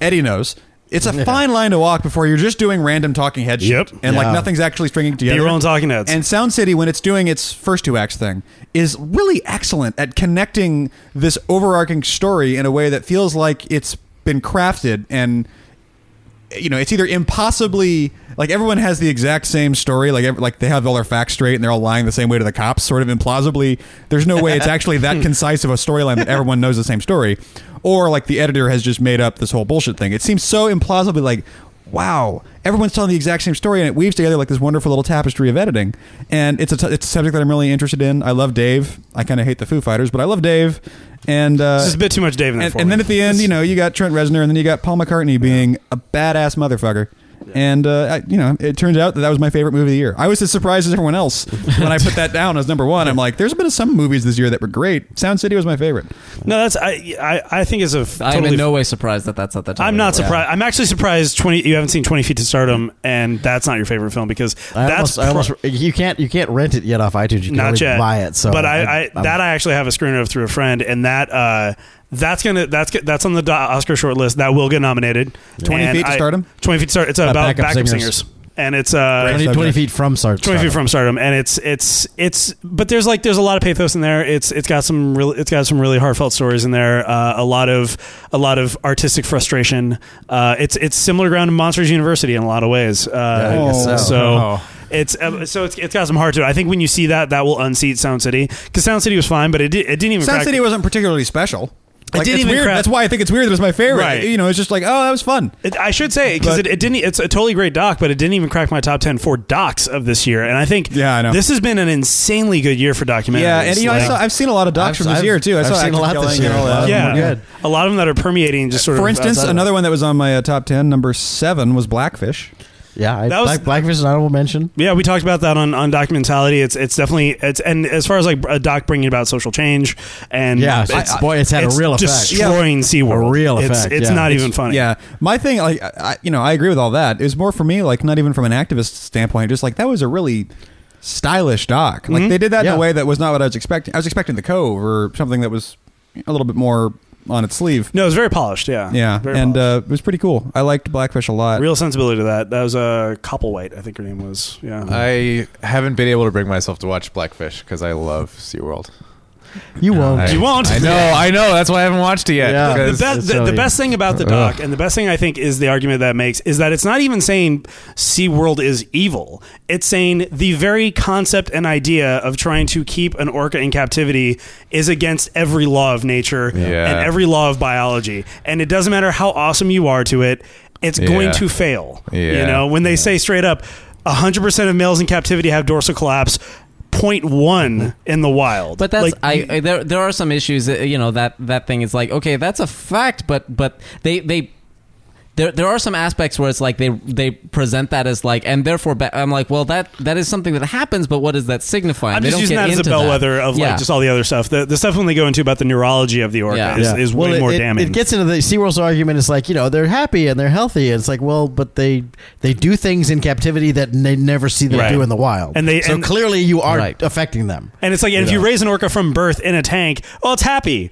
Speaker 1: Eddie knows. It's a fine line to walk before you're just doing random talking head shit.
Speaker 4: Yep.
Speaker 1: And like
Speaker 2: Yeah.
Speaker 1: nothing's actually stringing together.
Speaker 4: your own talking heads.
Speaker 1: And Sound City, when it's doing its first two acts thing, is really excellent at connecting this overarching story in a way that feels like it's been crafted and you know, it's either impossibly like everyone has the exact same story, like ev- like they have all their facts straight and they're all lying the same way to the cops, sort of implausibly. There's no way it's actually that concise of a storyline that everyone knows the same story, or like the editor has just made up this whole bullshit thing. It seems so implausibly like. Wow, everyone's telling the exact same story, and it weaves together like this wonderful little tapestry of editing. And it's a t- it's a subject that I'm really interested in. I love Dave. I kind of hate the Foo Fighters, but I love Dave. And uh,
Speaker 4: This is a bit too much Dave in there
Speaker 1: and,
Speaker 4: for
Speaker 1: and
Speaker 4: me.
Speaker 1: then at the end, you know, you got Trent Reznor, and then you got Paul McCartney being a badass motherfucker. And uh, I, you know, it turns out that that was my favorite movie of the year. I was as surprised as everyone else when I put that down as number one. I'm like, there's been some movies this year that were great. Sound City was my favorite.
Speaker 4: no, that's I, I. I think it's a f-
Speaker 5: I am
Speaker 4: totally
Speaker 5: in no way surprised that that's at the
Speaker 2: Oh,
Speaker 5: top.
Speaker 4: I'm not surprised. I'm actually surprised. Twenty, you haven't seen Twenty Feet to Stardom, and that's not your favorite film because
Speaker 2: I
Speaker 4: that's
Speaker 2: almost, I almost, you can't you can't rent it yet off iTunes. You can
Speaker 4: not
Speaker 2: only
Speaker 4: yet.
Speaker 2: buy it. So,
Speaker 4: but I, I
Speaker 2: I'm-
Speaker 4: that I actually have a screener of through a friend, and that uh, that's gonna that's go- that's on the do- Oscar short list. That will get nominated.
Speaker 1: 20
Speaker 4: And
Speaker 1: Feet to
Speaker 4: I-
Speaker 1: Stardom?
Speaker 4: Twenty Feet to Stardom. It's about,
Speaker 2: backup
Speaker 4: backup,
Speaker 2: singers.
Speaker 4: singers. and it's uh,
Speaker 2: 20, 20
Speaker 1: subject.
Speaker 2: feet from Sartre.
Speaker 4: 20 feet from stardom and it's it's it's but there's like there's a lot of pathos in there it's it's got some real it's got some really heartfelt stories in there uh, a lot of a lot of artistic frustration uh, it's it's similar ground to monsters university in a lot of ways uh,
Speaker 2: Yeah, I guess so.
Speaker 3: Oh.
Speaker 4: it's uh, so it's, it's got some heart to it i think when you see that that will unseat sound city because sound city was fine but it, did, it didn't even
Speaker 1: Sound
Speaker 4: crack-
Speaker 1: City wasn't particularly special.
Speaker 4: It
Speaker 1: Like,
Speaker 4: didn't
Speaker 1: it's
Speaker 4: even
Speaker 1: weird.
Speaker 4: crack-
Speaker 1: That's why I think it's weird that it's my favorite.
Speaker 4: Right.
Speaker 1: You know, it's just like, oh, that was fun.
Speaker 4: It, I should say because
Speaker 1: But-
Speaker 4: it, it didn't. It's a totally great doc, but it didn't even crack my top ten for docs of this year. And I think
Speaker 1: Yeah, I know.
Speaker 4: this has been an insanely good year for documentaries.
Speaker 1: Yeah, and you know, I
Speaker 4: Like-
Speaker 1: saw, I've seen a lot of docs
Speaker 2: I've-
Speaker 1: from this
Speaker 2: I've-
Speaker 1: year too. I
Speaker 2: I've
Speaker 1: saw
Speaker 2: seen a
Speaker 1: Active
Speaker 2: lot
Speaker 1: Killing
Speaker 2: this
Speaker 1: and
Speaker 2: year.
Speaker 1: all that.
Speaker 2: A lot of them
Speaker 4: yeah,
Speaker 2: were good.
Speaker 4: a lot of them that are permeating just sort
Speaker 1: For
Speaker 4: of.
Speaker 1: instance,
Speaker 4: outside of-
Speaker 1: another one that was on my uh, top ten, number seven, was Blackfish.
Speaker 2: Yeah, I,
Speaker 4: That was-
Speaker 2: Black, Blackfish is an honorable mention.
Speaker 4: yeah, we talked about that on on documentality. It's it's definitely it's and as far as like a doc bringing about social change and
Speaker 2: Yeah, it's- boy, it's had a real effect.
Speaker 4: destroying SeaWorld.
Speaker 2: A real
Speaker 4: It's-
Speaker 2: effect,
Speaker 4: It's,
Speaker 2: yeah.
Speaker 4: not
Speaker 2: It's-
Speaker 4: even funny.
Speaker 1: Yeah, my thing, like, I, I- you know, I agree with all that. It was more for me, like, not even from an activist standpoint, just like that was a really stylish doc. Like they did that in
Speaker 2: Mm-hmm. Yeah.
Speaker 1: a way that was not what I was expecting. I was expecting the Cove or something that was a little bit more on its sleeve.
Speaker 4: no, it's very polished. Yeah,
Speaker 1: Yeah,
Speaker 4: Very
Speaker 1: and
Speaker 4: polished.
Speaker 1: uh, it was pretty cool. I liked Blackfish a
Speaker 2: uh,
Speaker 1: lot.
Speaker 4: real sensibility to that. That was uh, White, I think her name was. Yeah,
Speaker 3: I haven't been able to bring myself to watch Blackfish because I love SeaWorld.
Speaker 2: Oh, You won't.
Speaker 3: I,
Speaker 4: You won't.
Speaker 3: I know. I know. That's why I haven't watched it yet.
Speaker 2: Yeah.
Speaker 4: the,
Speaker 3: because-
Speaker 4: best,
Speaker 2: it's
Speaker 4: the, the
Speaker 2: Sony.
Speaker 4: best thing about the doc, and the best thing I think is the argument that makes is that it's not even saying SeaWorld is evil. It's saying the very concept and idea of trying to keep an orca in captivity is against every law of nature
Speaker 3: Yeah.
Speaker 4: and every law of biology. And it doesn't matter how awesome you are to it, it's going
Speaker 3: Yeah.
Speaker 4: to fail. You
Speaker 3: Yeah.
Speaker 4: know, when they say straight up, 100% of males in captivity have dorsal collapse. 0.1 in the wild.
Speaker 5: But that's
Speaker 4: Like,
Speaker 5: I, I there there are some issues uh, you know that that thing is like okay that's a fact but but they they there there are some aspects where it's like they they present that as like and therefore ba- I'm like well that that is something that happens but what is that signifying
Speaker 4: I'm
Speaker 5: They
Speaker 4: just
Speaker 5: don't
Speaker 4: using
Speaker 5: get
Speaker 4: that as a
Speaker 5: into
Speaker 4: bellwether of
Speaker 5: Yeah.
Speaker 4: like just all the other stuff. The, the stuff when they go into about the neurology of the orca
Speaker 5: Yeah.
Speaker 4: is,
Speaker 2: Yeah.
Speaker 4: is
Speaker 2: Well,
Speaker 4: way
Speaker 2: it-
Speaker 4: more
Speaker 2: it,
Speaker 4: damning.
Speaker 2: It gets into the SeaWorld's argument. It's like, you know, they're happy and they're healthy. And it's like, well, but they they do things in captivity that they never see them
Speaker 4: Right.
Speaker 2: do in the wild.
Speaker 4: And they-
Speaker 2: so
Speaker 4: and-
Speaker 2: clearly you are
Speaker 5: Right.
Speaker 2: affecting them.
Speaker 4: and it's like and if you raise an orca from birth in a tank, well, it's happy.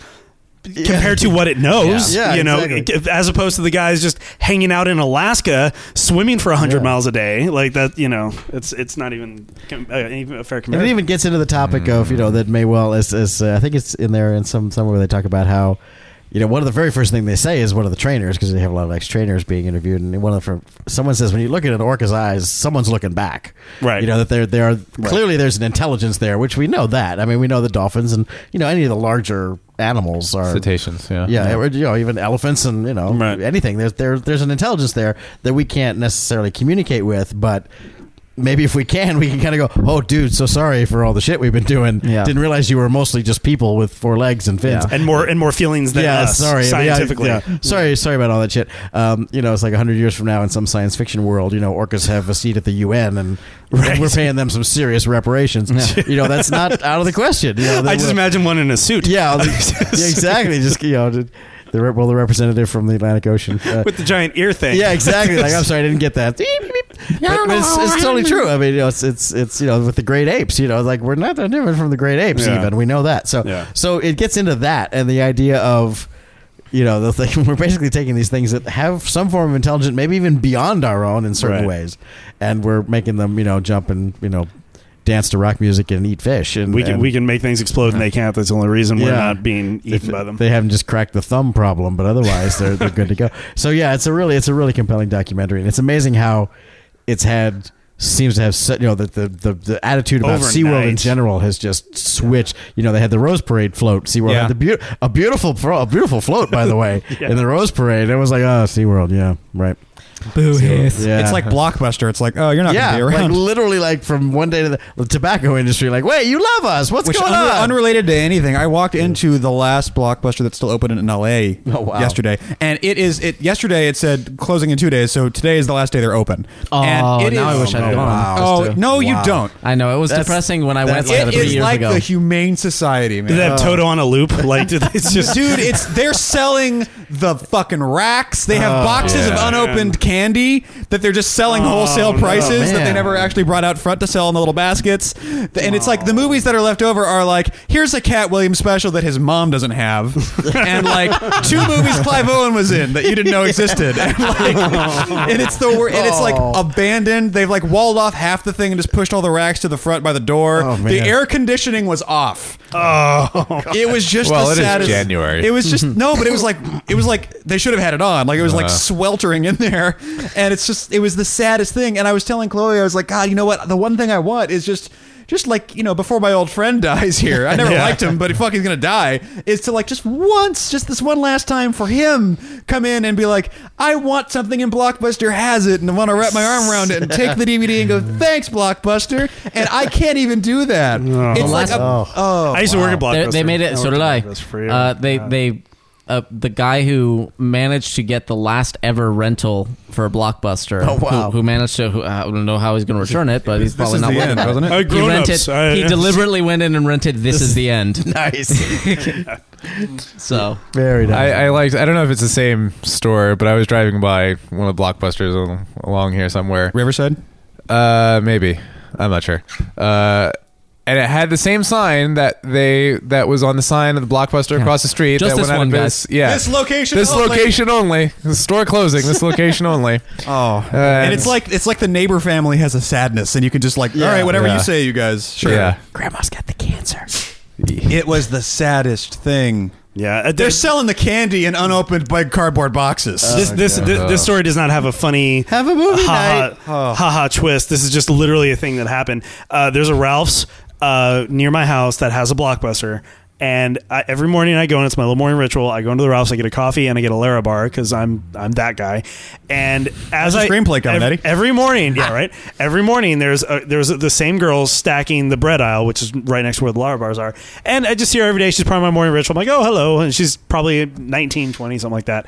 Speaker 4: Compared to what it knows,
Speaker 2: Yeah. Yeah,
Speaker 4: you know,
Speaker 2: exactly.
Speaker 4: it- as opposed to the guys just hanging out in Alaska swimming for 100
Speaker 2: Yeah.
Speaker 4: miles a day, like that, you know, it's it's not even, com- uh, even a fair
Speaker 2: And
Speaker 4: comparison.
Speaker 2: it even gets into the topic of you know that may well as, as uh, I think it's in there in some somewhere they talk about how you know one of the very first thing they say is one of the trainers because they have a lot of ex trainers being interviewed and one of the fir- someone says when you look at an orca's eyes someone's looking back
Speaker 4: Right.
Speaker 2: you know that there there are clearly there's an intelligence there which we know that I mean we know the dolphins and you know any of the larger animals are
Speaker 3: cetaceans. Yeah.
Speaker 2: yeah, or, you know, even elephants and you know
Speaker 4: Right.
Speaker 2: anything. There's there, there's an intelligence there that we can't necessarily communicate with, but maybe if we can, we can kind of go, oh, dude, so sorry for all the shit we've been doing.
Speaker 5: Yeah.
Speaker 2: Didn't realize you were mostly just people with four legs and fins.
Speaker 5: Yeah.
Speaker 4: and more and more feelings than
Speaker 2: yeah,
Speaker 4: us
Speaker 2: sorry. I mean, I-
Speaker 4: scientifically.
Speaker 2: yeah. Sorry, sorry about all that shit. Um, you know, it's like 100 years from now in some science fiction world, you know, orcas have a seat at the UN and
Speaker 4: Right.
Speaker 2: we're paying them some serious reparations. You know, that's not out of the question. You know,
Speaker 4: I
Speaker 2: that
Speaker 4: just
Speaker 2: we're-
Speaker 4: imagine one in a suit.
Speaker 2: Yeah, the- yeah, exactly. Just, you know, the, the rep- well, the representative from the Atlantic Ocean. Uh,
Speaker 4: with the giant ear thing.
Speaker 2: yeah, exactly. Like, I'm sorry, I didn't get that. Beep, beep, beep. But, but it's, it's totally true. I mean, you know, it's, it's it's you know with the great apes, you know, like we're not that different from the great apes.
Speaker 4: Yeah.
Speaker 2: Even we know that. So
Speaker 4: Yeah.
Speaker 2: so it gets into that and the idea of you know the thing we're basically taking these things that have some form of intelligence, maybe even beyond our own in certain
Speaker 4: Right.
Speaker 2: ways, and we're making them you know jump and you know dance to rock music and eat fish. And
Speaker 4: we can
Speaker 2: and
Speaker 4: we can make things explode and they can't. That's the only reason we're
Speaker 2: Yeah.
Speaker 4: not being eaten
Speaker 2: if
Speaker 4: by them.
Speaker 2: They haven't just cracked the thumb problem, but otherwise they're they're good to go. So yeah, it's a really it's a really compelling documentary, and it's amazing how it's had seems to have set you know that the, the the attitude about
Speaker 4: Overnight.
Speaker 2: SeaWorld in general has just switched. You know, they had the Rose Parade float. SeaWorld
Speaker 3: Yeah.
Speaker 2: had the beau- a beautiful fro- a beautiful float by the way in the Rose Parade. It was like, oh, SeaWorld, yeah, right.
Speaker 5: Boo hiss.
Speaker 2: Yeah.
Speaker 1: It's like Blockbuster. It's like, oh, you're not going
Speaker 2: yeah,
Speaker 1: to be
Speaker 2: like
Speaker 1: around.
Speaker 2: literally like from one day to the, the tobacco industry like, "Wait, you love us. What's
Speaker 1: Which
Speaker 2: going
Speaker 1: unre-
Speaker 2: on?"
Speaker 1: unrelated to anything, I walked into the last blockbuster that's still open in LA
Speaker 2: Oh, wow.
Speaker 1: yesterday, and it is it yesterday. It said closing in two days, so today is the last day they're open.
Speaker 5: Oh,
Speaker 1: and
Speaker 5: now I wish I'd
Speaker 1: oh,
Speaker 5: gone.
Speaker 1: wow. Oh no, you
Speaker 2: Wow.
Speaker 1: don't.
Speaker 5: I know it was
Speaker 2: That's-
Speaker 5: depressing when I went
Speaker 2: that's
Speaker 5: like
Speaker 2: gotta
Speaker 1: It
Speaker 5: three
Speaker 1: is
Speaker 5: years
Speaker 1: like
Speaker 5: ago.
Speaker 1: the Humane Society, man.
Speaker 4: Did they have
Speaker 2: Oh.
Speaker 4: Toto on a loop? Like did they- it's just
Speaker 1: Dude, it's they're selling the fucking racks. They have
Speaker 2: Oh,
Speaker 1: boxes
Speaker 4: yeah.
Speaker 1: of unopened candy that they're just selling wholesale
Speaker 4: no,
Speaker 1: prices that they
Speaker 2: Oh, man.
Speaker 1: never actually brought out front to sell in the little baskets. And it's like the movies that are left over are like, here's a Cat Williams special that his mom doesn't have, and like two movies Clive Owen was in that you didn't know existed. And, like, and it's the wor- and it's like
Speaker 2: Oh.
Speaker 1: abandoned. They've like walled off half the thing and just pushed all the racks to the front by the door.
Speaker 2: Oh,
Speaker 1: the
Speaker 2: man.
Speaker 1: air conditioning was off. It was just
Speaker 3: Well,
Speaker 1: the
Speaker 3: it is
Speaker 1: saddest-
Speaker 3: January.
Speaker 1: It was just no, but it was like it was like they should have had it on. Like it was like
Speaker 3: Uh.
Speaker 1: sweltering in there, and it's just it was the saddest thing. And I was telling Chloe, I was like, God, you know what? The one thing I want is just. Just like you know, before my old friend dies here, I never liked him, but he fucking gonna die. Is to like just once, just this one last time for him come in and be like, I want something, and Blockbuster has it, and I want to wrap my arm around it and take the DVD and go, thanks, Blockbuster. And I can't even do that. It's like a,
Speaker 2: Oh.
Speaker 1: oh,
Speaker 4: I used to work at
Speaker 5: They-
Speaker 4: Blockbuster.
Speaker 5: they made it. So did I. Uh, they they uh, the guy who managed to get the last ever rental for a blockbuster.
Speaker 2: Oh, wow.
Speaker 5: Who, who managed to? Who, I don't know how he's going to return it, but he's
Speaker 1: this
Speaker 5: probably
Speaker 1: is
Speaker 5: not
Speaker 1: the
Speaker 5: letting
Speaker 1: end,
Speaker 5: it.
Speaker 1: wasn't it?
Speaker 4: Uh,
Speaker 5: He
Speaker 4: grown-ups.
Speaker 5: rented.
Speaker 4: I-
Speaker 5: he deliberately went in and rented. This is the end.
Speaker 2: nice.
Speaker 5: So
Speaker 2: Very nice.
Speaker 3: I, I liked. I don't know if it's the same store, but I was driving by one of the blockbusters al- along here somewhere.
Speaker 1: Riverside.
Speaker 3: Uh, maybe I'm not sure. Uh, and it had the same sign that they that was on the sign of the blockbuster across the street.
Speaker 5: Just
Speaker 3: that
Speaker 5: this
Speaker 3: went out
Speaker 5: one,
Speaker 3: of bus-
Speaker 5: guys.
Speaker 3: Yeah,
Speaker 1: This location
Speaker 3: This
Speaker 1: only.
Speaker 3: location only. The store closing. This location only.
Speaker 1: Oh,
Speaker 3: Uh,
Speaker 1: and it's like it's like the neighbor family has a sadness, and you can just like, all right, whatever
Speaker 3: Yeah.
Speaker 1: you say, you guys. Sure.
Speaker 3: Yeah.
Speaker 2: Grandma's got the cancer.
Speaker 1: It was the saddest thing.
Speaker 4: yeah, uh,
Speaker 1: They're
Speaker 4: there's
Speaker 1: selling the candy in unopened big cardboard boxes.
Speaker 4: this this, this this story does not have a funny
Speaker 2: Have a movie
Speaker 4: ha
Speaker 2: night.
Speaker 1: Oh.
Speaker 4: ha ha ha twist. This is just literally a thing that happened. Uh, there's a Ralph's uh, near my house that has a blockbuster. And I, every morning I go and it's my little morning ritual. I go into the Ralph's, I get a coffee, and I get a Lara bar because I'm I'm that guy. And as
Speaker 1: a
Speaker 4: I
Speaker 1: screenplay coming,
Speaker 4: every,
Speaker 1: Eddie.
Speaker 4: every morning, yeah, right. Every morning there's a, there's the same girl stacking the bread aisle, which is right next to where the Lara bars are. And I just see her every day. She's part of my morning ritual. I'm like, oh hello, and she's probably 19, 20, something like that.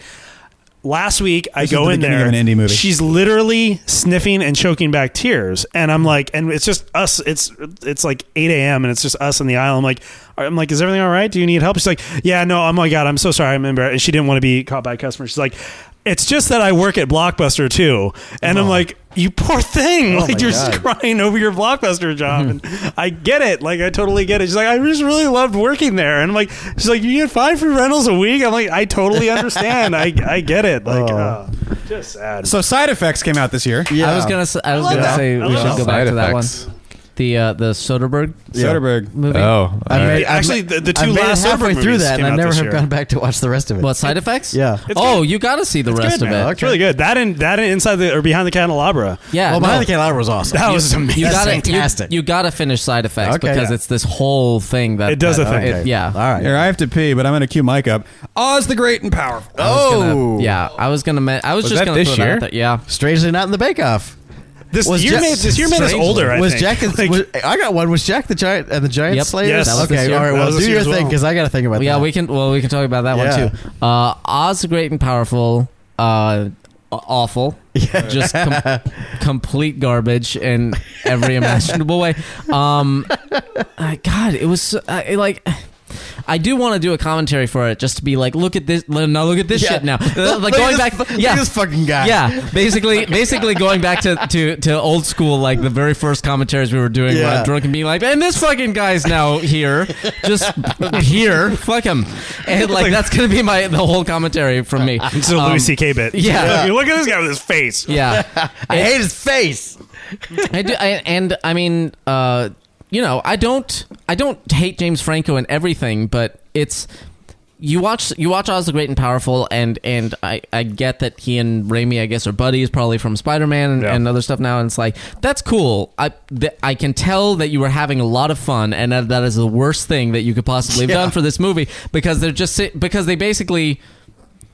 Speaker 4: Last week I
Speaker 1: This is
Speaker 4: go
Speaker 1: the
Speaker 4: in
Speaker 1: beginning
Speaker 4: there.
Speaker 1: of an indie movie.
Speaker 4: She she's literally sniffing and choking back tears and i'm like and it's just us it's it's like 8 a.m and it's just us in the aisle i'm like i'm like is everything all right do you need help she's like yeah no oh my god i'm so sorry i'm embarrassed and she didn't want to be caught by a customer she's like it's just that i work at blockbuster too and i'm like you poor thing like you're just crying over your blockbuster job and i get it like i totally get it she's like i just really loved working there and i'm like she's like you get five free rentals a week i'm like i totally understand i i get it like uh, just sad
Speaker 1: so side effects came out this year.
Speaker 2: Yeah.
Speaker 5: I was gonna. s- I was
Speaker 1: I love
Speaker 5: gonna
Speaker 1: that.
Speaker 5: say
Speaker 4: I
Speaker 5: we
Speaker 4: love
Speaker 5: should
Speaker 4: that.
Speaker 5: go back
Speaker 3: Side
Speaker 5: to that
Speaker 3: effects.
Speaker 5: one. The uh, the Soderbergh
Speaker 1: Soderbergh.
Speaker 5: movie.
Speaker 3: Oh, all
Speaker 2: I
Speaker 3: right.
Speaker 2: made, I've
Speaker 4: Actually,
Speaker 2: ma-
Speaker 4: the- the two
Speaker 2: I've made it
Speaker 4: last
Speaker 2: halfway
Speaker 4: Soderbergh
Speaker 2: through
Speaker 4: movies
Speaker 2: that, and
Speaker 4: came
Speaker 2: I
Speaker 4: out
Speaker 2: never
Speaker 4: this
Speaker 2: have
Speaker 4: year.
Speaker 2: gone back to watch the rest of it.
Speaker 5: What side effects?
Speaker 2: Yeah.
Speaker 4: It's
Speaker 5: oh, you got to see the rest of
Speaker 4: good,
Speaker 5: it.
Speaker 4: man. It's really good. That and that and inside the or behind the candelabra.
Speaker 5: Yeah.
Speaker 2: well, Behind
Speaker 5: no.
Speaker 2: the Candelabra was awesome.
Speaker 4: That was amazing.
Speaker 5: You gotta,
Speaker 2: fantastic.
Speaker 5: You, you gotta finish side effects
Speaker 2: Okay,
Speaker 5: because
Speaker 2: yeah.
Speaker 5: it's this whole thing that
Speaker 4: It does
Speaker 5: that-
Speaker 4: a thing.
Speaker 5: it- yeah.
Speaker 2: All right.
Speaker 1: Here, I have to pee, but I'm gonna cue Mike up. Oz the Great and Powerful.
Speaker 5: I was
Speaker 2: oh,
Speaker 5: gonna- yeah. I was gonna. Me- I was,
Speaker 3: Was
Speaker 5: just
Speaker 3: that
Speaker 5: gonna
Speaker 3: this
Speaker 5: throw that
Speaker 3: year?
Speaker 5: out there. Yeah.
Speaker 2: Strangely not in the Bake Off.
Speaker 4: This
Speaker 2: Was
Speaker 4: year
Speaker 2: Jack-
Speaker 4: made this year made us
Speaker 5: Strange
Speaker 4: older. I
Speaker 2: was
Speaker 4: think.
Speaker 2: Jack? The,
Speaker 4: Like,
Speaker 2: was, I got one. Was Jack the Giant and the Giant
Speaker 5: Yep.
Speaker 2: Slayer?
Speaker 4: Yes. That was
Speaker 5: this
Speaker 2: Okay.
Speaker 5: year.
Speaker 2: All right.
Speaker 4: That
Speaker 2: Well,
Speaker 4: was this
Speaker 2: do your
Speaker 4: year as
Speaker 2: thing
Speaker 4: well.
Speaker 2: because I got to think about
Speaker 5: yeah,
Speaker 2: that.
Speaker 5: we can. Well, we can talk about that
Speaker 2: Yeah.
Speaker 5: one too. Uh, Oz the Great and Powerful, uh, awful, just com- complete garbage in every imaginable way. Um, uh, God, it was uh, it, like. I do want to do a commentary for it, just to be like, look at this. Now look at this
Speaker 2: Yeah.
Speaker 5: shit. Now,
Speaker 2: Look
Speaker 5: like
Speaker 2: at
Speaker 5: going
Speaker 2: this
Speaker 5: back.
Speaker 2: fu- look at
Speaker 5: Yeah,
Speaker 2: this fucking guy.
Speaker 5: yeah, basically, basically going back to, to, to old school, like the very first commentaries we were doing, where
Speaker 2: Yeah.
Speaker 5: I'm drunk and being like, and this fucking guy's now here, just here, fuck him, and like that's gonna be my the whole commentary from me.
Speaker 4: it's a Louis
Speaker 5: Um,
Speaker 4: C.K. bit.
Speaker 5: yeah.
Speaker 4: Like, look at this guy with his face.
Speaker 5: Yeah,
Speaker 2: I hate his face.
Speaker 5: I do, I, and I mean, uh, you know, I don't, I don't hate James Franco and everything, but it's you watch you watch Oz the Great and Powerful, and and I, I get that he and Raimi, I guess, are buddies, probably from Spider Man and,
Speaker 4: Yeah.
Speaker 5: and other stuff now, and it's like that's cool. I th- I can tell that you were having a lot of fun, and that, that is the worst thing that you could possibly have
Speaker 2: Yeah.
Speaker 5: done for this movie because they're just si- because they basically.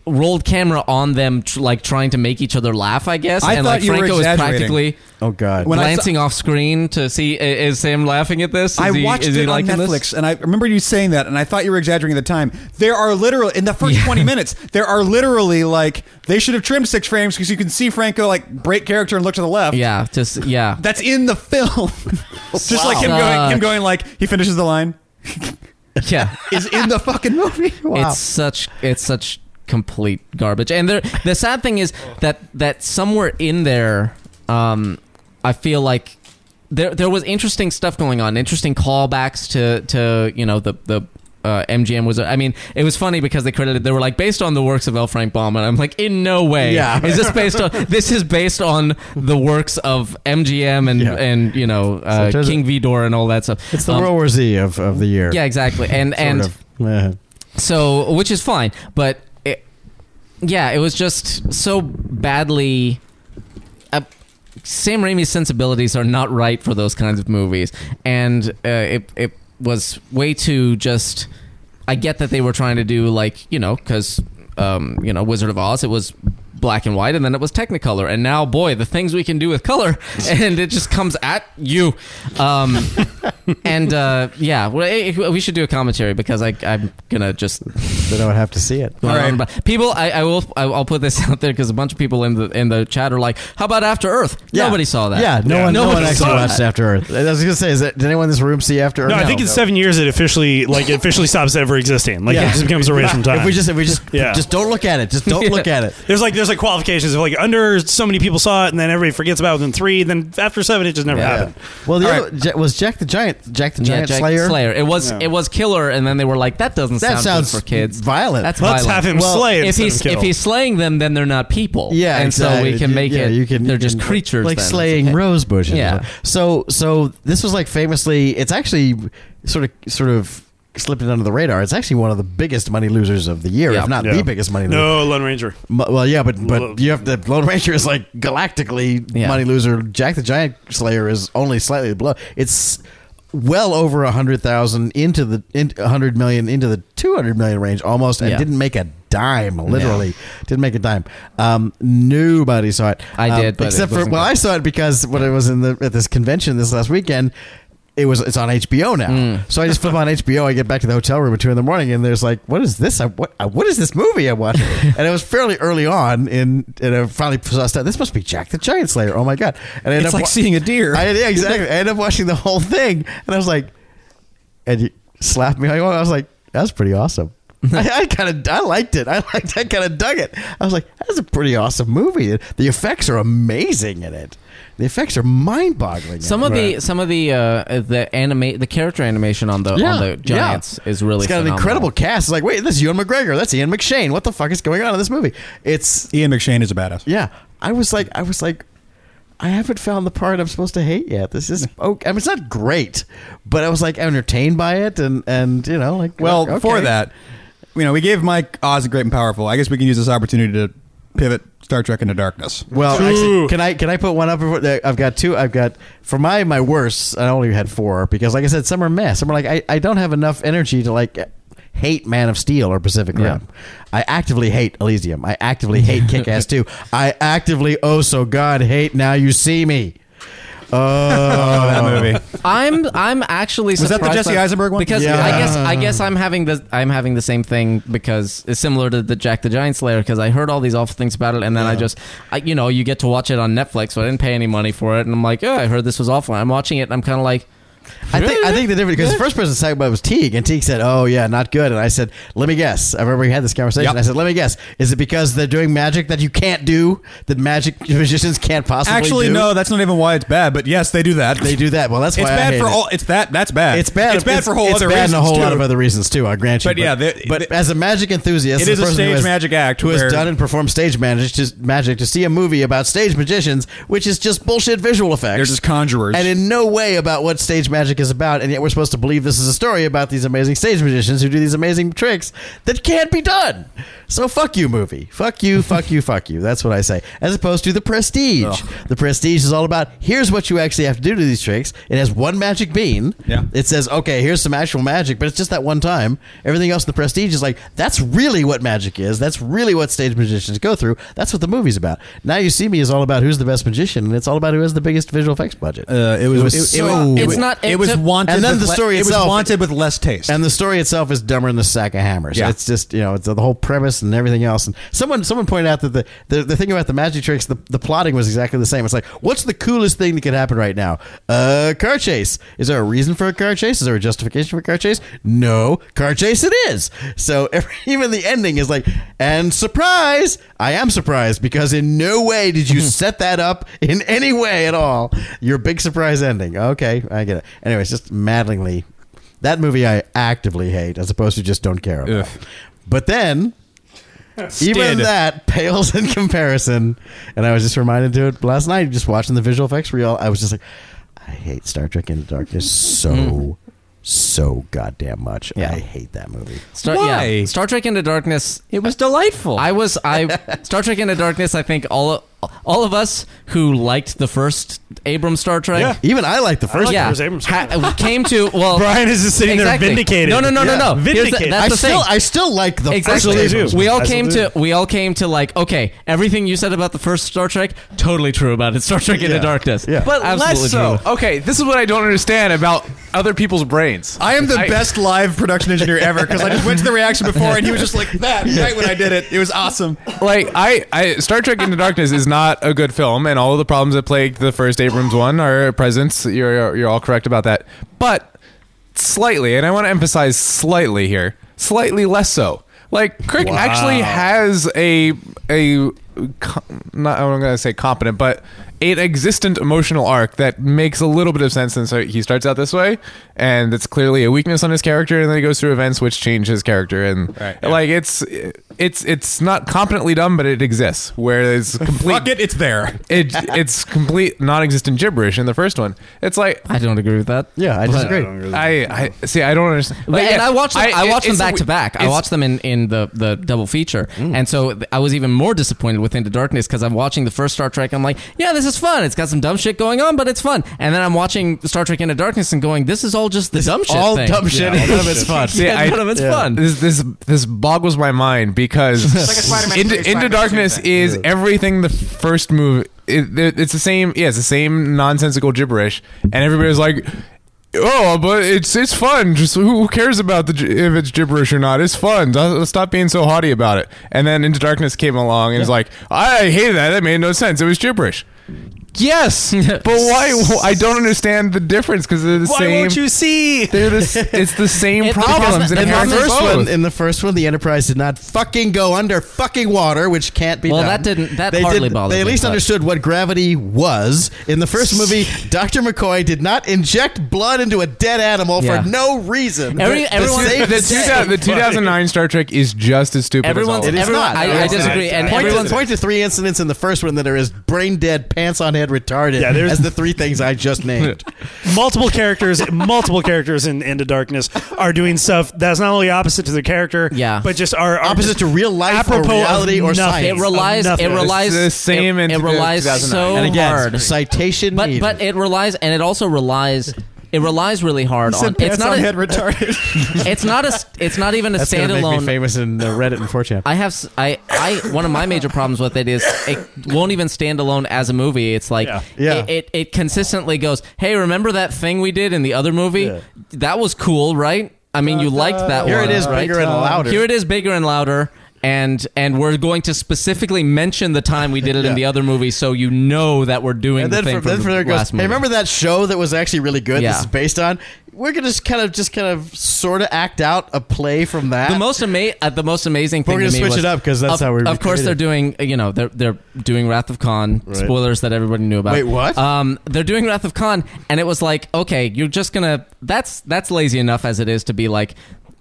Speaker 5: Rolled camera on them, tr- like trying to make each other laugh. I guess,
Speaker 1: I
Speaker 5: and
Speaker 1: thought
Speaker 5: like
Speaker 1: you were
Speaker 5: Franco is
Speaker 1: exaggerating.
Speaker 5: practically
Speaker 2: Oh God.
Speaker 1: When I saw-
Speaker 5: glancing off screen to see i- is Sam laughing at this? Is
Speaker 1: I
Speaker 5: he-
Speaker 1: watched
Speaker 5: is he
Speaker 1: it on
Speaker 5: liking this?
Speaker 1: Netflix, and I remember you saying that, and I thought you were exaggerating at the time. There are literally in the first twenty minutes, there are literally like they should have trimmed six frames because you can see Franco like break character and look to the left.
Speaker 5: Yeah, just yeah.
Speaker 1: that's in the film. Just like him
Speaker 5: Wow.
Speaker 1: going, him going like he finishes the line
Speaker 5: yeah.
Speaker 1: is in the fucking movie. Wow.
Speaker 5: It's such it's such complete garbage. And there, the sad thing is that that somewhere in there, um, I feel like there there was interesting stuff going on, interesting callbacks to to you know the the. Uh, MGM was. I mean, it was funny because they credited. They were like based on the works of L. Frank Baum, and I'm like, in no way.
Speaker 2: Yeah.
Speaker 5: Is this based on? This is based on the works of MGM and
Speaker 2: Yeah.
Speaker 5: and you know
Speaker 2: So it
Speaker 5: uh,
Speaker 2: doesn't-
Speaker 5: King Vidor and all that stuff.
Speaker 2: it's the
Speaker 5: Um,
Speaker 2: World War Z of, of the year.
Speaker 5: Yeah, exactly. And
Speaker 2: Sort
Speaker 5: and
Speaker 2: of. Yeah.
Speaker 5: so, which is fine, but it, yeah, it was just so badly. Uh, Sam Raimi's sensibilities are not right for those kinds of movies, and uh, it it was way too just. I get that they were trying to do like you know because um, you know Wizard of Oz it was black and white and then it was Technicolor and now boy the things we can do with color and it just comes at you. Um, and uh, yeah, well, eh, we should do a commentary because I, I'm gonna just
Speaker 2: Then I would have to see it.
Speaker 5: Going
Speaker 1: All
Speaker 5: on
Speaker 1: right.
Speaker 5: about- people, I, I will. I, I'll put this out there because a bunch of people in the in the chat are like, "How about After Earth?"
Speaker 2: Yeah.
Speaker 5: Nobody saw that.
Speaker 2: Yeah, no
Speaker 4: Yeah.
Speaker 2: one, no,
Speaker 5: No
Speaker 2: one
Speaker 5: one
Speaker 2: actually
Speaker 5: saw
Speaker 2: watched
Speaker 5: that.
Speaker 2: After Earth. I was gonna say, is that, did anyone in this room see After Earth?
Speaker 4: No, I think in seven years it officially like it officially stops ever existing. Like
Speaker 2: Yeah.
Speaker 4: it just becomes erased from time.
Speaker 2: If we just, if we just,
Speaker 4: Yeah.
Speaker 2: just don't look at it. Just don't
Speaker 5: Yeah.
Speaker 2: look at it.
Speaker 4: there's like there's like qualifications of like under so many people saw it and then everybody forgets about it within three. Then after seven it just never
Speaker 5: Yeah.
Speaker 4: happened.
Speaker 2: Well, the
Speaker 1: All
Speaker 2: other, Ja- was Jack the Giant, Jack the
Speaker 5: Yeah,
Speaker 2: Giant
Speaker 5: Jack
Speaker 2: Slayer.
Speaker 5: It was it was killer, and then they were like, "That doesn't
Speaker 2: That
Speaker 5: sound
Speaker 2: sounds
Speaker 5: good for kids."
Speaker 2: violent.
Speaker 5: That's
Speaker 4: Let's
Speaker 5: violent.
Speaker 4: have him
Speaker 2: Well,
Speaker 4: slay
Speaker 5: If
Speaker 4: instead
Speaker 5: he's
Speaker 4: of kill.
Speaker 5: if he's slaying them, then they're not people.
Speaker 2: Yeah,
Speaker 5: and
Speaker 2: exactly.
Speaker 5: so we can
Speaker 2: You-
Speaker 5: make
Speaker 2: yeah,
Speaker 5: it.
Speaker 2: you can-
Speaker 5: they're
Speaker 2: you
Speaker 5: just
Speaker 2: can-
Speaker 5: creatures,
Speaker 2: like
Speaker 5: then. It's
Speaker 2: slaying
Speaker 5: okay.
Speaker 2: rose bushes.
Speaker 5: Yeah.
Speaker 2: So, so this was like famously. It's actually sort of, sort of slipping under the radar. It's actually one of the biggest money losers of the year,
Speaker 5: Yeah.
Speaker 2: if not
Speaker 4: Yeah.
Speaker 2: the biggest money loser.
Speaker 4: No, Lone Ranger.
Speaker 2: Mo- Well, yeah, but
Speaker 4: Lo-
Speaker 2: but you have to. Lone Ranger is like galactically
Speaker 5: Yeah.
Speaker 2: money loser. Jack the Giant Slayer is only slightly below. It's well over a hundred thousand into the in, a hundred million into the two hundred million range almost, and
Speaker 5: Yeah.
Speaker 2: didn't make a dime. Literally, didn't make a dime. Um, nobody saw it.
Speaker 5: I
Speaker 2: Um,
Speaker 5: did, but it
Speaker 2: except for
Speaker 5: wasn't
Speaker 2: well,
Speaker 5: good.
Speaker 2: I saw it because when I was in the at this convention this last weekend. It was. It's on HBO now.
Speaker 1: Hmm.
Speaker 2: So I just flip on HBO. I get back to the hotel room at two in the morning, and there's like, what is this? I, what? I, what is this movie I'm watching? and it was fairly early on, in, and I finally sussed out. This must be Jack the Giant Slayer. Oh my god! And I ended
Speaker 1: It's
Speaker 2: up
Speaker 1: like
Speaker 2: wa-
Speaker 1: seeing a deer.
Speaker 2: I, yeah, exactly. I ended up watching the whole thing, and I was like, and you slapped me. I was like, that's pretty awesome. I, I kind of I liked it. I liked. I kind of dug it. I was like, that's a pretty awesome movie. The effects are amazing in it. The effects are mind boggling.
Speaker 5: Some of the some of the uh, the anima- the character animation on the on the giants is really
Speaker 2: It's got
Speaker 5: phenomenal.
Speaker 2: an incredible cast. It's like, wait, this is Ewan McGregor. That's Ian McShane. What the fuck is going on in this movie? It's
Speaker 1: Ian McShane is a badass.
Speaker 2: yeah. I was like, I was like, I haven't found the part I'm supposed to hate yet. This is okay. I mean, it's not great, but I was like entertained by it, and and you know, like
Speaker 1: Well,
Speaker 2: okay.
Speaker 1: for that, you know, we gave Mike Oz great and powerful. I guess we can use this opportunity to pivot Star Trek into darkness.
Speaker 2: Well, actually,
Speaker 4: True.
Speaker 2: can I can I put one up? Before, there- I've got two. I've got for my my worst. I only had four because, like I said, some are meh. Some are like I, I don't have enough energy to like hate Man of Steel or Pacific Rim. I actively hate Elysium. I actively hate Kick Ass Two. I actively oh so god hate Now You See Me.
Speaker 1: Oh, that movie.
Speaker 5: I'm I'm actually
Speaker 1: Was that the
Speaker 5: surprised
Speaker 1: Jesse
Speaker 5: by-
Speaker 1: Eisenberg one?
Speaker 5: Because
Speaker 2: Yeah.
Speaker 5: I guess I guess I'm having the I'm having the same thing because it's similar to the Jack the Giant Slayer because I heard all these awful things about it and then I just I, you know you get to watch it on Netflix so I didn't pay any money for it and I'm like yeah I heard this was awful and I'm watching it and I'm kind of like
Speaker 2: I think I think the difference because the first person to talk about it was Teague, and Teague said, "Oh yeah, not good." And I said, "Let me guess." I remember we had this conversation.
Speaker 1: Yep.
Speaker 2: I said, "Let me guess. Is it because they're doing magic that you can't do that magic magicians can't possibly
Speaker 1: Actually,
Speaker 2: do?
Speaker 1: no, that's not even why it's bad. But yes, they do that.
Speaker 2: They do that. Well, that's
Speaker 1: It's
Speaker 2: why I
Speaker 1: bad
Speaker 2: hate
Speaker 1: for
Speaker 2: it.
Speaker 1: all. It's that. That's bad.
Speaker 2: It's bad.
Speaker 1: It's bad for whole
Speaker 2: it's
Speaker 1: other
Speaker 2: bad
Speaker 1: reasons
Speaker 2: and a whole
Speaker 1: too.
Speaker 2: lot of other reasons too. I grant you.
Speaker 1: But yeah, the-
Speaker 2: but
Speaker 1: the-
Speaker 2: as a magic enthusiast,
Speaker 1: It
Speaker 2: the
Speaker 1: is a
Speaker 2: person who
Speaker 1: stage
Speaker 2: has-
Speaker 1: magic act
Speaker 2: who
Speaker 1: where-
Speaker 2: has done and performed stage magic to, magic to see a movie about stage magicians, which is just bullshit visual effects.
Speaker 1: They're just conjurers.
Speaker 2: and in no way about what stage magic is about, and yet we're supposed to believe this is a story about these amazing stage magicians who do these amazing tricks that can't be done. So fuck you, movie. Fuck you, fuck you, fuck you. That's what I say. As opposed to the prestige. The prestige is all about here's what you actually have to do to these tricks. It has one magic bean.
Speaker 1: Yeah.
Speaker 2: It says, okay, here's some actual magic, but it's just that one time. Everything else in the prestige is like, that's really what magic is. That's really what stage magicians go through. That's what the movie's about. Now You See Me is all about who's the best magician, and it's all about who has the biggest visual effects budget.
Speaker 1: Uh, it was.
Speaker 2: It was so-
Speaker 5: It's not-
Speaker 1: It,
Speaker 5: it
Speaker 1: was
Speaker 5: took-
Speaker 1: wanted.
Speaker 2: And then
Speaker 1: with
Speaker 2: the
Speaker 1: le-
Speaker 2: story
Speaker 1: It was
Speaker 2: itself-
Speaker 1: wanted with less taste.
Speaker 2: and the story itself is dumber than the sack of hammers.
Speaker 1: Yeah.
Speaker 2: It's just you know it's the whole premise and everything else. And someone someone pointed out that the, the, the thing about the magic tricks, the, the plotting was exactly the same. It's like what's the coolest thing that could happen right now? A car chase. Is there a reason for a car chase? Is there a justification for a car chase? No, car chase it is. So every, even the ending is like and surprise. I am surprised because in no way did you set that up in any way at all. Your big surprise ending. Okay, I get it. Anyways, just maddeningly that movie I actively hate, as opposed to just don't care about.
Speaker 3: Ugh.
Speaker 2: But then, even that pales in comparison. And I was just reminded to it last night, just watching the visual effects reel. I was just like, I hate Star Trek Into Darkness so, so goddamn much.
Speaker 5: Yeah.
Speaker 2: I hate that movie.
Speaker 5: Star,
Speaker 1: Why?
Speaker 5: Yeah, Star Trek Into Darkness
Speaker 1: it was delightful.
Speaker 5: I was I Star Trek Into Darkness. I think all all of us who liked the first Abrams Star Trek.
Speaker 4: Yeah.
Speaker 2: Even I like the first.
Speaker 4: like
Speaker 5: yeah,
Speaker 4: Where's Abrams?
Speaker 5: ha- came to well.
Speaker 4: Brian is just sitting
Speaker 5: exactly.
Speaker 4: there vindicated.
Speaker 5: No, no, no,
Speaker 2: Yeah.
Speaker 5: no, no. Here's the-
Speaker 4: Vindicated.
Speaker 5: that's
Speaker 2: I
Speaker 5: the
Speaker 2: still,
Speaker 5: thing.
Speaker 2: I still like the
Speaker 5: Exactly.
Speaker 4: I
Speaker 2: first.
Speaker 4: still do.
Speaker 5: We all
Speaker 4: I still
Speaker 5: came
Speaker 4: do.
Speaker 5: to we all came to like okay, everything you said about the first Star Trek, totally true about it. Star Trek Into
Speaker 2: Yeah.
Speaker 5: Darkness,
Speaker 2: Yeah.
Speaker 5: but absolutely true.
Speaker 3: Okay, this is what I don't understand about other people's brains.
Speaker 1: I am the
Speaker 3: I-
Speaker 1: best live production engineer ever because I just went to the reaction before and he was just like that right when I did it. It was awesome.
Speaker 3: like I, I Star Trek Into Darkness is not a good film, and all of the problems that plagued the first Abrams one are present. You're you're all correct about that, but slightly, and I want to emphasize slightly here, slightly less so. Like Kirk actually has a a co- not I'm gonna say competent, but an existent emotional arc that makes a little bit of sense. And so he starts out this way, and it's clearly a weakness on his character, and then he goes through events which change his character, and
Speaker 1: Right, yeah.
Speaker 3: like like it's it's it's not competently done, but it exists. Whereas complete
Speaker 1: Fuck it, it's there.
Speaker 3: it it's complete non-existent gibberish in the first one. It's like
Speaker 5: I don't agree with that.
Speaker 2: Yeah, I disagree.
Speaker 3: uh, I, I see. I don't understand.
Speaker 5: But-
Speaker 3: Like,
Speaker 5: and
Speaker 3: yeah,
Speaker 5: I watched them, I,
Speaker 3: it-
Speaker 5: watched them
Speaker 3: it's a
Speaker 5: back to
Speaker 3: w-
Speaker 5: back. I
Speaker 3: it's-
Speaker 5: watched them in, in the, the double feature,
Speaker 2: Mm.
Speaker 5: and so th- I was even more disappointed with Into Darkness because I'm watching the first Star Trek. And I'm like, yeah, this is fun. It's got some dumb shit going on, but it's fun. And then I'm watching Star Trek Into Darkness and going, this is all just the dumb shit.
Speaker 2: all
Speaker 5: thing.
Speaker 2: dumb shit.
Speaker 5: Yeah.
Speaker 2: none of it's fun.
Speaker 3: See, I-
Speaker 5: none of it's
Speaker 2: yeah.
Speaker 5: fun.
Speaker 3: This this this boggles my mind because
Speaker 6: like a Spider-Man
Speaker 3: Into,
Speaker 6: three,
Speaker 3: Into
Speaker 6: Spider-Man two
Speaker 3: Darkness
Speaker 6: thing.
Speaker 3: is everything the first movie. It, it- it's the same. Yeah, it's the same nonsensical gibberish, and everybody's like. Oh, but it's it's fun. Just who who cares about the gi- if it's gibberish or not? It's fun. Don't- Stop being so haughty about it. And then Into Darkness came along and it's like, I hated that. That made no sense. It was gibberish. Yes, but why? I don't understand the difference because they're the
Speaker 4: Why
Speaker 3: same.
Speaker 4: won't you see?
Speaker 3: They're the, s- it's the same
Speaker 5: It-
Speaker 3: problems
Speaker 5: because
Speaker 3: in
Speaker 2: in the
Speaker 5: Harry
Speaker 3: Harrison
Speaker 2: first
Speaker 3: Ford.
Speaker 2: one, in the first one, the Enterprise did not fucking go under fucking water, which can't be
Speaker 5: Well,
Speaker 2: done.
Speaker 5: that didn't- that hardly bothered
Speaker 2: They at
Speaker 5: me,
Speaker 2: least
Speaker 5: but-
Speaker 2: understood what gravity was. In the first movie, Doctor McCoy did not inject blood into a dead animal
Speaker 5: Yeah.
Speaker 2: for no reason.
Speaker 5: Every-
Speaker 2: To
Speaker 5: everyone-
Speaker 2: save
Speaker 3: the,
Speaker 2: the
Speaker 3: 2000, the
Speaker 2: day.
Speaker 3: 2009 Star Trek is just as stupid.
Speaker 5: Everyone's,
Speaker 2: It
Speaker 3: as all of
Speaker 2: is
Speaker 5: everyone,
Speaker 2: not.
Speaker 5: I, I
Speaker 2: It's
Speaker 4: not.
Speaker 5: disagree. And
Speaker 4: Point to-
Speaker 2: Point
Speaker 5: everyone's
Speaker 2: to, point to three incidents in the first one that are as brain dead, pants on head, retarded
Speaker 4: Yeah, there's-
Speaker 2: as the three things I just named.
Speaker 4: multiple characters, multiple characters in Into Darkness are doing stuff that's not only opposite to the character,
Speaker 5: Yeah.
Speaker 4: but just are, are
Speaker 2: Opposite
Speaker 4: just
Speaker 2: to real life or
Speaker 4: apropos of
Speaker 2: reality or
Speaker 4: nothing.
Speaker 2: science.
Speaker 5: it relies. It
Speaker 4: Nothing.
Speaker 5: relies.
Speaker 3: It's the same
Speaker 5: It,
Speaker 3: in
Speaker 5: it relies
Speaker 3: 2009.
Speaker 5: so
Speaker 2: and again,
Speaker 5: hard.
Speaker 2: citation
Speaker 5: But
Speaker 2: needed.
Speaker 5: but it relies, and it also relies it relies really hard on. It's not a,
Speaker 1: retarded.
Speaker 5: It's not a. It's not even a
Speaker 2: That's gonna make me
Speaker 5: standalone.
Speaker 2: famous in uh, Reddit and 4chan.
Speaker 5: I have s- I I one of my major problems with it is it won't even stand alone as a movie. It's like
Speaker 4: Yeah.
Speaker 2: Yeah.
Speaker 5: It, it it consistently goes, "Hey, remember that thing we did in the other movie?
Speaker 2: Yeah.
Speaker 5: That was cool, right? I mean, you liked that
Speaker 2: Here
Speaker 5: one.
Speaker 2: it is,
Speaker 5: right?
Speaker 2: bigger and louder.
Speaker 5: Here it is bigger and louder." And and we're going to specifically mention the time we did it in the other movie, so you know that we're doing
Speaker 2: and
Speaker 5: the
Speaker 2: then
Speaker 5: thing
Speaker 2: from, then
Speaker 5: from
Speaker 2: from there
Speaker 5: the
Speaker 2: it goes.
Speaker 5: last
Speaker 2: Hey,
Speaker 5: movie.
Speaker 2: remember that show that was actually really good?
Speaker 5: Yeah.
Speaker 2: This is based on. We're gonna just kind of just kind of sort of act out a play from that.
Speaker 5: the most ama- uh, the most amazing thing
Speaker 2: We're gonna
Speaker 5: to me
Speaker 2: switch it
Speaker 5: was-
Speaker 2: up 'cause that's
Speaker 5: of,
Speaker 2: how we
Speaker 5: of course
Speaker 2: recreated.
Speaker 5: they're doing uh, you know they're they're doing Wrath of Khan
Speaker 2: Right.
Speaker 5: spoilers that everybody knew about
Speaker 2: Wait, what?
Speaker 5: um they're doing Wrath of Khan and it was like okay you're just gonna that's that's lazy enough as it is to be like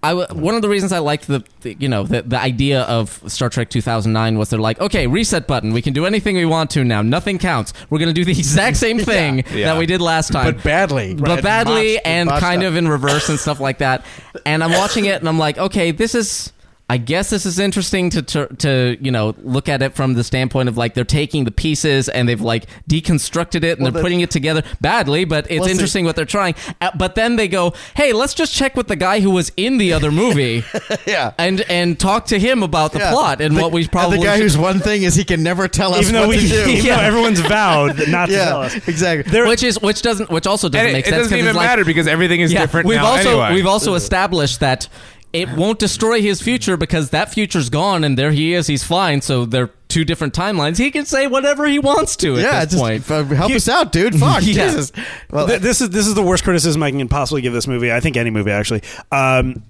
Speaker 5: I w- one of the reasons I liked the, the you know the, the idea of Star Trek 2009 was they're like okay reset button we can do anything we want to now nothing counts we're gonna do the exact same thing
Speaker 3: Yeah.
Speaker 5: that we did last time
Speaker 2: but badly,
Speaker 5: but badly and kind
Speaker 2: of.
Speaker 5: of in reverse and stuff like that. And I'm watching it and I'm like, okay, this is. I guess this is interesting to, to to you know look at it from the standpoint of like they're taking the pieces and they've like deconstructed it and they're
Speaker 2: that-
Speaker 5: putting it together badly, but it's
Speaker 2: Well, see-
Speaker 5: interesting what they're trying. Uh, but then they go, hey, let's just check with the guy who was in the other movie.
Speaker 2: Yeah.
Speaker 5: And and talk to him about the
Speaker 2: Yeah.
Speaker 5: plot and
Speaker 2: The-
Speaker 5: what we probably
Speaker 2: the guy
Speaker 5: should-
Speaker 2: whose one thing is he can never tell us
Speaker 4: even though
Speaker 2: what
Speaker 4: we,
Speaker 2: to do.
Speaker 4: even though everyone's vowed that not to tell
Speaker 2: yeah,
Speaker 4: us.
Speaker 2: exactly.
Speaker 4: There,
Speaker 5: which is which doesn't which also doesn't
Speaker 3: And it,
Speaker 5: make
Speaker 3: it
Speaker 5: sense
Speaker 3: doesn't
Speaker 5: 'cause
Speaker 3: even
Speaker 5: it's like,
Speaker 3: matter because everything is different
Speaker 5: we've
Speaker 3: now
Speaker 5: also
Speaker 3: anyway.
Speaker 5: we've also established that it won't destroy his future because that future's gone and there he is he's fine so they're two different timelines he can say whatever he wants to at
Speaker 2: yeah,
Speaker 5: this
Speaker 2: just
Speaker 5: point
Speaker 2: f- uh, help
Speaker 4: You-
Speaker 2: us out, dude. Fuck,
Speaker 5: Yeah.
Speaker 2: Jesus. Well,
Speaker 4: Th- this is this is the worst criticism I can possibly give this movie. I think any movie actually. Um,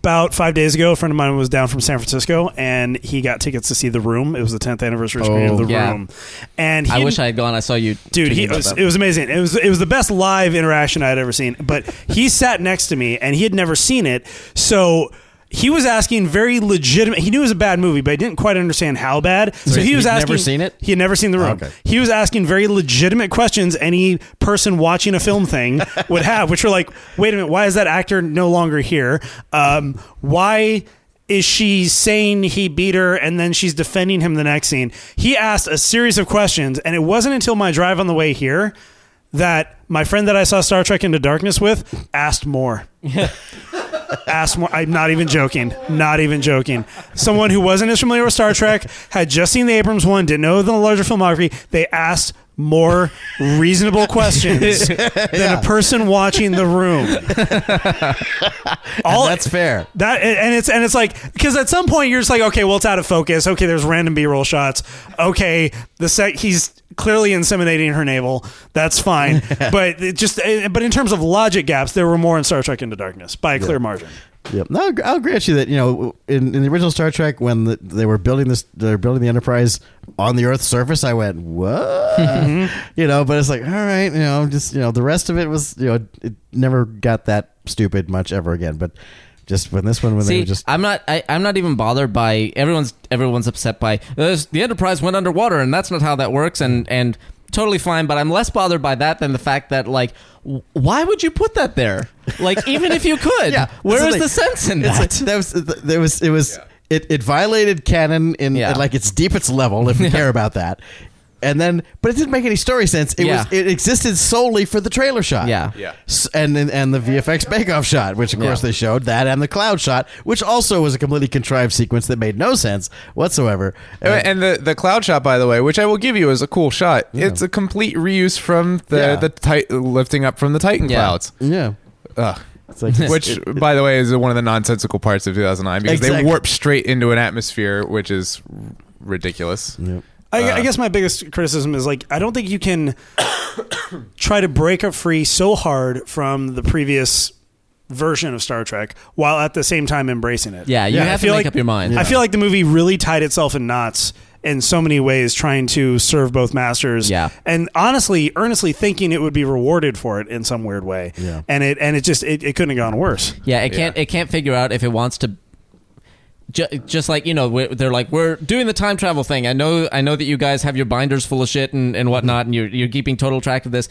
Speaker 4: about five days ago, a friend of mine was down from San Francisco, and he got tickets to see The Room. It was the 10th anniversary screening of
Speaker 5: Oh,
Speaker 4: The
Speaker 5: yeah.
Speaker 4: Room, and he
Speaker 5: i wish
Speaker 4: didn't-
Speaker 5: i had gone i saw you
Speaker 4: dude
Speaker 5: tweeting
Speaker 4: he, it,
Speaker 5: about
Speaker 4: was,
Speaker 5: that.
Speaker 4: it was amazing it was it was the best live interaction i had ever seen but he sat next to me and he had never seen it so he was asking very legitimate he knew it was a bad movie but he didn't quite understand how bad so, he
Speaker 2: he'd
Speaker 4: was
Speaker 2: never
Speaker 4: asking
Speaker 2: seen it? Oh,
Speaker 4: he had never seen the room
Speaker 2: Okay.
Speaker 4: he was asking very legitimate questions any person watching a film thing would have which were like wait a minute why is that actor no longer here um, why is she saying he beat her and then she's defending him the next scene? He asked a series of questions, and it wasn't until my drive on the way here that my friend that I saw Star Trek Into Darkness with asked more. asked more. I'm not even joking. Not even joking. Someone who wasn't as familiar with Star Trek had just seen the Abrams one, didn't know the larger filmography. They asked more reasonable questions than a person watching the room. All
Speaker 2: that's fair.
Speaker 4: that and it's and it's like because at some point you're just like okay well it's out of focus okay there's random b-roll shots okay the sec he's clearly inseminating her navel that's fine but it just eh, but in terms of logic gaps there were more in Star Trek Into Darkness by a clear margin
Speaker 2: Yep. No, I'll gr- I'll grant you that. You know, in, in the original Star Trek, when the, they were building this, they were building the Enterprise on the Earth's surface. I went, what?
Speaker 5: Mm-hmm.
Speaker 2: you know, but it's like, all right, you know, just you know, the rest of it was, you know, it never got that stupid much ever again. But just when this one, when they
Speaker 5: See,
Speaker 2: were just
Speaker 5: I'm not. I, I'm not even bothered by everyone's. Everyone's upset by "There's- the Enterprise went underwater, and that's not how that works. And and totally fine. But I'm less bothered by that than the fact that like, w- why would you put that there? Like, even if you could,
Speaker 2: Yeah,
Speaker 5: where
Speaker 2: that's the
Speaker 5: is the sense in
Speaker 2: It's
Speaker 5: that?
Speaker 2: like- that was there was it was it, it violated canon in
Speaker 5: Yeah.
Speaker 2: at, like its deepest level if we care about that. And then, but it didn't make any story sense. It
Speaker 5: Yeah.
Speaker 2: was it existed solely for the trailer shot.
Speaker 5: Yeah.
Speaker 3: Yeah.
Speaker 2: S- And and, and the VFX Bake Off shot, which of course
Speaker 5: Yeah.
Speaker 2: they showed that, and the cloud shot, which also was a completely contrived sequence that made no sense whatsoever.
Speaker 5: Uh,
Speaker 2: And-
Speaker 3: Uh, And the, the cloud shot, by the way, which I will give you, is a cool shot. It's a complete reuse from the
Speaker 2: Yeah.
Speaker 3: the tit- lifting up from the Titan
Speaker 5: Yeah.
Speaker 3: clouds.
Speaker 2: yeah.
Speaker 3: Ugh.
Speaker 2: It's like
Speaker 3: Which, by the way, is one of the nonsensical parts of 2009 because
Speaker 2: Exactly.
Speaker 3: they warp straight into an atmosphere, which is r- ridiculous.
Speaker 2: Yep.
Speaker 4: I, I
Speaker 3: Uh,
Speaker 4: guess my biggest criticism is like I don't think you can try to break up free so hard from the previous version of Star Trek while at the same time embracing it.
Speaker 5: Yeah, you
Speaker 2: Yeah, I
Speaker 5: have to
Speaker 4: feel
Speaker 5: make
Speaker 4: like-
Speaker 5: up your mind.
Speaker 4: I feel like the movie really tied itself in knots in so many ways, trying to serve both masters.
Speaker 5: Yeah.
Speaker 4: and honestly, earnestly thinking it would be rewarded for it in some weird way.
Speaker 2: Yeah.
Speaker 4: and it and it just it, it couldn't have gone worse.
Speaker 5: Yeah, it can't. It can't figure out if it wants to. Ju- just like you know, we're- they're like we're doing the time travel thing. I know. I know that you guys have your binders full of shit and, and whatnot, and you're you're keeping total track of this.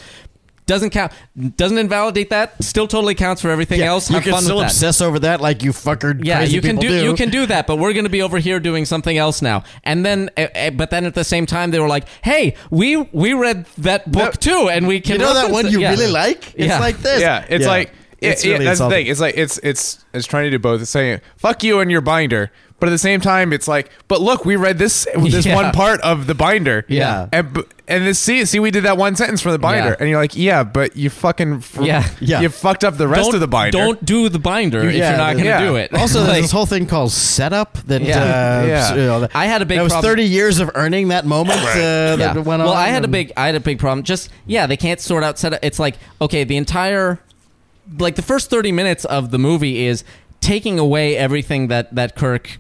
Speaker 5: Doesn't count. Doesn't invalidate that. Still totally counts for everything
Speaker 2: Yeah,
Speaker 5: else.
Speaker 2: you
Speaker 5: Have
Speaker 2: can
Speaker 5: fun
Speaker 2: still
Speaker 5: with that.
Speaker 2: obsess over that like you fucker
Speaker 5: Yeah,
Speaker 2: crazy
Speaker 5: you can
Speaker 2: people
Speaker 5: do,
Speaker 2: do.
Speaker 5: you can do that, but we're going to be over here doing something else now. And then, eh, eh, but then at the same time, they were like, "Hey, we we read that book too, and we can
Speaker 2: You know that
Speaker 5: reference
Speaker 2: one
Speaker 5: it."
Speaker 2: you
Speaker 5: Yeah.
Speaker 2: really like? It's
Speaker 5: Yeah.
Speaker 2: like this.
Speaker 3: Yeah, it's like it-
Speaker 2: It's
Speaker 3: it-
Speaker 2: really
Speaker 3: that's the
Speaker 2: insulting.
Speaker 3: thing. It's like it's it's it's trying to do both. It's saying fuck you and your binder, but at the same time, it's like, but look, we read this this
Speaker 5: Yeah.
Speaker 3: one part of the binder.
Speaker 2: Yeah.
Speaker 3: and b- and this see see we did that one sentence from the binder,
Speaker 5: Yeah.
Speaker 3: and you're like, yeah, but you fucking f-
Speaker 5: Yeah.
Speaker 2: Yeah.
Speaker 3: you fucked up the rest
Speaker 5: don't,
Speaker 3: of the binder.
Speaker 5: Don't do the binder if
Speaker 2: yeah,
Speaker 5: you're not going to
Speaker 3: yeah.
Speaker 5: do it.
Speaker 2: Also, there's
Speaker 5: Like-
Speaker 2: this whole thing called setup that
Speaker 5: Yeah.
Speaker 2: uh,
Speaker 3: Yeah.
Speaker 2: you know, that-
Speaker 5: I had a big
Speaker 2: That was
Speaker 5: problem.
Speaker 2: 30 years of earning that moment uh, that
Speaker 5: Yeah.
Speaker 2: went on.
Speaker 5: well, I had a
Speaker 2: and-
Speaker 5: big, I had a big problem. Just yeah, they can't sort out set. It's like okay, the entire, like the first thirty minutes of the movie is taking away everything that that Kirk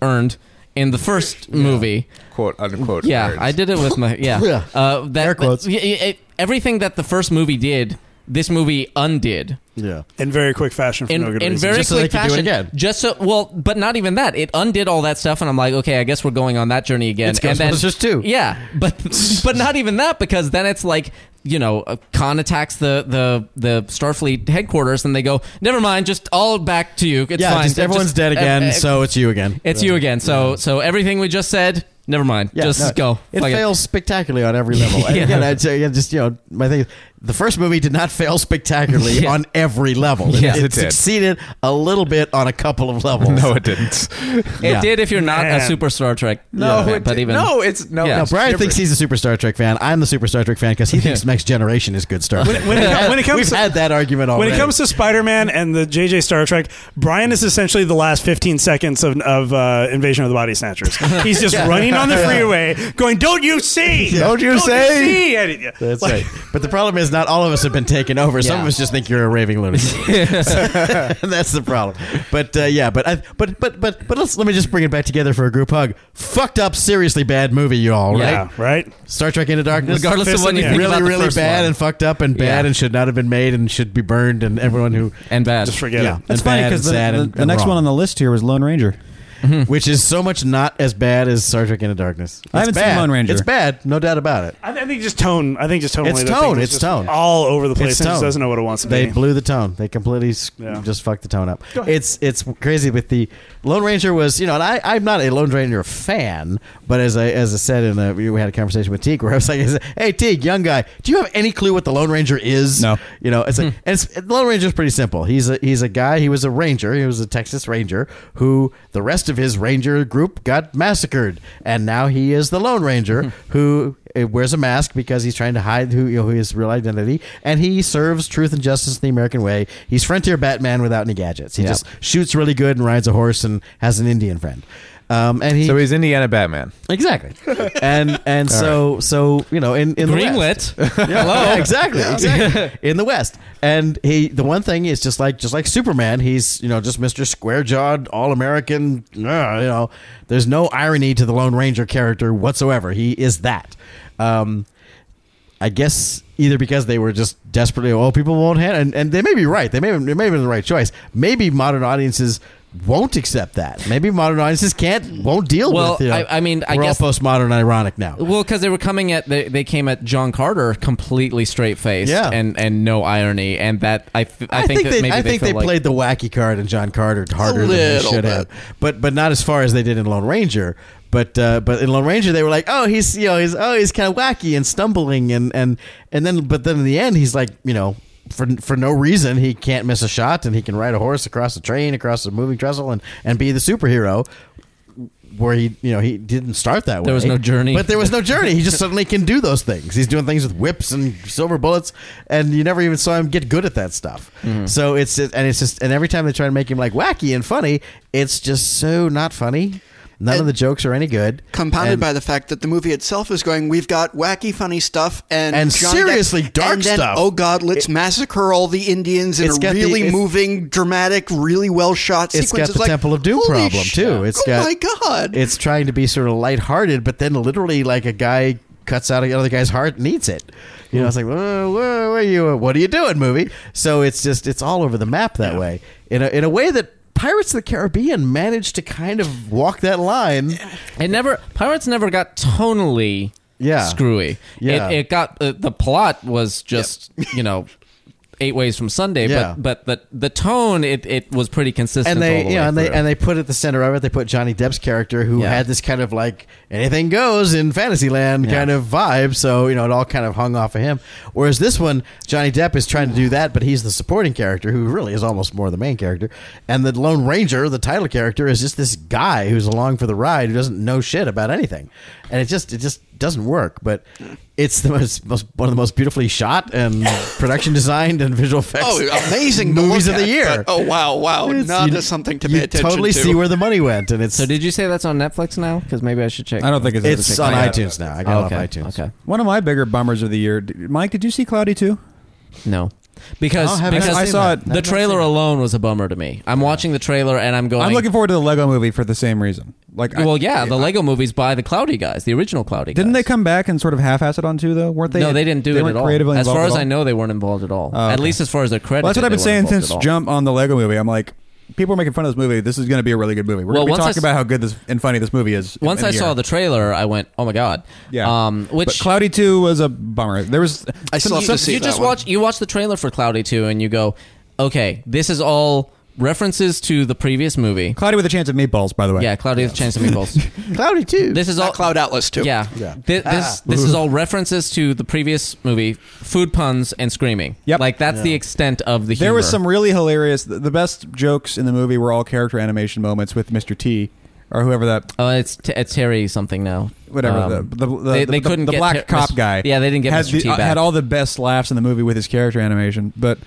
Speaker 5: earned in the first movie.
Speaker 3: quote unquote.
Speaker 5: Yeah,
Speaker 3: words.
Speaker 5: I did it with my yeah.
Speaker 2: Yeah.
Speaker 5: Uh, that,
Speaker 2: Air quotes.
Speaker 5: that- yeah, yeah, it- everything that the first movie did, this movie undid
Speaker 2: Yeah.
Speaker 4: in very quick fashion for
Speaker 5: in,
Speaker 4: no good
Speaker 5: in
Speaker 4: reason.
Speaker 5: very
Speaker 2: Just so they
Speaker 5: quick
Speaker 2: could do it
Speaker 5: fashion.
Speaker 2: again.
Speaker 5: Just so well, but not even that. It undid all that stuff, and I'm like, okay, I guess we're going on that journey again.
Speaker 2: It's
Speaker 5: and then
Speaker 2: Ghostbusters 2.
Speaker 5: Yeah, but but not even that because then it's like you know, uh, Khan attacks the the the Starfleet headquarters, and they go, never mind, just all back to you. It's
Speaker 2: yeah,
Speaker 5: fine.
Speaker 2: just everyone's
Speaker 5: Just-
Speaker 2: dead
Speaker 5: uh,
Speaker 2: again,
Speaker 5: uh,
Speaker 2: so it's you again.
Speaker 5: it's you again. So so everything we just said, never mind.
Speaker 2: Yeah,
Speaker 5: just
Speaker 2: no,
Speaker 5: go.
Speaker 2: It
Speaker 5: Fuck
Speaker 2: fails spectacularly on every level. And
Speaker 5: Yeah.
Speaker 2: again, I'd say, yeah, just you know, my thing. Is, the first movie did not fail spectacularly
Speaker 5: Yeah.
Speaker 2: on every level. It-
Speaker 5: Yes,
Speaker 2: it,
Speaker 3: it did.
Speaker 2: succeeded a little bit on a couple of levels.
Speaker 3: No, it didn't.
Speaker 5: It
Speaker 2: Yeah.
Speaker 5: did if you're not a
Speaker 4: Man.
Speaker 5: super Star Trek.
Speaker 3: No,
Speaker 5: fan,
Speaker 3: it
Speaker 5: but
Speaker 3: did-
Speaker 5: even
Speaker 3: no, it's no.
Speaker 5: Yeah.
Speaker 2: No,
Speaker 3: it's
Speaker 2: Brian
Speaker 3: different.
Speaker 2: thinks he's a super Star Trek fan. I'm the super Star Trek fan because he thinks Next Generation is good Star Trek.
Speaker 4: when it- when it comes
Speaker 2: We've
Speaker 4: to-
Speaker 2: had that argument already.
Speaker 4: When it comes to Spider-Man and the JJ Star Trek, Brian is essentially the last 15 seconds of, of uh, Invasion of the Body Snatchers. He's just running on the freeway, going, "Don't you see?
Speaker 3: Don't you say?"
Speaker 4: see?" And it- yeah.
Speaker 2: That's
Speaker 4: Like,
Speaker 2: right. But the problem is, not all of us have been taken over. Some
Speaker 5: Yeah.
Speaker 2: of us just think you're a raving lunatic. That's the problem. But uh, yeah, but I, but but but but let's let me just bring it back together for a group hug. Fucked up, seriously bad movie, you all right?
Speaker 5: Yeah.
Speaker 4: Yeah, right.
Speaker 2: Star Trek Into Darkness.
Speaker 5: Regardless
Speaker 4: of what you
Speaker 5: think
Speaker 2: really,
Speaker 5: about the
Speaker 2: really
Speaker 5: first
Speaker 2: bad
Speaker 5: one.
Speaker 2: and fucked up and bad
Speaker 5: Yeah.
Speaker 2: and should not have been made and should be burned and everyone who
Speaker 5: and bad.
Speaker 4: Just forget
Speaker 2: Yeah.
Speaker 4: it.
Speaker 1: That's
Speaker 2: and
Speaker 1: funny
Speaker 2: bad
Speaker 1: because
Speaker 2: and
Speaker 1: the,
Speaker 2: sad
Speaker 1: the,
Speaker 2: and-
Speaker 1: the
Speaker 2: and
Speaker 1: next
Speaker 2: wrong.
Speaker 1: one on the list here was Lone Ranger.
Speaker 2: which is so much not as bad as Star Trek Into Darkness. It's
Speaker 1: I haven't seen
Speaker 2: bad.
Speaker 1: Lone Ranger.
Speaker 2: It's bad, no doubt about it.
Speaker 4: I, th- I think just tone. I think just tone.
Speaker 2: It's
Speaker 4: related. I think
Speaker 2: tone,
Speaker 4: was
Speaker 2: it's
Speaker 4: just
Speaker 2: tone.
Speaker 4: All over the place.
Speaker 2: It's
Speaker 4: and just
Speaker 2: tone.
Speaker 4: doesn't know what it wants to
Speaker 2: They
Speaker 4: be.
Speaker 2: blew the tone. They completely s
Speaker 4: Yeah.
Speaker 2: just fucked the tone up. It's it's crazy with the Lone Ranger was you know and I I'm not a Lone Ranger fan, but as I as I said in a, we had a conversation with Teague where I was like, I said, hey Teague, young guy, do you have any clue what the Lone Ranger is?
Speaker 1: No.
Speaker 2: You know, it's like and it's, Lone Ranger is pretty simple. He's a he's a guy. He was a ranger. He was a Texas Ranger who the rest of his ranger group got massacred, and now he is the Lone Ranger who uh, wears a mask because he's trying to hide who, you know, his real identity, and he serves truth and justice the American way. He's frontier Batman without any gadgets. He
Speaker 5: Yep.
Speaker 2: just shoots really good and rides a horse and has an Indian friend. Um, and he
Speaker 3: So he's Indiana Batman.
Speaker 2: exactly, and and so so you know in in the West.
Speaker 5: Greenlit.
Speaker 2: Yeah, exactly, exactly. In the West, and he the one thing is just like just like Superman, he's you know just Mister Square Jawed, All American. You know, there's no irony to the Lone Ranger character whatsoever. He is that. Um, I guess either because they were just desperately, oh, people won't handle, and, and they may be right. They may they may have been the right choice. Maybe modern audiences won't accept that. Maybe modern audiences can't won't deal
Speaker 5: Well,
Speaker 2: with. You know,
Speaker 5: I- I mean, I
Speaker 2: we're
Speaker 5: guess-
Speaker 2: all postmodern, ironic now.
Speaker 5: Well, because they were coming at they, they came at John Carter completely straight faced,
Speaker 2: Yeah.
Speaker 5: and and no irony, and that I th- I, think, that
Speaker 2: they,
Speaker 5: maybe
Speaker 2: I think
Speaker 5: feel
Speaker 2: they
Speaker 5: like-
Speaker 2: played the wacky card in John Carter harder than they
Speaker 5: little
Speaker 2: should
Speaker 5: bit.
Speaker 2: have, but but not as far as they did in Lone Ranger. But uh, but in Lone Ranger they were like, oh he's you know he's oh he's kind of wacky and stumbling and and and then but then in the end he's like you know for for no reason he can't miss a shot and he can ride a horse across a train across a moving trestle and and be the superhero. Where he, you know, he didn't start that way.
Speaker 5: There was no journey.
Speaker 2: but there was no journey. He just suddenly can do those things. He's doing things with whips and silver bullets, and you never even saw him get good at that stuff.
Speaker 6: Mm-hmm.
Speaker 2: So it's just- and it's just and every time they try to make him like wacky and funny, it's just so not funny. None of
Speaker 6: And-
Speaker 2: the jokes are any good.
Speaker 6: Compounded
Speaker 2: And-
Speaker 6: by the fact that the movie itself is going, we've got wacky, funny stuff and
Speaker 2: And
Speaker 6: Johnny
Speaker 2: seriously dark
Speaker 6: and then,
Speaker 2: stuff.
Speaker 6: Oh God, let's massacre all the Indians in
Speaker 2: It's
Speaker 6: a
Speaker 2: got the-
Speaker 6: really
Speaker 2: it's-
Speaker 6: moving, dramatic, really well shot
Speaker 2: It's
Speaker 6: sequence.
Speaker 2: got the
Speaker 6: like,
Speaker 2: Temple of Doom
Speaker 6: holy
Speaker 2: problem too. It's
Speaker 6: oh
Speaker 2: got
Speaker 6: my God.
Speaker 2: It's trying to be sort of lighthearted, but then literally like a guy cuts out another guy's heart and eats it. You know, it's like, whoa, whoa, where are you? What are you doing, movie? So it's just it's all over the map that way. In a in a way that Pirates of the Caribbean managed to kind of walk that line.
Speaker 5: It never pirates never got tonally
Speaker 2: Yeah.
Speaker 5: screwy.
Speaker 2: Yeah.
Speaker 5: It, it got uh, the plot was just you know eight ways from Sunday,
Speaker 2: Yeah.
Speaker 5: but but the the tone it, it was pretty consistent.
Speaker 2: and
Speaker 5: all
Speaker 2: they
Speaker 5: the
Speaker 2: you
Speaker 5: way
Speaker 2: know, and they
Speaker 5: through.
Speaker 2: and they put at the center of it they put Johnny Depp's character who
Speaker 5: Yeah.
Speaker 2: had this kind of like anything goes in Fantasyland
Speaker 5: Yeah.
Speaker 2: kind of vibe so you know it all kind of hung off of him whereas this one Johnny Depp is trying to do that but he's the supporting character who really is almost more the main character and the Lone Ranger the title character is just this guy who's along for the ride who doesn't know shit about anything and it just it just doesn't work but it's the most, most one of the most beautifully shot and production designed and visual effects
Speaker 6: Oh, amazing to
Speaker 2: movies
Speaker 6: look
Speaker 2: of the
Speaker 6: at,
Speaker 2: year
Speaker 6: but- oh wow, wow!
Speaker 2: It's-
Speaker 6: now
Speaker 2: you-
Speaker 6: there's something to
Speaker 2: you
Speaker 6: pay attention
Speaker 2: totally
Speaker 6: to.
Speaker 2: see where the money went, and it's
Speaker 5: so did you say that's on Netflix now? Because maybe I should check.
Speaker 1: I don't think it's,
Speaker 2: it's on
Speaker 1: Yeah.
Speaker 2: iTunes now. I got
Speaker 5: okay.
Speaker 2: it Oh, off iTunes.
Speaker 5: Okay.
Speaker 1: One of my bigger bummers of the year, D- Mike. Did you see Cloudy too?
Speaker 5: No. Because,
Speaker 2: Oh, haven't
Speaker 5: because
Speaker 1: I saw it.
Speaker 5: the trailer alone was a bummer to me. I'm watching the trailer and I'm going.
Speaker 1: I'm looking forward to the Lego Movie for the same reason. Like, I-
Speaker 5: well, yeah, the Lego movies by the Cloudy guys, the original Cloudy.
Speaker 1: didn't they
Speaker 5: guys.
Speaker 1: come back and sort of half-ass it on two though? Weren't they?
Speaker 5: no, they didn't do it
Speaker 1: weren't
Speaker 5: at all.
Speaker 1: creatively
Speaker 5: As
Speaker 1: involved
Speaker 5: far
Speaker 1: at
Speaker 5: as I
Speaker 1: all?
Speaker 5: know, they weren't involved at all.
Speaker 1: Oh,
Speaker 5: At
Speaker 1: okay.
Speaker 5: least as far as they're credited.
Speaker 1: Well, that's what I've been
Speaker 5: they
Speaker 1: saying
Speaker 5: weren't involved
Speaker 1: since
Speaker 5: at all.
Speaker 1: Jump on the Lego Movie. I'm like, people are making fun of this movie. This is going to be a really good movie. We're
Speaker 5: Well,
Speaker 1: going to be
Speaker 5: once I
Speaker 1: talking
Speaker 5: s-
Speaker 1: about how good this and funny this movie is. in-
Speaker 5: Once
Speaker 1: in
Speaker 5: I
Speaker 1: a
Speaker 5: saw
Speaker 1: year.
Speaker 5: the trailer, I went, "Oh my god!"
Speaker 1: yeah,
Speaker 5: Um,
Speaker 1: but
Speaker 5: which
Speaker 1: Cloudy Two was a bummer. There was
Speaker 6: I still have
Speaker 5: you,
Speaker 6: to see
Speaker 5: you
Speaker 6: that
Speaker 5: just
Speaker 6: one.
Speaker 5: watch you watch the trailer for Cloudy Two, and you go, "Okay, this is all references to the previous movie."
Speaker 1: Cloudy with a Chance of Meatballs, by the way.
Speaker 5: Yeah, Cloudy with a Chance of Meatballs.
Speaker 2: Cloudy too.
Speaker 5: This is all
Speaker 6: Not Cloud Atlas too.
Speaker 5: Yeah.
Speaker 2: Yeah.
Speaker 5: Thi- This
Speaker 1: Ah.
Speaker 5: this, is all references to the previous movie, food puns and screaming.
Speaker 1: Yep.
Speaker 5: Like that's the extent of the humor.
Speaker 1: There was some really hilarious. The the best jokes in the movie were all character animation moments with Mr. T or whoever that
Speaker 5: Oh, it's, t- it's Terry something now.
Speaker 1: whatever
Speaker 5: Um,
Speaker 1: the, the, the
Speaker 5: they,
Speaker 1: the-
Speaker 5: they
Speaker 1: the-
Speaker 5: couldn't
Speaker 1: the
Speaker 5: get
Speaker 1: black
Speaker 5: Ter-
Speaker 1: cop
Speaker 5: Mr.
Speaker 1: guy.
Speaker 5: Yeah, they didn't get
Speaker 1: had
Speaker 5: Mr.
Speaker 1: the-
Speaker 5: T
Speaker 1: uh,
Speaker 5: back.
Speaker 1: had all the best laughs in the movie with his character animation, but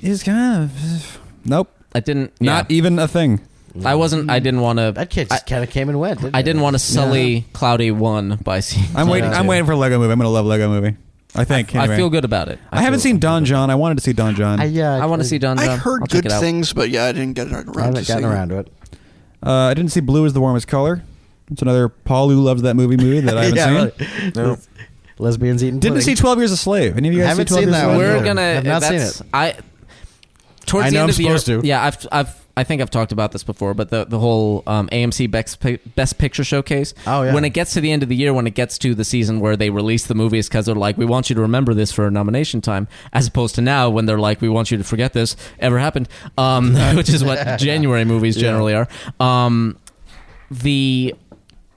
Speaker 1: he's kind of nope,
Speaker 5: I didn't.
Speaker 1: not
Speaker 5: Not.
Speaker 1: even a thing.
Speaker 5: I wasn't. I didn't want to.
Speaker 2: that kid just kind of came and went. Didn't
Speaker 5: I didn't want to sully Cloudy One by seeing.
Speaker 1: I'm waiting.
Speaker 2: Yeah.
Speaker 1: I'm waiting for Lego movie. I'm gonna love Lego movie. I think.
Speaker 5: I
Speaker 1: anyway.
Speaker 5: feel good about it.
Speaker 1: I, haven't
Speaker 5: feel-
Speaker 1: seen Don John. I wanted to see Don John.
Speaker 2: I, uh,
Speaker 5: I want to see Don.
Speaker 6: I
Speaker 5: John.
Speaker 6: heard
Speaker 5: I'll check
Speaker 6: good
Speaker 5: it out.
Speaker 6: things, but yeah, I didn't get around
Speaker 2: I
Speaker 6: to
Speaker 2: haven't
Speaker 6: seeing
Speaker 2: gotten
Speaker 6: it.
Speaker 2: around to it.
Speaker 1: uh, I didn't see Blue is the Warmest Color. It's another Paul who loves that movie movie that I haven't seen.
Speaker 2: really. Lesbians eating.
Speaker 1: Didn't see
Speaker 2: pudding.
Speaker 1: Twelve Years a Slave. Any of you guys
Speaker 2: Haven't
Speaker 1: see 12
Speaker 2: seen
Speaker 1: Years
Speaker 2: that
Speaker 1: a
Speaker 2: one
Speaker 1: Slave?
Speaker 5: We're
Speaker 2: either.
Speaker 5: gonna.
Speaker 2: I've not seen
Speaker 5: that's- I. Towards
Speaker 2: I
Speaker 5: the
Speaker 2: know
Speaker 5: end
Speaker 2: I'm
Speaker 5: of the
Speaker 2: supposed
Speaker 5: year,
Speaker 2: to.
Speaker 5: yeah, I've, I've, I think I've talked about this before, but the the whole um, AMC Best Pi- Best Picture Showcase.
Speaker 2: Oh, yeah.
Speaker 5: When it gets to the end of the year, when it gets to the season where they release the movies, because they're like, we want you to remember this for nomination time, as opposed to now when they're like, we want you to forget this ever happened, um, which is what January movies generally are. Um, the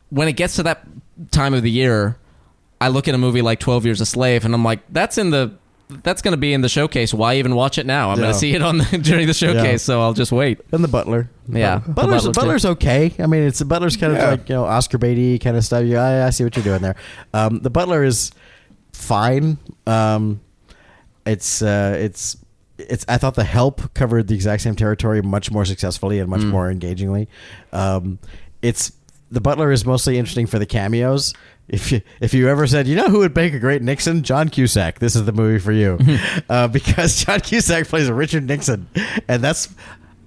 Speaker 5: when it gets to that time of the year, I look at a movie like Twelve Years a Slave, and I'm like, that's in the that's going to be in the showcase. Why even watch it now? I'm going
Speaker 2: Yeah.
Speaker 5: to see it on the, during the showcase,
Speaker 2: Yeah.
Speaker 5: so I'll just wait.
Speaker 2: And the Butler.
Speaker 5: Yeah, The
Speaker 2: Butler's
Speaker 5: Butler, too.
Speaker 2: Butler's okay. I mean, it's the Butler's kind
Speaker 3: Yeah.
Speaker 2: of like you know Oscar Beatty kind of stuff. Yeah, I, I see what you're doing there. Um, the Butler is fine. Um, it's uh, it's it's. I thought the Help covered the exact same territory much more successfully and much
Speaker 5: Mm.
Speaker 2: more engagingly. Um, it's the Butler is mostly interesting for the cameos. If you if you ever said you know who would make a great Nixon, John Cusack, this is the movie for you, uh, because John Cusack plays Richard Nixon, and that's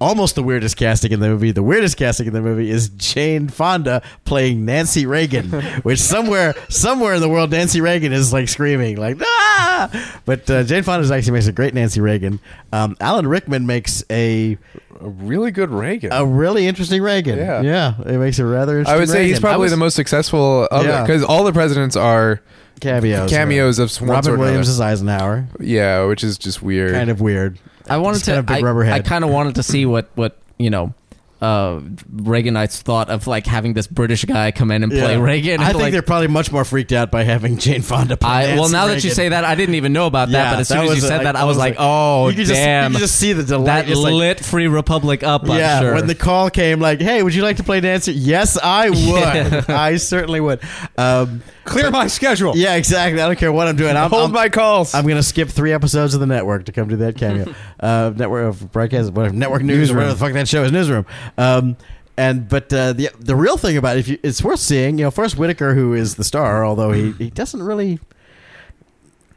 Speaker 2: almost the weirdest casting in the movie. The weirdest casting in the movie is Jane Fonda playing Nancy Reagan, which somewhere somewhere in the world Nancy Reagan is like screaming like ah. But uh, Jane Fonda actually makes a great Nancy Reagan. Um, Alan Rickman makes a
Speaker 3: A really good Reagan.
Speaker 2: a really interesting Reagan.
Speaker 3: Yeah.
Speaker 2: yeah, it makes a rather. Interesting
Speaker 3: I would say he's
Speaker 2: Reagan. I
Speaker 3: probably
Speaker 2: was-
Speaker 3: the most successful of
Speaker 2: Yeah.
Speaker 3: because all the presidents are
Speaker 2: cameos
Speaker 3: cameos of one
Speaker 2: Robin
Speaker 3: sort or
Speaker 2: Williams as Eisenhower.
Speaker 3: another. Yeah, which is just weird.
Speaker 2: Kind of weird.
Speaker 5: I wanted
Speaker 2: Just kind
Speaker 5: to.
Speaker 2: of big
Speaker 5: I-
Speaker 2: rubber
Speaker 5: I,
Speaker 2: head.
Speaker 5: kind of wanted to see what what you know. Uh, Reaganites thought of like having this British guy come in and play
Speaker 2: Yeah.
Speaker 5: Reagan.
Speaker 2: I
Speaker 5: and,
Speaker 2: think
Speaker 5: like,
Speaker 2: they're probably much more freaked out by having Jane Fonda. Play
Speaker 5: I, well,
Speaker 2: Nancy
Speaker 5: now that you
Speaker 2: Reagan.
Speaker 5: say that, I didn't even know about that.
Speaker 2: Yeah,
Speaker 5: but as soon as you
Speaker 2: was,
Speaker 5: said
Speaker 2: like,
Speaker 5: that, I was like, "Oh,
Speaker 2: you could just-
Speaker 5: damn!"
Speaker 2: you could just see the delight.
Speaker 5: that
Speaker 2: It's like-
Speaker 5: lit Free Republic up. I'm
Speaker 2: yeah,
Speaker 5: sure.
Speaker 2: when the call came, like, "Hey, would you like to play Nancy?" Yes, I would. I certainly would. Um,
Speaker 1: Clear my
Speaker 5: Oh.
Speaker 1: schedule.
Speaker 2: yeah, exactly. I don't care what I'm doing. I'm,
Speaker 3: Hold
Speaker 2: I'm,
Speaker 3: my calls.
Speaker 2: I'm going to skip three episodes of the network to come to that cameo. uh, network of broadcast, whatever, network news, or whatever the fuck that show is, newsroom. Um, and but uh, the the real thing about it, if you, it's worth seeing. You know, Forrest Whitaker, who is the star, although he, he doesn't really.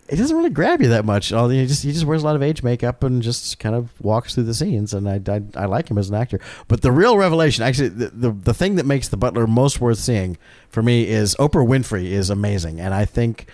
Speaker 2: It doesn't really grab you that much. All he just he just wears a lot of age makeup and just kind of walks through the scenes, and I, I, I like him as an actor. But the real revelation, actually, the, the the thing that makes the Butler most worth seeing for me is Oprah Winfrey is amazing, and I think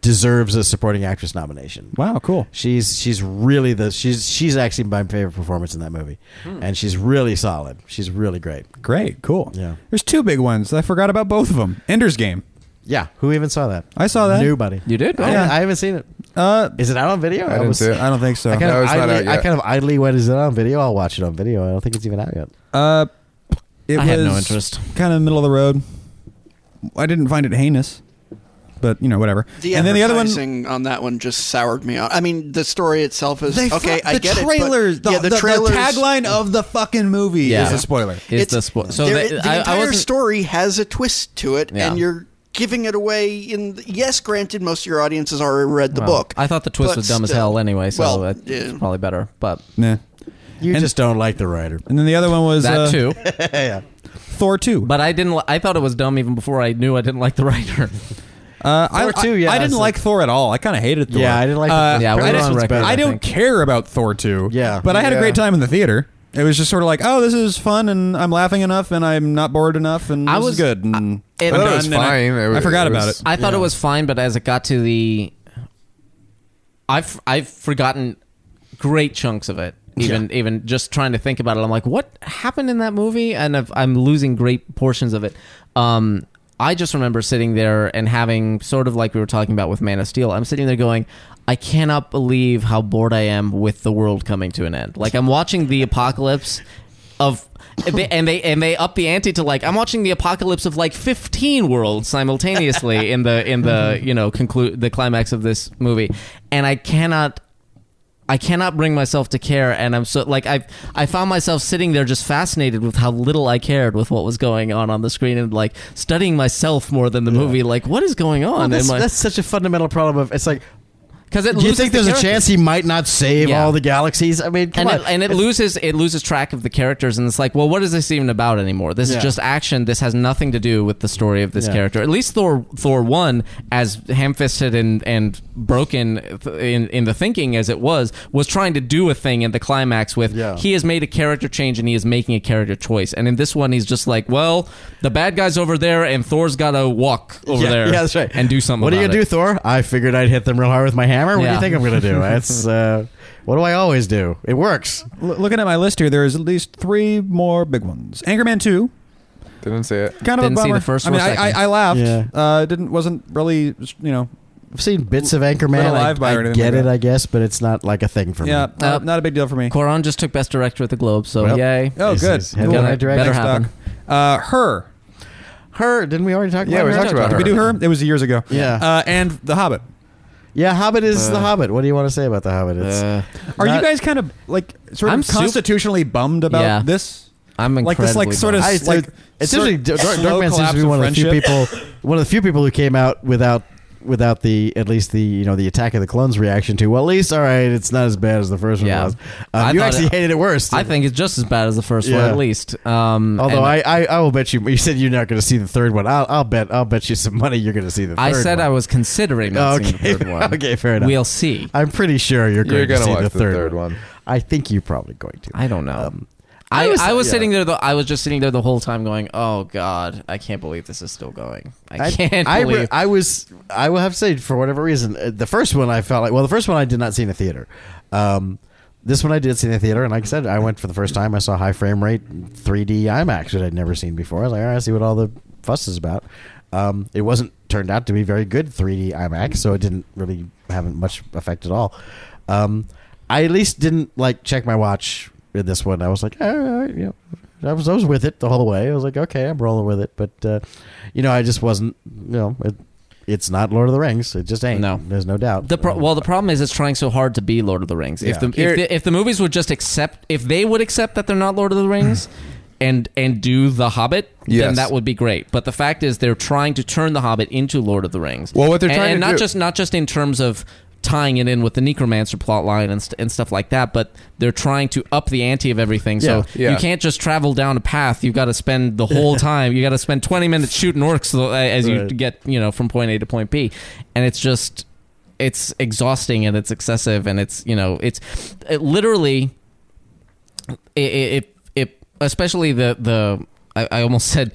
Speaker 2: deserves a supporting actress nomination.
Speaker 1: Wow, cool.
Speaker 2: She's she's really the she's she's actually my favorite performance in that movie,
Speaker 5: Hmm.
Speaker 2: and she's really solid. She's really great.
Speaker 1: Great, cool.
Speaker 2: Yeah.
Speaker 1: There's two big ones. I forgot about both of them. Ender's Game.
Speaker 2: Yeah, who even saw that?
Speaker 1: I saw that.
Speaker 2: Nobody.
Speaker 5: You did?
Speaker 2: I,
Speaker 5: Oh.
Speaker 2: I haven't seen it.
Speaker 1: Uh,
Speaker 2: Is it out on video?
Speaker 3: I didn't
Speaker 2: was-
Speaker 3: see it.
Speaker 1: I don't think so.
Speaker 2: I kind,
Speaker 3: No,
Speaker 2: of
Speaker 3: it's not out
Speaker 2: idly, I
Speaker 3: yet.
Speaker 2: kind of idly went, is it on video? I'll watch it on video. I don't think it's even out yet.
Speaker 1: Uh, it
Speaker 5: I had no
Speaker 1: was
Speaker 5: interest.
Speaker 1: Kind of middle of the road. I didn't find it heinous, but you know whatever.
Speaker 6: The
Speaker 1: and then the other one,
Speaker 6: advertising on that one just soured me out. I mean, the story itself is
Speaker 1: they
Speaker 6: okay.
Speaker 1: fuck-
Speaker 6: I
Speaker 1: the
Speaker 6: get
Speaker 1: trailers,
Speaker 6: it. but-
Speaker 1: the,
Speaker 6: yeah,
Speaker 1: the,
Speaker 6: the,
Speaker 1: the
Speaker 6: trailers.
Speaker 1: tagline of the fucking movie
Speaker 5: Yeah.
Speaker 1: is a spoiler.
Speaker 5: Is the spo- so
Speaker 6: there-
Speaker 5: they-
Speaker 6: the
Speaker 5: I- I
Speaker 6: entire
Speaker 5: wasn't-
Speaker 6: story has a twist to it,
Speaker 5: Yeah.
Speaker 6: and you're giving it away. In the, yes, granted, most of your audience has already read the book.
Speaker 5: I thought the twist
Speaker 6: but
Speaker 5: was dumb as
Speaker 6: still.
Speaker 5: hell anyway, so
Speaker 6: Well,
Speaker 5: it's
Speaker 6: yeah.
Speaker 5: probably better. But
Speaker 1: Nah.
Speaker 2: You just don't like the writer.
Speaker 1: And then the other one was
Speaker 5: that
Speaker 1: uh,
Speaker 5: too.
Speaker 1: Thor two.
Speaker 5: But I didn't. Li- I thought it was dumb even before I knew I didn't like the writer.
Speaker 1: Uh, I,
Speaker 2: Thor 2, yeah,
Speaker 1: I, I
Speaker 2: it's
Speaker 1: didn't
Speaker 2: like-
Speaker 1: like Thor at all. I kind of hated Thor.
Speaker 2: Yeah, I didn't like
Speaker 1: Uh,
Speaker 2: the
Speaker 5: Yeah, we're
Speaker 1: I,
Speaker 5: on
Speaker 1: just-
Speaker 5: record,
Speaker 1: I
Speaker 5: I
Speaker 1: don't
Speaker 5: think.
Speaker 1: care about Thor 2.
Speaker 2: Yeah.
Speaker 1: But I had a
Speaker 3: Yeah.
Speaker 1: great time in the theater. It was just sort of like, oh, this is fun, and I'm laughing enough, and I'm not bored enough, and
Speaker 5: I
Speaker 1: this
Speaker 5: was-
Speaker 1: is good. And
Speaker 5: I- it-
Speaker 1: I'm
Speaker 5: I
Speaker 3: thought it was
Speaker 1: done, and
Speaker 3: fine.
Speaker 1: I,
Speaker 3: It
Speaker 1: I
Speaker 3: was-
Speaker 1: forgot
Speaker 3: it
Speaker 1: about
Speaker 3: was-
Speaker 1: it.
Speaker 5: I thought it was fine, but as it got to the, I've I've forgotten great chunks of it. Even even just trying to think about it, I'm like, what happened in that movie? And I've, I'm losing great portions of it. Um, I just remember sitting there and having sort of like we were talking about with Man of Steel. I'm sitting there going. I cannot believe how bored I am with the world coming to an end. Like I'm watching the apocalypse of and they and they up the ante to like I'm watching the apocalypse of like 15 worlds simultaneously in the in the you know conclude the climax of this movie and I cannot I cannot bring myself to care and I'm so like I I found myself sitting there just fascinated with how little I cared with what was going on on the screen and like studying myself more than the movie like what is going on in
Speaker 2: that's,
Speaker 5: my-
Speaker 2: that's such a fundamental problem of it's like
Speaker 5: cuz it
Speaker 2: do you
Speaker 5: loses
Speaker 2: think
Speaker 5: the
Speaker 2: there's a
Speaker 5: character.
Speaker 2: chance he might not save
Speaker 5: Yeah.
Speaker 2: all the galaxies? I mean, come
Speaker 5: and
Speaker 2: on.
Speaker 5: it, and it
Speaker 2: It's-
Speaker 5: loses it loses track of the characters and it's like well what is this even about anymore this
Speaker 2: Yeah.
Speaker 5: is just action this has nothing to do with the story of this
Speaker 2: Yeah.
Speaker 5: character at least thor thor 1 as ham-fisted and and broken in in the thinking as it was was trying to do a thing in the climax with
Speaker 2: Yeah.
Speaker 5: he has made a character change and he is making a character choice and in this one he's just like well the bad guy's over there and thor's gotta walk over
Speaker 2: yeah,
Speaker 5: there
Speaker 2: Yeah, that's right.
Speaker 5: and do something
Speaker 2: What are you
Speaker 5: about
Speaker 2: gonna
Speaker 5: it.
Speaker 2: do, Thor? I figured I'd hit them real hard with my hammer. What do you
Speaker 5: Yeah.
Speaker 2: think I'm gonna do? That's uh, what do I always do? It works.
Speaker 1: L- looking at my list here, there's at least three more big ones. Anchorman 2,
Speaker 3: Didn't see it.
Speaker 1: kind of
Speaker 5: Didn't
Speaker 1: a
Speaker 5: see
Speaker 1: bummer.
Speaker 5: the first
Speaker 1: I mean,
Speaker 5: or
Speaker 1: I, I,
Speaker 5: second.
Speaker 1: I laughed.
Speaker 2: Yeah.
Speaker 1: Uh, didn't wasn't really, you know,
Speaker 2: I've seen bits of Anchorman.
Speaker 1: Little Live Wire
Speaker 2: I,
Speaker 1: or
Speaker 2: I
Speaker 1: anything
Speaker 2: get
Speaker 1: like
Speaker 2: it,
Speaker 1: that.
Speaker 2: I guess, but it's not like a thing for
Speaker 1: yeah,
Speaker 2: me.
Speaker 1: not,
Speaker 5: Uh,
Speaker 1: not a big deal for me.
Speaker 5: Coron just took best director at the Globe so
Speaker 2: Well,
Speaker 5: yay
Speaker 1: Oh,
Speaker 2: This
Speaker 1: good.
Speaker 2: is- Have you
Speaker 5: Cool.
Speaker 2: got it direct?
Speaker 5: Better
Speaker 1: Thanks,
Speaker 5: happen.
Speaker 1: Doc. Uh, her.
Speaker 2: Her? Didn't we already talk
Speaker 3: Yeah,
Speaker 2: about?
Speaker 3: we
Speaker 2: her?
Speaker 3: talked about
Speaker 1: Did
Speaker 3: her.
Speaker 1: we do her? It was years ago.
Speaker 2: Yeah.
Speaker 1: Uh, and The Hobbit.
Speaker 2: Yeah, Hobbit is the Hobbit. What do you want to say about the Hobbit? It's,
Speaker 1: Are
Speaker 2: Not-
Speaker 1: you guys kind of like sort
Speaker 5: I'm
Speaker 1: of
Speaker 5: sup-
Speaker 1: constitutionally bummed about
Speaker 5: Yeah.
Speaker 1: this?
Speaker 5: I'm
Speaker 1: Like
Speaker 5: incredibly
Speaker 1: this, like sort
Speaker 5: bummed.
Speaker 1: of
Speaker 2: I,
Speaker 1: s- like
Speaker 2: it's
Speaker 1: sort-
Speaker 2: usually Dark,
Speaker 1: slow
Speaker 2: Dark Man seems to
Speaker 1: collapse
Speaker 2: be
Speaker 1: of
Speaker 2: one of the few
Speaker 1: friendship.
Speaker 2: people, one of the few people who came out without without the at least the you know the attack of the clones reaction to well at least all right it's not as bad as the first one
Speaker 5: Yeah.
Speaker 2: was.
Speaker 5: I
Speaker 2: Um, you
Speaker 5: thought
Speaker 2: actually
Speaker 5: it-
Speaker 2: hated it worse.
Speaker 5: I think it's just as bad as the first
Speaker 2: Yeah.
Speaker 5: one, at least. Um,
Speaker 2: Although
Speaker 5: and
Speaker 2: I, I, I will bet you you said you're not going to see the third one. I'll, I'll bet I'll bet you some money you're going to see the third.
Speaker 5: I said
Speaker 2: one.
Speaker 5: I was considering not seeing
Speaker 2: Okay,
Speaker 5: the third one.
Speaker 2: okay, fair enough.
Speaker 5: We'll see.
Speaker 2: I'm pretty sure you're going
Speaker 3: You're
Speaker 2: to
Speaker 3: gonna
Speaker 2: see
Speaker 3: watch
Speaker 2: the third,
Speaker 3: one.
Speaker 2: I think you're probably going to.
Speaker 5: I don't know.
Speaker 2: Um, I
Speaker 5: I, I
Speaker 2: was-
Speaker 5: was,
Speaker 2: yeah.
Speaker 5: sitting there. Though, I was just sitting there the whole time, going, "Oh God, I can't believe this is still going. I can't
Speaker 2: I, re-
Speaker 5: believe."
Speaker 2: I was. I will have to say, for whatever reason, uh, the first one I felt like. Well, the first one I did not see in the theater. Um, this one I did see in the theater, and like I said, I went for the first time. I saw high frame rate 3D IMAX that I'd never seen before. I was like, all right, I see what all the fuss is about. Um, it wasn't turned out to be very good 3D IMAX, so it didn't really have much effect at all. Um, I at least didn't like check my watch in this one. I was like, all right, you know, I was I was with it the whole way. I was like, okay, I'm rolling with it. But uh, you know, I just wasn't. You know, it, it's not Lord of the Rings. It just ain't.
Speaker 5: No.
Speaker 2: there's no doubt. Um,
Speaker 5: the pro- well, the problem is it's trying so hard to be Lord of the Rings.
Speaker 2: Yeah.
Speaker 5: If, the, if the if the movies would just accept, if they would accept that they're not Lord of the Rings, and and do the Hobbit, then
Speaker 3: Yes.
Speaker 5: that would be great. But the fact is, they're trying to turn the Hobbit into Lord of the Rings.
Speaker 3: Well, what they're
Speaker 5: And-
Speaker 3: trying
Speaker 5: and
Speaker 3: to
Speaker 5: not
Speaker 3: do-
Speaker 5: just not just in terms of tying it in with the necromancer plot line and, st- and stuff like that but they're trying to up the ante of everything so
Speaker 3: Yeah. Yeah.
Speaker 5: you can't just travel down a path you've got to spend the whole time you got to spend 20 minutes shooting orcs uh, as you
Speaker 2: Right.
Speaker 5: get you know from point a to point b and it's just it's exhausting and it's excessive and it's you know it's it literally it it, it especially the the I, I almost said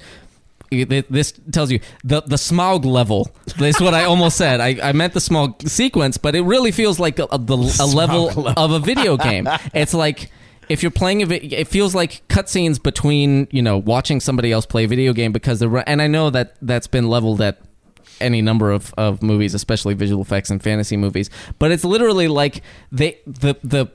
Speaker 5: it- this tells you the the smog level is what I almost said. I, I meant the smog sequence, but it really feels like a, a, the, a level, of a video game. It's like if you're playing a vi- it feels like cutscenes between you know watching somebody else play a video game because the and I know that that's been leveled at any number of, of movies, especially visual effects and fantasy movies. But it's literally like they the the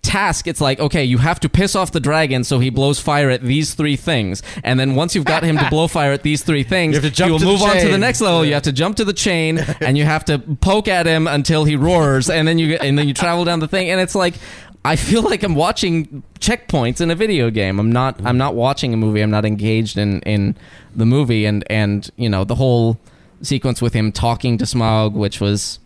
Speaker 5: task it's like okay you have to piss off the dragon so he blows fire at these three things and then once you've got him to blow fire at these three things
Speaker 2: You have to jump
Speaker 5: will
Speaker 2: to the
Speaker 5: move on to the
Speaker 2: chain.
Speaker 5: next level you have to jump to the chain and you have to poke at him until he roars and then you and then you travel down the thing and it's like I feel like I'm watching checkpoints in a video game. I'm not I'm not watching a movie. I'm not engaged in in the movie and and you know the whole sequence with him talking to Smaug which was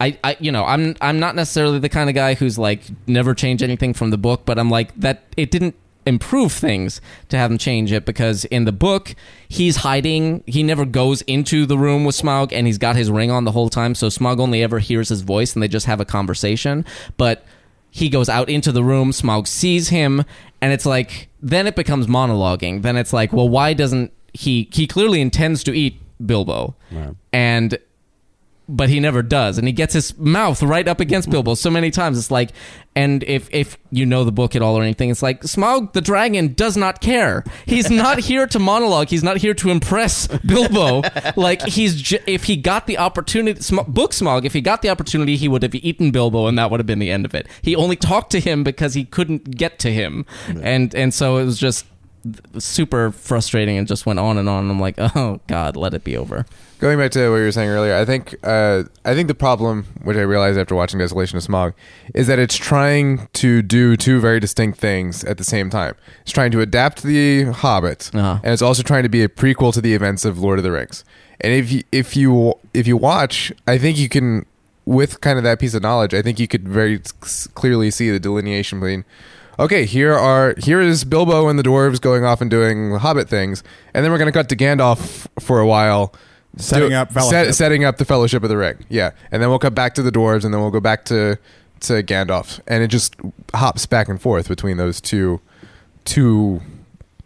Speaker 5: I, I you know I'm I'm not necessarily the kind of guy who's like never change anything from the book, but I'm like that it didn't improve things to have him change it because in the book he's hiding he never goes into the room with Smaug and he's got his ring on the whole time so Smaug only ever hears his voice and they just have a conversation but he goes out into the room Smaug sees him and it's like then it becomes monologuing then it's like well why doesn't he he clearly intends to eat Bilbo and but he never does and he gets his mouth right up against bilbo so many times it's like and if if you know the book at all or anything it's like smaug the dragon does not care he's not here to monologue he's not here to impress bilbo like he's j- if he got the opportunity Sm- book smaug if he got the opportunity he would have eaten bilbo and that would have been the end of it he only talked to him because he couldn't get to him and and so it was just super frustrating and just went on and on i'm like oh god let it be over
Speaker 3: Going back to what you were saying earlier, I think uh, I think the problem, which I realized after watching Desolation of Smog, is that it's trying to do two very distinct things at the same time. It's trying to adapt the Hobbit,
Speaker 5: Uh-huh.
Speaker 3: and it's also trying to be a prequel to the events of Lord of the Rings. And if you if you if you watch, I think you can, with kind of that piece of knowledge, I think you could very s- clearly see the delineation between. Okay, here are here is Bilbo and the dwarves going off and doing Hobbit things, and then we're going to cut to Gandalf for a while,
Speaker 1: Setting
Speaker 3: do-
Speaker 1: up fellowship.
Speaker 3: set- setting up the Fellowship of the Ring. Yeah, and then we'll come back to the dwarves, and then we'll go back to to Gandalf, and it just hops back and forth between those two two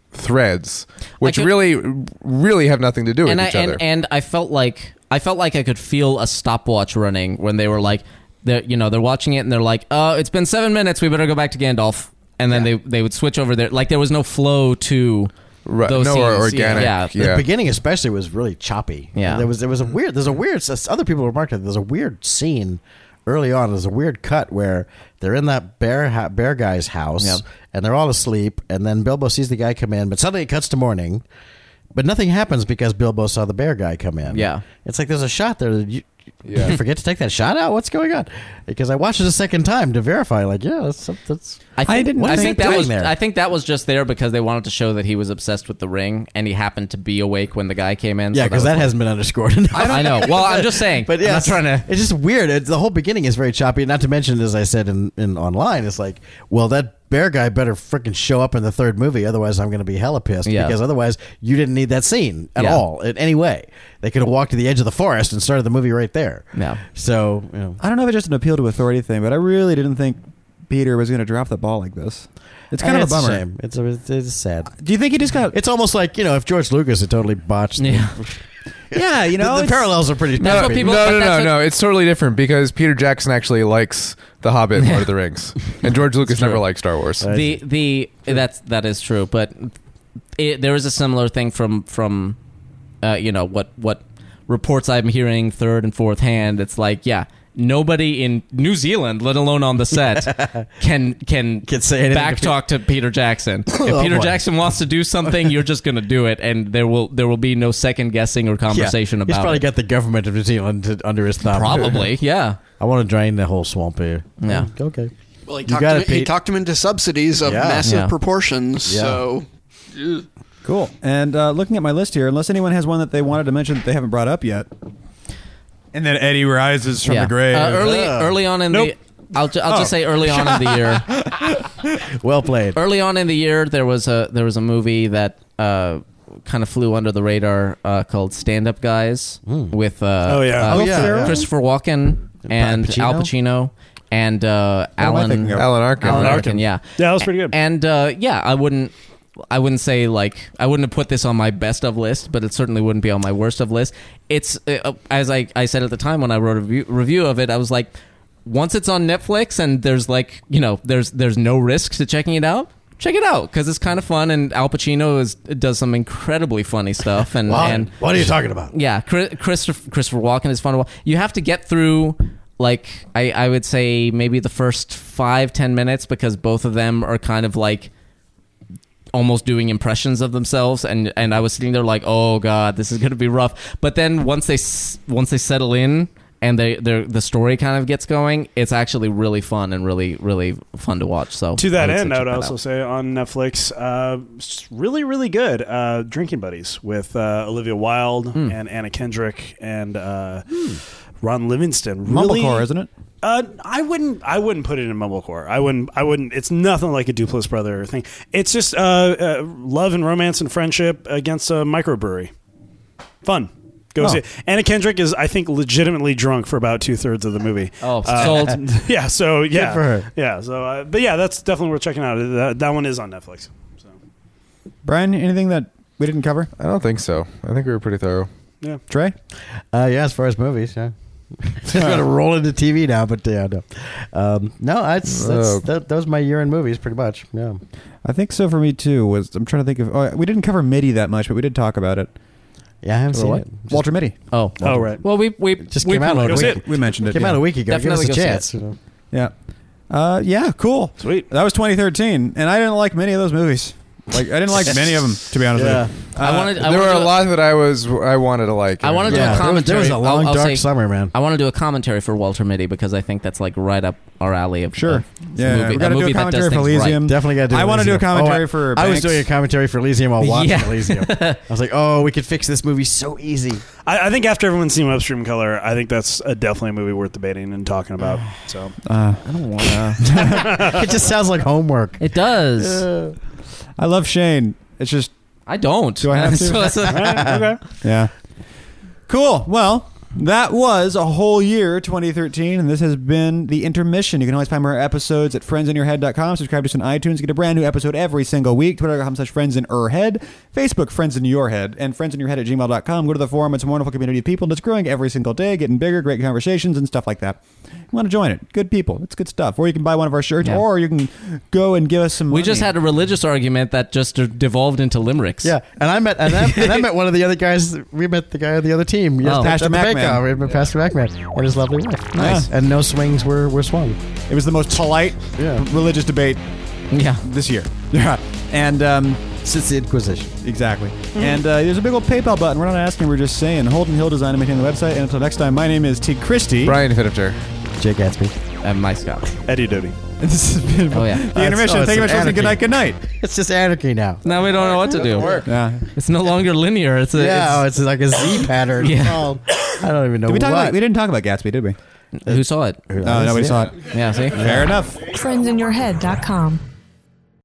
Speaker 3: threads, which
Speaker 5: could-
Speaker 3: really really have nothing to do with
Speaker 5: and
Speaker 3: each
Speaker 5: I,
Speaker 3: other.
Speaker 5: And, and I felt like I felt like I could feel a stopwatch running when they were like, they're, you know, they're watching it and they're like, oh, it's been seven minutes. We better go back to Gandalf. And then they, they would switch over there. Like there was no flow to
Speaker 3: Ru-
Speaker 5: those
Speaker 3: no,
Speaker 5: scenes.
Speaker 3: or
Speaker 5: Yeah,
Speaker 3: organic.
Speaker 5: Yeah.
Speaker 3: Yeah.
Speaker 2: The beginning especially was really choppy.
Speaker 5: Yeah.
Speaker 2: There was there
Speaker 5: Mm-hmm.
Speaker 2: was a weird there's a weird other people remarked that there's a weird scene early on. There's a weird cut where they're in that bear ha- bear guy's house
Speaker 5: Yep.
Speaker 2: and they're all asleep and then Bilbo sees the guy come in, but suddenly it cuts to morning. But nothing happens because Bilbo saw the bear guy come in.
Speaker 5: Yeah.
Speaker 2: It's like there's a shot there. that You,
Speaker 3: Yeah.
Speaker 2: Did you forget to take that shot out? What's going on? Because I watched it a second time to verify. Like, yeah, that's that's.
Speaker 5: I, think,
Speaker 2: didn't
Speaker 5: I
Speaker 2: know
Speaker 5: think
Speaker 2: they
Speaker 5: that
Speaker 2: were
Speaker 5: was
Speaker 2: doing there.
Speaker 5: I think that was just there because they wanted to show that he was obsessed with the ring and he happened to be awake when the guy came in.
Speaker 2: Yeah,
Speaker 5: so
Speaker 2: because that,
Speaker 5: was-
Speaker 2: hasn't been underscored enough.
Speaker 5: I know. Well, I'm just saying.
Speaker 2: But
Speaker 5: But
Speaker 2: yeah,
Speaker 5: I'm not trying to.
Speaker 2: It's just weird. It's, the whole beginning is very choppy. Not to mention, as I said in, in online, it's like, well, that bear guy better freaking show up in the third movie, otherwise I'm going to be hella pissed.
Speaker 5: Yeah.
Speaker 2: Because otherwise, you didn't need that scene at
Speaker 5: Yeah.
Speaker 2: all in any way. They could have walked to the edge of the forest and started the movie right there.
Speaker 5: Yeah.
Speaker 2: So you know,
Speaker 1: I don't know if it's just an appeal to authority thing, but I really didn't think Peter was going to drop the ball like this. It's kind
Speaker 2: and
Speaker 1: of a bummer.
Speaker 2: shame. It's a, it's it's sad.
Speaker 1: Do you think he just got?
Speaker 2: It's almost like you know if George Lucas had totally botched. the-
Speaker 5: Yeah.
Speaker 1: yeah, you know,
Speaker 2: the,
Speaker 1: it's-
Speaker 2: parallels are pretty.
Speaker 5: That's what
Speaker 2: choppy.
Speaker 5: people-
Speaker 3: no,
Speaker 5: but
Speaker 3: no, no,
Speaker 5: that's
Speaker 3: no. It's totally different because Peter Jackson actually likes The Hobbit, and Lord of the Rings, and George Lucas never
Speaker 5: true.
Speaker 3: liked Star Wars.
Speaker 2: Right.
Speaker 5: the the that's that is true but it, there is a similar thing from from uh, you know what what reports i'm hearing third and fourth hand it's like yeah nobody in new zealand let alone on the set can can
Speaker 2: Can say anything to Oh,
Speaker 5: back talk to peter jackson if peter
Speaker 2: boy.
Speaker 5: jackson wants to do something you're just gonna do it and there will there will be no second guessing or conversation
Speaker 2: yeah.
Speaker 5: about
Speaker 2: He's probably
Speaker 5: it
Speaker 2: got the government of New Zealand to, under his thumb.
Speaker 5: probably yeah
Speaker 2: I want to drain the whole swamp here.
Speaker 5: Yeah.
Speaker 2: Okay.
Speaker 6: Well, he
Speaker 2: You
Speaker 6: talked,
Speaker 2: got
Speaker 6: him,
Speaker 2: it,
Speaker 6: he
Speaker 2: Pete.
Speaker 6: talked him into subsidies of
Speaker 2: Yeah.
Speaker 6: massive
Speaker 5: Yeah.
Speaker 6: proportions.
Speaker 2: Yeah.
Speaker 6: So, Ugh.
Speaker 1: Cool. And uh, looking at my list here, unless anyone has one that they wanted to mention that they haven't brought up yet. And then Eddie rises from
Speaker 5: yeah.
Speaker 1: the grave.
Speaker 5: Uh, early early on in
Speaker 1: Nope.
Speaker 5: the I'll, ju- I'll just
Speaker 1: Oh.
Speaker 5: say early on in the year
Speaker 2: Well played.
Speaker 5: early on in the year there was a there was a movie that uh, kind of flew under the radar uh, called Stand Up Guys
Speaker 3: Hmm.
Speaker 5: with uh,
Speaker 4: Oh, yeah.
Speaker 5: uh,
Speaker 1: Oh, yeah, yeah.
Speaker 5: Christopher Walken and
Speaker 2: Pacino?
Speaker 5: Al Pacino and uh,
Speaker 1: am I
Speaker 5: Alan
Speaker 1: thinking of?
Speaker 3: Alan Arkin.
Speaker 5: Alan
Speaker 3: right?
Speaker 5: Arkin yeah
Speaker 4: Yeah, that was pretty good.
Speaker 5: and uh, yeah I wouldn't I wouldn't say like I wouldn't have put this on my best of list but it certainly wouldn't be on my worst of list it's uh, as I, I said at the time when I wrote a review, review of it I was like once it's on Netflix and there's like you know there's there's no risk to checking it out check it out because it's kind of fun. And Al Pacino is does some incredibly funny stuff. And
Speaker 2: What?
Speaker 5: and
Speaker 2: what are you talking about?
Speaker 5: yeah, Chris, Christopher, Christopher Walken is fun. to wa- You have to get through like I, I would say maybe the first five ten minutes because both of them are kind of like almost doing impressions of themselves and and I was sitting there like oh god this is gonna be rough but then once they s- once they settle in and they they the story kind of gets going it's actually really fun and really really fun to watch so
Speaker 4: To that
Speaker 5: I would say
Speaker 4: end, I
Speaker 5: check
Speaker 4: would
Speaker 5: that
Speaker 4: also
Speaker 5: out.
Speaker 4: say on Netflix, uh, s- really, really good uh, Drinking Buddies with uh, Olivia Wilde
Speaker 2: Hmm.
Speaker 4: and Anna Kendrick and uh, Ron Livingston. Really,
Speaker 1: Mumblecore, isn't it?
Speaker 4: Uh, I wouldn't. I wouldn't put it in mumblecore. I wouldn't. I wouldn't. It's nothing like a Duplass brother thing. It's just uh, uh, love and romance and friendship against a microbrewery. Fun. Go see it. Anna Kendrick is, I think, legitimately drunk for about two thirds of the movie.
Speaker 5: Oh,
Speaker 4: Uh,
Speaker 5: sold.
Speaker 4: yeah. So yeah.
Speaker 2: for her.
Speaker 4: Yeah. So, uh, but yeah, that's definitely worth checking out. That, that one is on Netflix. So
Speaker 1: Brian, anything that we didn't cover?
Speaker 3: I don't think so. I think we were pretty thorough.
Speaker 4: yeah.
Speaker 1: Trey?
Speaker 2: Uh, yeah, as far as movies, yeah. Just gotta roll into TV now, but yeah, no, um, no. That's,
Speaker 3: Oh.
Speaker 2: that's that, that was my year in movies, pretty much. Yeah,
Speaker 1: I think so for me too. Was I'm trying to think of. Oh, we didn't cover MIDI that much, but we did talk about it.
Speaker 2: yeah. I haven't seen it. Just-
Speaker 1: Walter MIDI.
Speaker 5: oh
Speaker 4: Oh right.
Speaker 5: well we we
Speaker 2: Just
Speaker 5: we
Speaker 2: came out
Speaker 5: promoted
Speaker 2: a
Speaker 4: Go see
Speaker 2: week.
Speaker 4: it.
Speaker 1: We mentioned it.
Speaker 2: Came
Speaker 1: yeah.
Speaker 2: out a week ago.
Speaker 5: Definitely
Speaker 2: Give us
Speaker 5: go
Speaker 2: a
Speaker 5: see
Speaker 2: chance.
Speaker 5: it.
Speaker 2: you know.
Speaker 1: Yeah. Uh, yeah. Cool.
Speaker 4: Sweet.
Speaker 1: That was 2013, and I didn't like many of those movies. Like I didn't like many of them, to be honest
Speaker 4: Yeah.
Speaker 1: with you.
Speaker 2: Uh,
Speaker 1: Uh,
Speaker 5: I wanted I wanted
Speaker 3: there were a
Speaker 5: to-
Speaker 3: lot that I was I wanted to like.
Speaker 5: I wanna do
Speaker 2: Yeah,
Speaker 5: a
Speaker 2: there was- there
Speaker 5: commentary.
Speaker 2: was a long,
Speaker 5: I'll- I'll
Speaker 2: dark
Speaker 5: say-
Speaker 2: summer, man.
Speaker 5: I want to do a commentary for Walter Mitty because I think that's like right up our alley of uh,
Speaker 1: Sure.
Speaker 5: of
Speaker 1: Yeah,
Speaker 5: movie,
Speaker 1: we gotta do a
Speaker 5: movie that does
Speaker 1: commentary for
Speaker 5: things right.
Speaker 1: Elysium. Oh,
Speaker 2: Definitely got to.
Speaker 1: I wanna do a
Speaker 2: Elysium. Oh,
Speaker 1: commentary
Speaker 2: I-
Speaker 1: for
Speaker 2: I was
Speaker 1: Banks.
Speaker 2: doing a commentary for Elysium while watching
Speaker 5: Yeah.
Speaker 2: Elysium. I was like, oh, we could fix this movie so easy.
Speaker 4: I, I think after everyone's seen Webstream Color, I think that's uh definitely a movie worth debating and talking about. So
Speaker 1: Uh,
Speaker 5: I don't want to.
Speaker 2: it just sounds like homework.
Speaker 5: It does.
Speaker 1: Uh, I love Shane. It's just
Speaker 5: I don't.
Speaker 1: Do I have to?
Speaker 5: So it's a-
Speaker 4: eh, okay.
Speaker 1: yeah. Cool. Well, that was a whole year, 2013, and this has been the intermission. You can always find more episodes at friendsinyourhead.com. Subscribe to us on iTunes. Get a brand new episode every single week. Twitter.com slash friends in your head. Facebook, friends in your head. And friends in your head at gmail.com. Go to the forum. It's a wonderful community of people, and it's growing every single day, getting bigger, great conversations, and stuff like that. You want to join it. Good people. It's good stuff. Or you can buy one of our shirts,
Speaker 5: Yeah.
Speaker 1: or you can go and give us some
Speaker 5: we just
Speaker 1: money.
Speaker 5: had a religious argument that just devolved into limericks.
Speaker 2: Yeah, and I met and I, and I met one of the other guys. We met the guy on the other team. Yes,
Speaker 5: Oh.
Speaker 2: Pastor
Speaker 1: Pastor Mackman.
Speaker 2: Macman. We met Pastor Macman and his lovely wife.
Speaker 1: Nice.
Speaker 2: And no swings were were swung.
Speaker 1: It was the most polite
Speaker 2: Yeah.
Speaker 1: religious debate
Speaker 5: Yeah.
Speaker 1: this year. Yeah. And um,
Speaker 2: Since the Inquisition.
Speaker 1: exactly. And uh, there's a big old PayPal button. We're not asking, we're just saying. Holden Hill Design and maintain the website. And until next time, my name is T. Christie.
Speaker 3: Brian Finifter.
Speaker 2: Jay Gatsby.
Speaker 5: And my Scott.
Speaker 4: Eddie Doty.
Speaker 1: And this has been
Speaker 5: Oh, yeah.
Speaker 1: the intermission.
Speaker 2: oh,
Speaker 1: Thank you much
Speaker 2: it's
Speaker 1: for listening. Good night.
Speaker 2: anarchy.
Speaker 1: Good night.
Speaker 2: It's just anarchy now.
Speaker 5: Now we don't know what to do.
Speaker 1: Yeah.
Speaker 5: It's no longer linear. It's a.
Speaker 2: yeah, oh, it's like a Z pattern.
Speaker 5: Yeah.
Speaker 1: um,
Speaker 2: Oh, I don't even know
Speaker 1: Did we,
Speaker 2: what.
Speaker 1: talk about, we didn't talk about Gatsby, did we?
Speaker 5: it's- who saw it?
Speaker 1: No, nobody saw it.
Speaker 5: Yeah. See.
Speaker 1: Fair enough.
Speaker 7: friendsinyourhead.com.